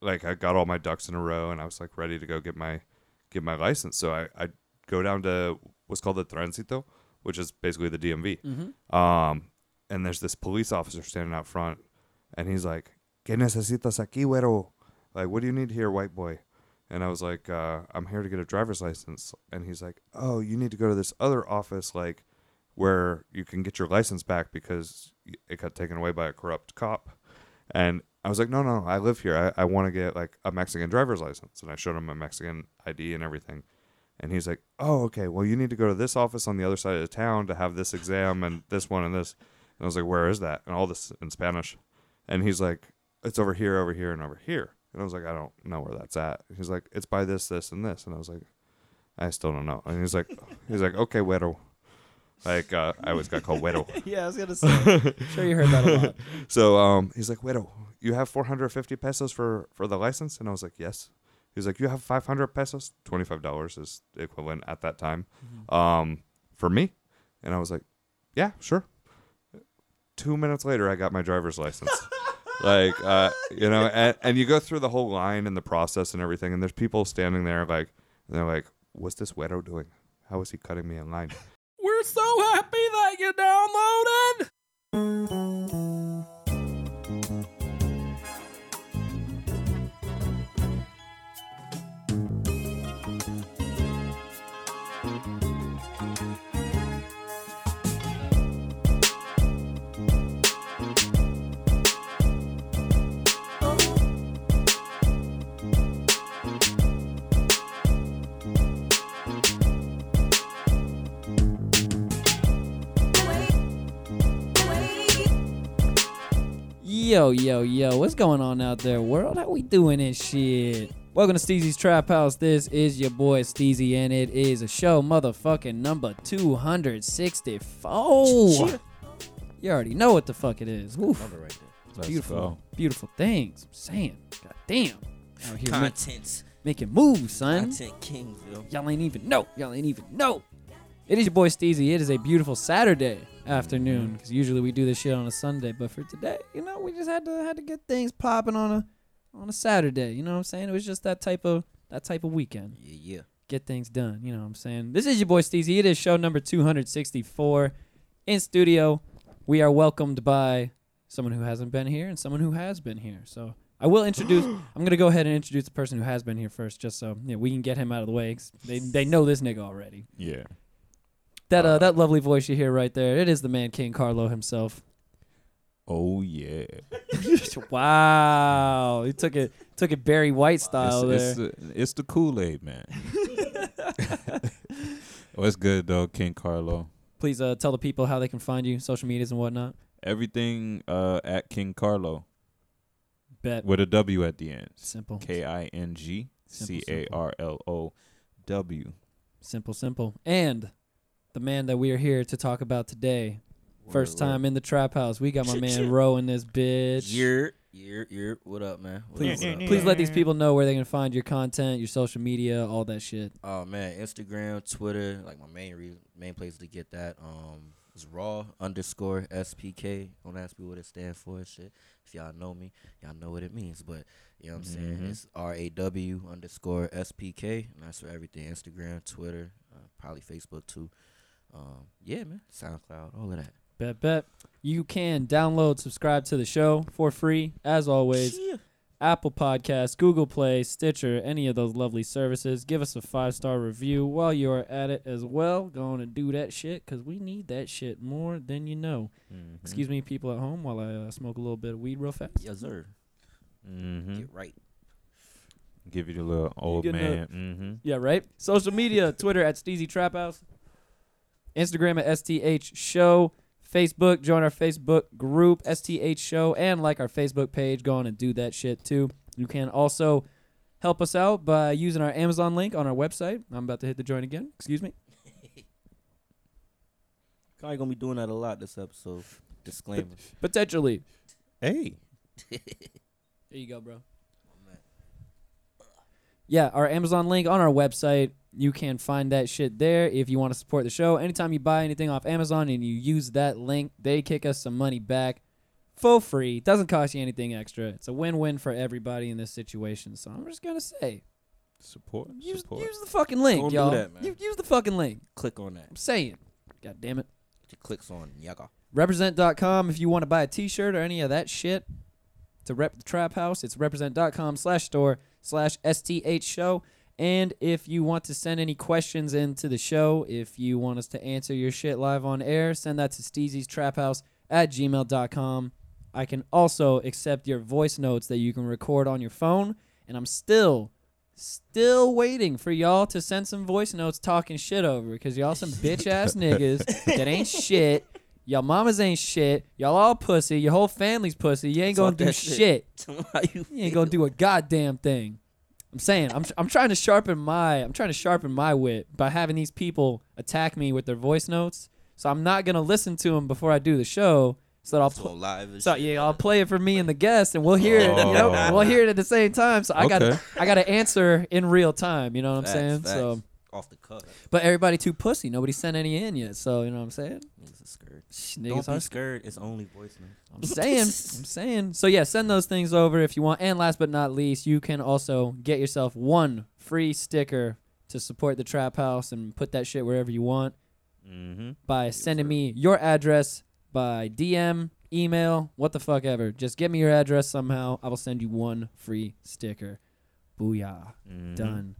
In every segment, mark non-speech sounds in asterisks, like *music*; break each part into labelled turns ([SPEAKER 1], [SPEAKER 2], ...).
[SPEAKER 1] like I got all my ducks in a row and I was like ready to go get my get my license. So I I go down to what's called the transito, which is basically the DMV. Um, and there's this police officer standing out front, and he's like, "¿Qué necesitas aquí, güero?" Like, what do you need here, white boy? And I was like, uh, "I'm here to get a driver's license." And he's like, "Oh, you need to go to this other office, like." Where you can get your license back because it got taken away by a corrupt cop. And I was like, no, no, I live here. I, I want to get like a Mexican driver's license. And I showed him my Mexican ID and everything. And he's like, oh, okay. Well, you need to go to this office on the other side of the town to have this exam and this one and this. And I was like, where is that? And all this in Spanish. And he's like, it's over here, over here, and over here. And I was like, I don't know where that's at. He's like, it's by this, this, and this. And I was like, I still don't know. And he's like, he's like, okay, güero. Like uh, I always got called güero.
[SPEAKER 2] yeah, I was gonna *laughs* say. sure, you heard that a lot.
[SPEAKER 1] So um, he's like, Widow, you have 450 pesos for, for the license? And I was like, yes. He's like, you have 500 pesos? $25 is the equivalent at that time um, for me. And I was like, yeah, sure. Two minutes later, I got my driver's license. like, uh, you know, and, and you go through the whole line and the process and everything. And there's people standing there like, and they're like, what's this Widow doing? How is he cutting me in line?
[SPEAKER 2] We're so happy that you downloaded. Yo, yo, yo! What's going on out there, world? How we doing this shit? Welcome to Steezy's Trap House. This is your boy Steezy, and it is a show, motherfucking number two hundred sixty-four. You already know what the fuck it is. Oof.
[SPEAKER 3] Number right there.
[SPEAKER 4] Let's
[SPEAKER 2] beautiful,
[SPEAKER 4] go.
[SPEAKER 2] beautiful things. I'm saying, god damn, out here ma-
[SPEAKER 3] Content.
[SPEAKER 2] making moves, son.
[SPEAKER 3] Content Kingville.
[SPEAKER 2] Y'all ain't even know. Y'all ain't even know. It is your boy Steezy. It is a beautiful Saturday afternoon because usually we do this shit on a Sunday, but for today, you know, we just had to had to get things popping on a on a Saturday. You know what I'm saying? It was just that type of that type of weekend
[SPEAKER 3] Yeah, yeah.
[SPEAKER 2] get things done. You know what I'm saying? This is your boy Steezy. It is show number 264 in studio. We are welcomed by someone who hasn't been here and someone who has been here. So I will
[SPEAKER 4] *gasps*
[SPEAKER 2] introduce. I'm gonna go ahead and introduce the person who has been here first, just so you know, we can get him out of the way. 'cause They they know this nigga already.
[SPEAKER 4] Yeah.
[SPEAKER 2] That uh, that lovely voice you hear right there. It is the man King Carlo
[SPEAKER 4] *laughs*
[SPEAKER 2] himself.
[SPEAKER 4] Oh yeah.
[SPEAKER 2] wow, he took it took it Barry White style
[SPEAKER 4] it's,
[SPEAKER 2] there.
[SPEAKER 4] it's the, it's the Kool
[SPEAKER 2] *laughs*
[SPEAKER 4] Aid man. What's good though, King Carlo?
[SPEAKER 2] Please uh, tell the people how they can find you, social medias and whatnot.
[SPEAKER 4] Everything uh, at King Carlo
[SPEAKER 2] Bet
[SPEAKER 4] with a W at the end.
[SPEAKER 2] simple.
[SPEAKER 4] K I N G C A
[SPEAKER 2] Simple,
[SPEAKER 4] R L O W.
[SPEAKER 2] Simple, simple. And the man that we are here to talk about today, first time in the trap house, we got my man Ro in this bitch.
[SPEAKER 3] Year, year, year. What up, man? What
[SPEAKER 2] Please-
[SPEAKER 3] up, what up,
[SPEAKER 2] Please
[SPEAKER 3] man?
[SPEAKER 2] let these people know where they can find your content, your social media, all that shit.
[SPEAKER 3] Oh man, Instagram, Twitter, like my main reason, main place to get that. Um, is raw underscore SPK. Don't ask me what it stands for and shit. If y'all know me, y'all know what it means. But you know what I'm saying?
[SPEAKER 2] Mm-hmm.
[SPEAKER 4] Mhm.
[SPEAKER 3] It's R A W underscore SPK, and that's for everything. Instagram, Twitter, uh, probably Facebook too. Um, yeah, man. SoundCloud, all of that.
[SPEAKER 2] Bet, bet. You can download, subscribe to the show for free, as always.
[SPEAKER 3] Yeah.
[SPEAKER 2] Apple Podcasts, Google Play, Stitcher, any of those lovely services. Give us a five star review while you are at it as well. Go on and do that shit because we need that shit more than you know. Mm-hmm.
[SPEAKER 4] Mm-hmm.
[SPEAKER 2] Excuse me, people at home, while I uh, smoke a little bit of weed real fast.
[SPEAKER 3] Yes, sir.
[SPEAKER 2] Hmm?
[SPEAKER 4] Mm-hmm.
[SPEAKER 3] Get right.
[SPEAKER 4] Give you the little old
[SPEAKER 2] getting a-
[SPEAKER 4] man. mm-hmm.
[SPEAKER 2] Yeah, right? Social media Twitter at Steezy Trap House, Instagram at STH Show, Facebook, join our Facebook group, STH Show, and like our Facebook page. Go on and do that shit too. You can also help us out by using our Amazon link on our website. I'm about to hit the join again. Excuse me.
[SPEAKER 3] Probably gonna be doing that a lot this episode.
[SPEAKER 2] *laughs*
[SPEAKER 3] Disclaimer.
[SPEAKER 2] Potentially.
[SPEAKER 4] Hey.
[SPEAKER 2] There you go, bro. Oh, Yeah, our Amazon link on our website. You can find that shit there if you want to support the show. Anytime you buy anything off Amazon and you use that link, they kick us some money back for free. Doesn't cost you anything extra. It's a win-win for everybody in this situation. So I'm just gonna say,
[SPEAKER 4] Support.
[SPEAKER 2] use,
[SPEAKER 4] support.
[SPEAKER 2] use the fucking link,
[SPEAKER 3] Don't do
[SPEAKER 2] y'all.
[SPEAKER 3] that, man.
[SPEAKER 2] You- Use the fucking link.
[SPEAKER 3] Click on that.
[SPEAKER 2] I'm saying. God damn it.
[SPEAKER 3] It clicks on Yaga.
[SPEAKER 2] Represent.com if you want to buy a t-shirt or any of that shit to rep the trap house. It's represent.com slash store slash STH show. And if you want to send any questions into the show, if you want us to answer your shit live on air, send that to Steezy's Trap House at gmail.com. I can also accept your voice notes that you can record on your phone. And I'm still, still waiting for y'all to send some voice notes talking shit over because y'all some bitch
[SPEAKER 3] *laughs*
[SPEAKER 2] ass niggas that ain't shit. Y'all mamas ain't shit. Y'all all pussy. Your whole family's pussy. You ain't
[SPEAKER 3] Talk
[SPEAKER 2] gonna do
[SPEAKER 3] that
[SPEAKER 2] shit.
[SPEAKER 3] shit. *laughs* Tell 'em how you
[SPEAKER 2] You ain't gonna do a goddamn thing. I'm saying I'm I'm trying to sharpen my I'm trying to sharpen my wit by having these people attack me with their voice notes. So I'm not gonna listen to them before I do the show. So that I'll
[SPEAKER 3] So
[SPEAKER 2] pl-
[SPEAKER 3] live and
[SPEAKER 2] so
[SPEAKER 3] shit.
[SPEAKER 2] yeah I'll play it for me and the guests and we'll hear it. You know
[SPEAKER 4] Oh.
[SPEAKER 2] we'll hear it at the same time. So I
[SPEAKER 4] Okay.
[SPEAKER 2] gotta I gotta answer in real time. You know what I'm
[SPEAKER 3] Facts,
[SPEAKER 2] saying? So
[SPEAKER 3] facts. off the cuff.
[SPEAKER 2] but everybody too pussy. Nobody sent any in yet. So you know what I'm saying?
[SPEAKER 3] Niggas are scared.
[SPEAKER 2] Shh,
[SPEAKER 3] Don't
[SPEAKER 2] are
[SPEAKER 3] be scared. It's only voice notes.
[SPEAKER 2] I'm saying, I'm saying. So yeah, send those things over if you want. And last but not least, you can also get yourself one free sticker to support the Trap House and put that shit wherever you want
[SPEAKER 4] Mm-hmm.
[SPEAKER 2] by sending me your address by DM, email, what the fuck ever. Just get me your address somehow. I will send you one free sticker. Booyah!
[SPEAKER 4] mm-hmm.
[SPEAKER 2] Done.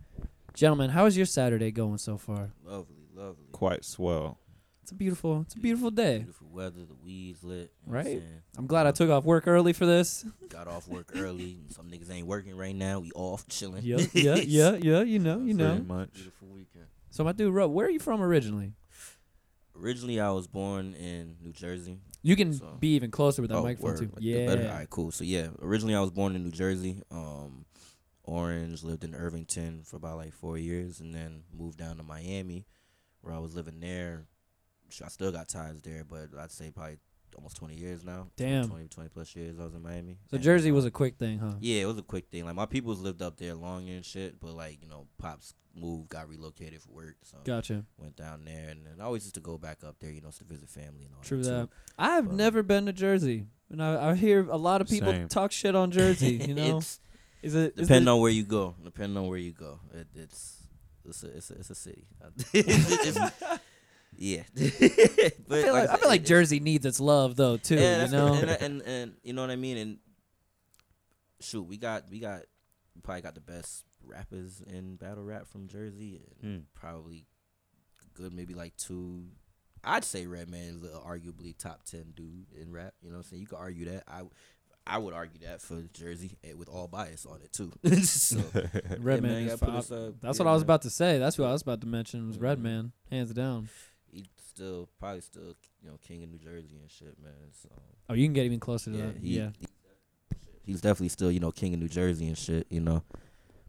[SPEAKER 2] Gentlemen, how is your Saturday going so far?
[SPEAKER 3] Lovely, lovely.
[SPEAKER 4] Quite swell.
[SPEAKER 2] It's a beautiful, it's a beautiful day.
[SPEAKER 3] Beautiful weather. The weeds lit. you know what
[SPEAKER 2] Right?
[SPEAKER 3] I'm saying?
[SPEAKER 2] I'm glad I took off work early for *laughs* this.
[SPEAKER 3] Got off work early. Some niggas ain't working right now. We off chilling.
[SPEAKER 2] Yeah, yeah, yeah, yeah. You know, you
[SPEAKER 4] Pretty
[SPEAKER 2] know.
[SPEAKER 4] much.
[SPEAKER 3] *laughs* Beautiful weekend.
[SPEAKER 2] So my dude, Rob, where are you from originally?
[SPEAKER 3] Originally, I was born in New Jersey.
[SPEAKER 2] You can
[SPEAKER 3] So- oh,
[SPEAKER 2] be even closer with that microphone
[SPEAKER 3] word.
[SPEAKER 2] too.
[SPEAKER 3] Like, the
[SPEAKER 2] Yeah.
[SPEAKER 3] better. All right, cool. So yeah, originally I was born in New Jersey. Um, Orange lived in Irvington for about like four years, and then moved down to Miami, where I was living there. Sh- I still got ties there, but I'd say probably almost twenty years now.
[SPEAKER 2] Damn.
[SPEAKER 3] 20, 20 plus years I was in Miami.
[SPEAKER 2] So
[SPEAKER 3] And,
[SPEAKER 2] Jersey
[SPEAKER 3] uh,
[SPEAKER 2] was a quick thing, huh?
[SPEAKER 3] Yeah, it was a quick thing. Like my people's lived up there longer and shit, but like you know, pops moved, got relocated for work, so
[SPEAKER 2] Gotcha.
[SPEAKER 3] went down there, and then I always used to go back up there, you know, to visit family and all.
[SPEAKER 2] True
[SPEAKER 3] that. too.
[SPEAKER 2] that. I've
[SPEAKER 3] But-
[SPEAKER 2] never been to Jersey, and I, I hear a lot of people
[SPEAKER 4] Same.
[SPEAKER 2] talk shit on Jersey.
[SPEAKER 3] *laughs*
[SPEAKER 2] You know,
[SPEAKER 3] It's-
[SPEAKER 2] is it is
[SPEAKER 3] Depending
[SPEAKER 2] it-
[SPEAKER 3] on where you go. Depending on where you go. It, it's it's a, it's a it's a city. *laughs* It's- yeah.
[SPEAKER 2] I
[SPEAKER 3] *laughs*
[SPEAKER 2] feel like, I feel like Jersey needs its love though too. you know, *laughs*
[SPEAKER 3] and, and and you know what I mean. And shoot, we got we got we probably got the best rappers in battle rap from Jersey. And
[SPEAKER 2] Hmm.
[SPEAKER 4] Mm.
[SPEAKER 3] Probably good, maybe like two. I'd say Redman is a arguably top ten dude in rap. You know what I'm saying? You could argue that. I I would argue that for Jersey eh, with all bias on it too. *laughs* so
[SPEAKER 2] Redman.
[SPEAKER 3] man,
[SPEAKER 2] is
[SPEAKER 3] gotta
[SPEAKER 2] fi-
[SPEAKER 3] put us up.
[SPEAKER 2] that's
[SPEAKER 3] Yeah,
[SPEAKER 2] what I was
[SPEAKER 3] man.
[SPEAKER 2] about to say. That's what I was about to mention was
[SPEAKER 3] Mhm.
[SPEAKER 2] Redman, hands down.
[SPEAKER 3] He still probably still you know king of New Jersey and shit, man. So
[SPEAKER 2] Oh, you can get even closer to
[SPEAKER 3] yeah,
[SPEAKER 2] that.
[SPEAKER 3] he-
[SPEAKER 2] yeah.
[SPEAKER 3] he- he's definitely still you know king of New Jersey and shit. You know,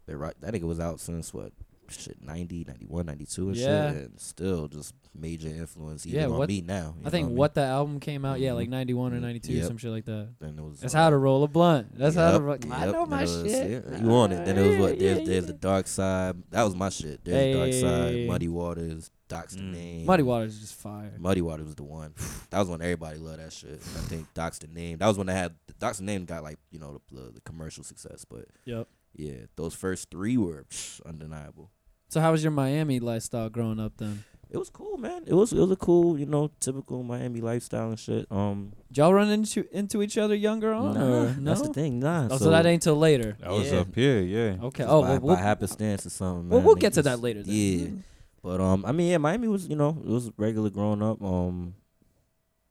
[SPEAKER 3] but right, that nigga was out since what shit 90, 91, 92 and
[SPEAKER 2] Yeah.
[SPEAKER 3] shit, and still just major influence even
[SPEAKER 2] Yeah,
[SPEAKER 3] on
[SPEAKER 2] what-
[SPEAKER 3] me now. you
[SPEAKER 2] I think
[SPEAKER 3] know
[SPEAKER 2] what the album came out, yeah,
[SPEAKER 3] Mhm.
[SPEAKER 2] like ninety one or ninety two,
[SPEAKER 3] Yep.
[SPEAKER 2] some shit like that.
[SPEAKER 3] I mean? Then it was,
[SPEAKER 2] That's
[SPEAKER 3] uh,
[SPEAKER 2] how to roll a blunt. That's how to
[SPEAKER 3] yep,
[SPEAKER 2] roll. I
[SPEAKER 3] yep,
[SPEAKER 2] know my
[SPEAKER 3] then it was-
[SPEAKER 2] shit.
[SPEAKER 3] yeah, you on it? Then it was what?
[SPEAKER 2] Yeah,
[SPEAKER 3] There's there's
[SPEAKER 2] yeah.
[SPEAKER 3] the dark side. That was my shit. There's the dark
[SPEAKER 2] Hey.
[SPEAKER 3] side. Muddy Waters. Doc's the
[SPEAKER 4] Mm.
[SPEAKER 3] name.
[SPEAKER 2] Muddy Waters is just fire.
[SPEAKER 3] Muddy Water was the one. *sighs* That was when everybody loved that shit. I think Doc's the name. That was when they had Doc's the name got like you know the, the, the commercial success, but
[SPEAKER 2] Yep.
[SPEAKER 3] yeah, those first three were psh, undeniable.
[SPEAKER 2] So how was your Miami lifestyle growing up then?
[SPEAKER 3] It was cool, man. It was it was a cool you know typical Miami lifestyle and shit. Um,
[SPEAKER 2] Did y'all run into into each other younger on?
[SPEAKER 3] nah,
[SPEAKER 2] or no?
[SPEAKER 3] that's the thing. Nah,
[SPEAKER 2] Oh, so, that ain't till later.
[SPEAKER 4] That was
[SPEAKER 3] Yeah.
[SPEAKER 4] up here, yeah.
[SPEAKER 2] Okay.
[SPEAKER 3] just
[SPEAKER 2] Oh,
[SPEAKER 3] by,
[SPEAKER 2] well,
[SPEAKER 3] by
[SPEAKER 2] we'll,
[SPEAKER 3] happenstance or something.
[SPEAKER 2] well,
[SPEAKER 3] man.
[SPEAKER 2] we'll
[SPEAKER 3] It
[SPEAKER 2] get to that
[SPEAKER 3] just-
[SPEAKER 2] later. Then.
[SPEAKER 3] Yeah. But um, I mean, yeah, Miami was you know it was regular growing up. Um,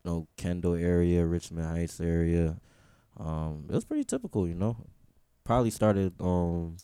[SPEAKER 3] you know, Kendall area, Richmond Heights area. Um, it was pretty typical, you know. Probably started um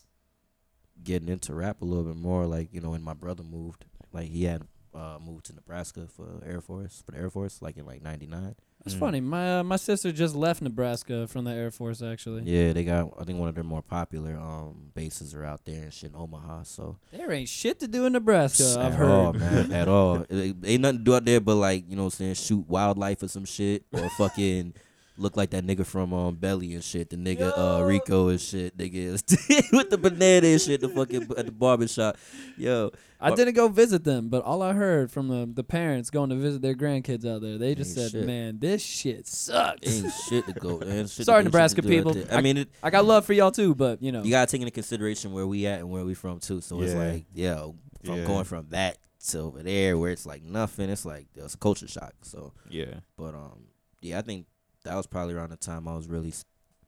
[SPEAKER 3] getting into rap a little bit more, like you know, when my brother moved. Like he had uh moved to Nebraska for Air Force for the Air Force, like in like '99.
[SPEAKER 2] That's
[SPEAKER 4] Mm.
[SPEAKER 2] funny. My uh, my sister just left Nebraska from the Air Force actually.
[SPEAKER 3] Yeah, they got I think one of their more popular um bases are out there and shit in Omaha. So
[SPEAKER 2] There ain't shit to do in Nebraska. I've
[SPEAKER 3] at
[SPEAKER 2] heard.
[SPEAKER 3] all, man. At all. It- it- ain't nothing to do out there but like, you know what I'm saying, shoot wildlife or some shit or fucking Look like that nigga from um, Belly and shit. The nigga uh, Rico and shit. Nigga *laughs* was with the banana and shit. The fucking at the barbershop. Yo,
[SPEAKER 2] I
[SPEAKER 1] Well-
[SPEAKER 2] didn't go visit them, but all I heard from the, the parents going to visit their grandkids out there, they just
[SPEAKER 3] Ain't
[SPEAKER 2] said,
[SPEAKER 3] shit.
[SPEAKER 2] "Man, this shit sucks."
[SPEAKER 3] ain't shit to go. Ain't shit to-
[SPEAKER 2] Sorry,
[SPEAKER 3] ain't shit to
[SPEAKER 2] Nebraska
[SPEAKER 3] do out
[SPEAKER 2] people.
[SPEAKER 3] there. I mean, it,
[SPEAKER 2] I got love for y'all too, but you know,
[SPEAKER 3] you gotta take into consideration where we at and where we from too. So it's
[SPEAKER 4] Yeah.
[SPEAKER 3] like, yo, from
[SPEAKER 4] Yeah.
[SPEAKER 3] going from that to over there where it's like nothing. It's like it's a culture shock. So,
[SPEAKER 4] Yeah.
[SPEAKER 3] but um, yeah, I think that was probably around the time I was really, s-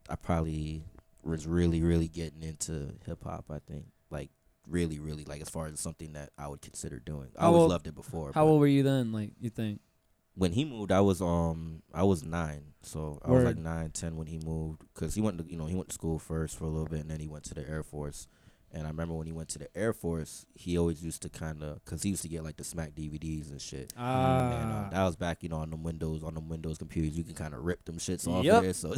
[SPEAKER 3] I probably was really really getting into hip hop. I think like really really like as far as something that I would consider doing. I
[SPEAKER 2] How
[SPEAKER 3] always
[SPEAKER 2] old-
[SPEAKER 3] loved it before.
[SPEAKER 2] how
[SPEAKER 3] but
[SPEAKER 2] old were you then? Like, you
[SPEAKER 3] *laughs*
[SPEAKER 2] think?
[SPEAKER 3] when he moved, I was um I was nine, so I was like
[SPEAKER 2] Word.
[SPEAKER 3] nine, ten when he moved, cause he went to you know he went to school first for a little bit, and then he went to the Air Force. And I remember when he went to the Air Force, he always used to kind of, cause he used to get like the Smack DVDs and shit.
[SPEAKER 2] Ah.
[SPEAKER 3] and uh, that was back, you know, on them Windows, on them Windows computers, you can kind of rip them shits off
[SPEAKER 2] Yep. *laughs*
[SPEAKER 3] there. So,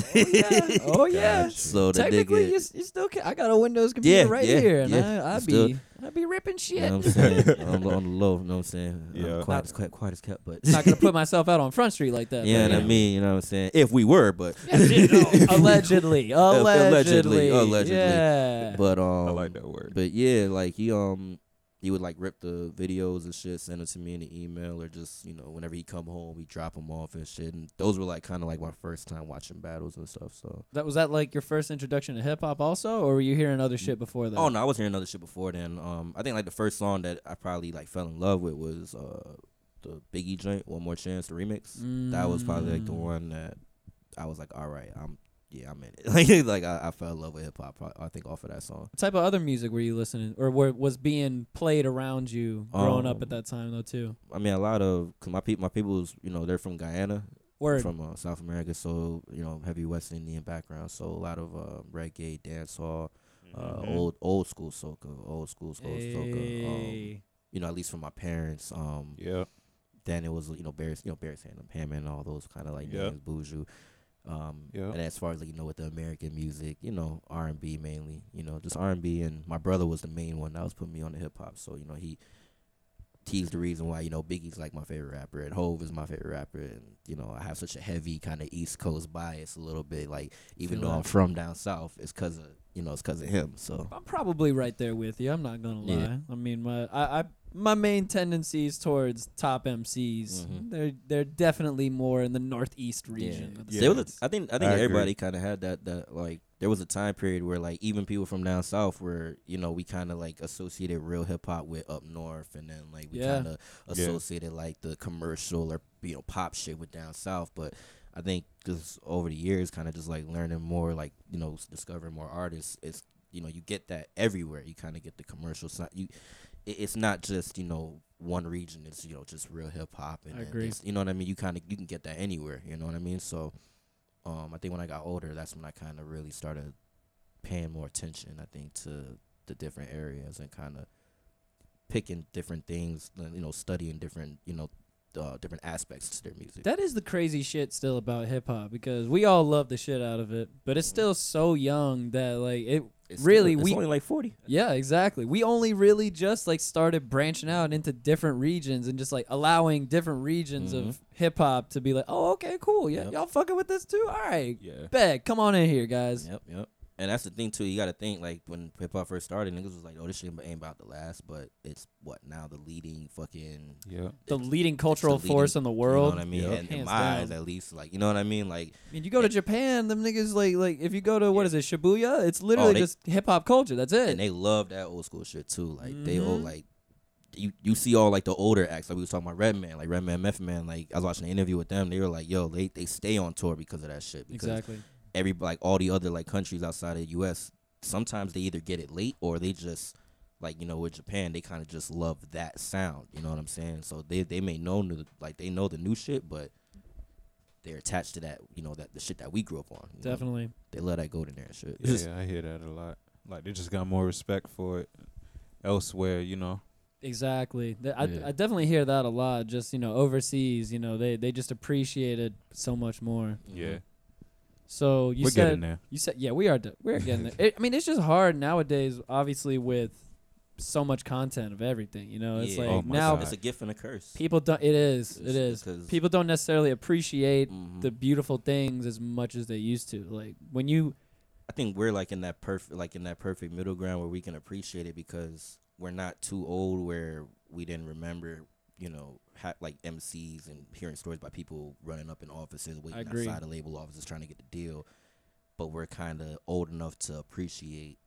[SPEAKER 3] *laughs*
[SPEAKER 2] oh yeah.
[SPEAKER 3] so the
[SPEAKER 2] Technically,
[SPEAKER 3] nigga,
[SPEAKER 2] you, s- you still can. I got a Windows computer
[SPEAKER 3] Yeah,
[SPEAKER 2] right
[SPEAKER 3] yeah,
[SPEAKER 2] here, and
[SPEAKER 3] yeah,
[SPEAKER 2] I,
[SPEAKER 3] you
[SPEAKER 2] I
[SPEAKER 3] still-
[SPEAKER 2] be I be ripping shit.
[SPEAKER 3] you know what I'm saying, on, the- on the low, you know what I'm saying, yeah,
[SPEAKER 4] Yeah.
[SPEAKER 3] quiet, as quiet, quiet as kept,
[SPEAKER 2] *laughs*
[SPEAKER 3] but *laughs*
[SPEAKER 2] Not gonna put myself out on Front Street like that. but,
[SPEAKER 3] yeah, and I
[SPEAKER 2] you
[SPEAKER 3] *laughs* mean, you know what I'm saying, if we were, but
[SPEAKER 2] know.
[SPEAKER 3] *laughs*
[SPEAKER 2] allegedly, allegedly,
[SPEAKER 3] allegedly, allegedly.
[SPEAKER 2] yeah.
[SPEAKER 3] but um,
[SPEAKER 4] I like that word.
[SPEAKER 3] But yeah, like he um he would like rip the videos and shit, send it to me in the email or just you know whenever he come home, we drop him off and shit. And those were like kind of like my first time watching battles and stuff. So
[SPEAKER 2] that was that like your first introduction to hip hop, also, or were you hearing other shit before that?
[SPEAKER 3] oh no, I was hearing other shit before then. Um, I think like the first song that I probably like fell in love with was uh the Biggie joint, One More Chance, the remix. That was probably like the
[SPEAKER 2] Mm.
[SPEAKER 3] one that I was like, all right, I'm yeah, I'm in it. *laughs* like like I, I fell in love with hip hop. I think off of that song.
[SPEAKER 2] What type of other music were you listening, or were, was being played around you growing up at
[SPEAKER 3] Um,
[SPEAKER 2] that time though too?
[SPEAKER 3] I mean, a lot of cause my people, my people's, you know, they're from Guyana,
[SPEAKER 2] Word.
[SPEAKER 3] from uh, South America, so you know, heavy West Indian background, so a lot of uh, reggae, dancehall, uh, old old school soca, old school soca, soca um,
[SPEAKER 2] Ayy.
[SPEAKER 3] you know, at least from my parents. Um,
[SPEAKER 4] Yeah.
[SPEAKER 3] then it was you know Barry's, you know Barry's Hammond, Hammond, all those kind of like
[SPEAKER 4] Yeah.
[SPEAKER 3] names, Buju. Um,
[SPEAKER 4] Yeah.
[SPEAKER 3] and as far as like you know with the American music, you know R and B mainly, you know just R and B, and my brother was the main one that was putting me on the hip hop. So you know he, he's the reason why you know Biggie's like my favorite rapper, and Hove is my favorite rapper, and you know I have such a heavy kind of East Coast bias a little bit. Like even
[SPEAKER 2] Feel
[SPEAKER 3] though
[SPEAKER 2] that.
[SPEAKER 3] I'm from down south, it's cause of you know it's cause of him. So
[SPEAKER 2] I'm probably right there with you. I'm not gonna lie.
[SPEAKER 3] Yeah.
[SPEAKER 2] I mean, my I, I my main tendencies towards top MCs,
[SPEAKER 3] Mhm.
[SPEAKER 2] they're they're definitely more in the northeast region.
[SPEAKER 3] Yeah.
[SPEAKER 2] of the
[SPEAKER 4] Yeah.
[SPEAKER 3] There was
[SPEAKER 2] States.
[SPEAKER 3] a, I think I think
[SPEAKER 4] I agree.
[SPEAKER 3] everybody kind of had that that like there was a time period where like even people from down south were you know we kind of like associated real hip hop with up north and then like we
[SPEAKER 2] Yeah.
[SPEAKER 3] kind of
[SPEAKER 4] Yeah.
[SPEAKER 3] associated like the commercial or you know pop shit with down south but I think just over the years kind of just like learning more like you know s- discovering more artists it's you know you get that everywhere you kind of get the commercial side you it, it's not just you know one region it's you know just real hip hop and
[SPEAKER 2] I
[SPEAKER 3] then
[SPEAKER 2] agree.
[SPEAKER 3] it's- you know what I mean you kind of you can get that anywhere you know what I mean so um I think when I got older that's when I kind of really started paying more attention I think to the different areas and kind of picking different things and, you know studying different you know uh, different aspects to their music
[SPEAKER 2] That is the crazy shit still about hip hop because we all love the shit out of it, but it's still so young that like it
[SPEAKER 3] Mm-hmm. It's
[SPEAKER 2] really,
[SPEAKER 3] it's
[SPEAKER 2] we-
[SPEAKER 3] only like 40
[SPEAKER 2] Yeah, exactly. We only really just like started branching out into different regions and just like allowing different regions
[SPEAKER 3] Mhm.
[SPEAKER 2] of hip hop to be like, "Oh, okay, cool. Yeah,
[SPEAKER 3] Yep.
[SPEAKER 2] y'all fucking with this too. All right,
[SPEAKER 4] Yeah.
[SPEAKER 2] bet. Come on in here, guys."
[SPEAKER 3] Yep, yep. And that's the thing too. You got to think like when hip hop first started, niggas was like, "Oh, this shit ain't about to last." But it's what now the leading fucking
[SPEAKER 4] Yeah.
[SPEAKER 2] The
[SPEAKER 3] it's-
[SPEAKER 2] leading cultural
[SPEAKER 3] leading-
[SPEAKER 2] force in the world.
[SPEAKER 3] You know what I mean?
[SPEAKER 4] Yep.
[SPEAKER 3] And in
[SPEAKER 2] Hands
[SPEAKER 3] my
[SPEAKER 2] down.
[SPEAKER 3] eyes, at least, like you know what I mean? Like
[SPEAKER 2] I mean, you go to Japan, them niggas like like if you go to what is it Shibuya, it's literally
[SPEAKER 3] Oh, they-
[SPEAKER 2] just hip hop culture. That's it.
[SPEAKER 3] and they love that old school shit too. Like they all
[SPEAKER 2] Mhm.
[SPEAKER 3] like you you see all like the older acts. Like we was talking about Redman, like Redman, Method Man. Like I was watching an interview with them. They were like, "Yo, they they stay on tour because of that shit." Because
[SPEAKER 2] exactly.
[SPEAKER 3] every like all the other like countries outside of the U.S. Sometimes they either get it late or they just like you know with Japan they kind of just love that sound. You know what I'm saying? So they they may know new, like they know the new shit, but they're attached to that you know that the shit that we grew up on. you know?
[SPEAKER 2] Definitely.
[SPEAKER 3] they love that golden era shit. *laughs*
[SPEAKER 4] Yeah, I hear that a lot. Like they just got more respect for it elsewhere, you know.
[SPEAKER 2] Exactly. Th- I,
[SPEAKER 3] Yeah.
[SPEAKER 2] I definitely hear that a lot. Just you know, overseas, you know, they they just appreciate it so much more.
[SPEAKER 4] Yeah.
[SPEAKER 2] So Mm-hmm. you
[SPEAKER 4] We're
[SPEAKER 2] said
[SPEAKER 4] getting there.
[SPEAKER 2] You said, yeah, we are. d- We're getting there. It, I mean, it's just hard nowadays, obviously, with so much content of everything. You know, it's
[SPEAKER 3] Yeah.
[SPEAKER 2] like
[SPEAKER 4] Oh my
[SPEAKER 2] now
[SPEAKER 4] God.
[SPEAKER 3] it's a gift and a curse.
[SPEAKER 2] people don't. It is. It
[SPEAKER 3] It's-
[SPEAKER 2] is.
[SPEAKER 3] because-
[SPEAKER 2] People don't necessarily appreciate
[SPEAKER 3] Mhm.
[SPEAKER 2] the beautiful things as much as they used to. Like when you
[SPEAKER 3] I think we're like in that perfect like in that perfect middle ground where we can appreciate it because we're not too old where we didn't remember, you know, ha- like MCs and hearing stories by people running up in offices, waiting
[SPEAKER 2] agree.
[SPEAKER 3] outside of label offices trying to get the deal. But we're kind of old enough to appreciate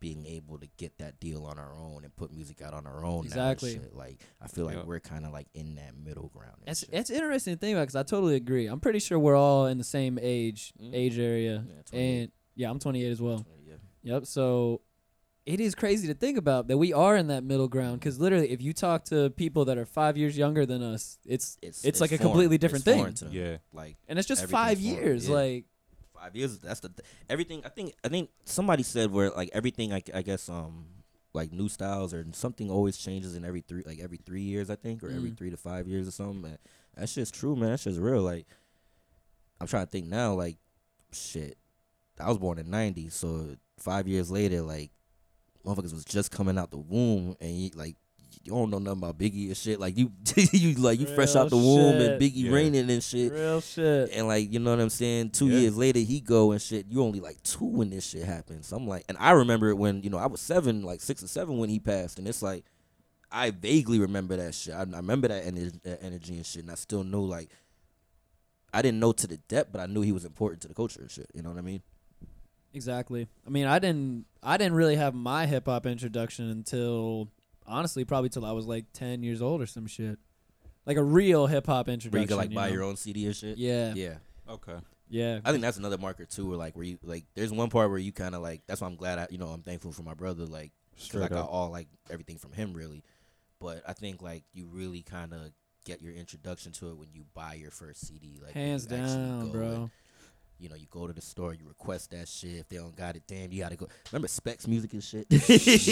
[SPEAKER 3] being able to get that deal on our own and put music out on our own. now and
[SPEAKER 2] Exactly.
[SPEAKER 3] shit. Like I feel like
[SPEAKER 4] Yep.
[SPEAKER 3] we're kind of like in that middle ground. and
[SPEAKER 2] It's
[SPEAKER 3] shit.
[SPEAKER 2] it's interesting to think about because I totally agree. I'm pretty sure we're all in the same age
[SPEAKER 3] Mm.
[SPEAKER 2] age area,
[SPEAKER 3] Yeah, 28.
[SPEAKER 2] and yeah, I'm 28 as well.
[SPEAKER 3] yeah.
[SPEAKER 2] Yep. So it is crazy to think about that we are in that middle ground because literally, if you talk to people that are five years younger than us, it's it's, like a
[SPEAKER 3] foreign.
[SPEAKER 2] completely different
[SPEAKER 3] It's
[SPEAKER 2] thing,
[SPEAKER 3] foreign to them.
[SPEAKER 4] Yeah.
[SPEAKER 3] Like
[SPEAKER 2] and it's just
[SPEAKER 3] Everything's
[SPEAKER 2] five
[SPEAKER 3] foreign,
[SPEAKER 2] years.
[SPEAKER 3] yeah.
[SPEAKER 2] Like
[SPEAKER 3] five years. That's the th- everything. I think. I think somebody said where like everything. I, I guess um like new styles or something always changes in every three like every three years I think or every
[SPEAKER 2] Mm.
[SPEAKER 3] three to five years or something. Man, that shit's true, man. That shit's real. Like I'm trying to think now. Like shit, I was born in '90, so five years later, like motherfuckers was just coming out the womb and you, like. You don't know nothing about Biggie and shit. Like you, *laughs* you like you fresh
[SPEAKER 2] Real
[SPEAKER 3] out the womb
[SPEAKER 2] shit.
[SPEAKER 3] and Biggie
[SPEAKER 4] Yeah.
[SPEAKER 3] raining and shit
[SPEAKER 2] real shit.
[SPEAKER 3] and like you know what I'm saying. Two
[SPEAKER 4] Yeah.
[SPEAKER 3] years later, he go and shit. You only like two when this shit happens. So I'm like, and I remember it when you know I was seven, like six or seven when he passed, and it's like I vaguely remember that shit. I, I remember that, ener- that energy and shit, and I still know like I didn't know to the depth, but I knew he was important to the culture and shit. You know what I mean?
[SPEAKER 2] Exactly. I mean, I didn't I didn't really have my hip hop introduction until honestly probably till I was like 10 years old or some shit. Like a real hip hop introduction.
[SPEAKER 3] Where you could like
[SPEAKER 2] you
[SPEAKER 3] buy
[SPEAKER 2] know?
[SPEAKER 3] your own CD and shit.
[SPEAKER 2] Yeah.
[SPEAKER 3] yeah.
[SPEAKER 4] Okay.
[SPEAKER 2] Yeah.
[SPEAKER 3] I think that's another marker too, where like where you like there's one part where you kind of like that's why I'm glad I you know I'm thankful for my brother like because I
[SPEAKER 4] Straight
[SPEAKER 3] got
[SPEAKER 2] oh.
[SPEAKER 4] up.
[SPEAKER 3] all like everything from him really. But I think like you really kind of get your introduction to it when you buy your first CD. Like when
[SPEAKER 2] Hands
[SPEAKER 3] you actually
[SPEAKER 2] down,
[SPEAKER 3] go
[SPEAKER 2] bro.
[SPEAKER 3] and,
[SPEAKER 2] *laughs*
[SPEAKER 3] you know, you go to the store, you request that shit. If they don't got it, damn, you gotta go. Remember Specs music
[SPEAKER 2] *laughs*
[SPEAKER 3] and shit.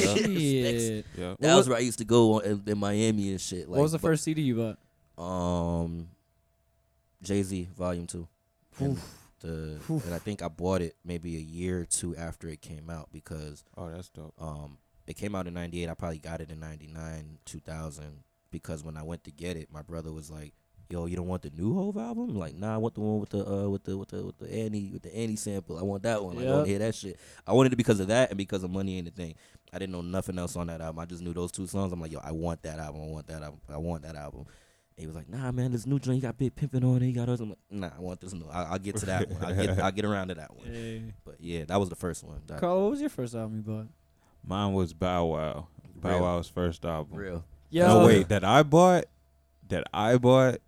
[SPEAKER 3] Specs.
[SPEAKER 2] Shit.
[SPEAKER 4] Yeah.
[SPEAKER 3] That was where I used to go on, in, in Miami and shit. Like,
[SPEAKER 2] what was the
[SPEAKER 3] but-
[SPEAKER 2] first CD you bought?
[SPEAKER 3] Um, Jay Z Volume Two. And The, and I think I bought it maybe a year or two after it came out because
[SPEAKER 4] Oh, that's dope.
[SPEAKER 3] um, it came out in 98. I probably got it in 99, 2000. Because when I went to get it, my brother was like, yo, you don't want the new Hove album? like, nah, I want the one with the, uh, with the, with the, with the Annie, with the Annie sample. I want that one. Like, I
[SPEAKER 2] Yep.
[SPEAKER 3] want to hear that shit. I wanted it because of that and because of Money Ain't a Thing. I didn't know nothing else on that album. I just knew those two songs. I'm like, yo, I want that album. I want that album. I want that album. And he was like, nah, man, this new joint, you got Big Pimpin' on it. You got us. I'm like, nah, I want this new. I, I'll get to that one. I'll *laughs* get, I'll get around to that one. But yeah, that was the first one. That-
[SPEAKER 2] Carl, what was your first album you bought?
[SPEAKER 4] Mine was Bow Wow. Bow
[SPEAKER 3] Real.
[SPEAKER 4] Wow's first album.
[SPEAKER 3] real.
[SPEAKER 4] No, wait. That I bought. That I bought.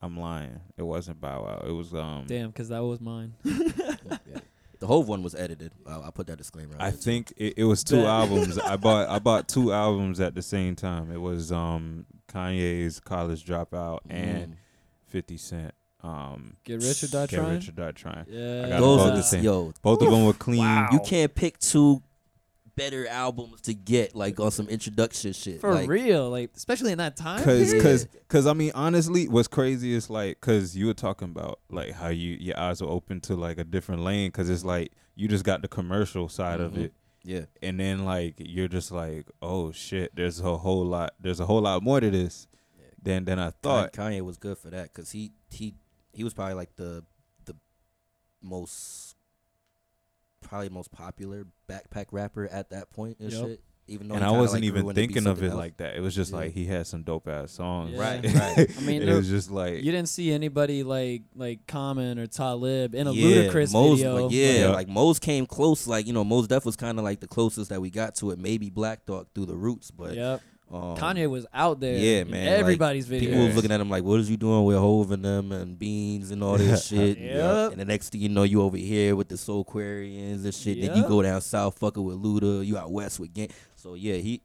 [SPEAKER 4] I'm lying. It wasn't Bow Wow. It was um.
[SPEAKER 2] Damn, because that was mine.
[SPEAKER 3] The whole one was edited. I, I put that disclaimer. out
[SPEAKER 4] I
[SPEAKER 3] there.
[SPEAKER 4] think it, it was two
[SPEAKER 2] Bet. *laughs*
[SPEAKER 4] albums. I bought I bought two albums at the same time. It was um Kanye's College Dropout and
[SPEAKER 3] Mm.
[SPEAKER 4] Fifty Cent. Um,
[SPEAKER 2] Get Rich or Die
[SPEAKER 4] Get
[SPEAKER 2] Trying?
[SPEAKER 4] Rich or Die Trying.
[SPEAKER 2] Yeah.
[SPEAKER 4] got
[SPEAKER 3] those
[SPEAKER 4] both
[SPEAKER 3] are
[SPEAKER 4] the
[SPEAKER 3] the
[SPEAKER 4] same.
[SPEAKER 3] yo.
[SPEAKER 4] Both of them were clean.
[SPEAKER 3] You can't pick two better albums to get like on some introduction shit.
[SPEAKER 2] For
[SPEAKER 3] like,
[SPEAKER 2] real, like especially in that time.
[SPEAKER 4] Cause,
[SPEAKER 2] period.
[SPEAKER 4] cause, cause, I mean, honestly, what's crazy is like, cause you were talking about like how you your eyes are open to like a different lane, cause it's like you just got the commercial side of
[SPEAKER 3] Mhm.
[SPEAKER 4] it,
[SPEAKER 3] Yeah,
[SPEAKER 4] and then like you're just like, oh shit, there's a whole lot, there's a whole lot more to this than than I
[SPEAKER 3] Kanye,
[SPEAKER 4] thought.
[SPEAKER 3] Kanye was good for that because he he he was probably like the the most probably most popular backpack rapper at that point and
[SPEAKER 2] Yep.
[SPEAKER 3] shit. Even though
[SPEAKER 4] and
[SPEAKER 3] he
[SPEAKER 4] I
[SPEAKER 3] kinda, like,
[SPEAKER 4] wasn't
[SPEAKER 3] grew
[SPEAKER 4] even
[SPEAKER 3] into be
[SPEAKER 4] thinking of
[SPEAKER 3] something
[SPEAKER 4] it
[SPEAKER 3] else.
[SPEAKER 4] like that. It was just
[SPEAKER 3] Yeah.
[SPEAKER 4] like he had some dope ass songs.
[SPEAKER 2] Yeah.
[SPEAKER 4] *laughs*
[SPEAKER 3] Right, right.
[SPEAKER 2] I mean,
[SPEAKER 4] it
[SPEAKER 2] there-
[SPEAKER 4] was just like
[SPEAKER 2] you didn't see anybody like like Common or Talib in a
[SPEAKER 3] yeah,
[SPEAKER 2] ludicrous
[SPEAKER 3] Mos,
[SPEAKER 2] video.
[SPEAKER 3] Like, yeah,
[SPEAKER 4] Yeah.
[SPEAKER 3] like Mose came close. Like you know, Mose Def was kind of like the closest that we got to it. Maybe Black Dog through the roots, but
[SPEAKER 2] yep.
[SPEAKER 3] um,
[SPEAKER 2] Kanye was out there.
[SPEAKER 3] yeah,
[SPEAKER 2] in
[SPEAKER 3] man, like,
[SPEAKER 2] Everybody's video.
[SPEAKER 3] People was looking at him like, "What is you doing with Hove and them and Beans and all this
[SPEAKER 2] *laughs*
[SPEAKER 3] shit?"
[SPEAKER 2] Yep.
[SPEAKER 3] And the next thing you know, you over here with the Soul Quarians and shit. Then you
[SPEAKER 2] Yep.
[SPEAKER 3] go down south fucking with Luda. You out west with Gang. So yeah, he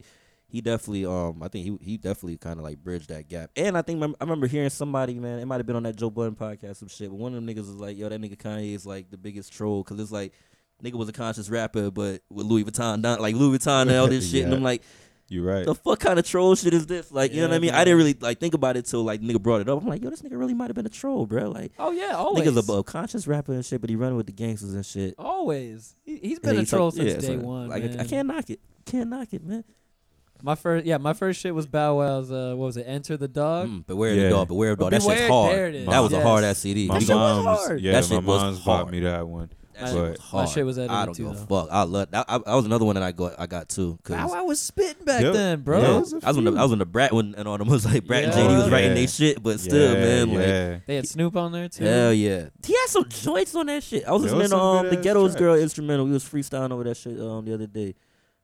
[SPEAKER 3] he definitely um I think he he definitely kind of like bridged that gap. And I think mem- I remember hearing somebody man, it might have been on that Joe Budden podcast some shit. But one of them niggas was like, "Yo, that nigga Kanye is like the biggest troll because it's like." Nigga was a conscious rapper, but with Louis Vuitton, don- like Louis Vuitton and all this shit, and
[SPEAKER 4] Yeah.
[SPEAKER 3] I'm like,
[SPEAKER 4] you're right.
[SPEAKER 3] the fuck kind of troll shit is this? Like, you know
[SPEAKER 2] Yeah,
[SPEAKER 3] what I mean?
[SPEAKER 2] man.
[SPEAKER 3] I didn't really like think about it till like nigga brought it up. I'm like, yo, this nigga really might have been a troll, bro. Like,
[SPEAKER 2] Oh yeah, always.
[SPEAKER 3] nigga's a, a conscious rapper and shit, but he running with the gangsters and shit.
[SPEAKER 2] Always. He, he's
[SPEAKER 3] And
[SPEAKER 2] been a
[SPEAKER 3] he's
[SPEAKER 2] troll
[SPEAKER 3] like-
[SPEAKER 2] since
[SPEAKER 3] yeah,
[SPEAKER 2] day
[SPEAKER 3] so,
[SPEAKER 2] one.
[SPEAKER 3] Like, I- I
[SPEAKER 2] man.
[SPEAKER 3] can't knock it. Can't knock it, man.
[SPEAKER 2] My first, yeah, my first shit was Bow Wow's. Uh, what was it? Enter the Dog.
[SPEAKER 3] Mm, beware
[SPEAKER 4] Yeah.
[SPEAKER 3] the dog, beware the dog.
[SPEAKER 2] But
[SPEAKER 3] That shit's
[SPEAKER 2] Beware,
[SPEAKER 3] hard.
[SPEAKER 2] there it is.
[SPEAKER 3] That was a
[SPEAKER 2] Yes.
[SPEAKER 3] hard ass CD.
[SPEAKER 4] My
[SPEAKER 2] That
[SPEAKER 3] We
[SPEAKER 2] shit was
[SPEAKER 3] gon-
[SPEAKER 4] mom's,
[SPEAKER 2] hard.
[SPEAKER 4] yeah,
[SPEAKER 3] That shit
[SPEAKER 4] my
[SPEAKER 3] was
[SPEAKER 4] mom's
[SPEAKER 3] hard.
[SPEAKER 4] bought me that one.
[SPEAKER 3] that shit
[SPEAKER 4] but-
[SPEAKER 3] was
[SPEAKER 2] My
[SPEAKER 3] hard.
[SPEAKER 2] shit was edited
[SPEAKER 3] I don't
[SPEAKER 2] too,
[SPEAKER 3] give a
[SPEAKER 2] though.
[SPEAKER 3] fuck. I love that. I, I was another one that I got. I got too. Cause
[SPEAKER 2] Bow Wow was spitting back
[SPEAKER 4] Yep.
[SPEAKER 2] then, bro.
[SPEAKER 4] Yeah.
[SPEAKER 3] Yeah, I was in the I was in the Brat when and all them was like Brat and
[SPEAKER 2] Yeah.
[SPEAKER 3] JD was
[SPEAKER 2] Yeah.
[SPEAKER 3] writing they shit, but still, man, like
[SPEAKER 4] yeah.
[SPEAKER 2] They had Snoop on there too.
[SPEAKER 3] hell yeah, he had some joints on that shit. I was
[SPEAKER 4] There
[SPEAKER 3] listening
[SPEAKER 4] was
[SPEAKER 3] to
[SPEAKER 4] some
[SPEAKER 3] um the
[SPEAKER 4] good-ass
[SPEAKER 3] Ghetto's
[SPEAKER 4] tracks.
[SPEAKER 3] Girl instrumental. We was freestyling over that shit um the other day.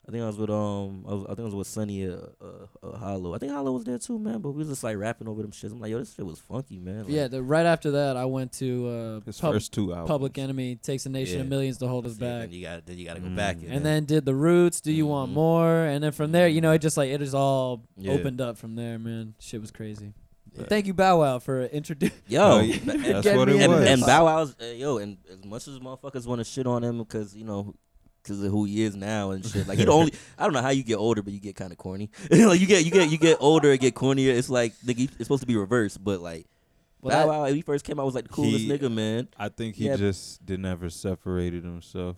[SPEAKER 3] I think I was with um I, was, I think I was with Sunny uh, uh, uh Hollow. I think Hollow was there too, man. But we was just like rapping over them shits. I'm like, yo, this shit was funky, man. Like,
[SPEAKER 2] Yeah, the, right after that, I went to uh,
[SPEAKER 4] His
[SPEAKER 2] Pub-
[SPEAKER 4] first two albums.
[SPEAKER 2] Public Enemy, Takes a Nation of
[SPEAKER 3] Yeah.
[SPEAKER 2] Millions to Hold
[SPEAKER 3] that's
[SPEAKER 2] Us
[SPEAKER 3] it. Then
[SPEAKER 2] Back,
[SPEAKER 3] you got then you got to go
[SPEAKER 4] Mm.
[SPEAKER 3] back in
[SPEAKER 2] and
[SPEAKER 3] there.
[SPEAKER 2] then did The Roots, Do You Want
[SPEAKER 3] Mhm.
[SPEAKER 2] More, and then from there, you know, it just like it is all
[SPEAKER 3] Yeah.
[SPEAKER 2] opened up from there, man. Shit was crazy.
[SPEAKER 3] Yeah.
[SPEAKER 2] Thank you, Bow Wow, for *laughs* introducing.
[SPEAKER 3] yo,
[SPEAKER 4] Oh, yeah,
[SPEAKER 3] and-
[SPEAKER 4] that's
[SPEAKER 2] Get
[SPEAKER 4] what
[SPEAKER 2] me
[SPEAKER 4] it
[SPEAKER 2] in
[SPEAKER 3] and,
[SPEAKER 4] was.
[SPEAKER 3] and Bow Wow's uh, yo, and as much as motherfuckers want to shit on him because you know, because of who he is now and shit. Like he the
[SPEAKER 4] *laughs*
[SPEAKER 3] only. I don't know how you get older, but you get kind of corny. *laughs* like you get you get you get older, and get cornier. It's like nigga, you- it's supposed to be reversed, but like Bow Wow, when he first came out was like the coolest
[SPEAKER 4] He-
[SPEAKER 3] nigga, man.
[SPEAKER 4] I think he
[SPEAKER 3] Yeah.
[SPEAKER 4] just didn't ever separated himself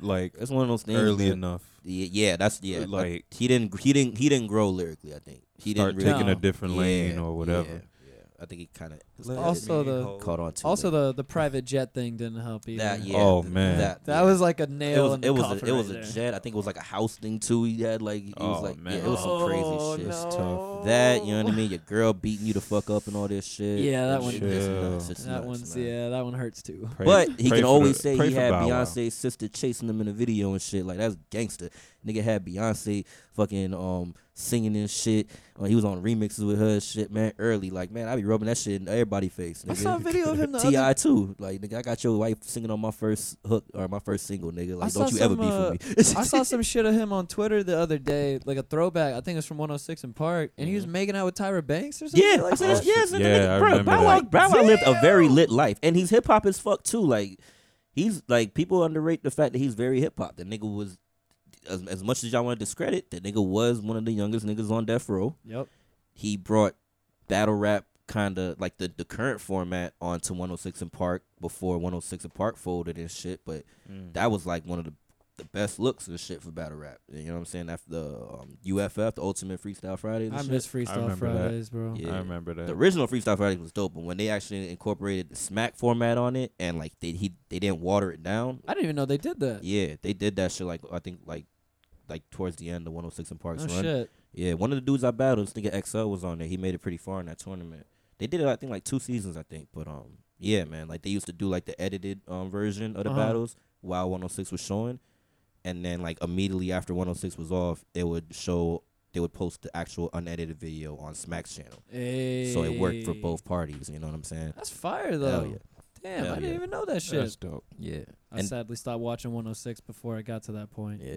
[SPEAKER 4] like
[SPEAKER 3] That's one of those things.
[SPEAKER 4] early
[SPEAKER 3] that-
[SPEAKER 4] enough.
[SPEAKER 3] Yeah, yeah, that's yeah. Like
[SPEAKER 4] like
[SPEAKER 3] he didn't he didn't he didn't grow lyrically. I think he
[SPEAKER 4] start
[SPEAKER 3] didn't really,
[SPEAKER 4] taking
[SPEAKER 2] No.
[SPEAKER 4] a different lane or
[SPEAKER 3] Yeah,
[SPEAKER 4] whatever.
[SPEAKER 3] yeah. I think he kind of
[SPEAKER 4] Let
[SPEAKER 2] Also
[SPEAKER 4] me
[SPEAKER 2] the-
[SPEAKER 4] hold-
[SPEAKER 3] caught on to
[SPEAKER 2] also
[SPEAKER 3] that.
[SPEAKER 2] the the private jet thing didn't help either.
[SPEAKER 3] that. Yeah,
[SPEAKER 4] Oh,
[SPEAKER 3] th-
[SPEAKER 4] man.
[SPEAKER 3] that,
[SPEAKER 2] That
[SPEAKER 3] yeah.
[SPEAKER 2] was like a nail in the
[SPEAKER 3] it was
[SPEAKER 2] coffin
[SPEAKER 3] a, it
[SPEAKER 2] right
[SPEAKER 3] was a
[SPEAKER 2] there.
[SPEAKER 3] jet. I think it was like a house thing too. He had like he
[SPEAKER 4] Oh,
[SPEAKER 3] was like
[SPEAKER 4] man.
[SPEAKER 3] yeah, it was some
[SPEAKER 2] Oh,
[SPEAKER 3] crazy shit.
[SPEAKER 4] It's tough.
[SPEAKER 3] That you know what I mean? Your girl beating you the fuck up and all this shit.
[SPEAKER 2] Yeah, that
[SPEAKER 3] It's
[SPEAKER 2] one-
[SPEAKER 3] just nuts, it's
[SPEAKER 4] Chill.
[SPEAKER 3] nuts,
[SPEAKER 2] That
[SPEAKER 3] man.
[SPEAKER 2] one's yeah, that one hurts too.
[SPEAKER 4] Pray-
[SPEAKER 3] But he
[SPEAKER 4] pray
[SPEAKER 3] can
[SPEAKER 4] for
[SPEAKER 3] always
[SPEAKER 4] the-
[SPEAKER 3] say
[SPEAKER 4] pray
[SPEAKER 3] he
[SPEAKER 4] for
[SPEAKER 3] had
[SPEAKER 4] Bow Wow.
[SPEAKER 3] Beyonce's sister chasing him in the video and shit. Like that's gangster. Nigga had Beyonce fucking um singing and shit. Uh, he was on remixes with her and shit, man. Early, like man, I be rubbing that shit in everybody's face.
[SPEAKER 2] I saw a
[SPEAKER 3] Nigga.
[SPEAKER 2] video of
[SPEAKER 3] *laughs*
[SPEAKER 2] him the other
[SPEAKER 3] Ti too, like nigga, I got your wife singing on my first hook or my first single, nigga. Like,
[SPEAKER 2] saw
[SPEAKER 3] don't you ever
[SPEAKER 2] some,
[SPEAKER 3] beef
[SPEAKER 2] uh,
[SPEAKER 3] with me?
[SPEAKER 2] I saw
[SPEAKER 3] *laughs*
[SPEAKER 2] some shit of him on Twitter the other day, like a throwback. I think it was from 106 in Park, and he was
[SPEAKER 3] Mhm.
[SPEAKER 2] making out with Tyra Banks or something.
[SPEAKER 3] Yeah,
[SPEAKER 2] like oh,
[SPEAKER 3] I said,
[SPEAKER 2] that.
[SPEAKER 3] it's- yes,
[SPEAKER 4] shit.
[SPEAKER 3] yeah,
[SPEAKER 4] Yeah, I
[SPEAKER 3] bro.
[SPEAKER 4] remember
[SPEAKER 3] Bow Wow,
[SPEAKER 4] that.
[SPEAKER 3] Bow Wow lived a very lit life, and he's hip hop as fuck too. Like, he's like people underrate the fact that he's very hip hop. The nigga was, as, as much as y'all want to discredit, the nigga was one of the youngest niggas on death row.
[SPEAKER 2] Yep.
[SPEAKER 3] He brought battle rap kind of like the the current format onto 106 and Park before 106 and Park folded and shit. But
[SPEAKER 4] Mm.
[SPEAKER 3] that was like one of the the best looks and shit for battle rap. You know what I'm saying? After the um, UFF, the Ultimate Freestyle Friday. and
[SPEAKER 2] I
[SPEAKER 3] shit.
[SPEAKER 2] miss
[SPEAKER 4] I
[SPEAKER 2] Freestyle
[SPEAKER 4] remember that.
[SPEAKER 2] Fridays, bro.
[SPEAKER 3] Yeah.
[SPEAKER 4] I remember that.
[SPEAKER 3] The original freestyle Friday was dope, but when they actually incorporated the smack format on it and like they he they didn't water it down.
[SPEAKER 2] I didn't even know they did that.
[SPEAKER 3] Yeah, they did that shit like I think like like towards the end of 106 and Parks
[SPEAKER 2] Oh
[SPEAKER 3] run.
[SPEAKER 2] shit!
[SPEAKER 3] Yeah, one of the dudes I battled, this nigga XL was on there. He made it pretty far in that tournament. They did it I think like two seasons I think, but um yeah man, like they used to do like the edited um version of the
[SPEAKER 2] Uh-huh.
[SPEAKER 3] battles while 106 was showing, and then like immediately after 106 was off, it would show they would post the actual unedited video on Smack's channel. So it worked for
[SPEAKER 2] Ayy.
[SPEAKER 3] both parties. You know what I'm saying?
[SPEAKER 2] That's fire
[SPEAKER 3] Hell
[SPEAKER 2] though.
[SPEAKER 3] yeah.
[SPEAKER 2] Damn,
[SPEAKER 3] Hell
[SPEAKER 2] I didn't
[SPEAKER 3] yeah.
[SPEAKER 2] even know that shit.
[SPEAKER 4] That's dope.
[SPEAKER 3] Yeah.
[SPEAKER 2] I
[SPEAKER 3] and-
[SPEAKER 2] sadly stopped watching 106 before I got to that point.
[SPEAKER 3] *laughs*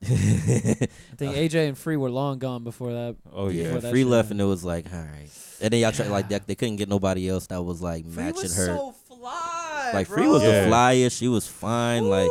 [SPEAKER 3] Yeah.
[SPEAKER 2] I think
[SPEAKER 3] Uh,
[SPEAKER 2] AJ and Free were long gone before that.
[SPEAKER 4] Oh
[SPEAKER 3] yeah.
[SPEAKER 4] yeah.
[SPEAKER 2] Before that
[SPEAKER 3] Free
[SPEAKER 2] shit
[SPEAKER 3] left, and
[SPEAKER 2] happened.
[SPEAKER 3] it was like, all right. And then y'all tried like that. They couldn't get nobody else that was like matching her.
[SPEAKER 2] fly.
[SPEAKER 3] like Free was
[SPEAKER 4] Yeah.
[SPEAKER 3] the flyest. She was fine. Like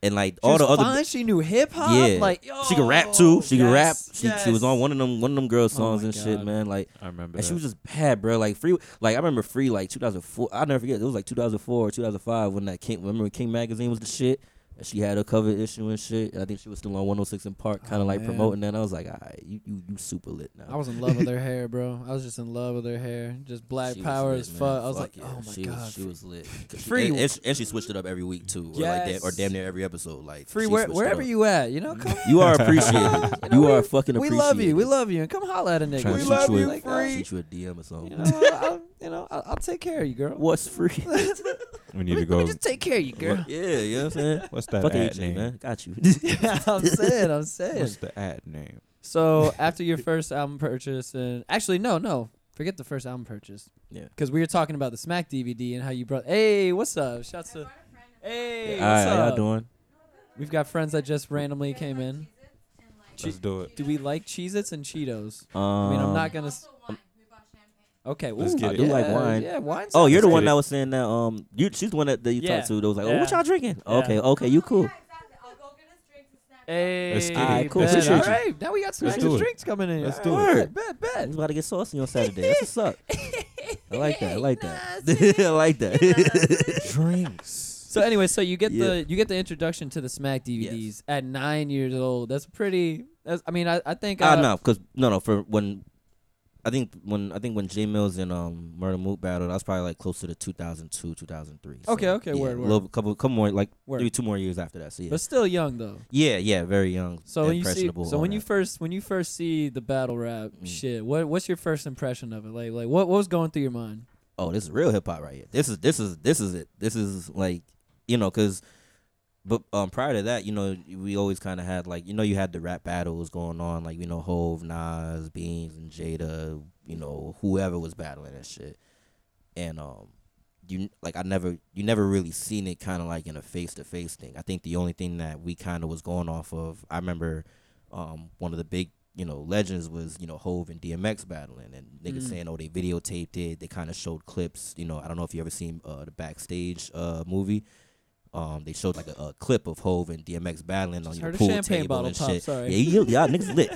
[SPEAKER 3] and like all the other.
[SPEAKER 2] She knew hip hop.
[SPEAKER 3] Yeah.
[SPEAKER 2] Like
[SPEAKER 3] She could rap too. She could rap. She, she was on
[SPEAKER 2] one.
[SPEAKER 3] one of them one of them girl
[SPEAKER 2] Oh
[SPEAKER 3] songs
[SPEAKER 2] my
[SPEAKER 3] and shit,
[SPEAKER 2] God.
[SPEAKER 3] man. Like
[SPEAKER 4] I remember
[SPEAKER 3] and she
[SPEAKER 4] that.
[SPEAKER 3] was just bad, bro. Like free, like I remember free, like 2004. I'll never forget. It was like 2004 or 2005 when that King. Remember when King magazine was the shit. And she had a cover issue and shit. And I think she was still on 106 in Park, kind of
[SPEAKER 2] Oh,
[SPEAKER 3] like
[SPEAKER 2] man.
[SPEAKER 3] promoting that. I was like, all right, you you you super lit now.
[SPEAKER 2] I was in love with
[SPEAKER 3] *laughs*
[SPEAKER 2] her hair, bro. I was just in love with her hair. Just black
[SPEAKER 3] She was
[SPEAKER 2] power
[SPEAKER 3] lit,
[SPEAKER 2] as
[SPEAKER 3] man.
[SPEAKER 2] fuck. I was like,
[SPEAKER 3] yeah.
[SPEAKER 2] oh my
[SPEAKER 3] she
[SPEAKER 2] god.
[SPEAKER 3] was, she was lit. 'Cause she-
[SPEAKER 2] Free-
[SPEAKER 3] and, and she, and she switched it up every week too, or like that, or
[SPEAKER 2] Yes.
[SPEAKER 3] damn near every episode. Like
[SPEAKER 2] Free
[SPEAKER 3] she
[SPEAKER 2] where,
[SPEAKER 3] switched it
[SPEAKER 2] wherever
[SPEAKER 3] up.
[SPEAKER 2] you at, you know, come
[SPEAKER 3] You
[SPEAKER 2] *laughs*
[SPEAKER 3] are appreciated.
[SPEAKER 2] You
[SPEAKER 3] *laughs* you,
[SPEAKER 2] know,
[SPEAKER 3] are fucking
[SPEAKER 2] we
[SPEAKER 3] appreciated.
[SPEAKER 2] love you, we love you, and come holla at a
[SPEAKER 3] I'm
[SPEAKER 2] nigga.
[SPEAKER 3] trying to
[SPEAKER 1] We
[SPEAKER 3] shoot
[SPEAKER 1] love
[SPEAKER 3] a-
[SPEAKER 1] you,
[SPEAKER 3] like,
[SPEAKER 1] Free.
[SPEAKER 3] Shoot you a DM or something.
[SPEAKER 2] You know, I'll, you know, I'll, I'll take care of you, girl.
[SPEAKER 3] What's free?
[SPEAKER 4] we
[SPEAKER 2] Let
[SPEAKER 4] need to
[SPEAKER 2] me, *laughs*
[SPEAKER 4] go.
[SPEAKER 2] let me just take care of you, girl.
[SPEAKER 3] *laughs* yeah, you know what I'm saying.
[SPEAKER 4] What's that
[SPEAKER 3] Fuck
[SPEAKER 4] ad
[SPEAKER 3] AJ,
[SPEAKER 4] name?
[SPEAKER 3] man. Got you.
[SPEAKER 2] *laughs* yeah, I'm saying, I'm saying.
[SPEAKER 4] What's the ad name?
[SPEAKER 2] So after your first album purchase, and actually, no, no, forget the first album purchase.
[SPEAKER 3] Yeah.
[SPEAKER 2] Because we were talking about the Smack DVD and how you brought. Hey, what's up? Shouts to. Hey, what's
[SPEAKER 3] Alright, how
[SPEAKER 2] up?
[SPEAKER 3] y'all doing?
[SPEAKER 2] We've got friends that just randomly came in.
[SPEAKER 4] Let's do it.
[SPEAKER 2] Do we like Cheez-Its and Cheetos?
[SPEAKER 3] Um,
[SPEAKER 2] I mean, I'm not gonna. s- Okay,
[SPEAKER 4] Let's
[SPEAKER 2] ooh,
[SPEAKER 4] get
[SPEAKER 2] I
[SPEAKER 4] it.
[SPEAKER 2] do
[SPEAKER 4] I
[SPEAKER 2] like
[SPEAKER 3] do like
[SPEAKER 2] wine.
[SPEAKER 3] wine.
[SPEAKER 2] Yeah, wine.
[SPEAKER 3] Oh, you're the
[SPEAKER 4] Let's
[SPEAKER 3] one
[SPEAKER 4] get
[SPEAKER 3] that
[SPEAKER 4] it.
[SPEAKER 3] was saying that. Um, you. She's the one that, that you
[SPEAKER 2] Yeah.
[SPEAKER 3] talked to. That was like, oh, what
[SPEAKER 2] Yeah.
[SPEAKER 3] y'all drinking?
[SPEAKER 2] Yeah.
[SPEAKER 3] Okay, okay, you cool.
[SPEAKER 2] Hey,
[SPEAKER 4] Let's get it.
[SPEAKER 3] Alright, cool,
[SPEAKER 2] bet.
[SPEAKER 3] appreciate
[SPEAKER 2] All
[SPEAKER 3] you.
[SPEAKER 2] right, now we got snacks
[SPEAKER 4] do
[SPEAKER 2] and
[SPEAKER 4] it.
[SPEAKER 2] drinks coming in.
[SPEAKER 4] Let's
[SPEAKER 2] All
[SPEAKER 4] do
[SPEAKER 2] right, Bet, bet.
[SPEAKER 3] He's about to get saucy on Saturday. That's *laughs* what's up. I like that. I like that. I like that.
[SPEAKER 4] Drinks. *laughs*
[SPEAKER 2] So anyway, so you get
[SPEAKER 3] Yeah.
[SPEAKER 2] the you get the introduction to the Smack DVDs at nine years old. That's pretty. That's, I mean, I, I think
[SPEAKER 3] Ah,
[SPEAKER 2] uh,
[SPEAKER 3] no, because no, no. For when I think when I think when J Mills and um Murder Moot battled, I was probably like closer to 2002, 2003. So,
[SPEAKER 2] Okay, okay,
[SPEAKER 3] yeah,
[SPEAKER 2] word, word.
[SPEAKER 3] a little couple, couple more, like
[SPEAKER 2] Word.
[SPEAKER 3] maybe two more years after that. So yeah,
[SPEAKER 2] but still young though.
[SPEAKER 3] yeah, yeah, very young.
[SPEAKER 2] So when you see,
[SPEAKER 3] impressionable,
[SPEAKER 2] so
[SPEAKER 3] all
[SPEAKER 2] when you
[SPEAKER 3] that.
[SPEAKER 2] first when you first see the battle rap
[SPEAKER 3] Mm.
[SPEAKER 2] shit, what what's your first impression of it? Like like what what was going through your mind?
[SPEAKER 3] oh, this is real hip hop right here. This is this is this is it. This is like you know, cause but um prior to that, you know, we always kind of had like you know you had the rap battles going on, like you know Hove, Nas, Beans, and Jada, you know whoever was battling and shit, and um. You like I never you never really seen it kind of like in a face to face thing. I think the only thing that we kind of was going off of. I remember um, one of the big you know legends was you know Hove and DMX battling, and niggas
[SPEAKER 2] Mm.
[SPEAKER 3] saying oh they videotaped it. They kind of showed clips. You know I don't know if you ever seen uh, the backstage uh, movie. Um, they showed like a, a clip of Hove and DMX battling on
[SPEAKER 2] Just
[SPEAKER 3] your
[SPEAKER 2] heard a
[SPEAKER 3] pool
[SPEAKER 2] champagne
[SPEAKER 3] table
[SPEAKER 2] bottle
[SPEAKER 3] and
[SPEAKER 2] pop,
[SPEAKER 3] shit.
[SPEAKER 2] sorry.
[SPEAKER 3] Yeah, you, y'all
[SPEAKER 2] *laughs*
[SPEAKER 3] niggas lit.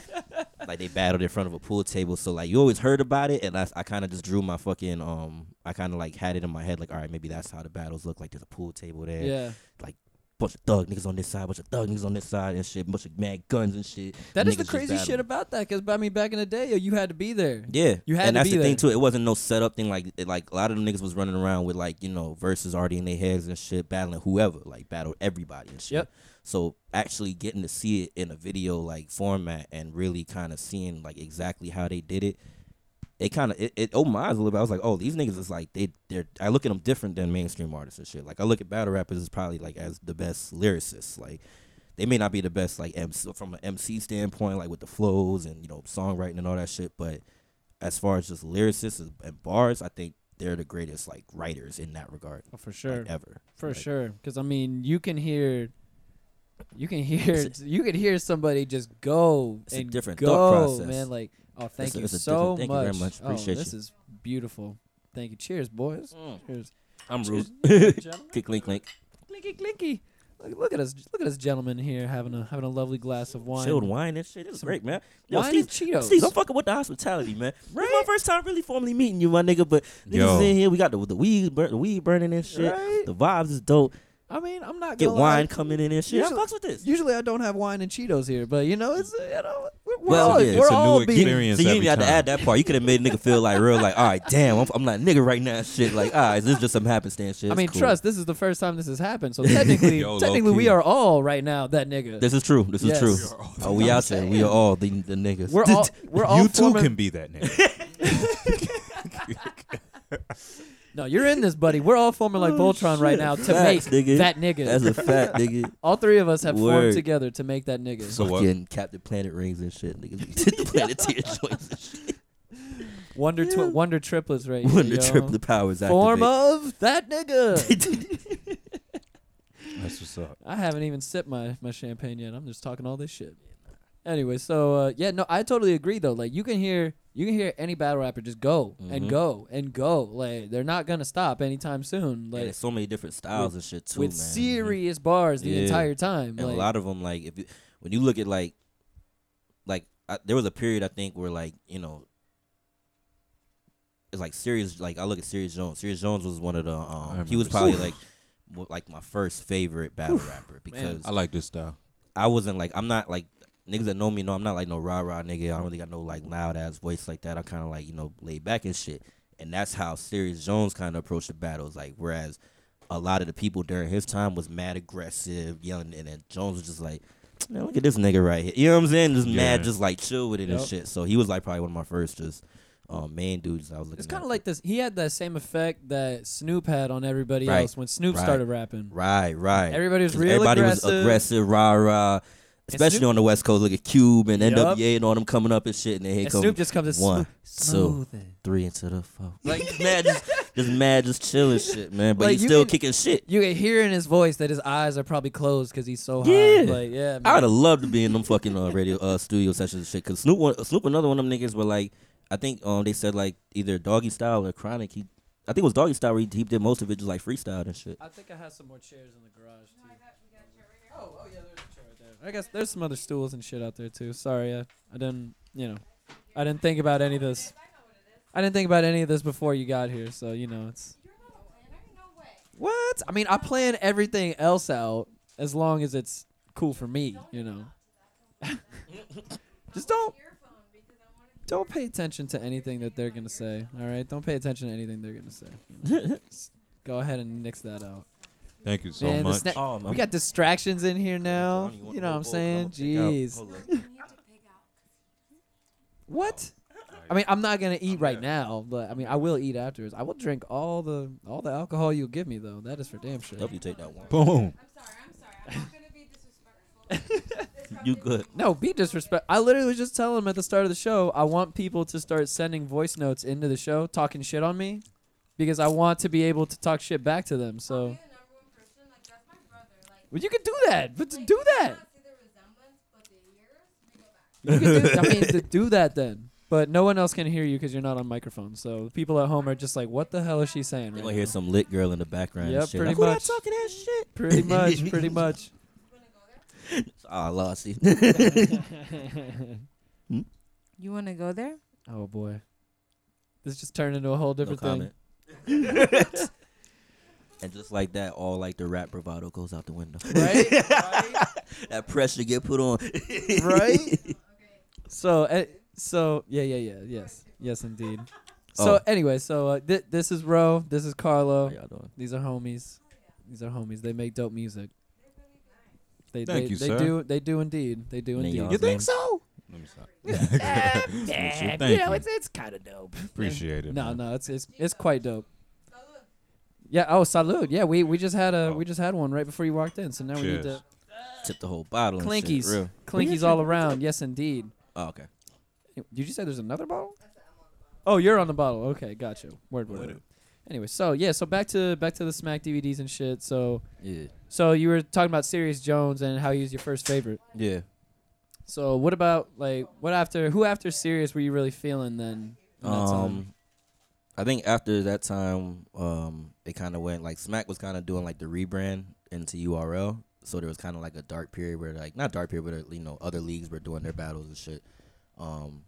[SPEAKER 3] Like they battled in front of a pool table, so like you always heard about it, and I, I kind of just drew my fucking um, I kind of like had it in my head, like all right, maybe that's how the battles look. Like there's a pool table there,
[SPEAKER 2] Yeah,
[SPEAKER 3] bunch of thug niggas on this side, bunch of thug niggas on this side, and shit, bunch of mad guns and shit.
[SPEAKER 2] that is
[SPEAKER 3] Niggas
[SPEAKER 2] the
[SPEAKER 3] just
[SPEAKER 2] crazy shit
[SPEAKER 3] battling.
[SPEAKER 2] about that. Cause I mean, back in the day, yo, you had to be there.
[SPEAKER 3] Yeah,
[SPEAKER 2] You had
[SPEAKER 3] and
[SPEAKER 2] to
[SPEAKER 3] that's
[SPEAKER 2] be
[SPEAKER 3] the thing
[SPEAKER 2] there.
[SPEAKER 3] too. It wasn't no setup thing. Like, it, like a lot of them niggas was running around with like you know verses already in their heads and shit, battling whoever, like battle everybody and shit.
[SPEAKER 2] Yep.
[SPEAKER 3] So actually getting to see it in a video like format and really kind of seeing like exactly how they did it, it kind of it, it opened my eyes a little bit. I was like, oh, these niggas is like they they're I look at them different than mainstream artists and shit. Like I look at battle rappers as probably like as the best lyricists. Like they may not be the best like MC, from an MC standpoint, like with the flows and you know songwriting and all that shit. But as far as just lyricists and- and bars, I think they're the greatest like writers in that regard
[SPEAKER 2] Oh, for
[SPEAKER 3] like,
[SPEAKER 2] sure,
[SPEAKER 3] ever.
[SPEAKER 2] for
[SPEAKER 3] Like,
[SPEAKER 2] sure. Because I mean, you can hear, you can hear, *laughs*
[SPEAKER 3] It's
[SPEAKER 2] you can hear somebody just go
[SPEAKER 3] It's a
[SPEAKER 2] and
[SPEAKER 3] different
[SPEAKER 2] go,
[SPEAKER 3] thought process.
[SPEAKER 2] man. Like, oh, thank
[SPEAKER 3] a-
[SPEAKER 2] you
[SPEAKER 3] it's a
[SPEAKER 2] so
[SPEAKER 3] different- thank you
[SPEAKER 2] much.
[SPEAKER 3] very much. Appreciate
[SPEAKER 2] oh, this
[SPEAKER 3] you.
[SPEAKER 2] is beautiful. Thank you. Cheers, boys. Cheers.
[SPEAKER 3] I'm rude.
[SPEAKER 2] Gentlemen.
[SPEAKER 3] *laughs* Click, link, link.
[SPEAKER 2] Clinky clinky. Look, look at us. Look at us gentlemen here having a having a lovely glass of wine.
[SPEAKER 3] Chilled wine and shit. It's
[SPEAKER 2] Some
[SPEAKER 3] great, man. Yo,
[SPEAKER 2] Wine
[SPEAKER 3] Steve,
[SPEAKER 2] and Cheetos.
[SPEAKER 3] Steve, I'm fucking with the hospitality, man. This my first time really formally meeting you, my nigga. But niggas
[SPEAKER 4] Yo.
[SPEAKER 3] is in here. We got the the weed, bur- the weed burning and shit.
[SPEAKER 2] Right?
[SPEAKER 3] The vibes is dope.
[SPEAKER 2] I mean, I'm not
[SPEAKER 3] Get
[SPEAKER 2] gonna
[SPEAKER 3] wine
[SPEAKER 2] lie.
[SPEAKER 3] coming in and shit.
[SPEAKER 2] Usually-
[SPEAKER 3] I fucks with this.
[SPEAKER 2] Usually I don't have wine and Cheetos here, but you know it's uh, you know we're, we're
[SPEAKER 3] Well,
[SPEAKER 2] all,
[SPEAKER 3] yeah,
[SPEAKER 2] we're
[SPEAKER 4] it's a new
[SPEAKER 2] all being
[SPEAKER 4] experience.
[SPEAKER 3] So you didn't
[SPEAKER 4] every
[SPEAKER 3] even have to
[SPEAKER 4] time.
[SPEAKER 3] add that part. You could have made a nigga feel like real, like, all right, damn, I'm, I'm not nigga right now, and shit. Like, ah, is this just some happenstance shit?
[SPEAKER 2] I
[SPEAKER 3] It's
[SPEAKER 2] mean,
[SPEAKER 3] cool.
[SPEAKER 2] trust. This is the first time this has happened,
[SPEAKER 3] *laughs*
[SPEAKER 2] so technically,
[SPEAKER 4] Yo, low
[SPEAKER 2] technically, we
[SPEAKER 4] key.
[SPEAKER 2] are all right now that nigga.
[SPEAKER 3] This is true. This
[SPEAKER 2] Yes.
[SPEAKER 3] is true.
[SPEAKER 2] We
[SPEAKER 3] Oh, we
[SPEAKER 2] I'm
[SPEAKER 3] out there. We
[SPEAKER 2] saying.
[SPEAKER 3] are all the, the
[SPEAKER 2] *laughs*
[SPEAKER 3] niggas.
[SPEAKER 2] we're
[SPEAKER 3] *laughs*
[SPEAKER 2] all we're all
[SPEAKER 4] you too
[SPEAKER 2] forming-
[SPEAKER 4] can be that nigga.
[SPEAKER 2] No, you're in this, buddy. We're all forming like
[SPEAKER 3] Oh,
[SPEAKER 2] Voltron right
[SPEAKER 3] shit.
[SPEAKER 2] now to
[SPEAKER 3] Facts,
[SPEAKER 2] make
[SPEAKER 3] nigga.
[SPEAKER 2] that nigga.
[SPEAKER 3] That's
[SPEAKER 2] *laughs*
[SPEAKER 3] a fact, nigga.
[SPEAKER 2] all three of us have formed
[SPEAKER 3] Word.
[SPEAKER 2] together to make that nigga.
[SPEAKER 4] So what?
[SPEAKER 3] Fucking Captain Planet rings and shit, niggas. *laughs* We did the
[SPEAKER 2] *laughs*
[SPEAKER 3] planetary joints and shit.
[SPEAKER 2] Wonder twi- wonder triplets right here.
[SPEAKER 3] When the
[SPEAKER 2] yo.
[SPEAKER 3] triple powers
[SPEAKER 2] Form
[SPEAKER 3] activate.
[SPEAKER 2] of that nigga.
[SPEAKER 3] *laughs*
[SPEAKER 4] That's what's up.
[SPEAKER 2] I haven't even sipped my my champagne yet. I'm just talking all this shit. Anyway, so uh, yeah, no, I totally agree though. Like you can hear you can hear any battle rapper just go and
[SPEAKER 3] Mhm.
[SPEAKER 2] go and go. Like they're not gonna stop anytime soon.
[SPEAKER 3] And
[SPEAKER 2] Like
[SPEAKER 3] there's so many different styles and shit too,
[SPEAKER 2] with
[SPEAKER 3] man.
[SPEAKER 2] serious bars the
[SPEAKER 3] Yeah.
[SPEAKER 2] entire time.
[SPEAKER 3] and
[SPEAKER 2] like,
[SPEAKER 3] a lot of them like if you when you look at like like I, there was a period I think where like you know it's like serious like I look at Sirius Jones. Sirius Jones was one of the um he was
[SPEAKER 4] remember
[SPEAKER 3] probably
[SPEAKER 4] Sirius.
[SPEAKER 3] like mo- like my first favorite battle rapper because
[SPEAKER 4] I like this style.
[SPEAKER 3] I wasn't like I'm not like niggas that know me know I'm not like no rah rah nigga. I don't really got no like loud ass voice like that. I kind of like you know laid back and shit. And that's how Sirius Jones kind of approached the battles. Like whereas a lot of the people during his time was mad aggressive, yelling, and then Jones was just like. Man, look at this nigga right here. You know what I'm saying? Just mad,
[SPEAKER 4] Yeah.
[SPEAKER 3] just like chill with it
[SPEAKER 2] Yup.
[SPEAKER 3] and shit. So he was like probably one of my first just um, main dudes I was looking.
[SPEAKER 2] it's kind
[SPEAKER 3] at.
[SPEAKER 2] of like this. He had that same effect that Snoop had on everybody
[SPEAKER 3] Right.
[SPEAKER 2] else when Snoop
[SPEAKER 3] Right.
[SPEAKER 2] started rapping.
[SPEAKER 3] right, right.
[SPEAKER 2] Everybody was
[SPEAKER 3] 'Cause
[SPEAKER 2] real
[SPEAKER 3] everybody
[SPEAKER 2] aggressive.
[SPEAKER 3] was aggressive, rah rah.
[SPEAKER 2] And
[SPEAKER 3] Especially
[SPEAKER 2] Snoop-
[SPEAKER 3] on the West Coast, look at Cube and
[SPEAKER 2] Yup.
[SPEAKER 3] NWA and all them coming up and shit. And then here
[SPEAKER 2] And
[SPEAKER 3] comes
[SPEAKER 2] Snoop just comes in
[SPEAKER 3] one,
[SPEAKER 2] smooth.
[SPEAKER 3] three into
[SPEAKER 2] *laughs*
[SPEAKER 3] the four. Like *laughs* mad, just, just mad, just chilling shit, man. But
[SPEAKER 2] Like,
[SPEAKER 3] he's
[SPEAKER 2] you
[SPEAKER 3] still
[SPEAKER 2] can-
[SPEAKER 3] kicking shit.
[SPEAKER 2] You can hear in his voice that his eyes are probably closed because he's so high.
[SPEAKER 3] Yeah.
[SPEAKER 2] Like, yeah, man.
[SPEAKER 3] I would have loved to be in them fucking uh, radio uh, studio sessions and shit. Cause Snoop, one, Snoop, another one of them niggas were like, I think um they said like either Doggy Style or Chronic. He, I think it was Doggy Style. Where he, he did most of it just like freestyle and shit.
[SPEAKER 2] I think I have some more chairs in the garage too. Oh, oh yeah, there's a chair right there. I guess there's some other stools and shit out there too. Sorry, I, I didn't, you know, I didn't think about any of this. I didn't think about any of this before you got here, so you know it's. What? I mean, I plan everything else out as long as it's cool for me, you know. Just don't don't pay attention to anything that they're gonna say. All right, don't pay attention to anything they're gonna say. Just Go ahead and nix that out.
[SPEAKER 4] Thank you so
[SPEAKER 2] Man, the
[SPEAKER 4] much.
[SPEAKER 2] sna-
[SPEAKER 3] Oh,
[SPEAKER 2] we got distractions in here now. You know what I'm saying? Jeez. What? I mean, I'm not gonna eat right now, but I mean, I will eat afterwards. I will drink all the all the alcohol you'll give me, though. That is for damn sure.
[SPEAKER 3] Hope you take that one.
[SPEAKER 4] Boom.
[SPEAKER 5] I'm sorry, I'm sorry. I'm not gonna
[SPEAKER 2] *laughs*
[SPEAKER 5] be disrespectful.
[SPEAKER 3] You good?
[SPEAKER 2] No, be disrespect. I literally was just telling him at the start of the show, I want people to start sending voice notes into the show talking shit on me because I want to be able to talk shit back to them. So, well, you can do that, but to do that. You can do, I mean, to do that then. But no one else can hear you because you're not on microphone. So the people at home are just like, what the hell is she saying
[SPEAKER 3] You
[SPEAKER 2] right
[SPEAKER 3] gonna hear
[SPEAKER 2] now?
[SPEAKER 3] some lit girl in the background? and
[SPEAKER 2] Yep,
[SPEAKER 3] shit.
[SPEAKER 2] pretty
[SPEAKER 3] like, "Who that
[SPEAKER 2] much.
[SPEAKER 3] talking that shit.
[SPEAKER 2] Pretty much,
[SPEAKER 3] *laughs*
[SPEAKER 2] pretty much.
[SPEAKER 3] Oh, lossy. *laughs*
[SPEAKER 5] You want to
[SPEAKER 2] *laughs*
[SPEAKER 5] go there?
[SPEAKER 2] Oh, boy. This just turned into a whole
[SPEAKER 3] no
[SPEAKER 2] different thing.
[SPEAKER 3] comment. *laughs* and just like that, all like the rap bravado goes out the window.
[SPEAKER 2] Right?
[SPEAKER 3] *laughs* that pressure get put on.
[SPEAKER 2] right? so, uh, so yeah, yeah, yeah, yes, yes, indeed. So
[SPEAKER 3] Oh.
[SPEAKER 2] anyway, so uh, thi- this is Ro, this is Carlo.
[SPEAKER 3] How
[SPEAKER 4] Oh,
[SPEAKER 3] y'all doing?
[SPEAKER 2] These are homies. These are homies. They make dope music. They,
[SPEAKER 4] Thank
[SPEAKER 2] they,
[SPEAKER 4] you,
[SPEAKER 2] they
[SPEAKER 4] sir.
[SPEAKER 2] do. They do indeed. They do
[SPEAKER 3] And
[SPEAKER 2] indeed. *laughs*
[SPEAKER 3] y'all's name?
[SPEAKER 2] so?
[SPEAKER 4] Let me stop. *laughs*
[SPEAKER 2] Yeah,
[SPEAKER 4] Thank you.
[SPEAKER 2] it's kind of dope.
[SPEAKER 4] Appreciate it.
[SPEAKER 2] No,
[SPEAKER 4] man.
[SPEAKER 2] no, it's it's it's quite dope. Yeah. Oh, salud. Yeah, we we just had a we just had one right before you walked in. So now we need
[SPEAKER 4] Oh.
[SPEAKER 2] to
[SPEAKER 4] Cheers.
[SPEAKER 3] Tip the whole bottle. and shit,
[SPEAKER 2] clinkies,
[SPEAKER 3] real.
[SPEAKER 2] clinkies all around. Yes, indeed.
[SPEAKER 3] Oh, okay.
[SPEAKER 2] Did you say there's another bottle? Oh, you're on the bottle. Okay, gotcha. Word, word, word. Anyway, so yeah, so back to back to the Smack DVDs and shit. So
[SPEAKER 3] Yeah.
[SPEAKER 2] so you were talking about Sirius Jones and how he was your first favorite.
[SPEAKER 3] Yeah.
[SPEAKER 2] So what about like what after who after Sirius were you really feeling then? in that time?
[SPEAKER 3] Um, I think after that time, um, it kind of went like Smack was kind of doing like the rebrand into URL, so there was kind of like a dark period where like not dark period, but uh, you know other leagues were doing their battles and shit. Um,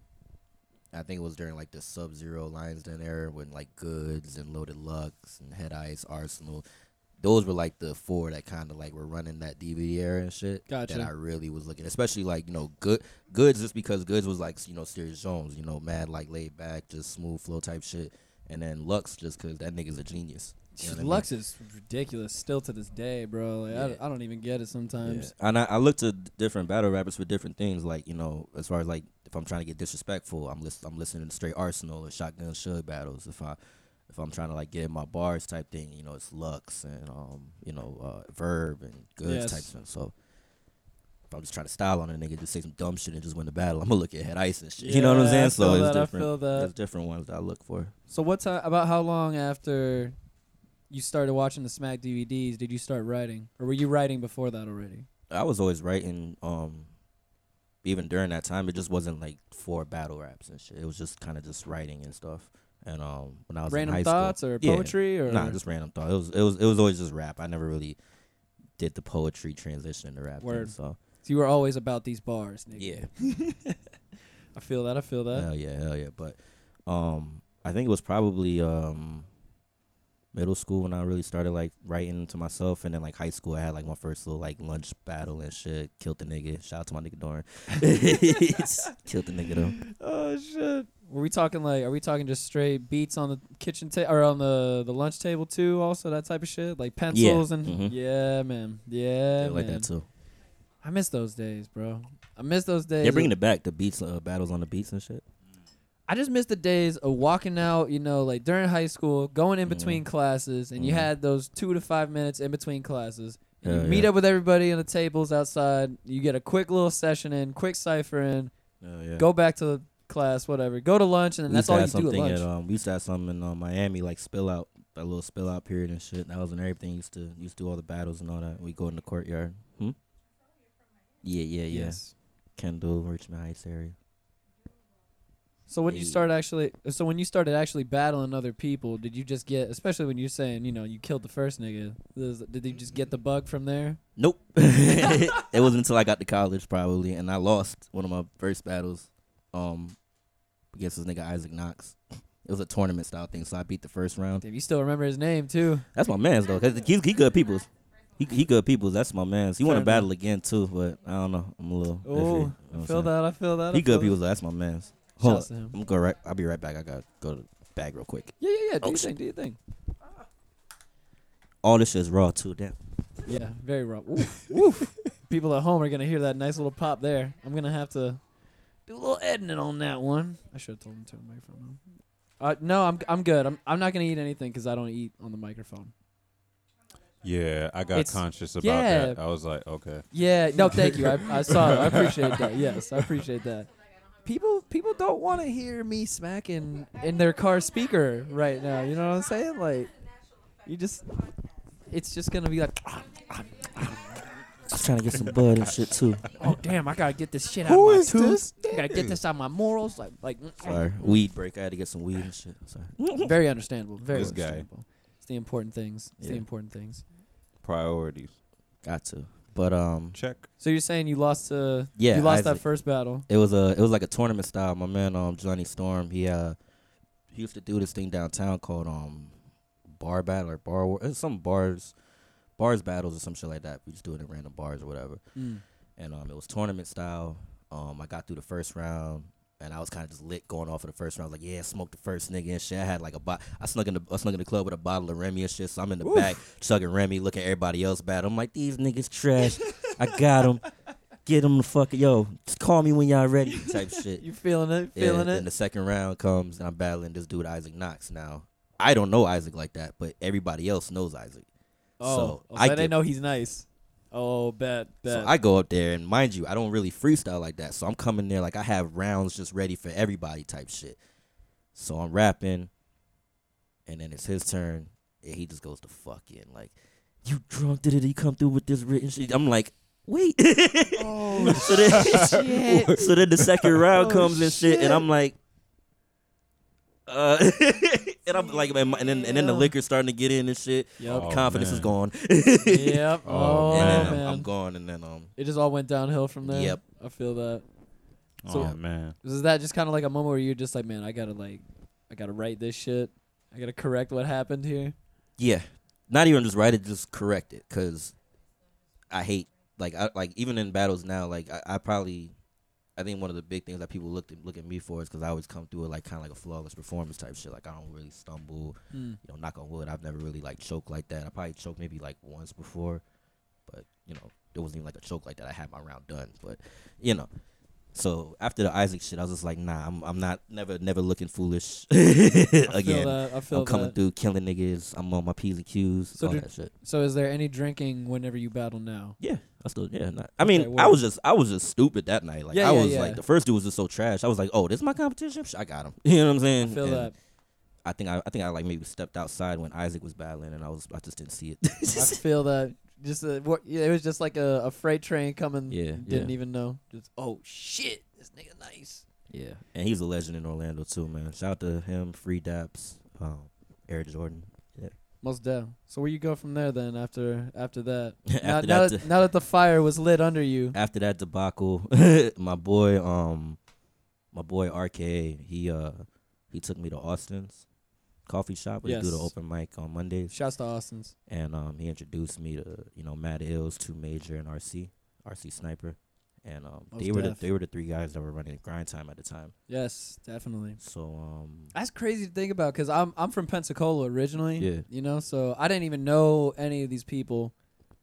[SPEAKER 3] I think it was during like the Sub Zero Lions Den era when like Goods and Loaded Lux and Head Ice Arsenal, those were like the four that kind of like were running that DVD era and shit.
[SPEAKER 2] Gotcha.
[SPEAKER 3] That I really was looking, especially like you know Good Goods just because Goods was like you know Sirius Jones, you know mad like laid back, just smooth flow type shit, and then Lux just because that nigga's a genius. You know what I mean?
[SPEAKER 2] Lux is ridiculous still to this day, bro. Like,
[SPEAKER 3] Yeah.
[SPEAKER 2] I, I don't even get it sometimes.
[SPEAKER 3] Yeah. And I, I look to d- different battle rappers for different things, like you know, as far as like if I'm trying to get disrespectful, I'm lis- I'm listening to straight Arsenal or Shotgun Shug battles. If I if I'm trying to like get in my bars type thing, you know, it's Lux and um you know uh, Verb and
[SPEAKER 2] Yes.
[SPEAKER 3] Goods type stuff. So if I'm just trying to style on a nigga, just say some dumb shit and just win the battle, *laughs* I'm gonna look at Head Ice and shit. you know what I'm
[SPEAKER 2] Yeah, I
[SPEAKER 3] saying? So
[SPEAKER 2] feel
[SPEAKER 3] it's
[SPEAKER 2] that, I
[SPEAKER 3] different.
[SPEAKER 2] feel that.
[SPEAKER 3] There's different ones that I look for.
[SPEAKER 2] So what time about how long after you started watching the Smack DVDs did you start writing, or were you writing before that already?
[SPEAKER 3] I was always writing. Um, even during that time, it just wasn't like for battle raps and shit. It was just kind of just writing and stuff. And um, when I was in
[SPEAKER 2] Random
[SPEAKER 3] high
[SPEAKER 2] thoughts
[SPEAKER 3] school,
[SPEAKER 2] or
[SPEAKER 3] Yeah.
[SPEAKER 2] poetry or
[SPEAKER 3] Nah, just random thought. It was it was it was always just rap. I never really did the poetry transition into rap. thing,
[SPEAKER 2] Word.
[SPEAKER 3] so
[SPEAKER 2] So you were always about these bars, nigga.
[SPEAKER 3] yeah,
[SPEAKER 2] I feel that. I feel that.
[SPEAKER 3] hell yeah, hell yeah. But um, I think it was probably um, middle school when I really started like writing to myself, and then like high school, I had like my first little like lunch battle and shit. Killed the nigga. Shout out to my nigga Doran. *laughs* Killed the nigga though.
[SPEAKER 2] Oh shit. Were we talking like? Are we talking just straight beats on the kitchen table or on the the lunch table too? Also that type of shit, like pencils and
[SPEAKER 3] mhm.
[SPEAKER 2] yeah, man, yeah,
[SPEAKER 3] I like
[SPEAKER 2] man.
[SPEAKER 3] that too.
[SPEAKER 2] I miss those days, bro. I miss those days.
[SPEAKER 3] They're bringing it back. The beats, uh, battles on the beats and shit.
[SPEAKER 2] I just miss the days of walking out, you know, like during high school, going in between
[SPEAKER 3] Mm-hmm.
[SPEAKER 2] classes, and you
[SPEAKER 3] Mhm.
[SPEAKER 2] had those two to five minutes in between classes. And
[SPEAKER 3] Hell
[SPEAKER 2] you meet
[SPEAKER 3] yeah.
[SPEAKER 2] up with everybody on the tables outside. You get a quick little session in, quick cipher in,
[SPEAKER 3] Oh yeah.
[SPEAKER 2] go back to class, whatever, go to lunch, and then
[SPEAKER 3] we
[SPEAKER 2] that's
[SPEAKER 3] used to
[SPEAKER 2] all you
[SPEAKER 3] have
[SPEAKER 2] do at
[SPEAKER 3] something
[SPEAKER 2] lunch.
[SPEAKER 3] at um. We used to have something in uh, Miami like spill out that little spill out period and shit. That was when everything used to used to do all the battles and all that. We go in the courtyard. Hmm. Yeah, yeah, yeah. Kendall, Richmond Heights area.
[SPEAKER 2] So when you
[SPEAKER 3] Hey.
[SPEAKER 2] start actually, so when you started actually battling other people, did you just get, especially when you're saying, you know, you killed the first nigga, does- did you just get the bug from there?
[SPEAKER 3] Nope. *laughs* it wasn't until I got to college probably, and I lost one of my first battles. Um, against this nigga Isaac Knox. It was a tournament style thing, so I beat the first round.
[SPEAKER 2] If you still remember his name too.
[SPEAKER 3] That's my man's though, cause he, he good peoples. He he good peoples. That's my man's. He want
[SPEAKER 2] Fair
[SPEAKER 3] to
[SPEAKER 2] enough.
[SPEAKER 3] battle again too, but I don't know. I'm a little. iffy, you
[SPEAKER 2] Oh,
[SPEAKER 3] know what
[SPEAKER 2] I
[SPEAKER 3] I'm
[SPEAKER 2] feel
[SPEAKER 3] saying?
[SPEAKER 2] that. I feel that. I
[SPEAKER 3] He
[SPEAKER 2] feel
[SPEAKER 3] good peoples. Though. That's my man's. Hold
[SPEAKER 2] Shouts
[SPEAKER 3] on.
[SPEAKER 2] to him.
[SPEAKER 3] I'm gonna go right. I'll be right back. I gotta go to the bag real quick.
[SPEAKER 2] Yeah, yeah, yeah. Do
[SPEAKER 3] Oh,
[SPEAKER 2] your
[SPEAKER 3] shit.
[SPEAKER 2] thing. Do your thing.
[SPEAKER 3] All this shit is raw too. Damn.
[SPEAKER 2] Yeah, very rough. *laughs* Woof, woof. People at home are gonna hear that nice little pop there. I'm gonna have to do a little editing on that one. I should have told him to turn the microphone on. Uh, no, I'm I'm good. I'm I'm not gonna eat anything because I don't eat on the microphone.
[SPEAKER 4] Yeah, I got
[SPEAKER 2] It's-
[SPEAKER 4] conscious about
[SPEAKER 2] yeah.
[SPEAKER 4] that. I was like, okay.
[SPEAKER 2] Yeah, *laughs* no, thank you. I, I saw it. I appreciate *laughs* that. Yes, I appreciate that. People people don't want to hear me smacking in their car speaker right now. You know what I'm saying? Like, you just, it's just gonna be like,
[SPEAKER 3] I was trying to get some bud and
[SPEAKER 2] *laughs*
[SPEAKER 3] shit too.
[SPEAKER 2] oh damn, I gotta get this shit out of my tooth. I gotta get this out of my morals. Like, like mm,
[SPEAKER 3] Sorry. Weed break. I had to get some weed and shit. Sorry.
[SPEAKER 2] very understandable. Very
[SPEAKER 4] This guy.
[SPEAKER 2] understandable. It's the important things. It's the
[SPEAKER 3] Yeah.
[SPEAKER 2] important things.
[SPEAKER 4] Priorities.
[SPEAKER 3] Got to. But um,
[SPEAKER 4] Check.
[SPEAKER 2] So you're saying you lost to
[SPEAKER 3] Yeah,
[SPEAKER 2] you lost that
[SPEAKER 3] Isaac.
[SPEAKER 2] first battle.
[SPEAKER 3] It was a it was like a tournament style. My man um Johnny Storm, he uh he used to do this thing downtown called um bar battle or bar war it's some bars bars battles or some shit like that. We just do it in random bars or whatever.
[SPEAKER 2] Mm.
[SPEAKER 3] And um it was tournament style. Um I got through the first round and I was kind of just lit going off of the first round. I was like, yeah, smoke the first nigga and shit. I had like a bot. I snuck in the I snuck in the club with a bottle of Remy and shit. So I'm in the back chugging Remy, looking at everybody else bad. I'm like, these niggas trash. I got them. Get them the fuck yo. Just call me when y'all ready.
[SPEAKER 2] *laughs*
[SPEAKER 3] Type shit.
[SPEAKER 2] You feeling it?
[SPEAKER 3] Yeah,
[SPEAKER 2] Feeling
[SPEAKER 3] Then
[SPEAKER 2] it?
[SPEAKER 3] the second round comes, and I'm battling this dude Isaac Knox. Now I don't know Isaac like that, but everybody else knows Isaac.
[SPEAKER 2] Oh,
[SPEAKER 3] so
[SPEAKER 2] oh,
[SPEAKER 3] I
[SPEAKER 2] they
[SPEAKER 3] get-
[SPEAKER 2] know he's nice. Oh, bet, bet. *laughs*
[SPEAKER 3] So I go up there, and mind you, I don't really freestyle like that. So I'm coming there like I have rounds just ready for everybody type shit. So I'm rapping, and then it's his turn, and he just goes to fucking like, "You drunk? Did he come through with this written shit?" I'm like, "Wait." *laughs*
[SPEAKER 2] oh, *laughs*
[SPEAKER 3] so, then, so then the second round
[SPEAKER 2] Oh,
[SPEAKER 3] comes and shit,
[SPEAKER 2] shit.
[SPEAKER 3] and I'm like, uh, *laughs* and I'm like, and, my- and then and then the
[SPEAKER 2] Yeah.
[SPEAKER 3] liquor's starting to get in and shit.
[SPEAKER 2] yep,
[SPEAKER 4] Oh,
[SPEAKER 3] Confidence is
[SPEAKER 4] man.
[SPEAKER 3] gone. *laughs*
[SPEAKER 2] yep.
[SPEAKER 4] Oh,
[SPEAKER 2] Oh,
[SPEAKER 3] and
[SPEAKER 2] man.
[SPEAKER 3] then I'm, I'm gone, and then um,
[SPEAKER 2] it just all went downhill from there.
[SPEAKER 3] Yep.
[SPEAKER 2] I feel that. So-
[SPEAKER 4] oh man.
[SPEAKER 2] Was that just kind of like a moment where you're just like, man, I gotta like, I gotta write this shit. I gotta correct what happened here.
[SPEAKER 3] yeah, not even just write it, just correct it, cause I hate like I like even in battles now, like I, I probably. I think one of the big things that people look at, look at me for is because I always come through it like kind of like a flawless performance type shit. Like I don't really stumble.
[SPEAKER 2] Hmm.
[SPEAKER 3] you know, knock on wood, I've never really like choked like that. I probably choked maybe like once before, but you know, there wasn't even like a choke like that. I had my round done, but you know. So after the Isaac shit, I was just like, nah, I'm I'm not never never looking foolish *laughs*
[SPEAKER 2] I feel
[SPEAKER 3] again.
[SPEAKER 2] that. I feel
[SPEAKER 3] I'm coming
[SPEAKER 2] that.
[SPEAKER 3] through, killing niggas. I'm on my p's and q's,
[SPEAKER 2] So
[SPEAKER 3] all
[SPEAKER 2] did-
[SPEAKER 3] that shit.
[SPEAKER 2] So is there any drinking whenever you battle now?
[SPEAKER 3] Yeah, I still yeah. Not, I mean, I
[SPEAKER 2] word.
[SPEAKER 3] was just I was just stupid that night. Like
[SPEAKER 2] Yeah,
[SPEAKER 3] I
[SPEAKER 2] yeah,
[SPEAKER 3] was
[SPEAKER 2] yeah.
[SPEAKER 3] like the first dude was just so trash. I was like, oh, this is my competition. Psh, I got him. *laughs* You know what I'm
[SPEAKER 2] I
[SPEAKER 3] saying?
[SPEAKER 2] feel
[SPEAKER 3] And
[SPEAKER 2] that.
[SPEAKER 3] I think I, I think I like maybe stepped outside when Isaac was battling, and I was I just didn't see it. *laughs*
[SPEAKER 2] I feel that. Just uh, what, yeah, it was just like a, a freight train coming.
[SPEAKER 3] Yeah,
[SPEAKER 2] Didn't
[SPEAKER 3] yeah.
[SPEAKER 2] even know. Just oh shit, this nigga nice.
[SPEAKER 3] Yeah, and he's a legend in Orlando too, man. Shout out to him, Free Daps, um, Eric Jordan. *laughs*
[SPEAKER 2] Most down. So where you go from there then after after that?
[SPEAKER 3] after
[SPEAKER 2] now,
[SPEAKER 3] that,
[SPEAKER 2] now,
[SPEAKER 3] de-
[SPEAKER 2] that now that the fire was lit under you.
[SPEAKER 3] after that debacle, *laughs* my boy, um, my boy RKA, he uh, he took me to Austin's coffee shop. where They do the
[SPEAKER 2] Yes.
[SPEAKER 3] open mic on Mondays,
[SPEAKER 2] Shouts to Austin's.
[SPEAKER 3] and um, he introduced me to you know Matt Ills, Two Major, and RC, RC Sniper, and um,
[SPEAKER 2] Most
[SPEAKER 3] they were
[SPEAKER 2] def.
[SPEAKER 3] the, they were the three guys that were running grind time at the time.
[SPEAKER 2] Yes, definitely.
[SPEAKER 3] So um,
[SPEAKER 2] That's crazy to think about because I'm I'm from Pensacola originally.
[SPEAKER 3] Yeah.
[SPEAKER 2] You know, so I didn't even know any of these people,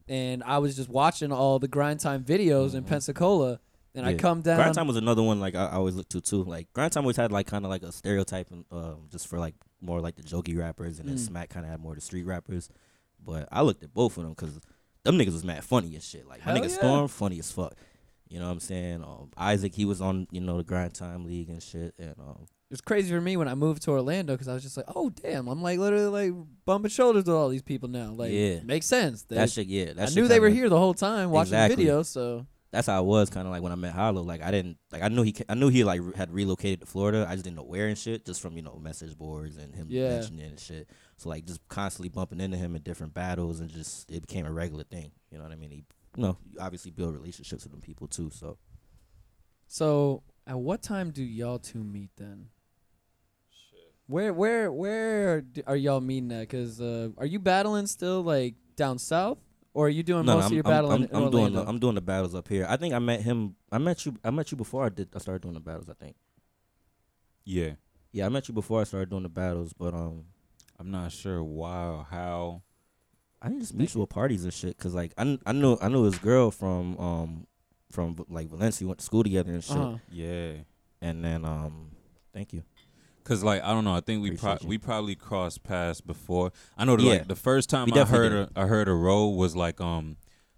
[SPEAKER 2] and I was just watching all the grind time videos in
[SPEAKER 3] Mhm.
[SPEAKER 2] Pensacola, and I
[SPEAKER 3] Yeah.
[SPEAKER 2] come down.
[SPEAKER 3] Grind Time was another one like I, I always looked to too. Like Grind Time always had like kind of like a stereotype and um, just for like more like the jokey rappers, and then
[SPEAKER 2] Mm.
[SPEAKER 3] Smack kind of had more of the street rappers. But I looked at both of them because them niggas was mad funny as shit. Like my
[SPEAKER 2] Hell
[SPEAKER 3] nigga
[SPEAKER 2] yeah.
[SPEAKER 3] Storm, funny as fuck. You know what I'm saying? Um, Isaac, he was on you know the Grind Time League and shit, and um,
[SPEAKER 2] It was crazy for me when I moved to Orlando because I was just like, oh damn, I'm like literally like bumping shoulders with all these people now. Like,
[SPEAKER 3] Yeah.
[SPEAKER 2] makes sense. They,
[SPEAKER 3] that shit, yeah, that
[SPEAKER 2] I
[SPEAKER 3] shit
[SPEAKER 2] knew they were
[SPEAKER 3] kinda-
[SPEAKER 2] here the whole time watching
[SPEAKER 3] Exactly.
[SPEAKER 2] the videos, so
[SPEAKER 3] That's how I was kind of like when I met Hollow. Like I didn't like I knew he ca- I knew he like re- had relocated to Florida. I just didn't know where and shit, just from you know message boards and him
[SPEAKER 2] Yeah.
[SPEAKER 3] mentioning it and shit. So like just constantly bumping into him in different battles and just it became a regular thing. You know what I mean? He you know you obviously build relationships with them people too. So
[SPEAKER 2] so. At what time do y'all two meet then? Where where where d- are y'all meeting at? Cause uh, are you battling still like down south, or are you doing most of your battling
[SPEAKER 3] I'm,
[SPEAKER 2] in
[SPEAKER 3] I'm
[SPEAKER 2] Orlando?
[SPEAKER 3] doing the, I'm doing the battles up here. I think I met him. I met you. I met you before I did. I started doing the battles. I think.
[SPEAKER 4] Yeah,
[SPEAKER 3] Yeah, I met you before I started doing the battles, but um,
[SPEAKER 4] I'm not sure why or how.
[SPEAKER 3] I think just mutual parties and shit. Cause like I, kn- I knew I knew his girl from um from like Valencia. Went to school together and shit.
[SPEAKER 2] Uh-huh.
[SPEAKER 4] Yeah,
[SPEAKER 3] And then um, thank you.
[SPEAKER 4] cause like I don't know. I think we pro-
[SPEAKER 3] Appreciate you.
[SPEAKER 4] we probably crossed paths before. I know. that
[SPEAKER 3] Yeah.
[SPEAKER 4] Like the first time
[SPEAKER 3] We
[SPEAKER 4] I
[SPEAKER 3] definitely
[SPEAKER 4] heard a, I heard a roll was like um,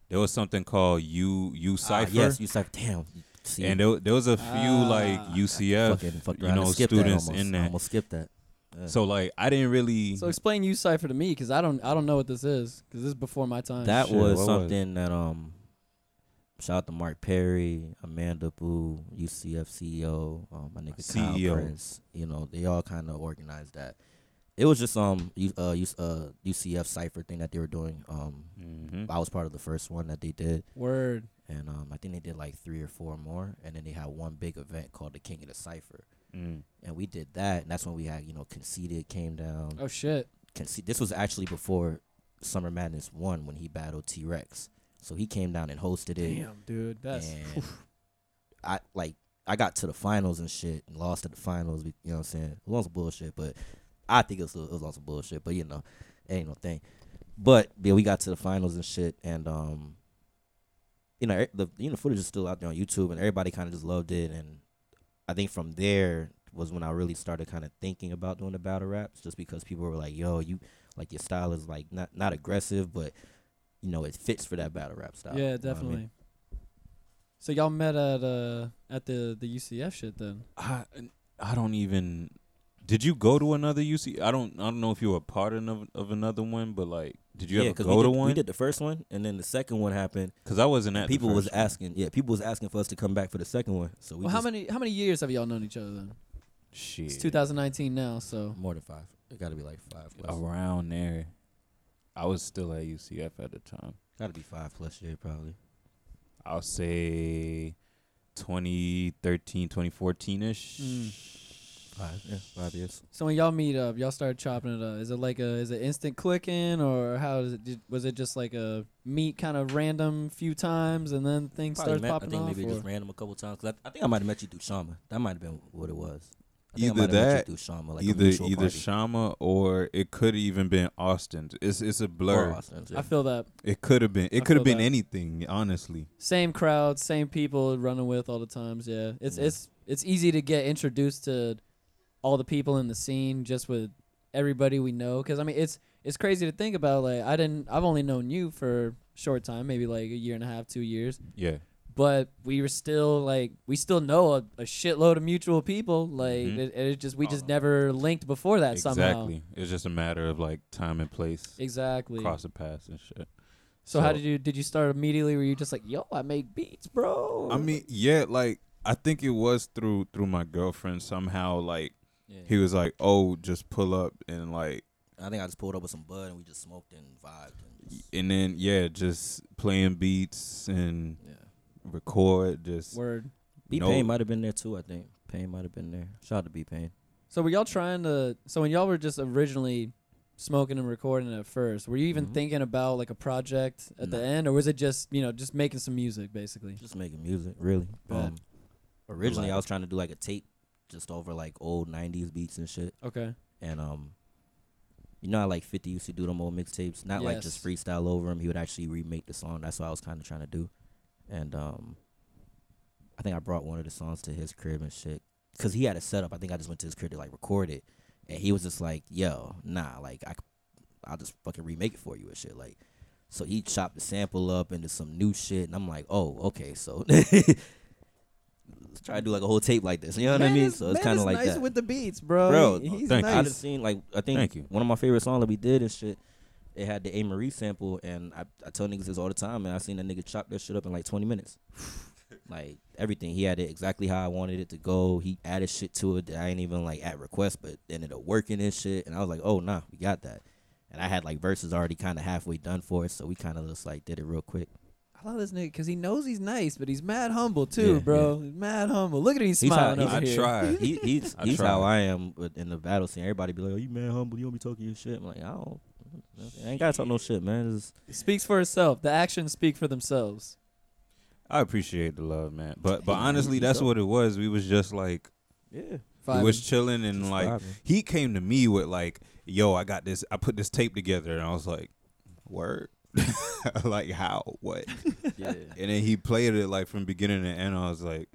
[SPEAKER 4] there was something called U U
[SPEAKER 3] Ah,
[SPEAKER 4] Cipher.
[SPEAKER 3] yes, you cipher. Damn. See,
[SPEAKER 4] and there, there was a few like
[SPEAKER 2] Ah,
[SPEAKER 4] UCF,
[SPEAKER 3] fucking fucked
[SPEAKER 4] you
[SPEAKER 3] around and
[SPEAKER 4] know,
[SPEAKER 3] skipped
[SPEAKER 4] students
[SPEAKER 3] that almost.
[SPEAKER 4] in
[SPEAKER 3] I
[SPEAKER 4] that.
[SPEAKER 3] almost skipped that. Yeah.
[SPEAKER 4] So like I didn't really.
[SPEAKER 2] So explain you cipher to me, because I don't I don't know what this is, because this is before my time.
[SPEAKER 3] That
[SPEAKER 4] Shit,
[SPEAKER 3] was
[SPEAKER 4] what was
[SPEAKER 3] something that um shout out to Mark Perry, Amanda Boo, UCF CEO, um, my nigga
[SPEAKER 4] CEO.
[SPEAKER 3] Kyle Prince. You know, they all kind of organized that. It was just um U- uh, U- uh UCF cipher thing that they were doing. Um,
[SPEAKER 4] Mhm.
[SPEAKER 3] I was part of the first one that they did,
[SPEAKER 2] word.
[SPEAKER 3] and um I think they did like three or four more, and then they had one big event called the King of the Cipher.
[SPEAKER 4] Mm.
[SPEAKER 3] And we did that, and that's when we had you know conceded came down.
[SPEAKER 2] Oh shit.
[SPEAKER 3] can see this was actually before Summer Madness one when he battled T Rex. So he came down and hosted it.
[SPEAKER 2] Damn, dude. That's
[SPEAKER 3] And I like I got to the finals and shit and lost at the finals. You know what I'm saying? It was some bullshit, but I think it was, it was on some bullshit. But you know, it ain't no thing. But yeah, we got to the finals and shit, and um, you know, e- the you know footage is still out there on YouTube, and everybody kind of just loved it. And I think from there was when I really started kind of thinking about doing the battle raps, just because people were like, "Yo, you like your style is like not not aggressive, but you know it fits for that battle rap style." You know
[SPEAKER 2] yeah,
[SPEAKER 3] what I mean?
[SPEAKER 2] definitely. So y'all met at uh at the the UCF shit then.
[SPEAKER 4] I I don't even. Did you go to another UC? I don't I don't know if you were a part of of another one, but like, did you ever
[SPEAKER 3] 'cause
[SPEAKER 4] go
[SPEAKER 3] we
[SPEAKER 4] to
[SPEAKER 3] did, We
[SPEAKER 4] one?
[SPEAKER 3] did the first one, and then the second one happened.
[SPEAKER 4] Because I wasn't at. the
[SPEAKER 3] people was
[SPEAKER 4] first one.
[SPEAKER 3] asking, yeah, people was asking for us to come back for the second one. So we
[SPEAKER 2] well, how
[SPEAKER 3] just,
[SPEAKER 2] many how many years have y'all known each other then?
[SPEAKER 4] Shit.
[SPEAKER 2] It's 2019 now, so
[SPEAKER 3] more than five. It got to be like five. Plus.
[SPEAKER 4] around there. I was still at UCF at the time.
[SPEAKER 3] Got to be five plus year probably.
[SPEAKER 4] I'll say 2013, 2014 ish.
[SPEAKER 3] Mm, Five, yeah, five years.
[SPEAKER 2] so when y'all meet up, y'all start chopping it up. Is it like a is it instant clicking or how is it? Did, was it just like a meet kind of random few times and then things
[SPEAKER 3] Probably
[SPEAKER 2] start
[SPEAKER 3] met, I
[SPEAKER 2] popping
[SPEAKER 3] think
[SPEAKER 2] off?
[SPEAKER 3] maybe
[SPEAKER 2] or-
[SPEAKER 3] just random a couple times. 'cause I, I think I might have met you through Shama. That might have been what it was. I think I
[SPEAKER 4] Either
[SPEAKER 3] might have met you
[SPEAKER 4] that,
[SPEAKER 3] through Shama, like a
[SPEAKER 4] either
[SPEAKER 3] mutual
[SPEAKER 4] either
[SPEAKER 3] party.
[SPEAKER 4] Shama or it could even been Austin. It's it's a blur.
[SPEAKER 3] Or Austin's, yeah.
[SPEAKER 2] I feel that
[SPEAKER 4] It could have been.
[SPEAKER 2] I
[SPEAKER 4] It could
[SPEAKER 2] feel
[SPEAKER 4] have been
[SPEAKER 2] that.
[SPEAKER 4] anything. Honestly,
[SPEAKER 2] same crowd, same people running with all the times. Yeah, it's
[SPEAKER 3] Yeah.
[SPEAKER 2] it's it's easy to get introduced to all the people in the scene just with everybody we know. Because I mean, it's it's crazy to think about. Like I didn't, I've only known you for a short time, maybe like a year and a half, two years.
[SPEAKER 4] yeah.
[SPEAKER 2] But we were still like we still know a, a shitload of mutual people. Like
[SPEAKER 3] Mm-hmm.
[SPEAKER 4] Mhm.
[SPEAKER 2] it, it just we just never linked before that somehow.
[SPEAKER 4] Exactly. It's just a matter of like time and place,
[SPEAKER 2] Exactly.
[SPEAKER 4] cross the pass and shit.
[SPEAKER 2] so, how
[SPEAKER 4] so-
[SPEAKER 2] did you did you start immediately? Were you just like, yo, I make beats, bro?
[SPEAKER 4] I mean, yeah, like I think it was through through my girlfriend somehow. Like
[SPEAKER 3] Yeah.
[SPEAKER 4] he was like, "Oh, just pull up," and like,
[SPEAKER 3] I think I just pulled up with some bud and we just smoked and vibed. And just,
[SPEAKER 4] and then yeah, just playing beats and
[SPEAKER 3] yeah.
[SPEAKER 4] record. Just
[SPEAKER 2] word.
[SPEAKER 3] B
[SPEAKER 4] No-
[SPEAKER 3] Pain might have been there too. I think Pain might have been there. Shout out to B Pain.
[SPEAKER 2] So were y'all trying to? So when y'all were just originally smoking and recording at first, were you even
[SPEAKER 3] Mhm.
[SPEAKER 2] thinking about like a project at the
[SPEAKER 3] Nah.
[SPEAKER 2] end, or was it just you know just making some music basically?
[SPEAKER 3] Just making music, really.
[SPEAKER 2] Bet.
[SPEAKER 3] Um, originally,
[SPEAKER 4] Like-
[SPEAKER 3] I was trying to do like a tape just over like old 90s beats and shit.
[SPEAKER 2] Okay.
[SPEAKER 3] And, um, you know how like 50 used to do them old mixtapes? Not like just
[SPEAKER 2] Yes.
[SPEAKER 3] freestyle over them. He would actually remake the song. That's what I was kind of trying to do. And, um, I think I brought one of the songs to his crib and shit. Cause he had a setup. I think I just went to his crib to like record it. And he was just like, yo, nah, like I, c- I'll just fucking remake it for you and shit. Like, so he chopped the sample up into some new shit, and I'm like, oh, okay, so *laughs* let's try to do like a whole tape like this. You know what I mean? So it's kind of like that.
[SPEAKER 2] with the beats, bro.
[SPEAKER 3] Bro, He-
[SPEAKER 4] Oh, he's thank you.
[SPEAKER 3] I just seen like I think
[SPEAKER 4] Thank you.
[SPEAKER 3] one of my favorite songs that we did and shit. It had the A Marie sample, and I, I tell niggas this all the time, and I seen that nigga chop that shit up in like 20
[SPEAKER 4] *sighs*
[SPEAKER 3] minutes. like everything, he had it exactly how I wanted it to go. He added shit to it that I ain't even like at request, but ended up working and shit. And I was like, oh nah, we got that. And I had like verses already kind of halfway done for it, so we kind of just like did it real quick.
[SPEAKER 2] I I love this nigga because he knows he's nice, but he's mad humble too,
[SPEAKER 3] Yeah,
[SPEAKER 2] bro. He's mad humble. Look at him
[SPEAKER 3] He's how,
[SPEAKER 2] smiling
[SPEAKER 3] he's,
[SPEAKER 2] over
[SPEAKER 4] I
[SPEAKER 2] here.
[SPEAKER 4] try.
[SPEAKER 3] he, he's,
[SPEAKER 4] I
[SPEAKER 3] he's
[SPEAKER 4] try.
[SPEAKER 3] how I am with- in the battle scene. Everybody be like, "Oh, you man humble. You don't be talking your shit." I'm like, I don't. I ain't gotta talk no shit, man. Just,
[SPEAKER 2] Speaks for itself. The actions speak for themselves.
[SPEAKER 4] I appreciate the love, man. But but
[SPEAKER 3] Hey, man,
[SPEAKER 4] honestly,
[SPEAKER 3] you
[SPEAKER 4] that's
[SPEAKER 3] dope.
[SPEAKER 4] what it was. We was just like
[SPEAKER 3] yeah.
[SPEAKER 4] we
[SPEAKER 2] Vibing.
[SPEAKER 4] was chilling and
[SPEAKER 3] Just
[SPEAKER 4] like
[SPEAKER 2] *laughs*
[SPEAKER 3] vibing.
[SPEAKER 4] he came to me with like, "Yo, I got this. I put this tape together," and I was like, "Word." *laughs* like how what
[SPEAKER 3] yeah.
[SPEAKER 4] and then he played it like from beginning to end i was like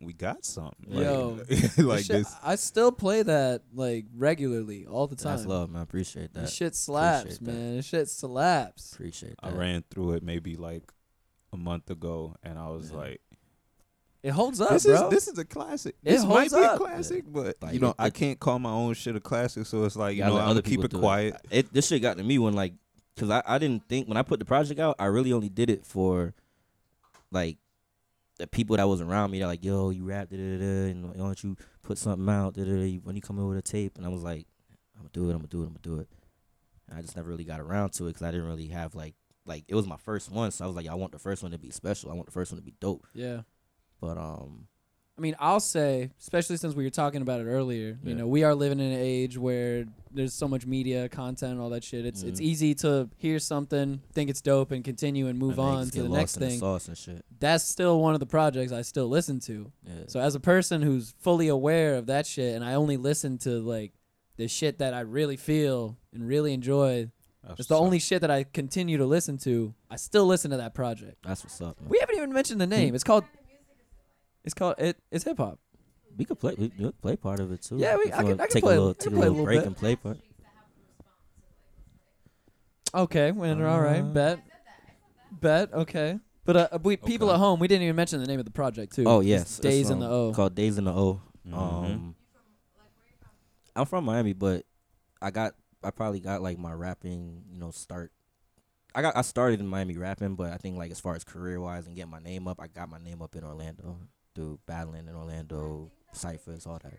[SPEAKER 4] we got something *laughs* Like-
[SPEAKER 2] Yo.
[SPEAKER 4] like
[SPEAKER 2] Shit,
[SPEAKER 4] this
[SPEAKER 2] I still play that like regularly all the time.
[SPEAKER 3] *laughs* That's love, man. Appreciate
[SPEAKER 2] This
[SPEAKER 3] that.
[SPEAKER 2] shit slaps,
[SPEAKER 3] Appreciate that.
[SPEAKER 2] man. This shit slaps.
[SPEAKER 3] Appreciate
[SPEAKER 4] i
[SPEAKER 3] that.
[SPEAKER 4] ran through it maybe like a month ago and i was
[SPEAKER 3] Yeah.
[SPEAKER 4] like
[SPEAKER 2] It holds up,
[SPEAKER 4] this
[SPEAKER 2] bro.
[SPEAKER 4] is this is a classic.
[SPEAKER 2] It
[SPEAKER 4] This might
[SPEAKER 2] holds
[SPEAKER 4] be
[SPEAKER 2] up.
[SPEAKER 4] a classic, but
[SPEAKER 3] Like,
[SPEAKER 4] you know
[SPEAKER 3] it-
[SPEAKER 4] I
[SPEAKER 3] it-
[SPEAKER 4] can't call my own shit a classic, so it's like you
[SPEAKER 3] Gotta
[SPEAKER 4] know
[SPEAKER 3] let
[SPEAKER 4] I'm
[SPEAKER 3] other
[SPEAKER 4] gonna keep
[SPEAKER 3] people
[SPEAKER 4] it
[SPEAKER 3] do
[SPEAKER 4] quiet.
[SPEAKER 3] It this shit got to me when like, cause I, I didn't think when I put the project out, I really only did it for, like, the people that was around me. They're like, yo, you rap, da da da, and why don't you put something out, da da da. When you come in with a tape, and I was like, I'm gonna do it, I'm gonna do it, I'm gonna do it. And I just never really got around to it because I didn't really have like like it was my first one, so I was like, I want the first one to be special. I want the first one to be dope.
[SPEAKER 2] yeah.
[SPEAKER 3] But um,
[SPEAKER 2] I mean, I'll say, especially since we were talking about it earlier, you
[SPEAKER 3] Yeah.
[SPEAKER 2] know, we are living in an age where there's so much media content and all that shit. It's it's
[SPEAKER 3] Mhm.
[SPEAKER 2] easy to hear something, think it's dope, and continue and move
[SPEAKER 3] I think
[SPEAKER 2] on
[SPEAKER 3] just
[SPEAKER 2] to
[SPEAKER 3] get
[SPEAKER 2] the
[SPEAKER 3] lost
[SPEAKER 2] next
[SPEAKER 3] in the
[SPEAKER 2] thing.
[SPEAKER 3] sauce and shit.
[SPEAKER 2] That's still one of the projects I still listen to.
[SPEAKER 3] Yeah.
[SPEAKER 2] So as a person who's fully aware of that shit, and I only listen to like the shit that I really feel and really enjoy. It's the only shit that I continue to listen to. I still listen to that project.
[SPEAKER 3] that's what's up. Man.
[SPEAKER 2] We haven't even mentioned the name. It's called. It's called it. It's hip hop.
[SPEAKER 3] We could play. We we could play part of it too.
[SPEAKER 2] Yeah, we- I
[SPEAKER 3] If you
[SPEAKER 2] could-
[SPEAKER 3] wanna
[SPEAKER 2] I could
[SPEAKER 3] take
[SPEAKER 2] play-
[SPEAKER 3] a
[SPEAKER 2] I
[SPEAKER 3] little,
[SPEAKER 2] could
[SPEAKER 3] take a
[SPEAKER 2] play a
[SPEAKER 3] little
[SPEAKER 2] little
[SPEAKER 3] break
[SPEAKER 2] bit.
[SPEAKER 3] and play part.
[SPEAKER 2] Okay, winner. all right,
[SPEAKER 3] Uh,
[SPEAKER 2] bet, bet. Okay, but uh, we people at home, we didn't even mention the name of the project too.
[SPEAKER 3] Oh
[SPEAKER 2] It's
[SPEAKER 3] yes, it's,
[SPEAKER 2] Days in
[SPEAKER 3] um,
[SPEAKER 2] the O. Mm-hmm.
[SPEAKER 3] Called Days in the O.
[SPEAKER 4] Mhm.
[SPEAKER 3] Um, I'm from Miami, but I got I probably got like my rapping, you know, start. I got I started in Miami rapping, but I think like as far as career wise and getting my name up, I got my name up in Orlando through battling in Orlando, ciphers, all that.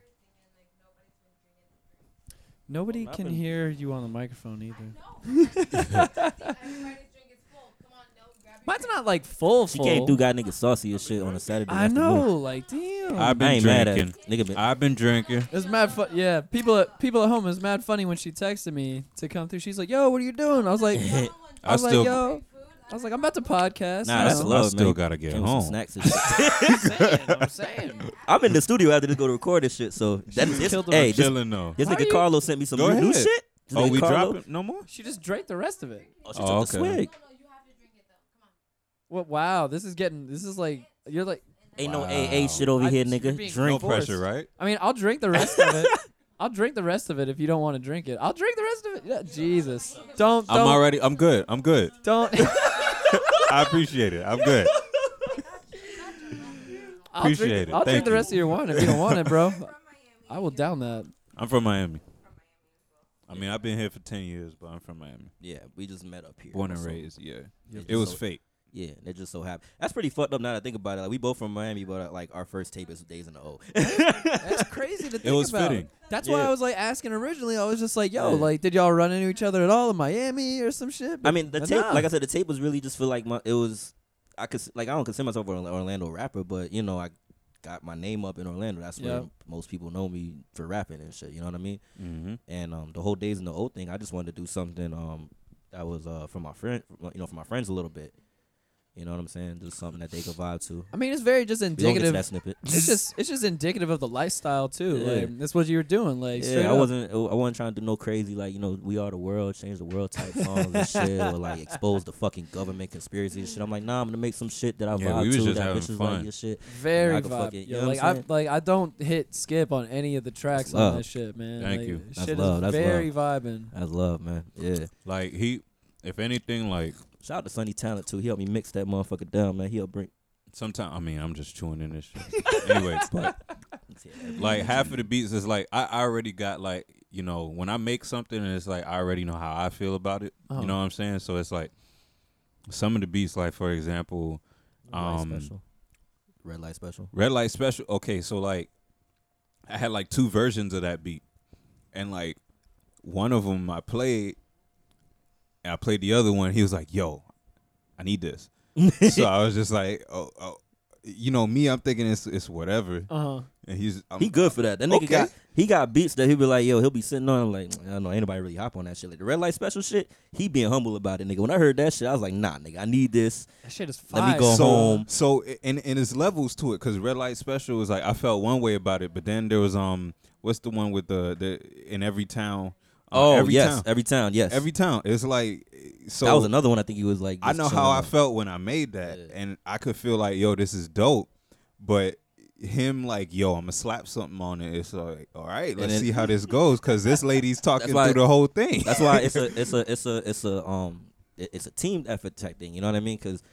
[SPEAKER 2] Nobody
[SPEAKER 3] Well,
[SPEAKER 2] can
[SPEAKER 3] nothing.
[SPEAKER 2] hear you on the microphone either. Mine's not like full.
[SPEAKER 3] She
[SPEAKER 2] full.
[SPEAKER 3] can't do got nigga saucy and shit on a Saturday.
[SPEAKER 2] I know, like damn.
[SPEAKER 4] I've been
[SPEAKER 3] I ain't mad at
[SPEAKER 4] drinking.
[SPEAKER 3] it. nigga. Been,
[SPEAKER 4] I've been drinking.
[SPEAKER 2] It's mad fun. Yeah, people at people at home is mad funny when she texted me to come through. She's like, "Yo, what are you doing?" I was
[SPEAKER 3] *laughs*
[SPEAKER 2] like, "I
[SPEAKER 4] I
[SPEAKER 2] was
[SPEAKER 4] still-
[SPEAKER 2] like, yo." I was like, "I'm about to podcast."
[SPEAKER 3] Nah,
[SPEAKER 2] you
[SPEAKER 3] that's
[SPEAKER 2] know.
[SPEAKER 3] love,
[SPEAKER 4] I still
[SPEAKER 3] man.
[SPEAKER 4] gotta get
[SPEAKER 3] came with some
[SPEAKER 4] home.
[SPEAKER 3] snacks and shit. *laughs*
[SPEAKER 2] I'm saying.
[SPEAKER 3] I'm in the studio after this go to record this shit. So that is
[SPEAKER 2] killed the
[SPEAKER 3] hey, this,
[SPEAKER 4] Chilling though.
[SPEAKER 3] this
[SPEAKER 2] How you-
[SPEAKER 3] nigga Carlo sent me some
[SPEAKER 4] Go
[SPEAKER 3] new, new
[SPEAKER 4] ahead.
[SPEAKER 3] shit. This
[SPEAKER 4] Oh,
[SPEAKER 3] nigga
[SPEAKER 4] we
[SPEAKER 3] Carlo-
[SPEAKER 4] dropping no more.
[SPEAKER 2] She just drank the rest of it.
[SPEAKER 3] Oh, she
[SPEAKER 4] Oh,
[SPEAKER 3] took the
[SPEAKER 4] okay.
[SPEAKER 3] swig.
[SPEAKER 2] What? Wow, this is getting. This is like you're like.
[SPEAKER 3] Ain't
[SPEAKER 4] Wow.
[SPEAKER 3] no AA shit over
[SPEAKER 2] I-
[SPEAKER 3] here,
[SPEAKER 2] you're
[SPEAKER 3] nigga.
[SPEAKER 2] being
[SPEAKER 4] No
[SPEAKER 2] Drink. forced.
[SPEAKER 4] pressure, right?
[SPEAKER 2] I mean, I'll drink the rest of it. *laughs* I'll drink the rest of it if you don't want to drink it. I'll drink the rest of it. Yeah, Jesus, don't
[SPEAKER 4] I'm
[SPEAKER 2] don't
[SPEAKER 4] already. I'm good. I'm good.
[SPEAKER 2] *laughs* don't.
[SPEAKER 4] I appreciate it. I'm good.
[SPEAKER 2] I'll drink-
[SPEAKER 4] *laughs* Appreciate it.
[SPEAKER 2] I'll drink
[SPEAKER 4] Thank
[SPEAKER 2] the
[SPEAKER 4] you.
[SPEAKER 2] rest of your wine if you don't want it, bro. I will down that.
[SPEAKER 4] I'm from Miami. I mean, I've been here for ten years, but I'm from Miami.
[SPEAKER 3] Yeah, we just met up here.
[SPEAKER 4] Born and
[SPEAKER 3] So,
[SPEAKER 4] raised. Yeah.
[SPEAKER 3] yeah,
[SPEAKER 4] It was
[SPEAKER 3] so-
[SPEAKER 4] fake.
[SPEAKER 3] Yeah, they're just so happy. That's pretty fucked up now that I think about it. Like we both from Miami, but uh, like our first tape is Days in the O. *laughs*
[SPEAKER 2] That's crazy to think
[SPEAKER 4] was
[SPEAKER 2] about.
[SPEAKER 4] fitting.
[SPEAKER 2] That's why
[SPEAKER 3] Yeah.
[SPEAKER 2] I was like asking originally. I was just like, "Yo,
[SPEAKER 3] Yeah.
[SPEAKER 2] like, did y'all run into each other at all in Miami or some shit?"
[SPEAKER 3] I mean, the
[SPEAKER 2] But
[SPEAKER 3] tape,
[SPEAKER 2] nah.
[SPEAKER 3] like I said, the tape was really just for like my. It was, I could like I don't consider myself an Orlando rapper, but you know I got my name up in Orlando. That's where
[SPEAKER 2] Yeah.
[SPEAKER 3] most people know me for rapping and shit. You know what I mean?
[SPEAKER 4] Mm-hmm.
[SPEAKER 3] and um, the whole days in the old thing, I just wanted to do something um, that was uh, for my friend, you know, for my friends a little bit. You know what I'm saying? Just something that they could vibe to.
[SPEAKER 2] I mean, it's very just
[SPEAKER 3] We don't get to
[SPEAKER 2] indicative.
[SPEAKER 3] that snippet.
[SPEAKER 2] It's just, it's just indicative of the lifestyle too.
[SPEAKER 3] Yeah.
[SPEAKER 2] Like, that's what you were doing. Like, straight
[SPEAKER 3] yeah, I
[SPEAKER 2] up.
[SPEAKER 3] wasn't. I wasn't trying to do no crazy like you know we are the world, change the world type songs and shit, or like expose the fucking government conspiracy and shit. I'm like, nah, I'm gonna make some shit that I
[SPEAKER 4] Yeah,
[SPEAKER 3] vibe
[SPEAKER 4] we was
[SPEAKER 3] to
[SPEAKER 4] just
[SPEAKER 3] that
[SPEAKER 4] having
[SPEAKER 3] bitches
[SPEAKER 4] fun.
[SPEAKER 3] like your shit.
[SPEAKER 2] Very
[SPEAKER 3] I can fuck
[SPEAKER 2] vibe.
[SPEAKER 3] it, you
[SPEAKER 2] Yo,
[SPEAKER 3] know what
[SPEAKER 2] like
[SPEAKER 3] I'm
[SPEAKER 2] I
[SPEAKER 3] saying?
[SPEAKER 2] like I don't hit skip on any of the tracks on
[SPEAKER 3] love.
[SPEAKER 2] that shit, man.
[SPEAKER 4] Thank
[SPEAKER 2] Like,
[SPEAKER 4] you.
[SPEAKER 2] Shit
[SPEAKER 3] That's
[SPEAKER 2] is
[SPEAKER 3] love, that's
[SPEAKER 2] very vibing.
[SPEAKER 3] That's love, man. Yeah.
[SPEAKER 4] Like he, if anything, like
[SPEAKER 3] Shout out to Sonny Talent too. He helped me mix that motherfucker down, man. He'll bring.
[SPEAKER 4] sometimes I mean I'm just chewing in this
[SPEAKER 3] *laughs*
[SPEAKER 4] shit. anyway, *laughs* but like half of the beats is like I already got like you know when I make something and it's like I already know how I feel about it.
[SPEAKER 3] Oh.
[SPEAKER 2] Uh-huh.
[SPEAKER 4] You know what I'm saying? So it's like some of the beats, like for example,
[SPEAKER 3] Red light
[SPEAKER 4] um,
[SPEAKER 3] special. Red light special.
[SPEAKER 4] Red Light Special. Okay, so like I had like two versions of that beat, and like one of
[SPEAKER 3] *laughs*
[SPEAKER 4] them I played, and I played the other one. He was like, "Yo, I need this," so I was just like, oh, oh, you know me, I'm thinking it's it's whatever,
[SPEAKER 2] Uh huh.
[SPEAKER 4] and he's I'm,
[SPEAKER 3] He good for that. That nigga
[SPEAKER 4] Okay.
[SPEAKER 3] got he got beats that he'll be like, yo, he'll be sitting on. I'm like, I don't know, ain't nobody really hop on that shit. Like the red light special shit, he being humble about it, nigga. When I heard that shit, I was like, nah, nigga, I need this.
[SPEAKER 2] That shit is fire.
[SPEAKER 3] Let me go
[SPEAKER 4] so,
[SPEAKER 3] home.
[SPEAKER 4] So and and it's levels to it because red light special was like I felt one way about it, but then there was um what's the one with the the in every town. uh,
[SPEAKER 3] Oh
[SPEAKER 4] every
[SPEAKER 3] yes,
[SPEAKER 4] town.
[SPEAKER 3] every town, yes.
[SPEAKER 4] every town. It's like so
[SPEAKER 3] that was another one. I think he was like,
[SPEAKER 4] I
[SPEAKER 3] just
[SPEAKER 4] know
[SPEAKER 3] chilling
[SPEAKER 4] how I
[SPEAKER 3] out.
[SPEAKER 4] felt when I made that,
[SPEAKER 3] Yeah.
[SPEAKER 4] and I could feel like, yo, this is dope, but him like, yo, I'm gonna slap something on it. It's like, all right, let's
[SPEAKER 3] then-
[SPEAKER 4] see how this goes, because this
[SPEAKER 3] *laughs*
[SPEAKER 4] lady's talking
[SPEAKER 3] why-
[SPEAKER 4] through the whole thing.
[SPEAKER 3] That's why it's a it's a it's a it's a um it- it's a team effort type thing. You know what I mean? Because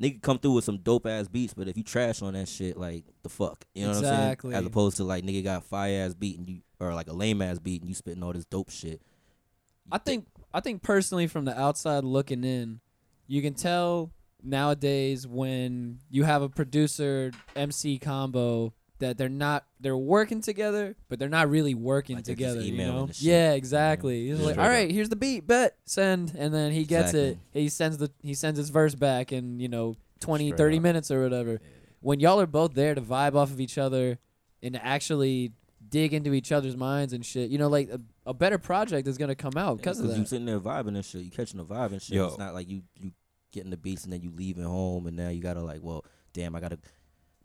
[SPEAKER 3] nigga come through with some dope ass beats, but if you trash on that shit, like the fuck, you know
[SPEAKER 2] Exactly.
[SPEAKER 3] what I'm saying? As opposed to like nigga got fire ass beat and you or like a lame ass beat and you spitting all this dope shit.
[SPEAKER 2] I think I think personally from the outside looking in, you can tell nowadays when you have a producer MC combo that they're not they're working together, but they're not really working
[SPEAKER 3] Like they're just
[SPEAKER 2] together. You
[SPEAKER 3] emailing
[SPEAKER 2] know?
[SPEAKER 3] the shit,
[SPEAKER 2] Yeah, exactly. He's like,
[SPEAKER 4] Straight
[SPEAKER 2] all right, here's the beat, bet send, and then he gets it.
[SPEAKER 3] Exactly.
[SPEAKER 2] He sends the he sends his verse back in you know 20,
[SPEAKER 4] Straight
[SPEAKER 2] 30
[SPEAKER 4] up.
[SPEAKER 2] minutes or whatever. When y'all are both there to vibe off of each other and to actually dig into each other's minds and shit. You know, like a, a better project is gonna come out because of
[SPEAKER 3] you
[SPEAKER 2] that.
[SPEAKER 3] sitting there vibing and shit, you catching the vibe and shit.
[SPEAKER 4] Yo.
[SPEAKER 3] It's not like you you getting the beats and then you leaving home and now you gotta like, well, damn, I gotta.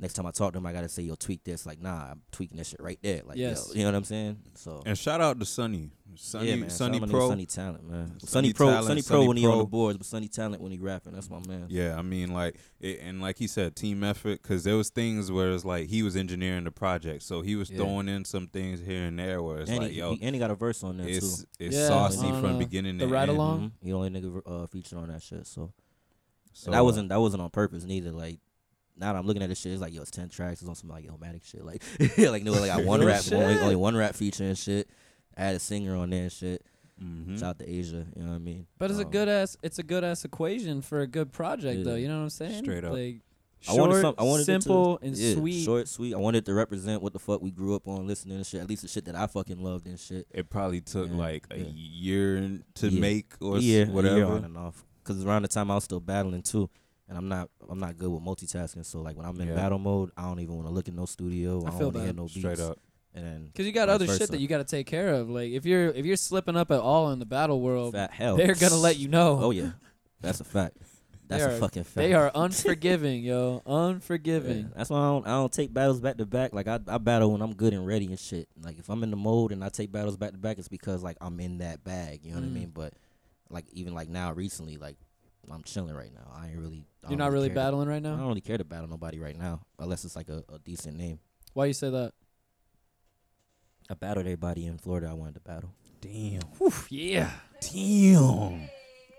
[SPEAKER 3] Next time I talk to him, I gotta say, yo, tweak this. Like, nah, I'm tweaking this shit right there. Like, yo,
[SPEAKER 2] Yes.
[SPEAKER 3] you know what I'm saying? So
[SPEAKER 4] *laughs* and shout out to Sunny,
[SPEAKER 3] yeah,
[SPEAKER 4] Sunny,
[SPEAKER 3] man. Shout
[SPEAKER 4] Sunny
[SPEAKER 3] out my nigga
[SPEAKER 4] Pro.
[SPEAKER 3] Sunny Talent, man. Sunny,
[SPEAKER 4] Sunny
[SPEAKER 3] Pro,
[SPEAKER 4] Talent,
[SPEAKER 3] Sunny Pro
[SPEAKER 4] Sunny
[SPEAKER 3] when he on the
[SPEAKER 4] Pro.
[SPEAKER 3] boards, but Sunny Talent when he rapping. That's my man.
[SPEAKER 4] Yeah, I mean, like, it, and like he said, team effort, because there was things where it's like he was engineering the project, so he was
[SPEAKER 3] Yeah.
[SPEAKER 4] throwing in some things here and there where it's
[SPEAKER 3] and,
[SPEAKER 4] like,
[SPEAKER 3] he,
[SPEAKER 4] yo,
[SPEAKER 3] he- and he got a verse on there
[SPEAKER 4] it's
[SPEAKER 3] too.
[SPEAKER 4] it's
[SPEAKER 2] Yeah,
[SPEAKER 4] saucy
[SPEAKER 2] on,
[SPEAKER 4] from
[SPEAKER 2] uh,
[SPEAKER 4] beginning
[SPEAKER 2] the
[SPEAKER 4] to
[SPEAKER 2] ride
[SPEAKER 4] end.
[SPEAKER 2] along. Long?
[SPEAKER 3] Mhm. He the only nigga uh, featured on that shit. So,
[SPEAKER 4] So uh,
[SPEAKER 3] and that wasn't that wasn't on purpose neither. Like. Now that I'm looking at this shit, it's like yo, it's ten tracks. It's on some like Illmatic shit. Like, *laughs* like no, like I one
[SPEAKER 2] Real
[SPEAKER 3] rap, only,
[SPEAKER 2] shit.
[SPEAKER 3] only one rap feature and shit. I had a singer on there and shit.
[SPEAKER 4] mhm.
[SPEAKER 3] Shout out to Asia, you know what I mean?
[SPEAKER 2] But it's a
[SPEAKER 3] Um,
[SPEAKER 2] good ass it's a good ass equation for a good project
[SPEAKER 3] Yeah.
[SPEAKER 2] though. You know what I'm saying?
[SPEAKER 4] Straight up.
[SPEAKER 2] Like
[SPEAKER 3] I
[SPEAKER 2] short,
[SPEAKER 3] wanted some- I wanted it to-
[SPEAKER 2] simple and
[SPEAKER 3] yeah,
[SPEAKER 2] sweet.
[SPEAKER 3] short, sweet. I wanted to represent what the fuck we grew up on, listening to shit. At least the shit that I fucking loved and shit.
[SPEAKER 4] It probably took
[SPEAKER 3] Yeah,
[SPEAKER 4] like a
[SPEAKER 3] yeah.
[SPEAKER 4] year to
[SPEAKER 3] Yeah.
[SPEAKER 4] make or s-
[SPEAKER 3] yeah,
[SPEAKER 4] whatever.
[SPEAKER 3] on and off. Because around the time I was still battling too, and I'm not I'm not good with multitasking. So like when I'm in
[SPEAKER 4] Yeah.
[SPEAKER 3] battle mode, I don't even want to look at no studio.
[SPEAKER 2] I
[SPEAKER 3] I, don't
[SPEAKER 2] feel
[SPEAKER 3] want to hear
[SPEAKER 2] that.
[SPEAKER 3] no beats.
[SPEAKER 4] Straight up.
[SPEAKER 3] And then
[SPEAKER 2] Cause you got
[SPEAKER 3] vice
[SPEAKER 2] other shit
[SPEAKER 3] versa.
[SPEAKER 2] that you got to take care of. Like if you're if you're slipping up at all in the battle world,
[SPEAKER 3] fat
[SPEAKER 2] *laughs*
[SPEAKER 3] hell,
[SPEAKER 2] they're gonna let you know.
[SPEAKER 3] Oh yeah, that's a fact. That's
[SPEAKER 2] They
[SPEAKER 3] a
[SPEAKER 2] are-
[SPEAKER 3] fucking fact.
[SPEAKER 2] They are unforgiving, yo.
[SPEAKER 3] *laughs* Yeah,
[SPEAKER 2] Unforgiving.
[SPEAKER 3] That's why I don't, I don't take battles back to back. Like I, I battle when I'm good and ready and shit. Like if I'm in the mode and I take battles back to back, it's because like I'm in that bag. You know what
[SPEAKER 2] Mm.
[SPEAKER 3] I mean? But like even like now recently, like I'm chilling right now. I ain't really.
[SPEAKER 2] You're
[SPEAKER 3] I don't
[SPEAKER 2] not really
[SPEAKER 3] care to-
[SPEAKER 2] battling right now.
[SPEAKER 3] I don't really care to battle nobody right now, unless it's like a, a decent name.
[SPEAKER 2] Why you say that?
[SPEAKER 3] I battled everybody in Florida I wanted to battle.
[SPEAKER 4] Damn.
[SPEAKER 2] yeah.
[SPEAKER 4] Damn.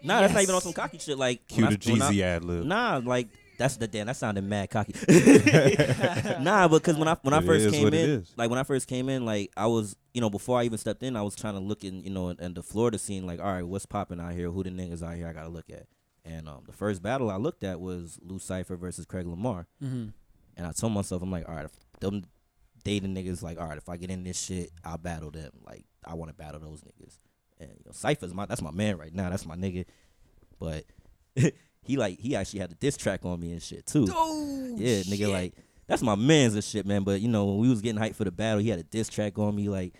[SPEAKER 3] Nah, that's not even on some cocky shit. Like
[SPEAKER 4] Cue
[SPEAKER 3] when
[SPEAKER 4] the
[SPEAKER 3] I- when I-
[SPEAKER 4] Jeezy ad lib.
[SPEAKER 3] Nah, like that's the damn. That sounded mad
[SPEAKER 4] *laughs*
[SPEAKER 3] cocky. *laughs* nah, because when I when I
[SPEAKER 4] It
[SPEAKER 3] first
[SPEAKER 4] is
[SPEAKER 3] came
[SPEAKER 4] what it
[SPEAKER 3] in,
[SPEAKER 4] is.
[SPEAKER 3] like when I first came in, like I was, you know, before I even stepped in, I was trying to look in, you know, in, in the Florida scene, like, all right, what's popping out here? Who the niggas out here? I gotta look at. And um, the first battle I looked at was Lou Cipher versus Craig Lamar.
[SPEAKER 2] Mm-hmm.
[SPEAKER 3] And I told myself, I'm like, all right, if them dating niggas, like, all right, if I get in this shit, I'll battle them. Like, I want to battle those niggas. And you know, Cypher's my that's my man right now. That's my nigga. But *laughs* he like he actually had a diss track on me and shit too. yeah, nigga, like that's my man's and shit, man. But you know, when we was getting hyped for the battle, he had a diss track on me. Like,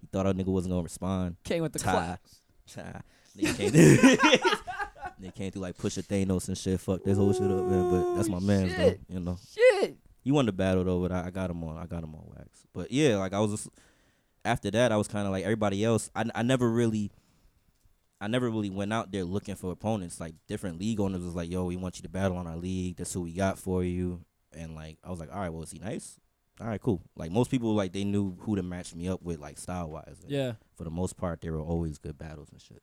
[SPEAKER 3] he thought our nigga wasn't gonna respond.
[SPEAKER 2] Came with the
[SPEAKER 3] Ty.
[SPEAKER 2] clap.
[SPEAKER 3] nigga came through. *laughs* nigga came through like push a Thanos and shit. Fuck this whole shit up, man. But that's my man's though.
[SPEAKER 2] shit.
[SPEAKER 3] You know.
[SPEAKER 2] Shit.
[SPEAKER 3] He won the battle though, but I, I got him on. I got him on wax. But yeah, like I was just after that, I was kind of like everybody else. I I never really, I never really went out there looking for opponents. Like different league owners was like, "Yo, we want you to battle on our league. That's who we got for you." And like I was like, "All right, well, is he nice? All right, cool." Like most people, like they knew who to match me up with, like style wise.
[SPEAKER 2] Yeah.
[SPEAKER 3] For the most part, they were always good battles and shit.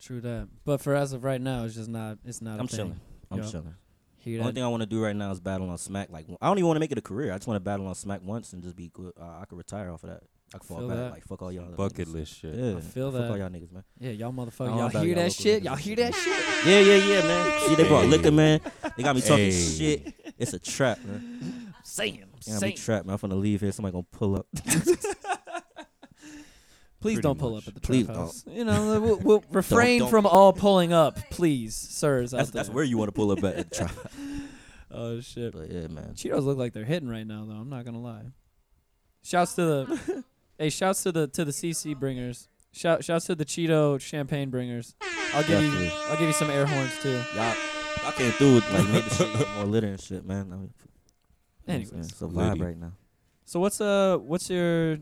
[SPEAKER 2] True that. But for as of right now, it's just not. It's not. a
[SPEAKER 3] I'm
[SPEAKER 2] thing.
[SPEAKER 3] chilling. I'm
[SPEAKER 2] Yup.
[SPEAKER 3] chilling.
[SPEAKER 2] Hear
[SPEAKER 3] The only
[SPEAKER 2] that?
[SPEAKER 3] thing I want to do right now is battle on Smack. Like I don't even want to make it a career. I just want to battle on Smack once and just be good. Uh, I could retire off of that. I could fall
[SPEAKER 2] Feel
[SPEAKER 3] back.
[SPEAKER 2] that.
[SPEAKER 3] Like fuck all y'all. other
[SPEAKER 4] Bucket
[SPEAKER 3] niggas.
[SPEAKER 4] list shit.
[SPEAKER 3] Yeah,
[SPEAKER 2] I feel
[SPEAKER 3] fuck
[SPEAKER 2] that.
[SPEAKER 3] all y'all niggas, man.
[SPEAKER 2] Yeah, y'all
[SPEAKER 3] I
[SPEAKER 2] motherfuckers.
[SPEAKER 3] don't
[SPEAKER 2] Y'all
[SPEAKER 3] battle
[SPEAKER 2] hear
[SPEAKER 3] y'all
[SPEAKER 2] that
[SPEAKER 3] local
[SPEAKER 2] shit?
[SPEAKER 3] niggas
[SPEAKER 2] Y'all
[SPEAKER 3] and
[SPEAKER 2] hear
[SPEAKER 3] shit.
[SPEAKER 2] that shit?
[SPEAKER 3] Yeah, yeah, yeah, man. See, they brought
[SPEAKER 4] Hey.
[SPEAKER 3] liquor, man. They got me talking
[SPEAKER 4] Hey.
[SPEAKER 3] shit. It's a trap, man.
[SPEAKER 2] Sam.
[SPEAKER 3] They got me trapped, man. I'm finna leave here. Somebody gonna pull up.
[SPEAKER 2] Please
[SPEAKER 1] Pretty
[SPEAKER 2] don't pull
[SPEAKER 1] much.
[SPEAKER 2] up at the
[SPEAKER 3] Please
[SPEAKER 2] trap house. You know, we'll, we'll refrain
[SPEAKER 3] *laughs* don't.
[SPEAKER 2] from all pulling up, please, sirs. out
[SPEAKER 3] That's, that's
[SPEAKER 2] there.
[SPEAKER 3] where you want to pull up
[SPEAKER 2] *laughs*
[SPEAKER 3] at. Try.
[SPEAKER 2] Oh shit.
[SPEAKER 3] But yeah, man.
[SPEAKER 2] Cheetos look like they're hitting right now, though. I'm not gonna lie. Shouts to the, hey, shouts to the to the CC bringers. Shout shouts to the Cheeto champagne bringers. I'll give you
[SPEAKER 3] Definitely.
[SPEAKER 2] I'll give you some air horns too.
[SPEAKER 3] Y'all, y'all came through with like made the shit more litter and shit, man. I mean,
[SPEAKER 2] Anyways,
[SPEAKER 3] it's a vibe
[SPEAKER 4] Litty.
[SPEAKER 3] right now.
[SPEAKER 2] so what's uh what's your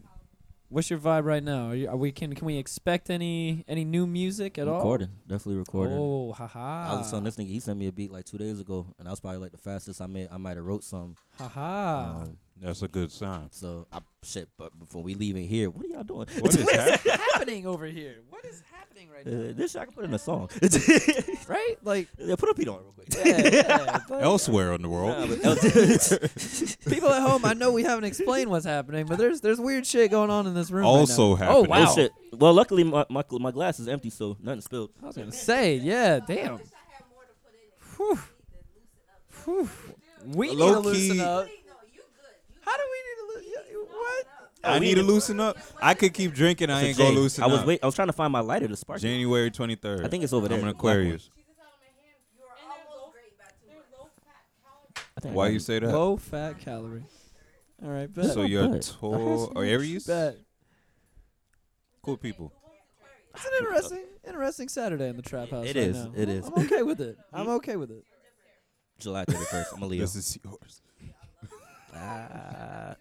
[SPEAKER 2] what's your vibe right now? Are, you, are we can can we expect any any new music at all?
[SPEAKER 3] recording, definitely recording.
[SPEAKER 2] Oh
[SPEAKER 3] I
[SPEAKER 2] haha.
[SPEAKER 3] was telling this nigga he sent me a beat like two days ago, and that was probably like the fastest I made. I might have wrote some.
[SPEAKER 4] Oh. Ah.
[SPEAKER 2] haha.
[SPEAKER 3] Um,
[SPEAKER 4] That's a
[SPEAKER 3] *laughs*
[SPEAKER 4] good sign.
[SPEAKER 3] so I shit, but before we leave in here, what are y'all doing?
[SPEAKER 4] What is that?
[SPEAKER 2] happening over here? What is happening right
[SPEAKER 3] Uh, *laughs* this shit I can put in a song.
[SPEAKER 2] *laughs* Right? Like
[SPEAKER 3] yeah, put a beat on it real quick. Oh,
[SPEAKER 2] yeah,
[SPEAKER 3] *laughs*
[SPEAKER 2] yeah, but-
[SPEAKER 4] *laughs* Elsewhere in the world.
[SPEAKER 3] Nah, but else-
[SPEAKER 2] People at home, I know we haven't explained what's happening, but there's there's weird shit going on in this room. right now.
[SPEAKER 4] Also
[SPEAKER 2] Oh
[SPEAKER 4] happening.
[SPEAKER 2] wow!
[SPEAKER 3] Oh shit. Well, luckily my, my gl- my glass is empty, so nothing spilled.
[SPEAKER 2] I was gonna say, yeah, damn.
[SPEAKER 5] wish I had more to put in it.
[SPEAKER 2] Whew. Whew. We need to
[SPEAKER 4] Low-key-
[SPEAKER 2] loosen up.
[SPEAKER 5] No, you good. You
[SPEAKER 2] How do we need to loosen? What?
[SPEAKER 4] I need to loosen up. I could keep drinking. I
[SPEAKER 3] It's a
[SPEAKER 4] ain't gonna
[SPEAKER 3] J.
[SPEAKER 4] loosen
[SPEAKER 3] I was
[SPEAKER 4] up.
[SPEAKER 3] wait. I was trying to find my lighter to spark. it.
[SPEAKER 4] January 23rd.
[SPEAKER 3] I think it's over there.
[SPEAKER 4] I'm an
[SPEAKER 3] the black one.
[SPEAKER 4] Aquarius.
[SPEAKER 5] She's just out of my hand. You are almost great by two months.
[SPEAKER 3] I think I
[SPEAKER 4] Why
[SPEAKER 3] got
[SPEAKER 4] you
[SPEAKER 3] it.
[SPEAKER 4] say that?
[SPEAKER 2] Low fat calorie. All right, bet.
[SPEAKER 4] so you're a
[SPEAKER 3] bet.
[SPEAKER 4] Taur or Aries?
[SPEAKER 2] bet.
[SPEAKER 4] Cool people.
[SPEAKER 2] It's an interesting, interesting Saturday in the trap house.
[SPEAKER 3] It
[SPEAKER 2] right
[SPEAKER 3] is,
[SPEAKER 2] now.
[SPEAKER 3] it is.
[SPEAKER 2] I'm okay with it. I'm okay with it.
[SPEAKER 3] *laughs* July 31st. I'm a Leo.
[SPEAKER 4] This is yours.
[SPEAKER 3] Ah.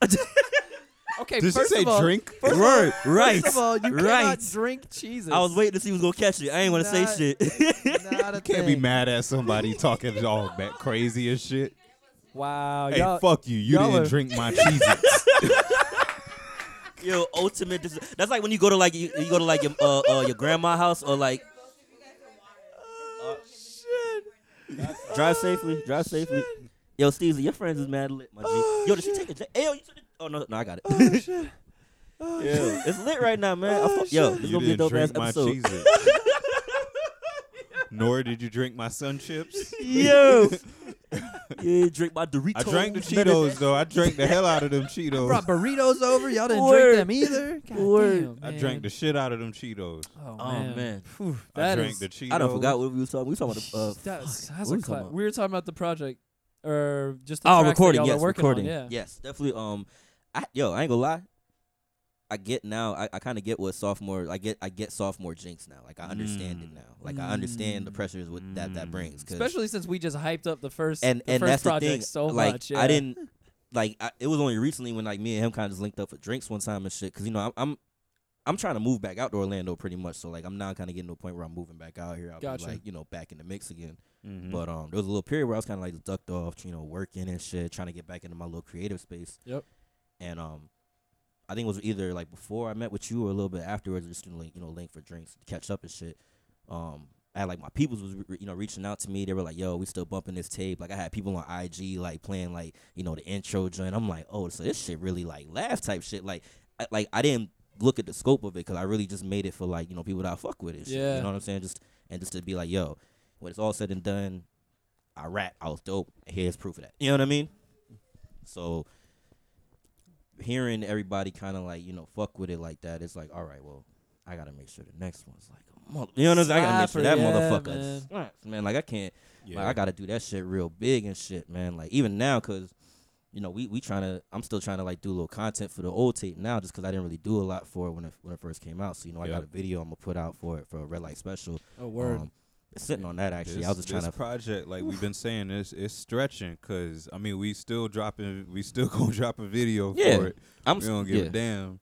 [SPEAKER 3] *laughs*
[SPEAKER 2] Okay,
[SPEAKER 4] Did she
[SPEAKER 2] first
[SPEAKER 4] say
[SPEAKER 2] of all,
[SPEAKER 4] drink?
[SPEAKER 3] Right, right,
[SPEAKER 2] First of all, you cannot
[SPEAKER 3] right.
[SPEAKER 2] drink cheeses.
[SPEAKER 3] I was waiting to see who was gonna catch it. I ain't want to say
[SPEAKER 2] Not-
[SPEAKER 3] shit. *laughs*
[SPEAKER 4] *laughs*
[SPEAKER 2] Not a
[SPEAKER 4] Can't be
[SPEAKER 2] thing.
[SPEAKER 4] mad
[SPEAKER 2] *laughs*
[SPEAKER 4] at somebody talking all that crazy as shit.
[SPEAKER 2] Wow,
[SPEAKER 4] Hey,
[SPEAKER 2] y'all,
[SPEAKER 4] fuck you. You
[SPEAKER 2] y'all
[SPEAKER 4] didn't
[SPEAKER 2] are-
[SPEAKER 3] *laughs*
[SPEAKER 4] drink my cheeses.
[SPEAKER 3] Yo, ultimate. Dis- that's like when you go to like you, you go to like your uh, uh your grandma house or like.
[SPEAKER 5] Uh.
[SPEAKER 3] Drive safely. Drive safely.
[SPEAKER 2] *laughs*
[SPEAKER 3] Yo, Steezy, your friends is mad lit, my G. yo, did she take a J? Hey, yo, you took it. Oh no, no, I got it. *laughs*
[SPEAKER 4] *laughs*
[SPEAKER 3] Yo, it's lit right now, man. I
[SPEAKER 2] Oh,
[SPEAKER 3] fu- yo,
[SPEAKER 2] shit.
[SPEAKER 3] this
[SPEAKER 4] you
[SPEAKER 3] gonna be a
[SPEAKER 4] didn't
[SPEAKER 3] dope ass
[SPEAKER 4] drink my
[SPEAKER 3] episode.
[SPEAKER 4] cheeses.
[SPEAKER 3] *laughs*
[SPEAKER 4] Nor did you drink my sun chips.
[SPEAKER 3] *laughs* Yo, yeah, drink my Doritos.
[SPEAKER 4] I drank
[SPEAKER 3] *laughs*
[SPEAKER 4] the
[SPEAKER 3] Better than-
[SPEAKER 4] Cheetos though. I drank the hell out of them Cheetos.
[SPEAKER 2] brought burritos over. Y'all didn't
[SPEAKER 3] Word.
[SPEAKER 2] drink them either. God
[SPEAKER 3] Word.
[SPEAKER 2] damn,
[SPEAKER 4] I
[SPEAKER 2] man.
[SPEAKER 4] drank the shit out of them Cheetos.
[SPEAKER 2] Oh
[SPEAKER 3] Oh
[SPEAKER 2] man,
[SPEAKER 3] man,
[SPEAKER 2] Phew,
[SPEAKER 4] I
[SPEAKER 2] that
[SPEAKER 4] drank
[SPEAKER 2] is-
[SPEAKER 4] the Cheetos.
[SPEAKER 3] I don't forgot what we was talking. We was talking about the. Uh,
[SPEAKER 2] that's,
[SPEAKER 3] fuck,
[SPEAKER 2] that's
[SPEAKER 3] what
[SPEAKER 2] a
[SPEAKER 3] we talking
[SPEAKER 2] cla-
[SPEAKER 3] about?
[SPEAKER 2] We were talking about the project, or just the
[SPEAKER 3] Oh,
[SPEAKER 2] tracks that
[SPEAKER 3] recording.
[SPEAKER 2] y'all are
[SPEAKER 3] Yes,
[SPEAKER 2] working on,
[SPEAKER 3] recording.
[SPEAKER 2] yeah.
[SPEAKER 3] Yes, definitely. Um, I, yo, I ain't gonna lie. I get now. I, I kind of get what sophomore. I get. I get sophomore jinx now. Like I understand it
[SPEAKER 4] Mm.
[SPEAKER 3] now. Like I understand the pressures with that that
[SPEAKER 4] Mm.
[SPEAKER 3] brings. 'cause-
[SPEAKER 2] Especially since we just hyped up the first
[SPEAKER 3] and
[SPEAKER 2] the
[SPEAKER 3] and
[SPEAKER 2] first
[SPEAKER 3] that's the
[SPEAKER 2] project
[SPEAKER 3] thing.
[SPEAKER 2] so
[SPEAKER 3] like
[SPEAKER 2] much. Yeah.
[SPEAKER 3] I didn't. Like I, it was only recently when like me and him kind of just linked up for drinks one time and shit. Cause you know I'm. I'm I'm trying to move back out to Orlando pretty much, so like I'm now kind of getting to a point where I'm moving back out here. I'll
[SPEAKER 2] Gotcha.
[SPEAKER 3] be like, you know, back in the mix again.
[SPEAKER 4] Mhm.
[SPEAKER 3] But um, there was a little period where I was kind of like ducked off, you know, working and shit, trying to get back into my little creative space.
[SPEAKER 2] Yep.
[SPEAKER 3] And um, I think it was either like before I met with you or a little bit afterwards, just to like you know, link for drinks, to catch up and shit. Um, I had like my peoples was re- you know reaching out to me. They were like, "Yo, we still bumping this tape." Like I had people on IG like playing like you know the intro joint. I'm like, "Oh, so this shit really like laugh type shit." Like, I, like I didn't look at the scope of it because I really just made it for like you know people that I fuck with. And shit,
[SPEAKER 2] Yeah.
[SPEAKER 3] You know what I'm saying? Just and just to be like, "Yo, when it's all said and done, I rap. I was dope. And here's proof of that. You know what I mean? So hearing everybody kind of like you know fuck with it like that, it's like all right, well, I gotta make sure the next one's like a mother- you know what I'm saying? I gotta make sure
[SPEAKER 2] Slapper,
[SPEAKER 3] that
[SPEAKER 2] yeah,
[SPEAKER 3] motherfucker
[SPEAKER 2] man.
[SPEAKER 3] slaps, man. Like I can't,
[SPEAKER 4] Yeah.
[SPEAKER 3] like I gotta do that shit real big and shit, man. Like even now, cause you know we we trying to, I'm still trying to like do a little content for the old tape now, just cause I didn't really do a lot for it when it when it first came out. So you know I
[SPEAKER 4] Yep.
[SPEAKER 3] got a video I'm gonna put out for it for a red light special.
[SPEAKER 2] Oh word.
[SPEAKER 3] Um, sitting on that actually, I was just trying
[SPEAKER 4] this
[SPEAKER 3] to
[SPEAKER 4] project like we've been saying it's it's stretching because I mean we still dropping we still *laughs* gonna drop a video
[SPEAKER 3] Yeah,
[SPEAKER 4] for it.
[SPEAKER 3] I'm
[SPEAKER 4] we
[SPEAKER 3] s-
[SPEAKER 4] don't give
[SPEAKER 3] yeah.
[SPEAKER 4] a damn,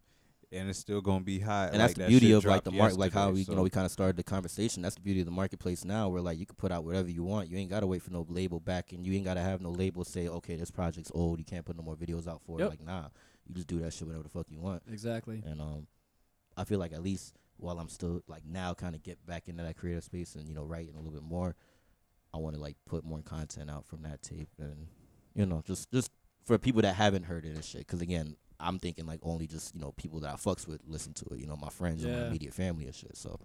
[SPEAKER 4] and it's still gonna be hot.
[SPEAKER 3] and
[SPEAKER 4] like
[SPEAKER 3] that's the
[SPEAKER 4] that
[SPEAKER 3] beauty
[SPEAKER 4] shit
[SPEAKER 3] of like the
[SPEAKER 4] dropped
[SPEAKER 3] mark, like how
[SPEAKER 4] yesterday,
[SPEAKER 3] we
[SPEAKER 4] so.
[SPEAKER 3] you know we kind of started the conversation. That's the beauty of the marketplace now, where like you can put out whatever you want. You ain't gotta wait for no label back, and you ain't gotta have no label say, okay, this project's old. You can't put no more videos out for
[SPEAKER 2] Yep.
[SPEAKER 3] it. Like nah, you just do that shit whatever the fuck you want.
[SPEAKER 2] Exactly.
[SPEAKER 3] *laughs* And um, I feel like at least while I'm still like now kind of get back into that creative space and you know writing a little bit more, I want to like put more content out from that tape and you know just just for people that haven't heard it and shit. Because again, I'm thinking like only just you know people that I fucks with listen to it. You know my friends and
[SPEAKER 2] Yeah.
[SPEAKER 3] my immediate family and shit. So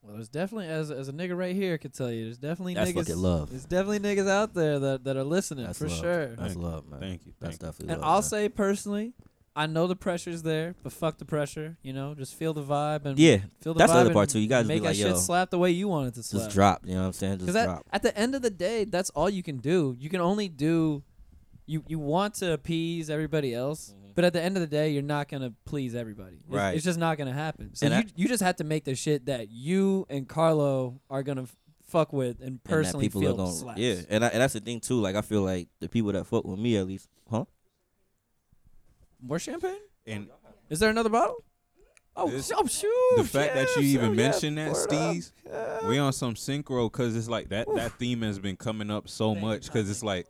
[SPEAKER 2] Well, there's definitely as as a nigga right here could tell you, there's definitely
[SPEAKER 3] That's
[SPEAKER 2] niggas.
[SPEAKER 3] fucking love.
[SPEAKER 2] There's definitely niggas out there that that are listening
[SPEAKER 3] that's
[SPEAKER 2] for
[SPEAKER 3] love.
[SPEAKER 2] sure.
[SPEAKER 3] That's
[SPEAKER 4] Thank you.
[SPEAKER 3] love, man.
[SPEAKER 4] Thank you.
[SPEAKER 3] That's
[SPEAKER 4] Thank you.
[SPEAKER 3] definitely.
[SPEAKER 2] And
[SPEAKER 3] love,
[SPEAKER 2] I'll
[SPEAKER 3] man.
[SPEAKER 2] say personally, I know the pressure's there, but fuck the pressure. You know, just feel the vibe and
[SPEAKER 3] Yeah,
[SPEAKER 2] feel the
[SPEAKER 3] that's
[SPEAKER 2] vibe
[SPEAKER 3] the other part
[SPEAKER 2] and
[SPEAKER 3] too. You guys be
[SPEAKER 2] make
[SPEAKER 3] like,
[SPEAKER 2] that shit
[SPEAKER 3] yo,
[SPEAKER 2] slap the way you want it to slap.
[SPEAKER 3] just drop. You know what I'm saying? Just
[SPEAKER 2] Because at,
[SPEAKER 3] drop.
[SPEAKER 2] at the end of the day, that's all you can do. You can only do. You you want to appease everybody else, but at the end of the day, you're not gonna please everybody. It's,
[SPEAKER 3] Right.
[SPEAKER 2] it's just not gonna happen. So
[SPEAKER 3] And
[SPEAKER 2] you
[SPEAKER 3] I-
[SPEAKER 2] you just have to make the shit that you and Carlo are gonna f- fuck with and
[SPEAKER 3] And that
[SPEAKER 2] personally
[SPEAKER 3] people are
[SPEAKER 2] feel
[SPEAKER 3] gonna-
[SPEAKER 2] slaps.
[SPEAKER 3] Yeah, and I, and that's the thing too. Like I feel like the people that fuck with me at least, huh?
[SPEAKER 2] More champagne?
[SPEAKER 4] And
[SPEAKER 2] Is there another bottle? Oh,
[SPEAKER 4] This-
[SPEAKER 2] sh- oh shoot!
[SPEAKER 4] the fact that you
[SPEAKER 2] yes,
[SPEAKER 4] even
[SPEAKER 2] oh, yeah,
[SPEAKER 4] mentioned that,
[SPEAKER 2] pour it up.
[SPEAKER 4] Steez, we on some synchro because it's like that that theme has been coming up so much because it's like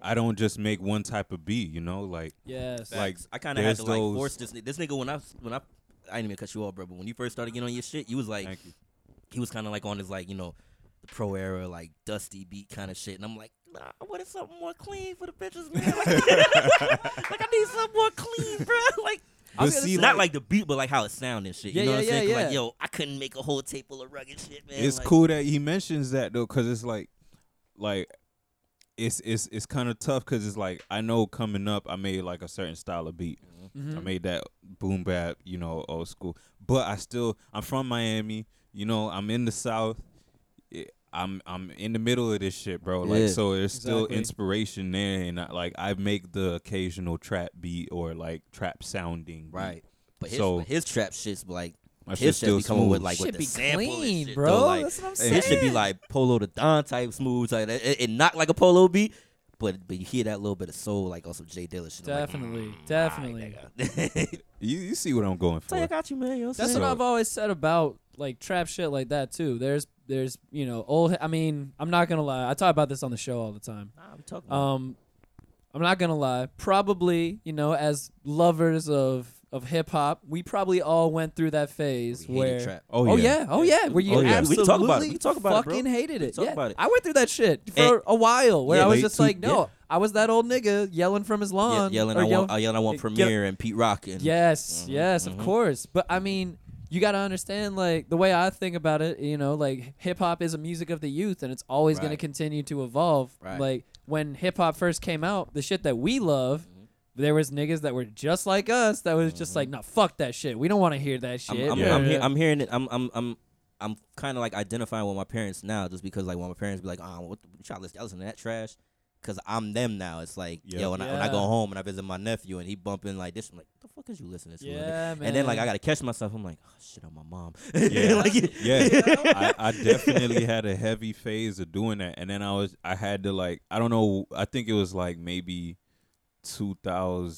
[SPEAKER 4] I don't just make one type of beat, you know, like
[SPEAKER 2] Yes.
[SPEAKER 4] Like,
[SPEAKER 3] I kind of had
[SPEAKER 4] there's
[SPEAKER 3] to like
[SPEAKER 4] those-
[SPEAKER 3] force this. ni- This nigga when I s- when I I didn't even cut you off, bro. But when you first started getting on your shit, you was like,
[SPEAKER 4] thank you.
[SPEAKER 3] he was kind of like on his like you know the pro era like dusty beat kind of shit and i'm like nah i wanted something more clean for the bitches man like, like *laughs* i need something more clean bro like
[SPEAKER 2] I was gonna
[SPEAKER 4] But see,
[SPEAKER 2] say-
[SPEAKER 3] not like the beat but like how it sound and shit
[SPEAKER 2] Yeah,
[SPEAKER 3] you know
[SPEAKER 2] yeah,
[SPEAKER 3] what i'm saying
[SPEAKER 2] yeah,
[SPEAKER 3] 'Cause, like
[SPEAKER 2] yeah.
[SPEAKER 3] yo i couldn't make a whole table of rugged shit man
[SPEAKER 4] it's
[SPEAKER 3] like,
[SPEAKER 4] cool that he mentions that though, because it's like, like, it's it's it's kind of tough because it's like I know coming up I made like a certain style of beat. I
[SPEAKER 3] Mm-hmm.
[SPEAKER 2] Mhm.
[SPEAKER 4] made that boom bap, you know, old school. But I still I'm from Miami, you know. I'm in the South. I- I'm I'm in the middle of this shit, bro.
[SPEAKER 3] Yeah.
[SPEAKER 4] Like so, there's still
[SPEAKER 2] Exactly.
[SPEAKER 4] inspiration there, and I, like I make the occasional trap beat or like trap sounding, beat.
[SPEAKER 3] right but his,
[SPEAKER 4] So-
[SPEAKER 3] but his trap shit's like
[SPEAKER 4] My shit's
[SPEAKER 3] his shit
[SPEAKER 4] still
[SPEAKER 3] be coming with
[SPEAKER 4] smooth.
[SPEAKER 3] like
[SPEAKER 2] Shit
[SPEAKER 3] with
[SPEAKER 2] be
[SPEAKER 3] the sample and
[SPEAKER 2] clean,
[SPEAKER 3] shit,
[SPEAKER 2] bro.
[SPEAKER 3] though, like,
[SPEAKER 2] That's what I'm
[SPEAKER 3] It should be
[SPEAKER 2] saying.
[SPEAKER 3] like Polo the Don type smooth. Like that. it, it not like a Polo beat, but but you hear that little bit of soul like on some Jay Dilla shit. I'm like,
[SPEAKER 2] Definitely,
[SPEAKER 3] "Mm,
[SPEAKER 2] definitely.
[SPEAKER 3] alright, nigga." *laughs*
[SPEAKER 4] You, you see what I'm going for?
[SPEAKER 3] Say I got you, man. You know what I'm
[SPEAKER 2] That's
[SPEAKER 3] saying?
[SPEAKER 2] what I've always said about like trap shit like that too. There's there's you know old. I mean, I'm not gonna lie. I talk about this on the show all the time.
[SPEAKER 3] Nah, I'm talking about.
[SPEAKER 2] Um, I'm not gonna lie. Probably you know as lovers of of hip hop, we probably all went through that phase
[SPEAKER 3] We hated
[SPEAKER 2] where.
[SPEAKER 3] trap.
[SPEAKER 4] Oh,
[SPEAKER 2] Oh
[SPEAKER 4] yeah.
[SPEAKER 2] yeah. oh yeah, where you
[SPEAKER 4] Oh, yeah.
[SPEAKER 3] We
[SPEAKER 2] absolutely
[SPEAKER 3] can talk about it. We can talk about it, bro.
[SPEAKER 2] fucking hated
[SPEAKER 3] We
[SPEAKER 2] it.
[SPEAKER 3] talk
[SPEAKER 2] yeah.
[SPEAKER 3] about it.
[SPEAKER 2] I went through that shit for
[SPEAKER 3] And-
[SPEAKER 2] a while where
[SPEAKER 3] Yeah,
[SPEAKER 2] I was
[SPEAKER 4] late
[SPEAKER 2] just
[SPEAKER 4] two-
[SPEAKER 2] like, no,
[SPEAKER 3] yeah.
[SPEAKER 2] I was that old nigga yelling from his
[SPEAKER 3] Ye-
[SPEAKER 2] lawn,
[SPEAKER 3] yelling,
[SPEAKER 2] or
[SPEAKER 3] I
[SPEAKER 2] yelling-
[SPEAKER 3] want, uh, yelling, I want
[SPEAKER 2] Get-
[SPEAKER 3] Premier and Pete Rock and
[SPEAKER 2] Yes,
[SPEAKER 3] Mhm,
[SPEAKER 2] yes,
[SPEAKER 3] mhm.
[SPEAKER 2] of course. But I mean, you got to understand, like, the way I think about it, you know, like, hip hop is a music of the youth and it's always going to
[SPEAKER 3] Right.
[SPEAKER 2] continue to evolve.
[SPEAKER 3] Right.
[SPEAKER 2] Like, when hip hop first came out, the shit that we love,
[SPEAKER 3] Mhm.
[SPEAKER 2] there was niggas that were just like us that was just like, nah, fuck that shit. We don't want to hear that
[SPEAKER 3] Mm-hmm. I'm,
[SPEAKER 2] shit.
[SPEAKER 3] I'm,
[SPEAKER 4] Yeah.
[SPEAKER 3] I'm, he- I'm hearing it. I'm I'm I'm I'm kind of like identifying with my parents now, just because like when my parents be like, "Oh, what the, y'all listen, y'all listen to that trash," because I'm them now. It's like,
[SPEAKER 4] Yeah.
[SPEAKER 3] yo, when, I, when I go
[SPEAKER 2] Yeah.
[SPEAKER 3] home and I visit my nephew and he bumping like this, I'm like, "The fuck is you listening to?" little nigga?"
[SPEAKER 2] yeah, man.
[SPEAKER 3] And then like I gotta catch myself. I'm like, "Oh shit, I'm my mom." *laughs*
[SPEAKER 4] Yeah.
[SPEAKER 3] like, *laughs*
[SPEAKER 4] yeah, I, I definitely had a heavy phase of doing that, and then I was I had to like I don't know I think it was like maybe two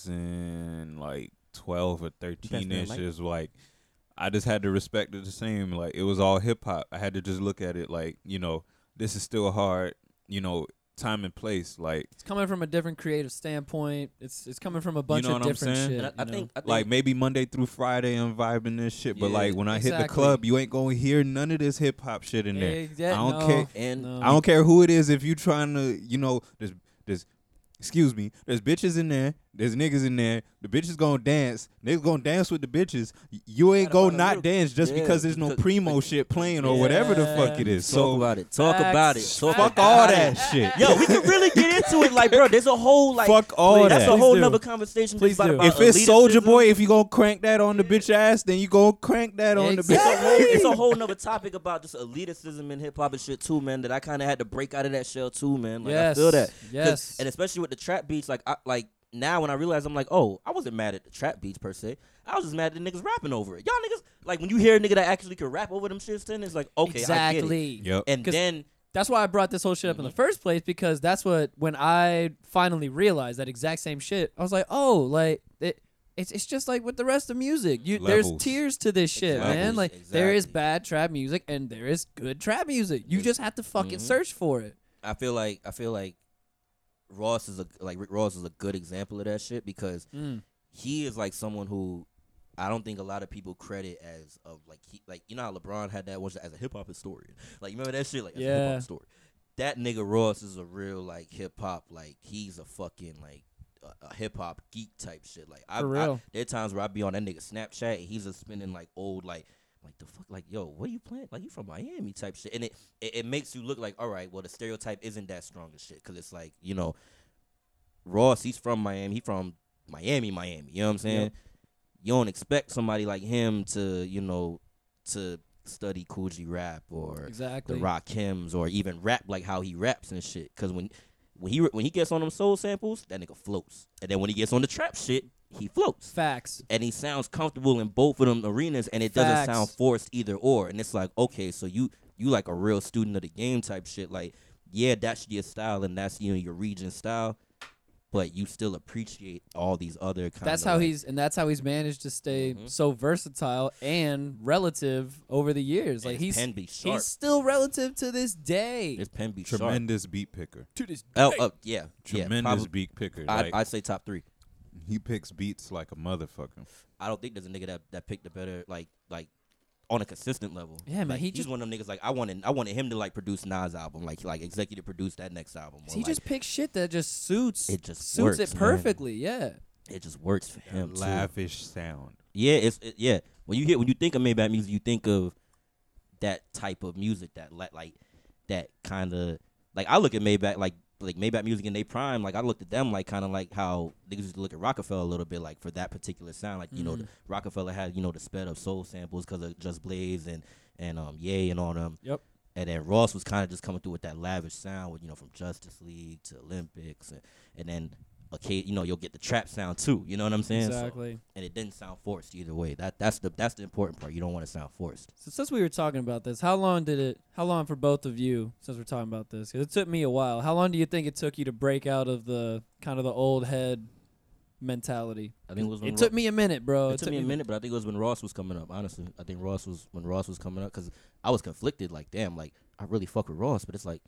[SPEAKER 4] thousand like twelve or
[SPEAKER 3] Best
[SPEAKER 4] thirteen
[SPEAKER 3] man,
[SPEAKER 4] ish
[SPEAKER 3] Mike.
[SPEAKER 4] is like I just had to respect it the same like it was all hip hop I had to just look at it like you know this is still hard you know time and place like
[SPEAKER 2] it's coming from a different creative standpoint. It's it's coming from a bunch
[SPEAKER 4] know
[SPEAKER 2] of
[SPEAKER 4] what I'm
[SPEAKER 2] different
[SPEAKER 4] saying?
[SPEAKER 2] shit.
[SPEAKER 3] And I, I
[SPEAKER 2] you know?
[SPEAKER 3] think, I think
[SPEAKER 4] like maybe Monday through Friday I'm vibing this shit but
[SPEAKER 3] Yeah,
[SPEAKER 4] like when I hit the
[SPEAKER 2] exactly.
[SPEAKER 4] club you ain't gonna hear none of this hip hop shit in there
[SPEAKER 2] Exact-
[SPEAKER 4] I don't
[SPEAKER 2] no,
[SPEAKER 4] care-
[SPEAKER 3] and
[SPEAKER 2] no.
[SPEAKER 4] I don't care who it is. If you trying to, you know, there's, there's, excuse me, there's bitches in there. There's niggas in there. The bitches gonna dance. Niggas gonna dance with the bitches. Y- You ain't
[SPEAKER 3] Gotta find
[SPEAKER 4] gonna
[SPEAKER 3] a
[SPEAKER 4] not
[SPEAKER 3] little-
[SPEAKER 4] dance just
[SPEAKER 3] yeah,
[SPEAKER 4] because there's no
[SPEAKER 3] because-
[SPEAKER 4] primo shit playing or whatever the fuck it is.
[SPEAKER 3] talk
[SPEAKER 4] So
[SPEAKER 3] about it. Talk
[SPEAKER 2] Facts.
[SPEAKER 3] about it. Talk
[SPEAKER 4] fuck
[SPEAKER 3] about
[SPEAKER 4] all
[SPEAKER 3] it.
[SPEAKER 4] that shit.
[SPEAKER 3] *laughs* Yo, we can really get into it, like, bro. There's a whole like,
[SPEAKER 4] fuck all
[SPEAKER 2] please,
[SPEAKER 3] that's a
[SPEAKER 4] that.
[SPEAKER 2] Please
[SPEAKER 3] whole
[SPEAKER 2] do.
[SPEAKER 3] nother conversation.
[SPEAKER 2] Please
[SPEAKER 3] about,
[SPEAKER 2] do.
[SPEAKER 3] about
[SPEAKER 4] If it's Soldier
[SPEAKER 3] eliticism.
[SPEAKER 4] Boy, if you gonna crank that on the bitch ass, then you gonna crank that on the
[SPEAKER 2] Exactly.
[SPEAKER 4] bitch.
[SPEAKER 3] It's a whole it's a whole nother topic about just eliticism in hip hop and shit too, man. That I kind of had to break out of that shell too, man. Like
[SPEAKER 2] yes.
[SPEAKER 3] I feel that, 'Cause-
[SPEAKER 2] Yes.
[SPEAKER 3] and especially with the trap beats, like I like now when I realize I'm like, oh, I wasn't mad at the trap beats per se. I was just mad at the niggas rapping over it. Y'all niggas like when you hear a nigga that actually could rap over them shits, then it's like, okay, I get it.
[SPEAKER 2] exactly.
[SPEAKER 4] Yep.
[SPEAKER 3] And
[SPEAKER 2] 'Cause-
[SPEAKER 3] then
[SPEAKER 2] that's why I brought this whole shit up in
[SPEAKER 3] Mm-hmm.
[SPEAKER 2] the first place because that's what when I finally realized that exact same shit, I was like, oh, like it. It's, it's just like with the rest of music. You, there's
[SPEAKER 4] Levels.
[SPEAKER 2] tiers to this shit,
[SPEAKER 3] Exactly.
[SPEAKER 2] man. Like there is
[SPEAKER 3] Exactly.
[SPEAKER 2] bad trap music and there is good trap music. You
[SPEAKER 3] Yes.
[SPEAKER 2] just have to fucking
[SPEAKER 3] Mhm.
[SPEAKER 2] search for it.
[SPEAKER 3] I feel like I feel like Ross is a like Rick Ross is a good example of that shit because
[SPEAKER 2] Mm.
[SPEAKER 3] he is like someone who I don't think a lot of people credit as of like he like you know how LeBron had that was as a hip hop historian. Like you remember that shit like as a hip
[SPEAKER 2] Yeah.
[SPEAKER 3] hop story. That nigga Ross is a real like hip hop like he's a fucking like a, a hip hop geek type shit. Like I,
[SPEAKER 2] For
[SPEAKER 3] I
[SPEAKER 2] real.
[SPEAKER 3] there are times where I be on that nigga Snapchat and he's just spinning like old like like the fuck like yo what are you playing like you from Miami type shit and it it, it makes you look like all right well the stereotype isn't that strong as shit because it's like you know Ross he's from Miami he from Miami, Miami. You know what I'm saying? You don't expect somebody like him to, you know, to study Cool G rap or
[SPEAKER 2] Exactly.
[SPEAKER 3] the Rock Kims or even rap like how he raps and shit. Cause when when he when he gets on them soul samples, that nigga floats. And then when he gets on the trap shit, he floats.
[SPEAKER 2] Facts.
[SPEAKER 3] And he sounds comfortable in both of them arenas, and it doesn't sound
[SPEAKER 2] Facts.
[SPEAKER 3] forced either or. And it's like, okay, so you you like a real student of the game type shit. Like, yeah, that's your style, and that's you know your region style, but you still appreciate all these other. Kind
[SPEAKER 2] That's how he's and that's how he's managed to stay
[SPEAKER 3] Mhm.
[SPEAKER 2] so versatile and relative over the years. Like he's
[SPEAKER 3] pen be sharp.
[SPEAKER 2] he's still relative to this day.
[SPEAKER 3] his pen be sharp.
[SPEAKER 4] Tremendous beat picker.
[SPEAKER 2] to this
[SPEAKER 3] Oh, oh, yeah, yeah,
[SPEAKER 4] Tremendous
[SPEAKER 3] probably,
[SPEAKER 4] beat picker.
[SPEAKER 3] I,
[SPEAKER 4] like,
[SPEAKER 3] I'd say top three.
[SPEAKER 4] he picks beats like a motherfucker.
[SPEAKER 3] I don't think there's a nigga that, that picked a better like like on a consistent level.
[SPEAKER 2] Yeah, man,
[SPEAKER 3] Like,
[SPEAKER 2] he
[SPEAKER 3] he's
[SPEAKER 2] just-
[SPEAKER 3] one of them niggas. Like I wanted, I wanted him to like produce Nas album, like like executive produce that next album. or,
[SPEAKER 2] he
[SPEAKER 3] like,
[SPEAKER 2] just picks shit that just suits
[SPEAKER 3] It just
[SPEAKER 2] suits
[SPEAKER 3] works,
[SPEAKER 2] it
[SPEAKER 3] man.
[SPEAKER 2] perfectly. Yeah.
[SPEAKER 3] it just works for him. Too.
[SPEAKER 4] Lavish sound.
[SPEAKER 3] Yeah, it's it, yeah. When you hear when you think of Maybach music, you think of that type of music that like like that kind of like I look at Maybach like like Maybach music in their prime. Like I looked at them like kind of like how niggas used to look at Rockefeller a little bit like for that particular sound. Like you know the, Rockefeller had you know the sped up soul samples because of Just Blaze and and um Yay and all them.
[SPEAKER 2] Yep.
[SPEAKER 3] And then Ross was kind of just coming through with that lavish sound, with you know from Justice League to Olympics, and, and then okay, you know you'll get the trap sound too. You know what I'm saying? So-
[SPEAKER 2] Exactly.
[SPEAKER 3] and it didn't sound forced either way. That that's the that's the important part. You don't want to sound forced.
[SPEAKER 2] So since we were talking about this, how long did it? How long for both of you? Since we're talking about this, 'Cause it took me a while. How long do you think it took you to break out of the kind of the old head mentality?
[SPEAKER 3] I think it was when
[SPEAKER 2] It took
[SPEAKER 3] Ro-
[SPEAKER 2] me a minute, bro.
[SPEAKER 3] it took me a minute, but I think it was when Ross was coming up. Honestly, I think Ross was when Ross was coming up because I was conflicted. Like, damn, like I really fuck with Ross, but it's like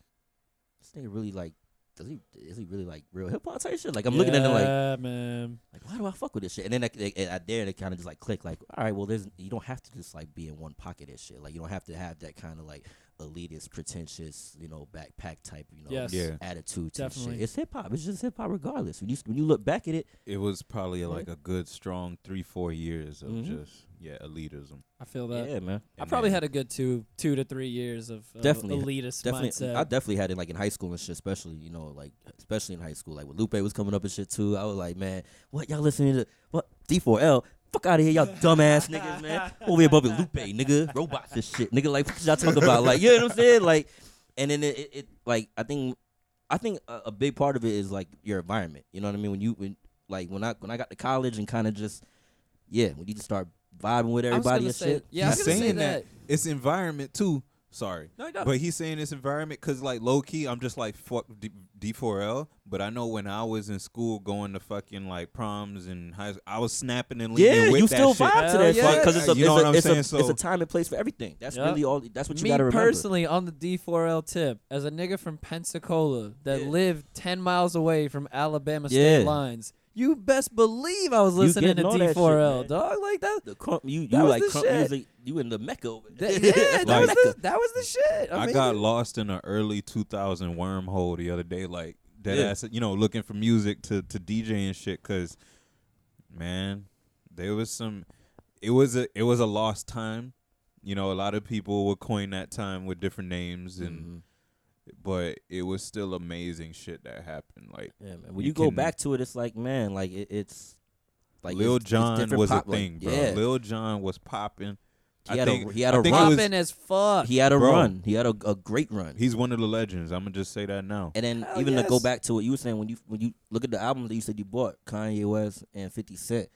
[SPEAKER 3] this nigga really like does he is he really like real hip hop type shit? Like I'm looking at him like
[SPEAKER 2] yeah, man.
[SPEAKER 3] like why do I fuck with this shit? And then I, I, I there it kind of just like click like all right, well there's you don't have to just like be in one pocket and shit. Like you don't have to have that kind of like elitist, pretentious, you know, backpack type, you know,
[SPEAKER 2] Yes.
[SPEAKER 4] Yeah.
[SPEAKER 3] attitude to this shit.
[SPEAKER 2] Definitely.
[SPEAKER 3] It's hip hop. It's just hip hop regardless. When you when you look back at it,
[SPEAKER 4] It was probably like a good strong three, four years of
[SPEAKER 3] Mhm.
[SPEAKER 4] just yeah, elitism.
[SPEAKER 2] I feel that.
[SPEAKER 3] yeah, man,
[SPEAKER 2] Mm-hmm. I
[SPEAKER 4] And
[SPEAKER 2] probably
[SPEAKER 4] then-
[SPEAKER 2] had a good two, two to three years of uh,
[SPEAKER 3] Definitely.
[SPEAKER 2] elitist
[SPEAKER 3] definitely.
[SPEAKER 2] mindset.
[SPEAKER 3] I definitely had it like in high school and shit, especially you know, like especially in high school, like when Lupe was coming up and shit too. I was like, man, what y'all listening to? What D4L? Fuck out of here,
[SPEAKER 2] *laughs*
[SPEAKER 3] y'all dumbass niggas, man. Over here above it, Lupe, nigga, robots and shit, nigga. Like what y'all talking about? Like you know what I'm saying? Like, and then it, it, it like I think, I think a, a big part of it is like your environment. You know what I mean? When you when like when I when I got to college and kind of just yeah, when you just start vibing with
[SPEAKER 2] I was gonna
[SPEAKER 3] everybody and
[SPEAKER 2] say-
[SPEAKER 3] shit.
[SPEAKER 2] Yeah, I was
[SPEAKER 4] he's
[SPEAKER 2] gonna say
[SPEAKER 4] saying
[SPEAKER 2] that.
[SPEAKER 4] It's environment too. Sorry.
[SPEAKER 2] No, no.
[SPEAKER 4] But he's saying it's environment because, like, low key, I'm just like fuck D- D4L. But I know when I was in school, going to fucking like proms and high, I was snapping and leaning
[SPEAKER 3] Yeah,
[SPEAKER 4] with
[SPEAKER 3] you
[SPEAKER 4] that
[SPEAKER 3] still
[SPEAKER 4] shit.
[SPEAKER 3] vibe to
[SPEAKER 2] Hell
[SPEAKER 3] that
[SPEAKER 2] yeah.
[SPEAKER 3] because it's a,
[SPEAKER 4] You know
[SPEAKER 3] it's,
[SPEAKER 4] what
[SPEAKER 3] a,
[SPEAKER 4] I'm
[SPEAKER 3] it's, a,
[SPEAKER 4] saying?
[SPEAKER 3] it's
[SPEAKER 4] So-
[SPEAKER 3] a time and place for everything. That's
[SPEAKER 2] Yeah.
[SPEAKER 3] really all. That's what you
[SPEAKER 2] me
[SPEAKER 3] gotta remember.
[SPEAKER 2] personally on the D4L tip, as a nigga from Pensacola that
[SPEAKER 3] Yeah.
[SPEAKER 2] lived ten miles away from Alabama
[SPEAKER 3] Yeah.
[SPEAKER 2] state lines, you best believe I was
[SPEAKER 3] You
[SPEAKER 2] listening to
[SPEAKER 3] getting all that shit,
[SPEAKER 2] D4L,
[SPEAKER 3] man.
[SPEAKER 2] dog. Like
[SPEAKER 3] *laughs*
[SPEAKER 2] that.
[SPEAKER 3] the crump, you you
[SPEAKER 2] That was
[SPEAKER 3] like
[SPEAKER 2] the
[SPEAKER 3] crump
[SPEAKER 2] shit.
[SPEAKER 3] music. You in the mecca. Over there. *laughs*
[SPEAKER 2] that- yeah, that,
[SPEAKER 3] Like-
[SPEAKER 2] was the, that was the shit. I,
[SPEAKER 4] I,
[SPEAKER 2] mean,
[SPEAKER 4] got lost in an early 2000 wormhole the other day, like that
[SPEAKER 3] Yeah.
[SPEAKER 4] ass, you know, looking for music to to DJ and shit. Cause man, there was some. It was a it was a lost time. You know, a lot of people would coin that time with different names, and
[SPEAKER 3] Mhm.
[SPEAKER 4] but it was still amazing shit that happened. Like
[SPEAKER 3] Yeah, man. When you,
[SPEAKER 4] You
[SPEAKER 3] go
[SPEAKER 4] can-
[SPEAKER 3] back to it, it's like man, like it, it's like
[SPEAKER 4] Lil
[SPEAKER 3] it's- it's
[SPEAKER 4] John
[SPEAKER 3] different
[SPEAKER 4] was
[SPEAKER 3] pop,
[SPEAKER 4] a
[SPEAKER 3] like,
[SPEAKER 4] thing, bro.
[SPEAKER 3] Yeah.
[SPEAKER 4] Lil John was popping.
[SPEAKER 3] he
[SPEAKER 4] I
[SPEAKER 3] had
[SPEAKER 4] think-
[SPEAKER 3] a he had
[SPEAKER 4] I
[SPEAKER 3] a
[SPEAKER 4] think it
[SPEAKER 3] run.
[SPEAKER 4] was-
[SPEAKER 2] popping as fuck.
[SPEAKER 3] he had a
[SPEAKER 4] Bro.
[SPEAKER 3] run. He had a, a great run.
[SPEAKER 4] He's one of the legends. I'm gonna just say that now.
[SPEAKER 3] and then
[SPEAKER 2] Hell
[SPEAKER 3] even to go
[SPEAKER 2] yes.
[SPEAKER 3] back to what you were saying when you when you look at the albums that you said you bought, Kanye West and Fifty Cent,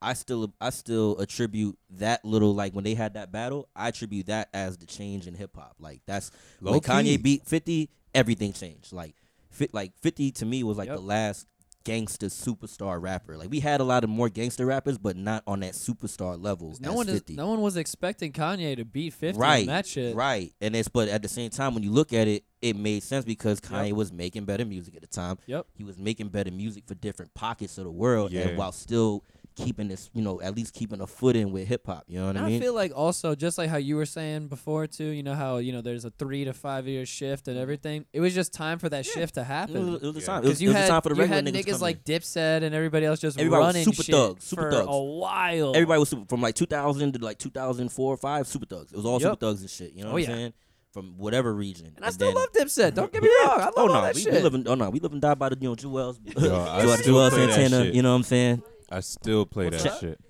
[SPEAKER 3] I still I still attribute that little like when they had that battle, I attribute that as the change in hip hop. Like that's when
[SPEAKER 4] Low key.
[SPEAKER 3] Kanye beat Fifty, everything changed. Like fit like Fifty to me was like
[SPEAKER 2] Yep.
[SPEAKER 3] the last gangster superstar rapper. Like we had a lot of more gangster rappers, but not on that superstar level.
[SPEAKER 2] No
[SPEAKER 3] as
[SPEAKER 2] one is,
[SPEAKER 3] 50.
[SPEAKER 2] no one was expecting Kanye to beat 50
[SPEAKER 3] Right,
[SPEAKER 2] in that shit.
[SPEAKER 3] Right. And it's but at the same time when you look at it, it made sense because Kanye was making better music at the time.
[SPEAKER 2] Yep.
[SPEAKER 3] He was making better music for different pockets of the world
[SPEAKER 4] Yeah.
[SPEAKER 3] and while still keeping this, you know, at least keeping a foot in with hip hop, you know what I
[SPEAKER 2] And I
[SPEAKER 3] mean?
[SPEAKER 2] feel like also just like how you were saying before too, you know how you know there's a three to five year shift and everything. It was just time for that shift to
[SPEAKER 3] it was,
[SPEAKER 2] happen.
[SPEAKER 3] it was the
[SPEAKER 4] Yeah.
[SPEAKER 3] time. It was,
[SPEAKER 2] Because you
[SPEAKER 3] it was
[SPEAKER 2] had
[SPEAKER 3] the time for the
[SPEAKER 2] you
[SPEAKER 3] regular
[SPEAKER 2] had
[SPEAKER 3] niggas, to
[SPEAKER 2] niggas
[SPEAKER 3] come in.
[SPEAKER 2] like Dipset and everybody else just
[SPEAKER 3] Everybody was
[SPEAKER 2] running
[SPEAKER 3] super
[SPEAKER 2] shit
[SPEAKER 3] thugs, super
[SPEAKER 2] for
[SPEAKER 3] thugs.
[SPEAKER 2] a while.
[SPEAKER 3] Everybody was super, from like 2000 to like 2004 or 5 Super Thugs. It was all
[SPEAKER 2] Yep.
[SPEAKER 3] Super Thugs and shit. You know
[SPEAKER 2] Oh,
[SPEAKER 3] what
[SPEAKER 2] yeah.
[SPEAKER 3] I'm saying? from whatever region.
[SPEAKER 2] And I still
[SPEAKER 3] then-
[SPEAKER 2] love Dipset. Don't get me
[SPEAKER 3] *laughs*
[SPEAKER 2] wrong. I love
[SPEAKER 3] oh
[SPEAKER 2] all
[SPEAKER 3] no,
[SPEAKER 2] that
[SPEAKER 3] we,
[SPEAKER 2] shit.
[SPEAKER 3] we live and oh no, we live and die by the you know Jewel's, *laughs*
[SPEAKER 4] Yo, I
[SPEAKER 3] Jewel-
[SPEAKER 4] still
[SPEAKER 3] Jewel
[SPEAKER 4] play that
[SPEAKER 3] Santana.
[SPEAKER 4] shit.
[SPEAKER 3] You know what I'm saying?
[SPEAKER 4] I still play
[SPEAKER 2] What's
[SPEAKER 4] that
[SPEAKER 2] up?
[SPEAKER 4] shit.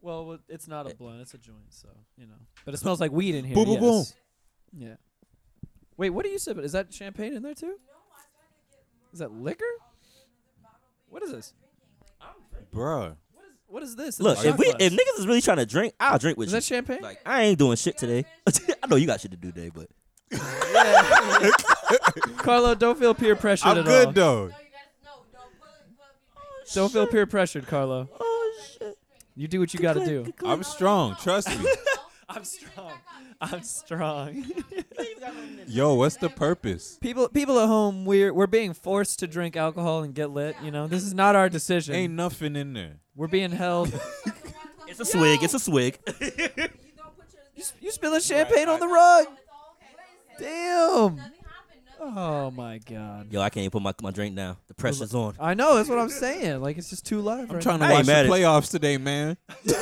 [SPEAKER 2] well, it's not
[SPEAKER 3] Eh.
[SPEAKER 2] a blunt. It's a joint, so you know. But it smells like weed in here.
[SPEAKER 4] Boom, boom, boom.
[SPEAKER 2] yes. Yeah. Wait, what are you sipping? Is that champagne in there too? Is that liquor? What is this?
[SPEAKER 4] Bruh.
[SPEAKER 2] What is this? It's a
[SPEAKER 3] Look, if
[SPEAKER 2] shot
[SPEAKER 3] we
[SPEAKER 2] glass.
[SPEAKER 3] if niggas is really trying to drink, I'll drink with
[SPEAKER 2] is
[SPEAKER 3] you.
[SPEAKER 2] that champagne?
[SPEAKER 3] like I ain't doing shit today. *laughs* I know you got shit to do today, but *laughs*
[SPEAKER 2] Yeah. Carlo, don't feel peer pressured
[SPEAKER 1] I'm
[SPEAKER 2] at all.
[SPEAKER 1] good though.
[SPEAKER 2] Don't feel peer pressured, Carlo.
[SPEAKER 3] oh shit,
[SPEAKER 2] You do what you got to do.
[SPEAKER 4] I'm strong. Trust me.
[SPEAKER 2] I'm strong. I'm strong.
[SPEAKER 4] Yo, what's the purpose?
[SPEAKER 2] *laughs* people, people at home, we're we're being forced to drink alcohol and get lit. You know, this is not our decision.
[SPEAKER 4] Ain't nothing in there.
[SPEAKER 2] we're being *laughs* held.
[SPEAKER 5] Oh,
[SPEAKER 3] it's a swig. It's a swig.
[SPEAKER 2] you, s- you spilling champagne on the rug. Damn. Oh my god.
[SPEAKER 3] Yo, I can't even put my my drink down. The pressure's on.
[SPEAKER 2] I know. That's what I'm saying. Like it's just too live.
[SPEAKER 4] I'm
[SPEAKER 2] right
[SPEAKER 4] trying to
[SPEAKER 3] I ain't
[SPEAKER 4] watch the
[SPEAKER 3] mad at-
[SPEAKER 4] playoffs today, man.
[SPEAKER 2] now.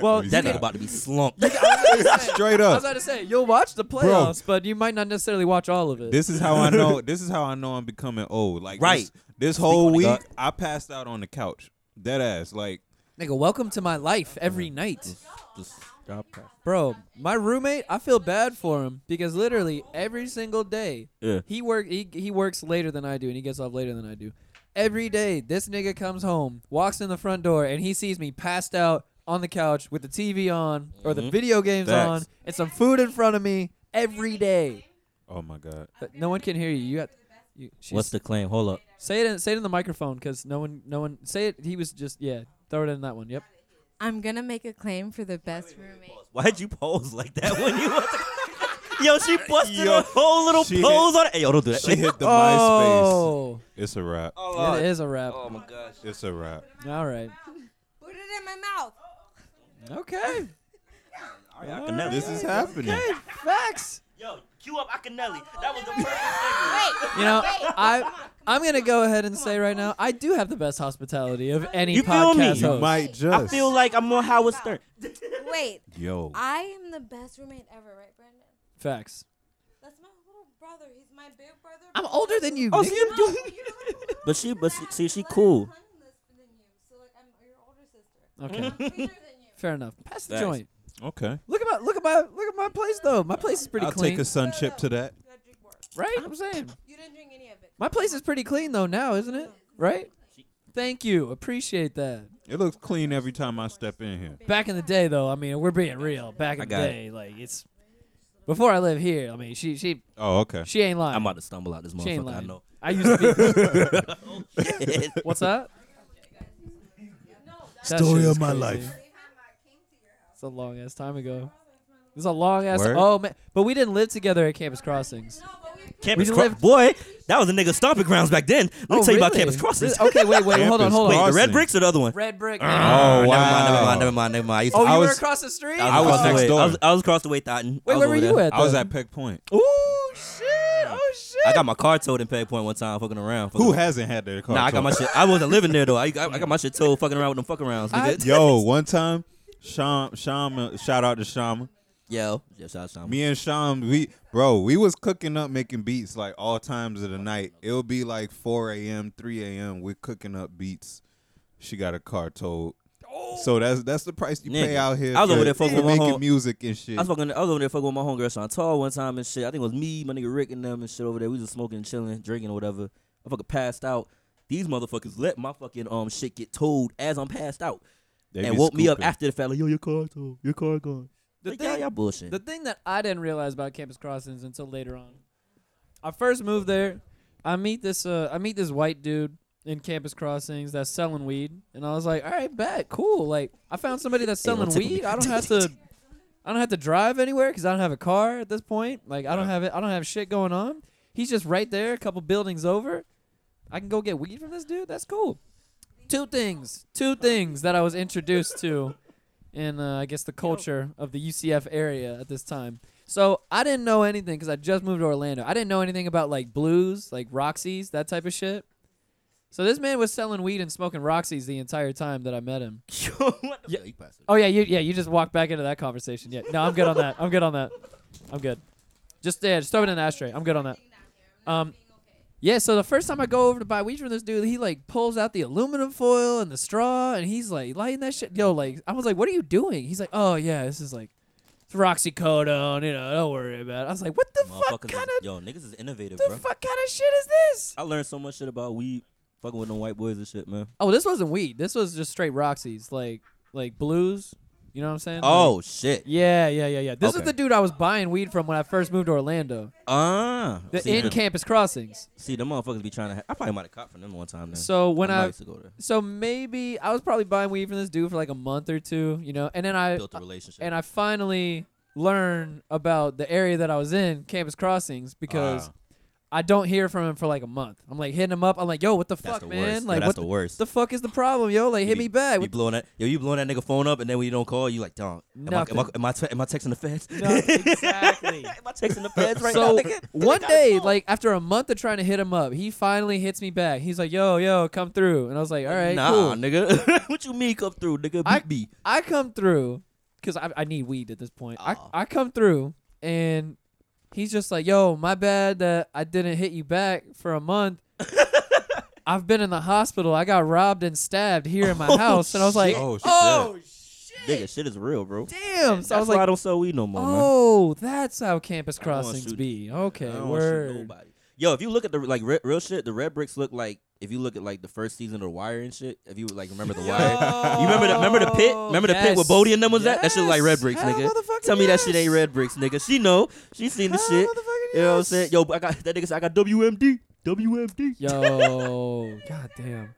[SPEAKER 2] Well,
[SPEAKER 4] He's
[SPEAKER 3] That
[SPEAKER 4] not.
[SPEAKER 3] nigga about to be slumped.
[SPEAKER 4] Straight
[SPEAKER 2] I was
[SPEAKER 4] up.
[SPEAKER 2] about to say you'll watch the playoffs, but you might not necessarily watch all of it.
[SPEAKER 4] This is how I know. This is how I know I'm becoming old. Like
[SPEAKER 3] Right.
[SPEAKER 4] This, this whole
[SPEAKER 3] on it,
[SPEAKER 4] week,
[SPEAKER 3] God.
[SPEAKER 4] I passed out on the couch. Dead ass. Like
[SPEAKER 2] Nigga, welcome to my life every night.
[SPEAKER 3] Just drop that.
[SPEAKER 2] Bro, my roommate, I feel bad for him because literally every single day
[SPEAKER 3] Yeah.
[SPEAKER 2] he work he, he works later than I do and he gets off later than I do. Every day this nigga comes home, walks in the front door and he sees me passed out on the couch with the TV on or
[SPEAKER 3] Mm-hmm.
[SPEAKER 2] the video games
[SPEAKER 4] Facts.
[SPEAKER 2] on and some food in front of me every day.
[SPEAKER 4] oh my god.
[SPEAKER 2] But no one can hear you. You got you, she's-
[SPEAKER 3] What's the claim? Hold up.
[SPEAKER 2] say it in, say it in the microphone cuz no one no one say it he was just yeah, throw it in that one. Yep.
[SPEAKER 5] I'm gonna make a claim for the best roommate.
[SPEAKER 3] Why'd you pose like that when you? Was *laughs* yo, she busted
[SPEAKER 4] Yo,
[SPEAKER 3] a whole little
[SPEAKER 4] she
[SPEAKER 3] pose on it. Hey, yo, don't do that. *laughs*
[SPEAKER 4] She hit the
[SPEAKER 2] oh,
[SPEAKER 4] MySpace. It's a wrap.
[SPEAKER 2] it is a wrap.
[SPEAKER 3] my gosh.
[SPEAKER 4] It's a wrap.
[SPEAKER 2] All right.
[SPEAKER 5] Put it in my mouth.
[SPEAKER 3] *laughs*
[SPEAKER 2] Okay. Uh,
[SPEAKER 3] Canelli.
[SPEAKER 4] This is happening.
[SPEAKER 2] Facts.
[SPEAKER 3] Yo, cue up Acanelli. That was the perfect.
[SPEAKER 5] *laughs*
[SPEAKER 2] You know, I I'm gonna go ahead and say right now, I do have the best hospitality of any
[SPEAKER 3] You feel me?
[SPEAKER 2] podcast
[SPEAKER 4] You
[SPEAKER 2] host.
[SPEAKER 4] might
[SPEAKER 3] I
[SPEAKER 4] just.
[SPEAKER 3] feel like I'm on Howard Stern.
[SPEAKER 5] Wait,
[SPEAKER 4] Yo.
[SPEAKER 5] I am the best roommate ever, right, Brandon?
[SPEAKER 2] Facts.
[SPEAKER 5] That's my little brother. He's my big brother.
[SPEAKER 2] I'm older than you.
[SPEAKER 3] Oh,
[SPEAKER 2] nigga.
[SPEAKER 3] so you do. *laughs* But she, but she, see, she cool.
[SPEAKER 2] *laughs* okay. Fair enough. Pass the
[SPEAKER 3] Facts.
[SPEAKER 2] joint.
[SPEAKER 4] Okay.
[SPEAKER 2] Look at my look at my look at my place though. My place is pretty
[SPEAKER 4] I'll
[SPEAKER 2] clean.
[SPEAKER 4] take a sun chip to that.
[SPEAKER 2] right? I'm saying.
[SPEAKER 5] You didn't drink any of it.
[SPEAKER 2] My place is pretty clean though now, isn't it? Right? Thank you. Appreciate that.
[SPEAKER 4] It looks clean every time I step in here.
[SPEAKER 2] Back in the day though, I mean, we're being real. Back in
[SPEAKER 3] I
[SPEAKER 2] the
[SPEAKER 3] got it.
[SPEAKER 2] day, like it's before I live here, I mean, she she
[SPEAKER 4] Oh, okay.
[SPEAKER 2] she ain't lying.
[SPEAKER 3] I'm about to stumble out this
[SPEAKER 2] she ain't
[SPEAKER 3] motherfucker. I
[SPEAKER 2] lying.
[SPEAKER 3] know.
[SPEAKER 2] I used to be
[SPEAKER 3] *laughs* That's
[SPEAKER 2] What's that? That
[SPEAKER 4] Story
[SPEAKER 2] shit is
[SPEAKER 4] of my
[SPEAKER 2] crazy.
[SPEAKER 4] life.
[SPEAKER 2] It's a long ass time ago. It's a long ass.
[SPEAKER 4] Word?
[SPEAKER 2] Oh man, but we didn't live together at Campus Crossings.
[SPEAKER 3] *laughs* Campus
[SPEAKER 2] just
[SPEAKER 3] Cro-
[SPEAKER 2] lived-
[SPEAKER 3] boy, that was a nigga stomping grounds back then. Let me
[SPEAKER 2] Oh,
[SPEAKER 3] tell you about
[SPEAKER 2] really?
[SPEAKER 3] Campus Crossings.
[SPEAKER 2] Really? Okay, wait, wait, hold on,
[SPEAKER 4] Campus
[SPEAKER 2] hold
[SPEAKER 3] *laughs* Wait,
[SPEAKER 2] on.
[SPEAKER 3] the red
[SPEAKER 4] Crossing.
[SPEAKER 3] bricks or the other one?
[SPEAKER 2] Red brick.
[SPEAKER 4] Oh,
[SPEAKER 3] Never mind, never
[SPEAKER 4] wow.
[SPEAKER 3] mind, never mind, never mind. I used to,
[SPEAKER 2] oh, you
[SPEAKER 4] I
[SPEAKER 2] were
[SPEAKER 4] was-
[SPEAKER 2] across the street.
[SPEAKER 3] I was,
[SPEAKER 4] was
[SPEAKER 3] across the
[SPEAKER 4] next
[SPEAKER 3] way.
[SPEAKER 4] door.
[SPEAKER 3] I was, I was across the way, Totten.
[SPEAKER 2] wait,
[SPEAKER 3] I
[SPEAKER 2] where
[SPEAKER 3] was
[SPEAKER 2] were
[SPEAKER 3] over
[SPEAKER 2] you
[SPEAKER 3] there.
[SPEAKER 2] at?
[SPEAKER 4] I was
[SPEAKER 2] though?
[SPEAKER 4] at Peck Point.
[SPEAKER 2] Ooh shit! Oh shit!
[SPEAKER 3] I got my car towed in Peg Point one time, fucking around.
[SPEAKER 4] Who
[SPEAKER 3] Fucking-
[SPEAKER 4] hasn't had their car?
[SPEAKER 3] Nah, I got my
[SPEAKER 4] towed?
[SPEAKER 3] shit. *laughs* I wasn't living there though. I, I, I got my shit towed, fucking around with them fuck arounds,
[SPEAKER 2] I-
[SPEAKER 3] nigga.
[SPEAKER 4] Yo, one time, Sham, Sham, shout out to Shama.
[SPEAKER 3] *laughs* Yo, yeah, shout out to Simon.
[SPEAKER 4] Me and Sham, we bro, we was cooking up, making beats like all times of the night. It'll be like 4 a.m., 3 a.m. We're cooking up beats. She got a car towed. So that's that's the price you
[SPEAKER 3] Oh. Nigga,
[SPEAKER 4] pay out here.
[SPEAKER 3] I was
[SPEAKER 4] for-
[SPEAKER 3] over there fucking
[SPEAKER 4] for
[SPEAKER 3] with my
[SPEAKER 4] making
[SPEAKER 3] hom-
[SPEAKER 4] music and shit.
[SPEAKER 3] I was fucking. I was over there fucking with my homegirl Chantal one time and shit. I think it was me, my nigga Rick, and them and shit over there. We was smoking, chilling, drinking, or whatever. I fucking passed out. These motherfuckers let my fucking um shit get towed as I'm passed out
[SPEAKER 4] They
[SPEAKER 3] and
[SPEAKER 4] be
[SPEAKER 3] woke me up
[SPEAKER 4] scooping.
[SPEAKER 3] after the fact. Like, yo, your car towed. Your car gone.
[SPEAKER 2] The
[SPEAKER 3] Like, y'all,
[SPEAKER 2] thing-
[SPEAKER 3] y'all bullshit.
[SPEAKER 2] The thing that I didn't realize about Campus Crossings until later on, I first moved there. I meet this uh, I meet this white dude in Campus Crossings that's selling weed, and I was like, all right, bet, cool. Like I found somebody that's
[SPEAKER 3] Hey, don't
[SPEAKER 2] selling
[SPEAKER 3] tickle me.
[SPEAKER 2] weed. I don't have to. I don't have to drive anywhere because I don't have a car at this point. Like I don't have it. I don't have shit going on. He's just right there, a couple buildings over. I can go get weed from this dude. That's cool. Two things. Two things that I was introduced to in uh, I guess the culture of the UCF area at this time. So I didn't know anything because I just moved to Orlando. I didn't know anything about like blues, like Roxy's, that type of shit. So this man was selling weed and smoking Roxy's the entire time that I met him.
[SPEAKER 3] *laughs* Yo, what the fuck? You passed it.
[SPEAKER 2] Oh yeah, you yeah you just walked back into that conversation. Yeah, no, I'm good on that. I'm good on that. I'm good. Just yeah, just throw it in an ashtray. I'm good on that. Um, yeah. So the first time I go over to buy weed from this dude, he like pulls out the aluminum foil and the straw, and he's like lighting that shit. Yo, like I was like, what are you doing? He's like, oh yeah, this is like, it's roxycodone. You know, don't worry about it. I was like, what the fuck
[SPEAKER 3] Motherfuckers
[SPEAKER 2] kind
[SPEAKER 3] is,
[SPEAKER 2] of
[SPEAKER 3] yo, niggas is innovative,
[SPEAKER 2] the
[SPEAKER 3] bro.
[SPEAKER 2] fuck kind of shit is this?
[SPEAKER 3] I learned so much shit about weed, fucking with them white boys and shit, man.
[SPEAKER 2] Oh, this wasn't weed. This was just straight Roxy's, like like blues. You know what I'm saying? Like-
[SPEAKER 3] Oh shit.
[SPEAKER 2] yeah, yeah, yeah, yeah. This is
[SPEAKER 3] Okay.
[SPEAKER 2] the dude I was buying weed from when I first moved to Orlando.
[SPEAKER 3] Ah.
[SPEAKER 2] The
[SPEAKER 3] see,
[SPEAKER 2] in
[SPEAKER 3] them-
[SPEAKER 2] campus crossings.
[SPEAKER 3] see, them motherfuckers be trying to. Ha- I probably might have caught from them one time. Then.
[SPEAKER 2] So when
[SPEAKER 3] I, might
[SPEAKER 2] I,
[SPEAKER 3] used to go there.
[SPEAKER 2] so maybe I was probably buying weed from this dude for like a month or two, you know, and then I
[SPEAKER 3] built a relationship.
[SPEAKER 2] and I finally learn about the area that I was in, campus crossings, because
[SPEAKER 3] Ah.
[SPEAKER 2] I don't hear from him for like a month. I'm like hitting him up. I'm like, yo, what the
[SPEAKER 3] that's
[SPEAKER 2] fuck,
[SPEAKER 3] the
[SPEAKER 2] man?
[SPEAKER 3] worst. Yo,
[SPEAKER 2] Like,
[SPEAKER 3] that's
[SPEAKER 2] what
[SPEAKER 3] the worst.
[SPEAKER 2] the fuck is the problem, yo? Like,
[SPEAKER 3] You
[SPEAKER 2] hit
[SPEAKER 3] be-
[SPEAKER 2] me back.
[SPEAKER 3] You
[SPEAKER 2] What-
[SPEAKER 3] blowing that? Yo, you blowing that nigga phone up, and then when you don't call, you like, dog. Am I, am, I,
[SPEAKER 2] Nothing.
[SPEAKER 3] am, I te- am I texting the feds? *laughs*
[SPEAKER 2] No, exactly.
[SPEAKER 3] am I texting the feds right
[SPEAKER 2] *laughs* so
[SPEAKER 3] now? nigga?
[SPEAKER 2] one
[SPEAKER 3] Nigga,
[SPEAKER 2] day,
[SPEAKER 3] no.
[SPEAKER 2] like after a month of trying to hit him up, he finally hits me back. He's like, "Yo, yo, come through," and I was like, "All right,
[SPEAKER 3] nah,
[SPEAKER 2] cool."
[SPEAKER 3] nigga. *laughs* what you mean come through, nigga? Beat
[SPEAKER 2] I-
[SPEAKER 3] me.
[SPEAKER 2] I come through because I, I need weed at this point.
[SPEAKER 3] Aw.
[SPEAKER 2] I, I come through and he's just like, yo, my bad that I didn't hit you back for a
[SPEAKER 3] *laughs*
[SPEAKER 2] month. I've been in the hospital. I got robbed and stabbed here in my house. And I was like,
[SPEAKER 4] Oh, shit.
[SPEAKER 2] oh,
[SPEAKER 3] Nigga, shit is real, bro.
[SPEAKER 2] damn. So I
[SPEAKER 3] That's
[SPEAKER 2] was
[SPEAKER 3] why I
[SPEAKER 2] like,
[SPEAKER 3] don't sell weed no more, man.
[SPEAKER 2] oh, that's how campus
[SPEAKER 3] I don't wanna
[SPEAKER 2] crossings
[SPEAKER 3] shoot-
[SPEAKER 2] be.
[SPEAKER 3] I
[SPEAKER 2] Okay,
[SPEAKER 3] don't wanna shoot
[SPEAKER 2] word.
[SPEAKER 3] nobody. Yo, if you look at the like re- real shit, the red bricks look like if you look at like the first season of The Wire and shit. If you like remember the Wire, you remember the remember the pit? Remember the pit where
[SPEAKER 2] Yes.
[SPEAKER 3] Bodie and them was at? That shit like red
[SPEAKER 2] Yes.
[SPEAKER 3] bricks,
[SPEAKER 2] Hell,
[SPEAKER 3] nigga.
[SPEAKER 2] motherfucking
[SPEAKER 3] Tell me that shit ain't
[SPEAKER 2] yes.
[SPEAKER 3] red bricks, nigga. She know, she seen the
[SPEAKER 2] Hell,
[SPEAKER 3] shit.
[SPEAKER 2] motherfucking
[SPEAKER 3] You know what I'm
[SPEAKER 2] yes.
[SPEAKER 3] saying? Yo, I got that nigga. Said, I got WMD, WMD.
[SPEAKER 2] Yo, goddamn.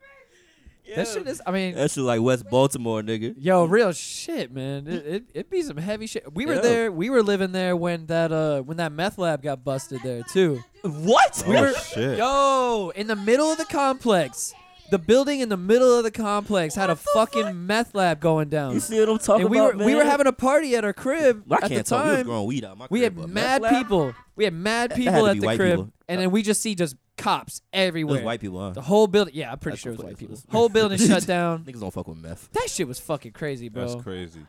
[SPEAKER 2] That shit is, I mean,
[SPEAKER 3] That shit like West Baltimore, nigga.
[SPEAKER 2] Yo, real shit, man. It it it be some heavy shit. We were
[SPEAKER 3] Yeah.
[SPEAKER 2] there. We were living there when that uh when that meth lab got busted there too.
[SPEAKER 3] What?
[SPEAKER 2] We were
[SPEAKER 4] shit.
[SPEAKER 2] yo in the middle of the complex. The building in the middle of the complex had a fucking meth lab going down,
[SPEAKER 3] You see what I'm talking
[SPEAKER 2] and we were
[SPEAKER 3] about,
[SPEAKER 2] we were
[SPEAKER 3] man?
[SPEAKER 2] having a party at our crib
[SPEAKER 3] I
[SPEAKER 2] at
[SPEAKER 3] can't
[SPEAKER 2] the
[SPEAKER 3] tell. We was
[SPEAKER 2] time.
[SPEAKER 3] growing weed out. My
[SPEAKER 2] We
[SPEAKER 3] crib,
[SPEAKER 2] had
[SPEAKER 3] but
[SPEAKER 2] mad
[SPEAKER 3] meth lab?
[SPEAKER 2] people. We had mad
[SPEAKER 3] That had
[SPEAKER 2] people
[SPEAKER 3] to
[SPEAKER 2] at
[SPEAKER 3] be
[SPEAKER 2] the
[SPEAKER 3] white
[SPEAKER 2] crib,
[SPEAKER 3] people.
[SPEAKER 2] and then we just see just cops
[SPEAKER 3] It was
[SPEAKER 2] everywhere.
[SPEAKER 3] white people, huh?
[SPEAKER 2] The whole building. Yeah, I'm pretty
[SPEAKER 3] That's
[SPEAKER 2] sure it was
[SPEAKER 3] what
[SPEAKER 2] white
[SPEAKER 3] it
[SPEAKER 2] people.
[SPEAKER 3] was.
[SPEAKER 2] Whole building
[SPEAKER 3] *laughs*
[SPEAKER 2] shut down.
[SPEAKER 3] Niggas don't fuck with meth.
[SPEAKER 2] That shit was fucking crazy, bro.
[SPEAKER 4] That's crazy.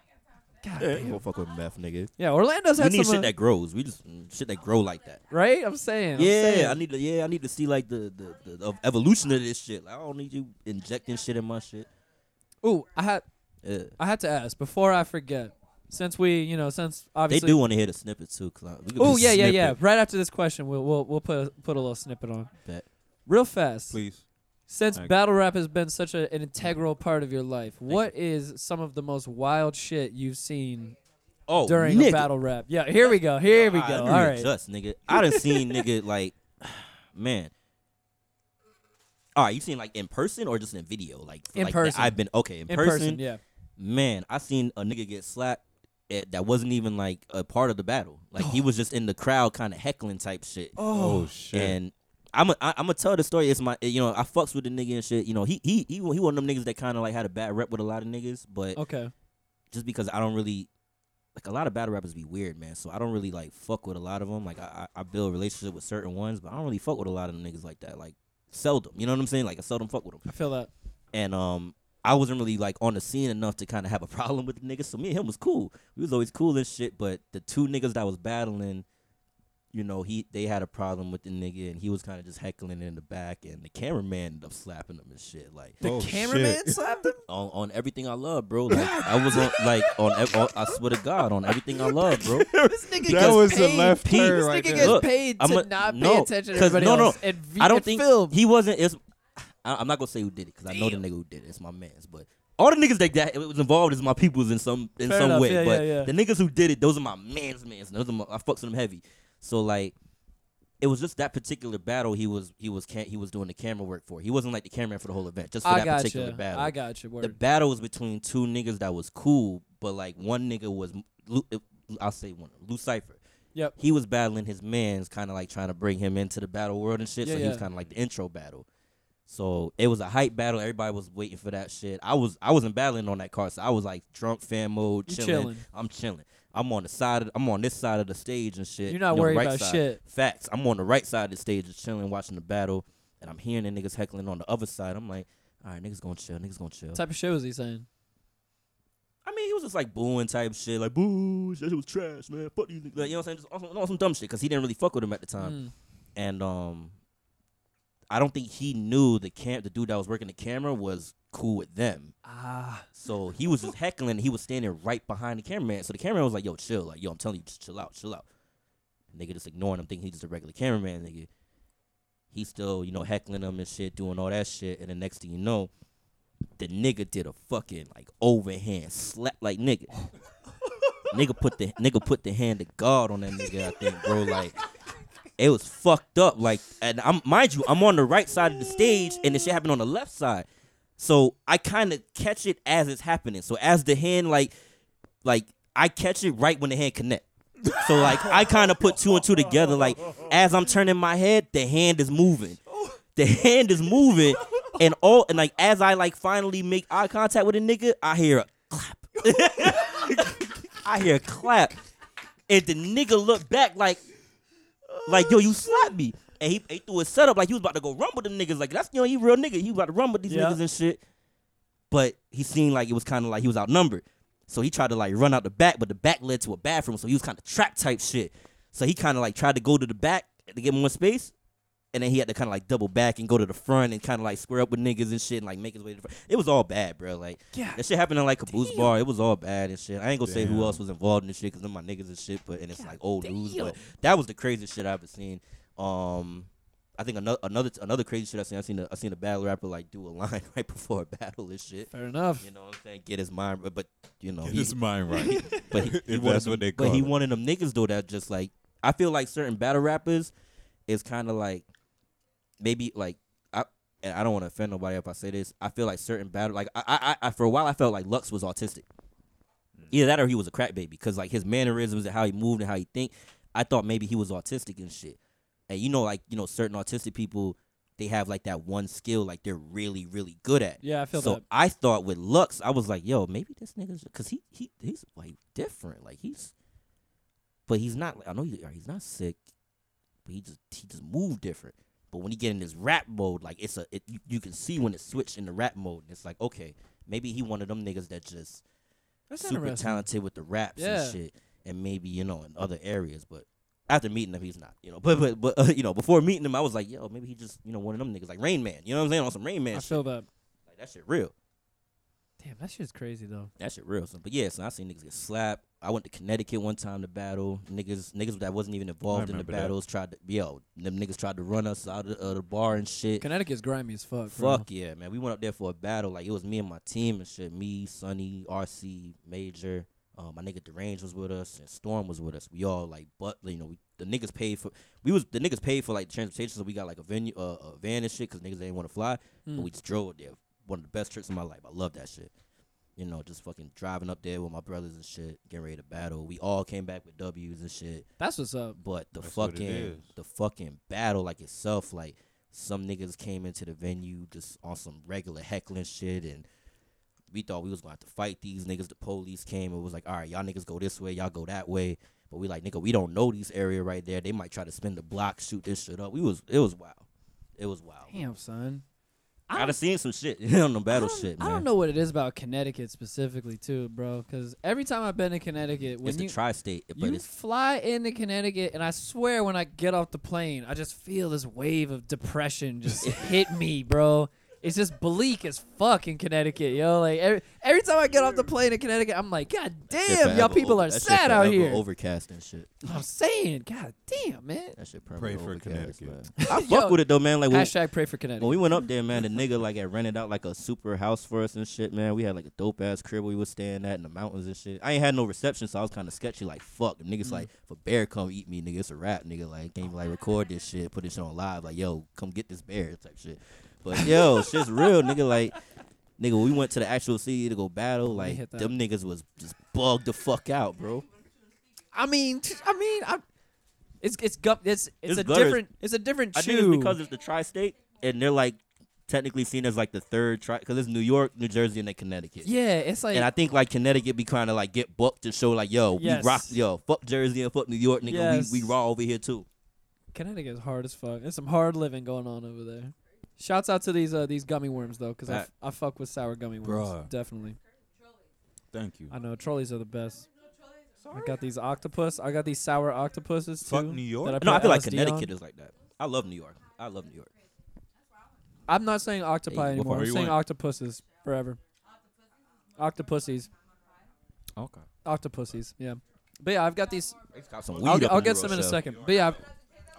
[SPEAKER 2] God
[SPEAKER 3] Yeah,
[SPEAKER 2] damn.
[SPEAKER 3] don't fuck with meth, nigga.
[SPEAKER 2] Yeah, Orlando's
[SPEAKER 3] We
[SPEAKER 2] had
[SPEAKER 3] need
[SPEAKER 2] some.
[SPEAKER 3] shit
[SPEAKER 2] uh,
[SPEAKER 3] that grows. We just mm, shit that grow like that.
[SPEAKER 2] right? I'm saying. I'm saying.
[SPEAKER 3] Yeah, I need to. Yeah, I need to see like the the, the, the evolution of this shit. Like, I don't need you injecting shit in my shit.
[SPEAKER 2] Ooh, I had
[SPEAKER 3] Yeah.
[SPEAKER 2] I had to ask before I forget. Since we, you know, since
[SPEAKER 3] They
[SPEAKER 2] obviously.
[SPEAKER 3] do want to hear the snippets too. Cause I, we could
[SPEAKER 2] Ooh,
[SPEAKER 3] be
[SPEAKER 2] yeah, yeah,
[SPEAKER 3] snippet.
[SPEAKER 2] yeah. Right after this question, we'll we'll we'll put a, put a little snippet on.
[SPEAKER 3] Bet.
[SPEAKER 2] Real fast.
[SPEAKER 4] Please.
[SPEAKER 2] Since
[SPEAKER 4] Thank you.
[SPEAKER 2] battle rap has been such a, an integral part of your life, what is some of the most wild shit you've seen
[SPEAKER 3] Oh,
[SPEAKER 2] during
[SPEAKER 3] nigga.
[SPEAKER 2] a battle rap? Yeah, here we go. Here we
[SPEAKER 3] Ah,
[SPEAKER 2] go.
[SPEAKER 3] let
[SPEAKER 2] All
[SPEAKER 3] me
[SPEAKER 2] right.
[SPEAKER 3] Adjust, nigga. I
[SPEAKER 2] *laughs*
[SPEAKER 3] done seen nigga like, *sighs* man. All right, you seen like in person or just in video? Like
[SPEAKER 2] In
[SPEAKER 3] like, that
[SPEAKER 2] person.
[SPEAKER 3] I've been okay in,
[SPEAKER 2] In
[SPEAKER 3] person.
[SPEAKER 2] person, yeah.
[SPEAKER 3] man, I seen a nigga get slapped at, that wasn't even like a part of the battle.
[SPEAKER 2] *gasps*
[SPEAKER 3] Like he was just in the crowd, kind of heckling type shit.
[SPEAKER 4] Oh, shit.
[SPEAKER 3] And I'm a, I, I'm gonna tell the story. It's my you know I fucks with the nigga and shit. You know he he he, wa- he one of them niggas that kind of like had a bad rep with a lot of niggas, but
[SPEAKER 2] Okay.
[SPEAKER 3] just because I don't really like a lot of battle rappers be weird, man. So I don't really like fuck with a lot of them. Like I I I build a relationship with certain ones, but I don't really fuck with a lot of them niggas like that. Like seldom, you know what I'm saying? Like I seldom fuck with them
[SPEAKER 2] I feel that.
[SPEAKER 3] and um I wasn't really like on the scene enough to kind of have a *laughs* problem with the niggas. So me and him was cool. We was always cool and shit. But the two niggas that was battling, you know, he they had a problem with the nigga, and he was kind of just heckling in the back, and the cameraman ended up slapping him and shit. Like
[SPEAKER 2] The
[SPEAKER 4] Oh,
[SPEAKER 2] cameraman
[SPEAKER 4] shit.
[SPEAKER 2] slapped
[SPEAKER 3] *laughs*
[SPEAKER 2] him?
[SPEAKER 3] on, on everything I love, bro. Like I was on like on, ev- on I swear to God on everything I love, bro.
[SPEAKER 2] This nigga
[SPEAKER 4] That
[SPEAKER 2] gets
[SPEAKER 4] was the
[SPEAKER 2] paid.
[SPEAKER 4] left
[SPEAKER 2] This
[SPEAKER 4] turn
[SPEAKER 2] nigga
[SPEAKER 4] right
[SPEAKER 2] gets
[SPEAKER 4] there.
[SPEAKER 3] Look,
[SPEAKER 2] paid to
[SPEAKER 3] I'ma-
[SPEAKER 2] not pay
[SPEAKER 3] no,
[SPEAKER 2] attention to
[SPEAKER 3] 'cause
[SPEAKER 2] everybody
[SPEAKER 3] no, no,
[SPEAKER 2] else. And v-
[SPEAKER 3] I don't
[SPEAKER 2] and
[SPEAKER 3] think
[SPEAKER 2] film.
[SPEAKER 3] he wasn't. It's I, I'm not gonna say who did it because I know the nigga who did it. It's my man's, but. All the niggas that, that was involved is my peoples in some in
[SPEAKER 2] Fair
[SPEAKER 3] some
[SPEAKER 2] enough,
[SPEAKER 3] way,
[SPEAKER 2] yeah,
[SPEAKER 3] but
[SPEAKER 2] yeah, yeah.
[SPEAKER 3] the niggas who did it, those are my man's man's. Those are my, I fucks with them heavy. So like, it was just that particular battle he was he was can he was doing the camera work for. He wasn't like the cameraman for the whole event, just for
[SPEAKER 2] I
[SPEAKER 3] that
[SPEAKER 2] got
[SPEAKER 3] particular
[SPEAKER 2] you.
[SPEAKER 3] battle.
[SPEAKER 2] I got you.
[SPEAKER 3] The
[SPEAKER 2] Word.
[SPEAKER 3] battle was between two niggas that was cool, but like one nigga was, Lu- uh, I'll say one, Lou Cipher.
[SPEAKER 2] Yep.
[SPEAKER 3] He was battling his man's, kind of like trying to bring him into the battle world and shit.
[SPEAKER 2] Yeah,
[SPEAKER 3] so he was
[SPEAKER 2] yeah.
[SPEAKER 3] kind of like the intro battle. So it was a hype battle. Everybody was waiting for that shit. I was I wasn't battling on that card, so I was like drunk fan mode,
[SPEAKER 2] You
[SPEAKER 3] chilling.
[SPEAKER 2] chilling.
[SPEAKER 3] I'm chilling. I'm on the side. Of, I'm on this side of the stage and shit.
[SPEAKER 2] You're not
[SPEAKER 3] you know,
[SPEAKER 2] worried
[SPEAKER 3] right
[SPEAKER 2] about
[SPEAKER 3] side.
[SPEAKER 2] shit.
[SPEAKER 3] Facts. I'm on the right side of the stage, just chilling, watching the battle, and I'm hearing the niggas heckling on the other side. I'm like, all right, niggas gonna chill. Niggas gonna chill.
[SPEAKER 2] What type of shit was he saying?
[SPEAKER 3] I mean, he was just like booing type shit, like boo, that shit was trash, man. Fuck these niggas. Like, you know what I'm saying? Just on some, on some dumb shit because he didn't really fuck with him at the time.
[SPEAKER 2] Mm.
[SPEAKER 3] And um, I don't think he knew the cam, the dude that was working the camera was cool with them.
[SPEAKER 2] Ah,
[SPEAKER 3] So he was just heckling. and He was standing right behind the cameraman. So the cameraman was like, "Yo, chill. Like, yo, I'm telling you, just chill out, chill out." Nigga just ignoring him, thinking he's just a regular cameraman. Nigga, he still, you know, heckling him and shit, doing all that shit. And the next thing you know, the nigga did a fucking like overhand slap, like nigga. nigga put the nigga put the hand of God on that nigga. I think, bro, like. It was fucked up, like, and I'm mind you, I'm on the right side of the stage, and this shit happened on the left side. So I kind of catch it as it's happening. So as the hand like like I catch it right when the hand connect. So like I kind of put two and two together. Like as I'm turning my head, the hand is moving. The hand is moving, and all and like as I like finally make eye contact with a nigga, I hear a clap. *laughs* I hear a clap, and the nigga look back like like yo, you slapped me. And he, he threw his setup like he was about to go rumble them niggas. Like that's you know he real nigga. He about to rumble these
[SPEAKER 2] Yeah.
[SPEAKER 3] niggas and shit. But he seemed like it was kind of like he was outnumbered. So he tried to like run out the back, but the back led to a bathroom. So he was kind of trap type shit. So he kind of like tried to go to the back to get more space. And then he had to kind of like double back and go to the front and kind of like square up with niggas and shit and like make his way to the front. It was all bad, bro. Like
[SPEAKER 2] yeah.
[SPEAKER 3] that shit happened in like Caboose Bar. It was all bad and shit. I ain't gonna say
[SPEAKER 4] Damn.
[SPEAKER 3] who else was involved in this shit because them my niggas and shit. But and it's like old news. But that was the craziest shit I've ever seen. Um, I think another another another crazy shit I seen. I seen a, I seen a battle rapper like do a *laughs* line right before a battle and shit.
[SPEAKER 2] Fair enough.
[SPEAKER 3] You know what I'm saying? Get his mind, but, but you know, he,
[SPEAKER 4] It's mine right.
[SPEAKER 3] *laughs* but he, he
[SPEAKER 4] *laughs* If
[SPEAKER 3] wanted
[SPEAKER 4] that's
[SPEAKER 3] them,
[SPEAKER 4] what they
[SPEAKER 3] but
[SPEAKER 4] call
[SPEAKER 3] he
[SPEAKER 4] it.
[SPEAKER 3] wanted them niggas though that just like I feel like certain battle rappers is kind of like maybe like I and I don't want to offend nobody if I say this. I feel like certain battle like I I, I- I for a while I felt like Lux was autistic.
[SPEAKER 4] Mm.
[SPEAKER 3] Either that or he was a crack baby because like his mannerisms and how he moved and how he think. I thought maybe he was autistic and shit. And you know like you know certain autistic people they have like that one skill like they're really really good at.
[SPEAKER 2] Yeah, I feel
[SPEAKER 3] So
[SPEAKER 2] that.
[SPEAKER 3] I thought with Lux, I was like, yo, maybe this nigga's because he he he's like different, like he's, but he's not. I know he, he's not sick, but he just he just moved different. But when he get in this rap mode, like it's a it, you, you can see when it switched into rap mode, and it's like okay, maybe he one of them niggas that just
[SPEAKER 2] That's
[SPEAKER 3] super
[SPEAKER 2] interesting.
[SPEAKER 3] talented with the raps
[SPEAKER 2] Yeah.
[SPEAKER 3] and shit, and maybe you know in other areas, but. After meeting him, he's not, you know. *laughs* But but but uh, you know, before meeting him, I was like, yo, maybe he just, you know, one of them niggas, like Rain Man. You know what I'm saying? On some Rain Man
[SPEAKER 2] I
[SPEAKER 3] shit.
[SPEAKER 2] feel that.
[SPEAKER 3] Like that shit real.
[SPEAKER 2] Damn, that shit's crazy though.
[SPEAKER 3] That shit real. son. But yeah, so I seen niggas get slapped. I went to Connecticut one time to battle. Niggas, niggas that wasn't even involved in the
[SPEAKER 4] remember that.
[SPEAKER 3] battles tried to yo. Them niggas tried to run us out of uh, the bar and shit.
[SPEAKER 2] Connecticut's grimy as fuck. bro.
[SPEAKER 3] Fuck yeah, man. We went up there for a battle. Like it was me and my team and shit. Me, Sonny, RC, Major. Uh, my nigga Derange was with us and Storm was with us. We all like, but you know, we, the niggas paid for. We was the niggas paid for like transportation, so we got like a venue, uh, a van and shit, cause niggas didn't want to fly. But
[SPEAKER 2] Mm.
[SPEAKER 3] we just drove there. One of the best trips of my life. I love that shit. You know, just fucking driving up there with my brothers and shit, getting ready to battle. We all came back with W's and shit.
[SPEAKER 2] That's what's up.
[SPEAKER 3] But the
[SPEAKER 4] That's what it
[SPEAKER 3] fucking
[SPEAKER 4] is.
[SPEAKER 3] the fucking battle like itself, like some niggas came into the venue just on some regular heckling shit and we thought we was gonna have to fight these niggas. The police came and was like, All right, y'all niggas go this way, y'all go that way. But we like, nigga, we don't know these area right there. They might try to spin the block, shoot this shit up. We was it was wild. It was wild.
[SPEAKER 2] Damn, son. I
[SPEAKER 3] I
[SPEAKER 2] don't-
[SPEAKER 3] done seen some shit *laughs* on the battle
[SPEAKER 2] I don't-
[SPEAKER 3] shit,
[SPEAKER 2] I
[SPEAKER 3] man.
[SPEAKER 2] don't know what it is about Connecticut specifically, too, bro. Because every time I've been to Connecticut, when
[SPEAKER 3] It's
[SPEAKER 2] you
[SPEAKER 3] the tri-state, but
[SPEAKER 2] you
[SPEAKER 3] it's
[SPEAKER 2] fly into Connecticut, and I swear, when I get off the plane, I just feel this wave of depression
[SPEAKER 3] *laughs*
[SPEAKER 2] just hit me, bro. It's just bleak as fuck in Connecticut, yo. Like every, every time I get off the plane in Connecticut, I'm like, God
[SPEAKER 3] that shit
[SPEAKER 2] damn, y'all
[SPEAKER 3] forever
[SPEAKER 2] people
[SPEAKER 3] over-
[SPEAKER 2] are
[SPEAKER 3] that shit
[SPEAKER 2] sad out
[SPEAKER 3] forever
[SPEAKER 2] here.
[SPEAKER 3] Overcast and shit.
[SPEAKER 2] I'm saying, God damn, man.
[SPEAKER 3] That shit
[SPEAKER 4] Pray
[SPEAKER 3] permanent
[SPEAKER 4] for
[SPEAKER 3] overcast,
[SPEAKER 4] Connecticut.
[SPEAKER 3] man. I
[SPEAKER 2] Yo,
[SPEAKER 3] fuck with it though, man. Like when,
[SPEAKER 2] Hashtag pray for Connecticut.
[SPEAKER 3] when we went up there, man, the nigga like had rented out like a super house for us and shit, man. We had like a dope ass crib we was staying at in the mountains and shit. I ain't had no reception, so I was kind of sketchy. Like fuck,
[SPEAKER 2] Mm.
[SPEAKER 3] niggas like if a bear come eat me, nigga, it's a rap, nigga. Like can't even like record this shit, put this shit on live, like yo, come get this bear type shit.
[SPEAKER 2] *laughs*
[SPEAKER 3] But yo, shit's real, nigga. Like. Nigga, we went to the actual city to go battle.
[SPEAKER 2] Let me
[SPEAKER 3] Like
[SPEAKER 2] hit that.
[SPEAKER 3] them niggas was just bugged the fuck out, bro.
[SPEAKER 2] I mean, t- I mean, I, it's it's gu- it's it's,
[SPEAKER 3] It's
[SPEAKER 2] a
[SPEAKER 3] gutters.
[SPEAKER 2] different it's a different
[SPEAKER 3] I
[SPEAKER 2] chew.
[SPEAKER 3] think it's because it's the tri-state, and they're like technically seen as like the third tri, because it's New York, New Jersey, and then Connecticut.
[SPEAKER 2] yeah, it's like
[SPEAKER 3] And I think like Connecticut be trying to like get booked to show like yo
[SPEAKER 2] Yes.
[SPEAKER 3] we rock yo fuck Jersey and fuck New York nigga
[SPEAKER 2] Yes.
[SPEAKER 3] we, we raw over here too.
[SPEAKER 2] Connecticut is hard as fuck. There's some hard living going on over there. Shouts out to these uh, these gummy worms though, because I, f- I fuck with sour gummy worms
[SPEAKER 4] Bruh.
[SPEAKER 2] definitely.
[SPEAKER 4] Thank you.
[SPEAKER 2] I know trolleys are the best. I got these octopus. I got these sour octopuses too.
[SPEAKER 4] Fuck New York.
[SPEAKER 2] that uh,
[SPEAKER 4] No,
[SPEAKER 2] put
[SPEAKER 3] no, I feel like
[SPEAKER 2] LSD on.
[SPEAKER 3] Connecticut is like that. I love New York. I love New York.
[SPEAKER 2] I'm not saying octopi
[SPEAKER 3] Hey, what
[SPEAKER 2] anymore.
[SPEAKER 4] far
[SPEAKER 2] I'm
[SPEAKER 4] you
[SPEAKER 2] saying
[SPEAKER 4] went?
[SPEAKER 2] octopuses forever. Octopussies.
[SPEAKER 4] Okay.
[SPEAKER 2] Octopussies. Yeah. But yeah, I've got these.
[SPEAKER 3] It's got some
[SPEAKER 2] I'll,
[SPEAKER 3] weed up
[SPEAKER 2] I'll
[SPEAKER 3] in the
[SPEAKER 2] get some in a
[SPEAKER 3] roadshow.
[SPEAKER 2] second. But yeah, I've-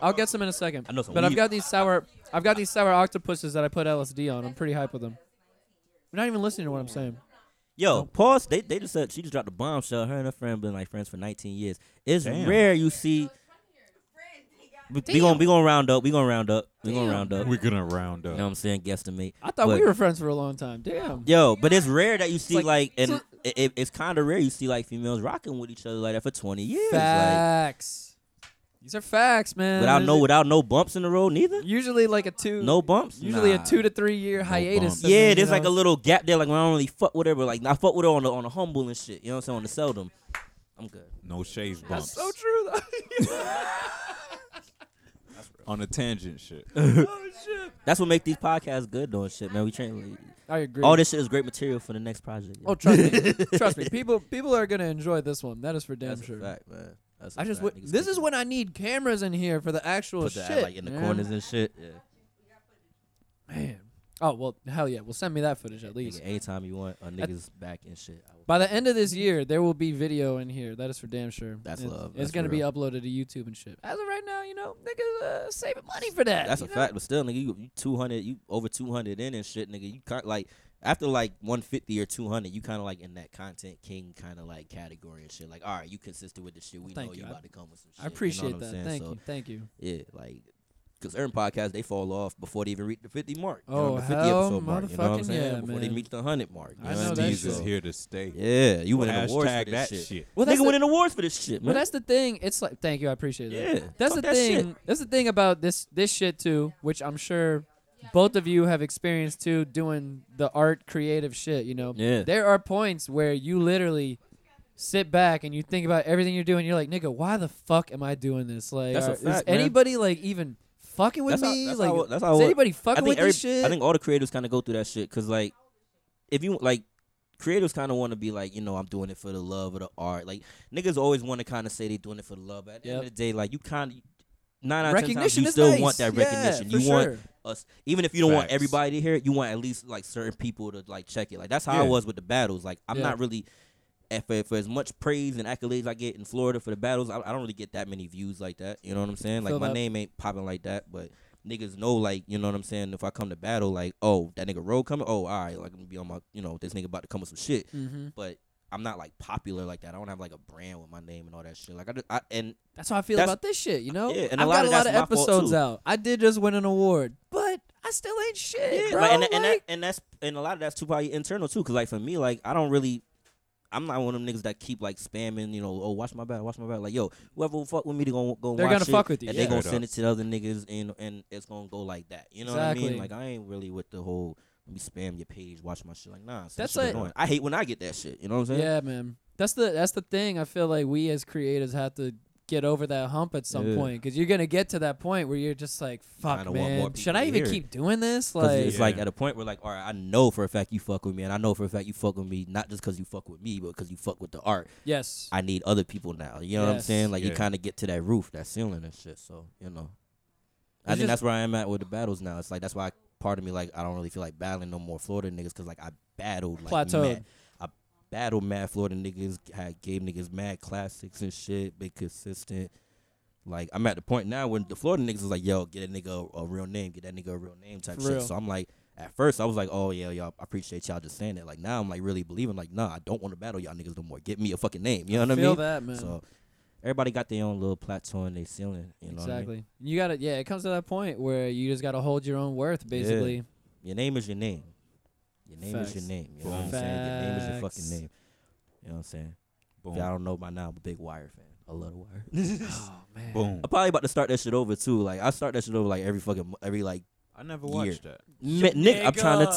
[SPEAKER 2] I'll get some in a second.
[SPEAKER 3] I know some
[SPEAKER 2] But I've
[SPEAKER 3] weed.
[SPEAKER 2] got these sour. I've got these sour octopuses that I put LSD on. I'm pretty hype with them. You're not even listening to what I'm saying.
[SPEAKER 3] Yo, pause. They they just said she just dropped a bombshell. Her and her friend been like friends for 19 years. It's
[SPEAKER 4] Damn.
[SPEAKER 3] rare you see. We, we gonna we gonna round up. We gonna round up. We gonna round up.
[SPEAKER 4] We're gonna round
[SPEAKER 3] You
[SPEAKER 4] up.
[SPEAKER 3] know what I'm saying? Guesstimate.
[SPEAKER 2] I thought
[SPEAKER 3] But-
[SPEAKER 2] we were friends for a long time. Damn.
[SPEAKER 3] Yo, but it's rare that you see
[SPEAKER 2] like-
[SPEAKER 3] like, and it, it, it's kind of rare you see like females rocking with each other like that for 20 years, like
[SPEAKER 2] Facts. These are facts, man.
[SPEAKER 3] without
[SPEAKER 2] There's
[SPEAKER 3] no
[SPEAKER 2] a-
[SPEAKER 3] without no bumps in the road neither.
[SPEAKER 2] Usually like a two.
[SPEAKER 3] No bumps.
[SPEAKER 2] Usually
[SPEAKER 3] Nah.
[SPEAKER 2] a two to three year hiatus.
[SPEAKER 4] bumps.
[SPEAKER 2] doesn't,
[SPEAKER 3] Yeah,
[SPEAKER 2] you
[SPEAKER 3] there's like
[SPEAKER 2] know-
[SPEAKER 3] a little gap there. Like when I don't really fuck with her, but like I fuck with her on the on the humble and shit. You know what I'm saying? On the seldom. I'm good.
[SPEAKER 4] No shades
[SPEAKER 2] That's
[SPEAKER 4] bumps.
[SPEAKER 2] so true. though. *laughs*
[SPEAKER 4] On the tangent shit.
[SPEAKER 3] *laughs*
[SPEAKER 2] oh shit.
[SPEAKER 3] That's what make these podcasts good though and shit, man. We train.
[SPEAKER 2] I agree.
[SPEAKER 3] All this shit is great material for the next project. yo.
[SPEAKER 2] Oh, trust
[SPEAKER 3] *laughs*
[SPEAKER 2] me. trust me. People people are gonna enjoy this one. That is for damn
[SPEAKER 3] That's a
[SPEAKER 2] sure.
[SPEAKER 3] fact, man. That's a
[SPEAKER 2] I just
[SPEAKER 3] fact.
[SPEAKER 2] w-
[SPEAKER 3] Niggas
[SPEAKER 2] this is
[SPEAKER 3] cooking.
[SPEAKER 2] when I need cameras in here for the actual
[SPEAKER 3] put
[SPEAKER 2] shit.
[SPEAKER 3] that like in the
[SPEAKER 2] man.
[SPEAKER 3] corners and shit. Yeah.
[SPEAKER 2] Man. Oh well, hell yeah. Well, send me that footage at least.
[SPEAKER 3] Nigga, anytime you want a nigga's back and shit. I will-
[SPEAKER 2] By the end of this year, there will be video in here. That is for damn sure.
[SPEAKER 3] That's
[SPEAKER 2] It's-
[SPEAKER 3] love.
[SPEAKER 2] It's
[SPEAKER 3] That's
[SPEAKER 2] gonna be
[SPEAKER 3] real.
[SPEAKER 2] uploaded to YouTube and shit. As of right now, you know, niggas uh, saving money for that.
[SPEAKER 3] That's
[SPEAKER 2] you
[SPEAKER 3] a
[SPEAKER 2] know?
[SPEAKER 3] fact, but still, nigga, you, you two hundred, you over two hundred in and shit, nigga. You kind like after like one fifty or two hundred, you kind of like in that content king kind of like category and shit. Like, all right, you consistent with the shit. We
[SPEAKER 2] Thank
[SPEAKER 3] know
[SPEAKER 2] you.
[SPEAKER 3] you
[SPEAKER 2] I-
[SPEAKER 3] about to come with some shit.
[SPEAKER 2] I appreciate
[SPEAKER 3] you know what
[SPEAKER 2] that.
[SPEAKER 3] I'm saying?
[SPEAKER 2] Thank
[SPEAKER 3] so,
[SPEAKER 2] you. Thank you.
[SPEAKER 3] Yeah, like because certain podcasts they fall off before they even reach the fifty mark. you
[SPEAKER 2] Oh,
[SPEAKER 3] know, the fifty
[SPEAKER 2] hell
[SPEAKER 3] episode mark. You know what I'm
[SPEAKER 2] motherfucking
[SPEAKER 3] saying?
[SPEAKER 2] yeah,
[SPEAKER 3] before
[SPEAKER 2] man.
[SPEAKER 3] they reach the hundred mark. You
[SPEAKER 2] I
[SPEAKER 3] know
[SPEAKER 2] know
[SPEAKER 3] what
[SPEAKER 2] that
[SPEAKER 3] mean?
[SPEAKER 4] Steez
[SPEAKER 2] shit.
[SPEAKER 4] is
[SPEAKER 3] So,
[SPEAKER 4] here to stay.
[SPEAKER 3] Yeah, you win an awards for
[SPEAKER 4] Hashtag
[SPEAKER 3] this
[SPEAKER 4] that
[SPEAKER 3] shit.
[SPEAKER 4] shit.
[SPEAKER 2] Well, that's
[SPEAKER 3] nigga
[SPEAKER 2] the-
[SPEAKER 3] winning awards for this shit, man.
[SPEAKER 2] Well, that's the thing. It's like, thank you, I appreciate it.
[SPEAKER 3] Yeah,
[SPEAKER 2] that's
[SPEAKER 3] fuck
[SPEAKER 2] the
[SPEAKER 3] that shit.
[SPEAKER 2] thing. That's the thing about this this shit too, which I'm sure both of you have experienced too, doing the art creative shit. You know,
[SPEAKER 3] Yeah.
[SPEAKER 2] there are points where you literally sit back and you think about everything you're doing. You're like, nigga, why the fuck am I doing this? Like,
[SPEAKER 3] That's a
[SPEAKER 2] are- is
[SPEAKER 3] fact, man.
[SPEAKER 2] anybody like even fucking with
[SPEAKER 3] That's how-
[SPEAKER 2] me?
[SPEAKER 3] that's
[SPEAKER 2] like,
[SPEAKER 3] how- that's how
[SPEAKER 2] is
[SPEAKER 3] it-
[SPEAKER 2] anybody fucking
[SPEAKER 3] I
[SPEAKER 2] with
[SPEAKER 3] think
[SPEAKER 2] this
[SPEAKER 3] every-
[SPEAKER 2] shit?
[SPEAKER 3] I think all the creators kind of go through that shit because like if you like creators kind of want to be like you know I'm doing it for the love of the art. Like niggas always want to kind of say they doing it for the love. But at the end
[SPEAKER 2] Yep.
[SPEAKER 3] of the day, like you kind of. Nine out of ten times,
[SPEAKER 2] recognition
[SPEAKER 3] you
[SPEAKER 2] is
[SPEAKER 3] still
[SPEAKER 2] nice.
[SPEAKER 3] want that
[SPEAKER 2] Yeah,
[SPEAKER 3] recognition.
[SPEAKER 2] for
[SPEAKER 3] you want
[SPEAKER 2] sure.
[SPEAKER 3] us, even if you don't want
[SPEAKER 4] Facts.
[SPEAKER 3] everybody to hear it, you want at least like certain people to like check it. Like that's how I
[SPEAKER 4] Yeah.
[SPEAKER 3] was with the battles. Like I'm
[SPEAKER 2] Yeah.
[SPEAKER 3] not really and for, for as much praise and accolades I get in Florida for the battles, I, I don't really get that many views like that. You know what I'm saying? Like
[SPEAKER 2] Feel
[SPEAKER 3] my
[SPEAKER 2] that.
[SPEAKER 3] name ain't popping like that, but niggas know like you know what I'm saying. If I come to battle, like oh that nigga road coming, oh all right, like I'm gonna be on my you know this nigga about to come with some shit.
[SPEAKER 2] mm-hmm.
[SPEAKER 3] But I'm not like popular like that. I don't have like a brand with my name and all that shit. Like I, just, I and
[SPEAKER 2] That's how I feel
[SPEAKER 3] That's-
[SPEAKER 2] about this shit, you know?
[SPEAKER 3] Yeah, and a
[SPEAKER 2] I've
[SPEAKER 3] lot
[SPEAKER 2] got a
[SPEAKER 3] of
[SPEAKER 2] lot of
[SPEAKER 3] that's my fault,
[SPEAKER 2] episodes
[SPEAKER 3] too.
[SPEAKER 2] out. I did just win an award, but I still ain't shit, bro.
[SPEAKER 3] like, and,
[SPEAKER 2] like,
[SPEAKER 3] and that, and that's and a lot of that's too probably internal too. Cause like for me, like I don't really. I'm not one of them niggas that keep like spamming, you know. Oh, watch my back, watch my back. Like, yo, whoever will fuck with me, they gonna go.
[SPEAKER 2] They're
[SPEAKER 3] watch
[SPEAKER 2] gonna
[SPEAKER 3] it.
[SPEAKER 2] fuck with you,
[SPEAKER 3] and
[SPEAKER 2] yeah.
[SPEAKER 3] they gonna
[SPEAKER 4] Straight
[SPEAKER 3] send it to the other niggas, and and it's gonna go like that. You know what I
[SPEAKER 2] Exactly.
[SPEAKER 3] mean? Like, I ain't really with the whole let me spam your page, watch my shit. Like, nah,
[SPEAKER 2] That's
[SPEAKER 3] that's shit
[SPEAKER 2] like-
[SPEAKER 3] annoying. I hate when I get that shit. You know what I'm saying?
[SPEAKER 2] yeah, man. That's the that's the thing. I feel like we as creators have to get over that hump at some
[SPEAKER 3] Yeah.
[SPEAKER 2] point because you're gonna get to that point where you're just like, fuck,
[SPEAKER 3] Kinda want more
[SPEAKER 2] man,
[SPEAKER 3] people
[SPEAKER 2] should I
[SPEAKER 3] to
[SPEAKER 2] even
[SPEAKER 3] hear it.
[SPEAKER 2] keep doing this?
[SPEAKER 3] 'Cause
[SPEAKER 2] Like,
[SPEAKER 3] it's
[SPEAKER 4] Yeah.
[SPEAKER 3] like at a point where like, all right, I know for a fact you fuck with me, and I know for a fact you fuck with me, not just because you fuck with me, but because you fuck with the art.
[SPEAKER 2] yes,
[SPEAKER 3] I need other people now. You know what I'm
[SPEAKER 2] Yes.
[SPEAKER 3] saying? Like you
[SPEAKER 4] Yeah.
[SPEAKER 3] kind of get to that roof, that ceiling and shit. So you know, I
[SPEAKER 2] It's
[SPEAKER 3] think
[SPEAKER 2] just-
[SPEAKER 3] that's where I am at with the battles now. It's like that's why part of me like I don't really feel like battling no more Florida niggas because like I battled like
[SPEAKER 2] Plateaued.
[SPEAKER 3] mad- I battled mad Florida niggas. Had gave niggas mad classics and shit. Been consistent. Like I'm at the point now when the Florida niggas is like, yo, get a nigga a, a real name, get that nigga a real name type
[SPEAKER 2] For
[SPEAKER 3] shit.
[SPEAKER 2] real.
[SPEAKER 3] So I'm like. At first, I was like, "Oh yeah, y'all, I appreciate y'all just saying that." Like now, I'm like really believing. Like, nah, I don't want to battle y'all niggas no more. Get me a fucking name. You know what I
[SPEAKER 2] feel
[SPEAKER 3] mean?
[SPEAKER 2] that, man.
[SPEAKER 3] So everybody got their own little plateau and they ceiling. You know
[SPEAKER 2] exactly.
[SPEAKER 3] What I mean?
[SPEAKER 2] You gotta, yeah. It comes to that point where you just gotta hold your own worth, basically.
[SPEAKER 3] Your name is your name. Your name is
[SPEAKER 2] Facts.
[SPEAKER 3] your name. You know what I'm
[SPEAKER 4] Boom.
[SPEAKER 3] saying? Your name is your
[SPEAKER 2] Facts.
[SPEAKER 3] fucking name. You know what I'm saying? If y'all
[SPEAKER 4] Boom.
[SPEAKER 3] don't know by now, I'm a big Wire fan. I love the Wire. *laughs*
[SPEAKER 2] Oh man,
[SPEAKER 4] Boom.
[SPEAKER 3] I'm probably about to start that shit over too. Like I start that shit over like every fucking mo- every like.
[SPEAKER 4] I never
[SPEAKER 3] Year.
[SPEAKER 4] watched that.
[SPEAKER 3] Mi- Nick, I'm trying to.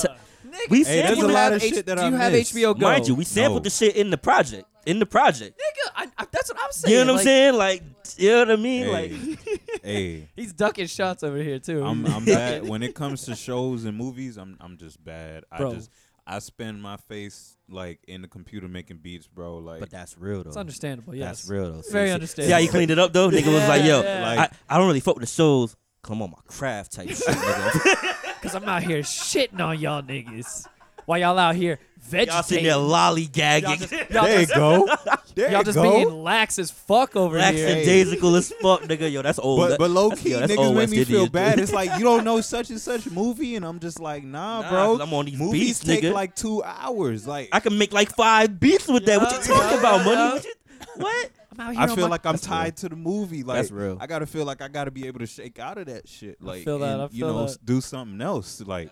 [SPEAKER 3] T- we
[SPEAKER 4] Hey,
[SPEAKER 3] sampled
[SPEAKER 4] there's
[SPEAKER 3] the-
[SPEAKER 4] a lot of
[SPEAKER 2] H-
[SPEAKER 4] shit that
[SPEAKER 2] do
[SPEAKER 4] I
[SPEAKER 2] you have
[SPEAKER 4] missed.
[SPEAKER 2] HBO Go?
[SPEAKER 3] Mind you, we sampled
[SPEAKER 4] No.
[SPEAKER 3] the shit in the project. In the project.
[SPEAKER 2] nigga, I, I, that's what I'm saying.
[SPEAKER 3] You know what
[SPEAKER 2] like,
[SPEAKER 3] I'm saying? Like, you know what I mean? Like,
[SPEAKER 4] Hey, hey,
[SPEAKER 2] He's ducking *laughs* shots over here too.
[SPEAKER 3] *laughs*
[SPEAKER 4] I'm I'm bad when it comes to shows and movies. I'm I'm just bad.
[SPEAKER 2] Bro.
[SPEAKER 4] I just I spend my face like in the computer making beats, bro. Like,
[SPEAKER 3] But that's real though.
[SPEAKER 2] It's understandable. Yes.
[SPEAKER 3] That's real though. See-
[SPEAKER 2] Very
[SPEAKER 3] see-
[SPEAKER 2] understandable.
[SPEAKER 3] See how you cleaned it up though? Nigga was like, yo,
[SPEAKER 2] Yeah.
[SPEAKER 4] like
[SPEAKER 3] I, I don't really fuck with the shows. Come on, my craft type
[SPEAKER 2] *laughs*
[SPEAKER 3] shit, nigga.
[SPEAKER 2] Cause I'm out here shitting on y'all niggas. While y'all out here vegetating.
[SPEAKER 3] Y'all sitting there
[SPEAKER 2] Y'all
[SPEAKER 3] lollygagging.
[SPEAKER 2] just, y'all just,
[SPEAKER 1] go. There
[SPEAKER 2] y'all just being lax as fuck over here.
[SPEAKER 3] Lackadaisical as fuck, nigga. Yo, that's old.
[SPEAKER 4] But,
[SPEAKER 3] That-
[SPEAKER 4] but low
[SPEAKER 3] that's-
[SPEAKER 4] key,
[SPEAKER 3] yo, that's
[SPEAKER 4] niggas
[SPEAKER 3] old
[SPEAKER 4] make
[SPEAKER 3] West
[SPEAKER 4] me feel
[SPEAKER 3] Indian,
[SPEAKER 4] bad.
[SPEAKER 3] dude. *laughs*
[SPEAKER 4] It's like you don't know such and such movie, and I'm just like, nah,
[SPEAKER 3] Nah,
[SPEAKER 4] bro.
[SPEAKER 3] 'cause I'm on these
[SPEAKER 4] Movies
[SPEAKER 3] beats,
[SPEAKER 4] take
[SPEAKER 3] nigga.
[SPEAKER 4] like two hours. Like,
[SPEAKER 3] I can make like five beats with that. What you
[SPEAKER 2] Yeah,
[SPEAKER 3] talking
[SPEAKER 2] yeah,
[SPEAKER 3] about,
[SPEAKER 2] yeah.
[SPEAKER 3] money? What? You, what?
[SPEAKER 2] I'm out here.
[SPEAKER 4] I
[SPEAKER 2] on
[SPEAKER 4] feel
[SPEAKER 2] my-
[SPEAKER 4] like I'm
[SPEAKER 3] That's real.
[SPEAKER 4] tied to the movie. Like
[SPEAKER 3] That's real.
[SPEAKER 4] I gotta feel like I gotta be able to shake out of that shit. Like
[SPEAKER 2] feel that,
[SPEAKER 4] and,
[SPEAKER 2] I
[SPEAKER 4] you
[SPEAKER 2] feel
[SPEAKER 4] know,
[SPEAKER 2] that.
[SPEAKER 4] s- do something else. Like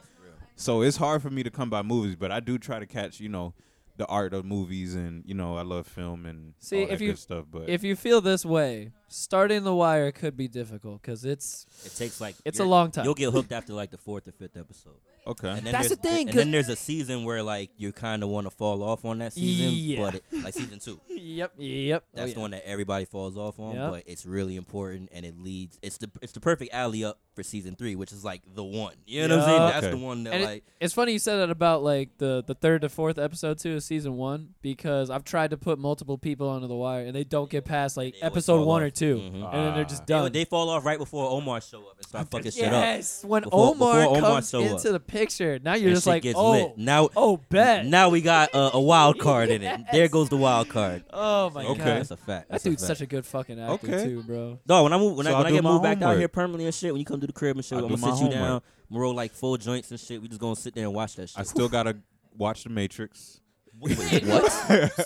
[SPEAKER 4] so it's hard for me to come by movies, but I do try to catch, you know, the art of movies and you know, I love film and
[SPEAKER 2] See,
[SPEAKER 4] all that
[SPEAKER 2] if you-
[SPEAKER 4] good stuff. But
[SPEAKER 2] if you feel this way, starting the wire could be difficult because it's
[SPEAKER 3] It takes like
[SPEAKER 2] it's a
[SPEAKER 3] you're-
[SPEAKER 2] long time.
[SPEAKER 3] You'll get hooked after like the fourth or fifth episode.
[SPEAKER 4] *laughs* okay.
[SPEAKER 3] And then
[SPEAKER 2] That's
[SPEAKER 3] there's-
[SPEAKER 2] the thing,
[SPEAKER 3] And then there's a season where like you kind of want to fall off on that season,
[SPEAKER 2] Yeah.
[SPEAKER 3] but it, like season two,
[SPEAKER 2] yep, yep. Oh,
[SPEAKER 3] that's
[SPEAKER 2] yeah.
[SPEAKER 3] the one that everybody falls off on.
[SPEAKER 2] Yep.
[SPEAKER 3] But it's really important, and it leads. It's the it's the perfect alley up for season three, which is like the one. You know
[SPEAKER 2] Yeah.
[SPEAKER 3] what I'm saying? That's
[SPEAKER 4] Okay.
[SPEAKER 3] the one that
[SPEAKER 2] And it-
[SPEAKER 3] like
[SPEAKER 2] it's funny you said that about like the the third to fourth episode too of season one because I've tried to put multiple people onto the wire and they don't get past like
[SPEAKER 3] They always
[SPEAKER 2] episode
[SPEAKER 3] fall
[SPEAKER 2] one
[SPEAKER 3] off.
[SPEAKER 2] or 2
[SPEAKER 3] Mhm.
[SPEAKER 2] and then they're just
[SPEAKER 4] Ah.
[SPEAKER 3] they,
[SPEAKER 2] done.
[SPEAKER 3] they fall off right before Omar show up and
[SPEAKER 2] *laughs*
[SPEAKER 3] start fucking shit up.
[SPEAKER 2] yes, when
[SPEAKER 3] Before-
[SPEAKER 2] Omar
[SPEAKER 3] before Omar
[SPEAKER 2] comes
[SPEAKER 3] show up.
[SPEAKER 2] into the picture, now you're
[SPEAKER 3] And
[SPEAKER 2] just
[SPEAKER 3] shit
[SPEAKER 2] like,
[SPEAKER 3] gets
[SPEAKER 2] oh,
[SPEAKER 3] lit. Now
[SPEAKER 2] oh, bet.
[SPEAKER 3] Now we got uh, a wild card in
[SPEAKER 2] *laughs*
[SPEAKER 3] it. There goes the wild card.
[SPEAKER 2] oh my
[SPEAKER 4] Okay.
[SPEAKER 2] god,
[SPEAKER 3] That's a
[SPEAKER 2] that
[SPEAKER 3] fact. That's
[SPEAKER 2] dude's
[SPEAKER 3] a
[SPEAKER 2] such
[SPEAKER 3] fact.
[SPEAKER 2] a good fucking actor
[SPEAKER 4] Okay.
[SPEAKER 2] too, bro.
[SPEAKER 3] No, when I move, when
[SPEAKER 4] So
[SPEAKER 3] I,
[SPEAKER 4] I'll
[SPEAKER 3] when I
[SPEAKER 4] do
[SPEAKER 3] get
[SPEAKER 4] my
[SPEAKER 3] moved back out
[SPEAKER 4] homework.
[SPEAKER 3] here permanently and shit, when you come to the crib and shit,
[SPEAKER 4] I'll
[SPEAKER 3] I'm
[SPEAKER 4] do
[SPEAKER 3] gonna sit
[SPEAKER 4] my
[SPEAKER 3] you down.
[SPEAKER 4] homework.
[SPEAKER 3] I'm roll like full joints and shit. We just gonna sit there and watch that shit.
[SPEAKER 4] I still gotta watch The Matrix.
[SPEAKER 3] *laughs*
[SPEAKER 4] *laughs*
[SPEAKER 3] wait, wait, what?
[SPEAKER 4] We *laughs*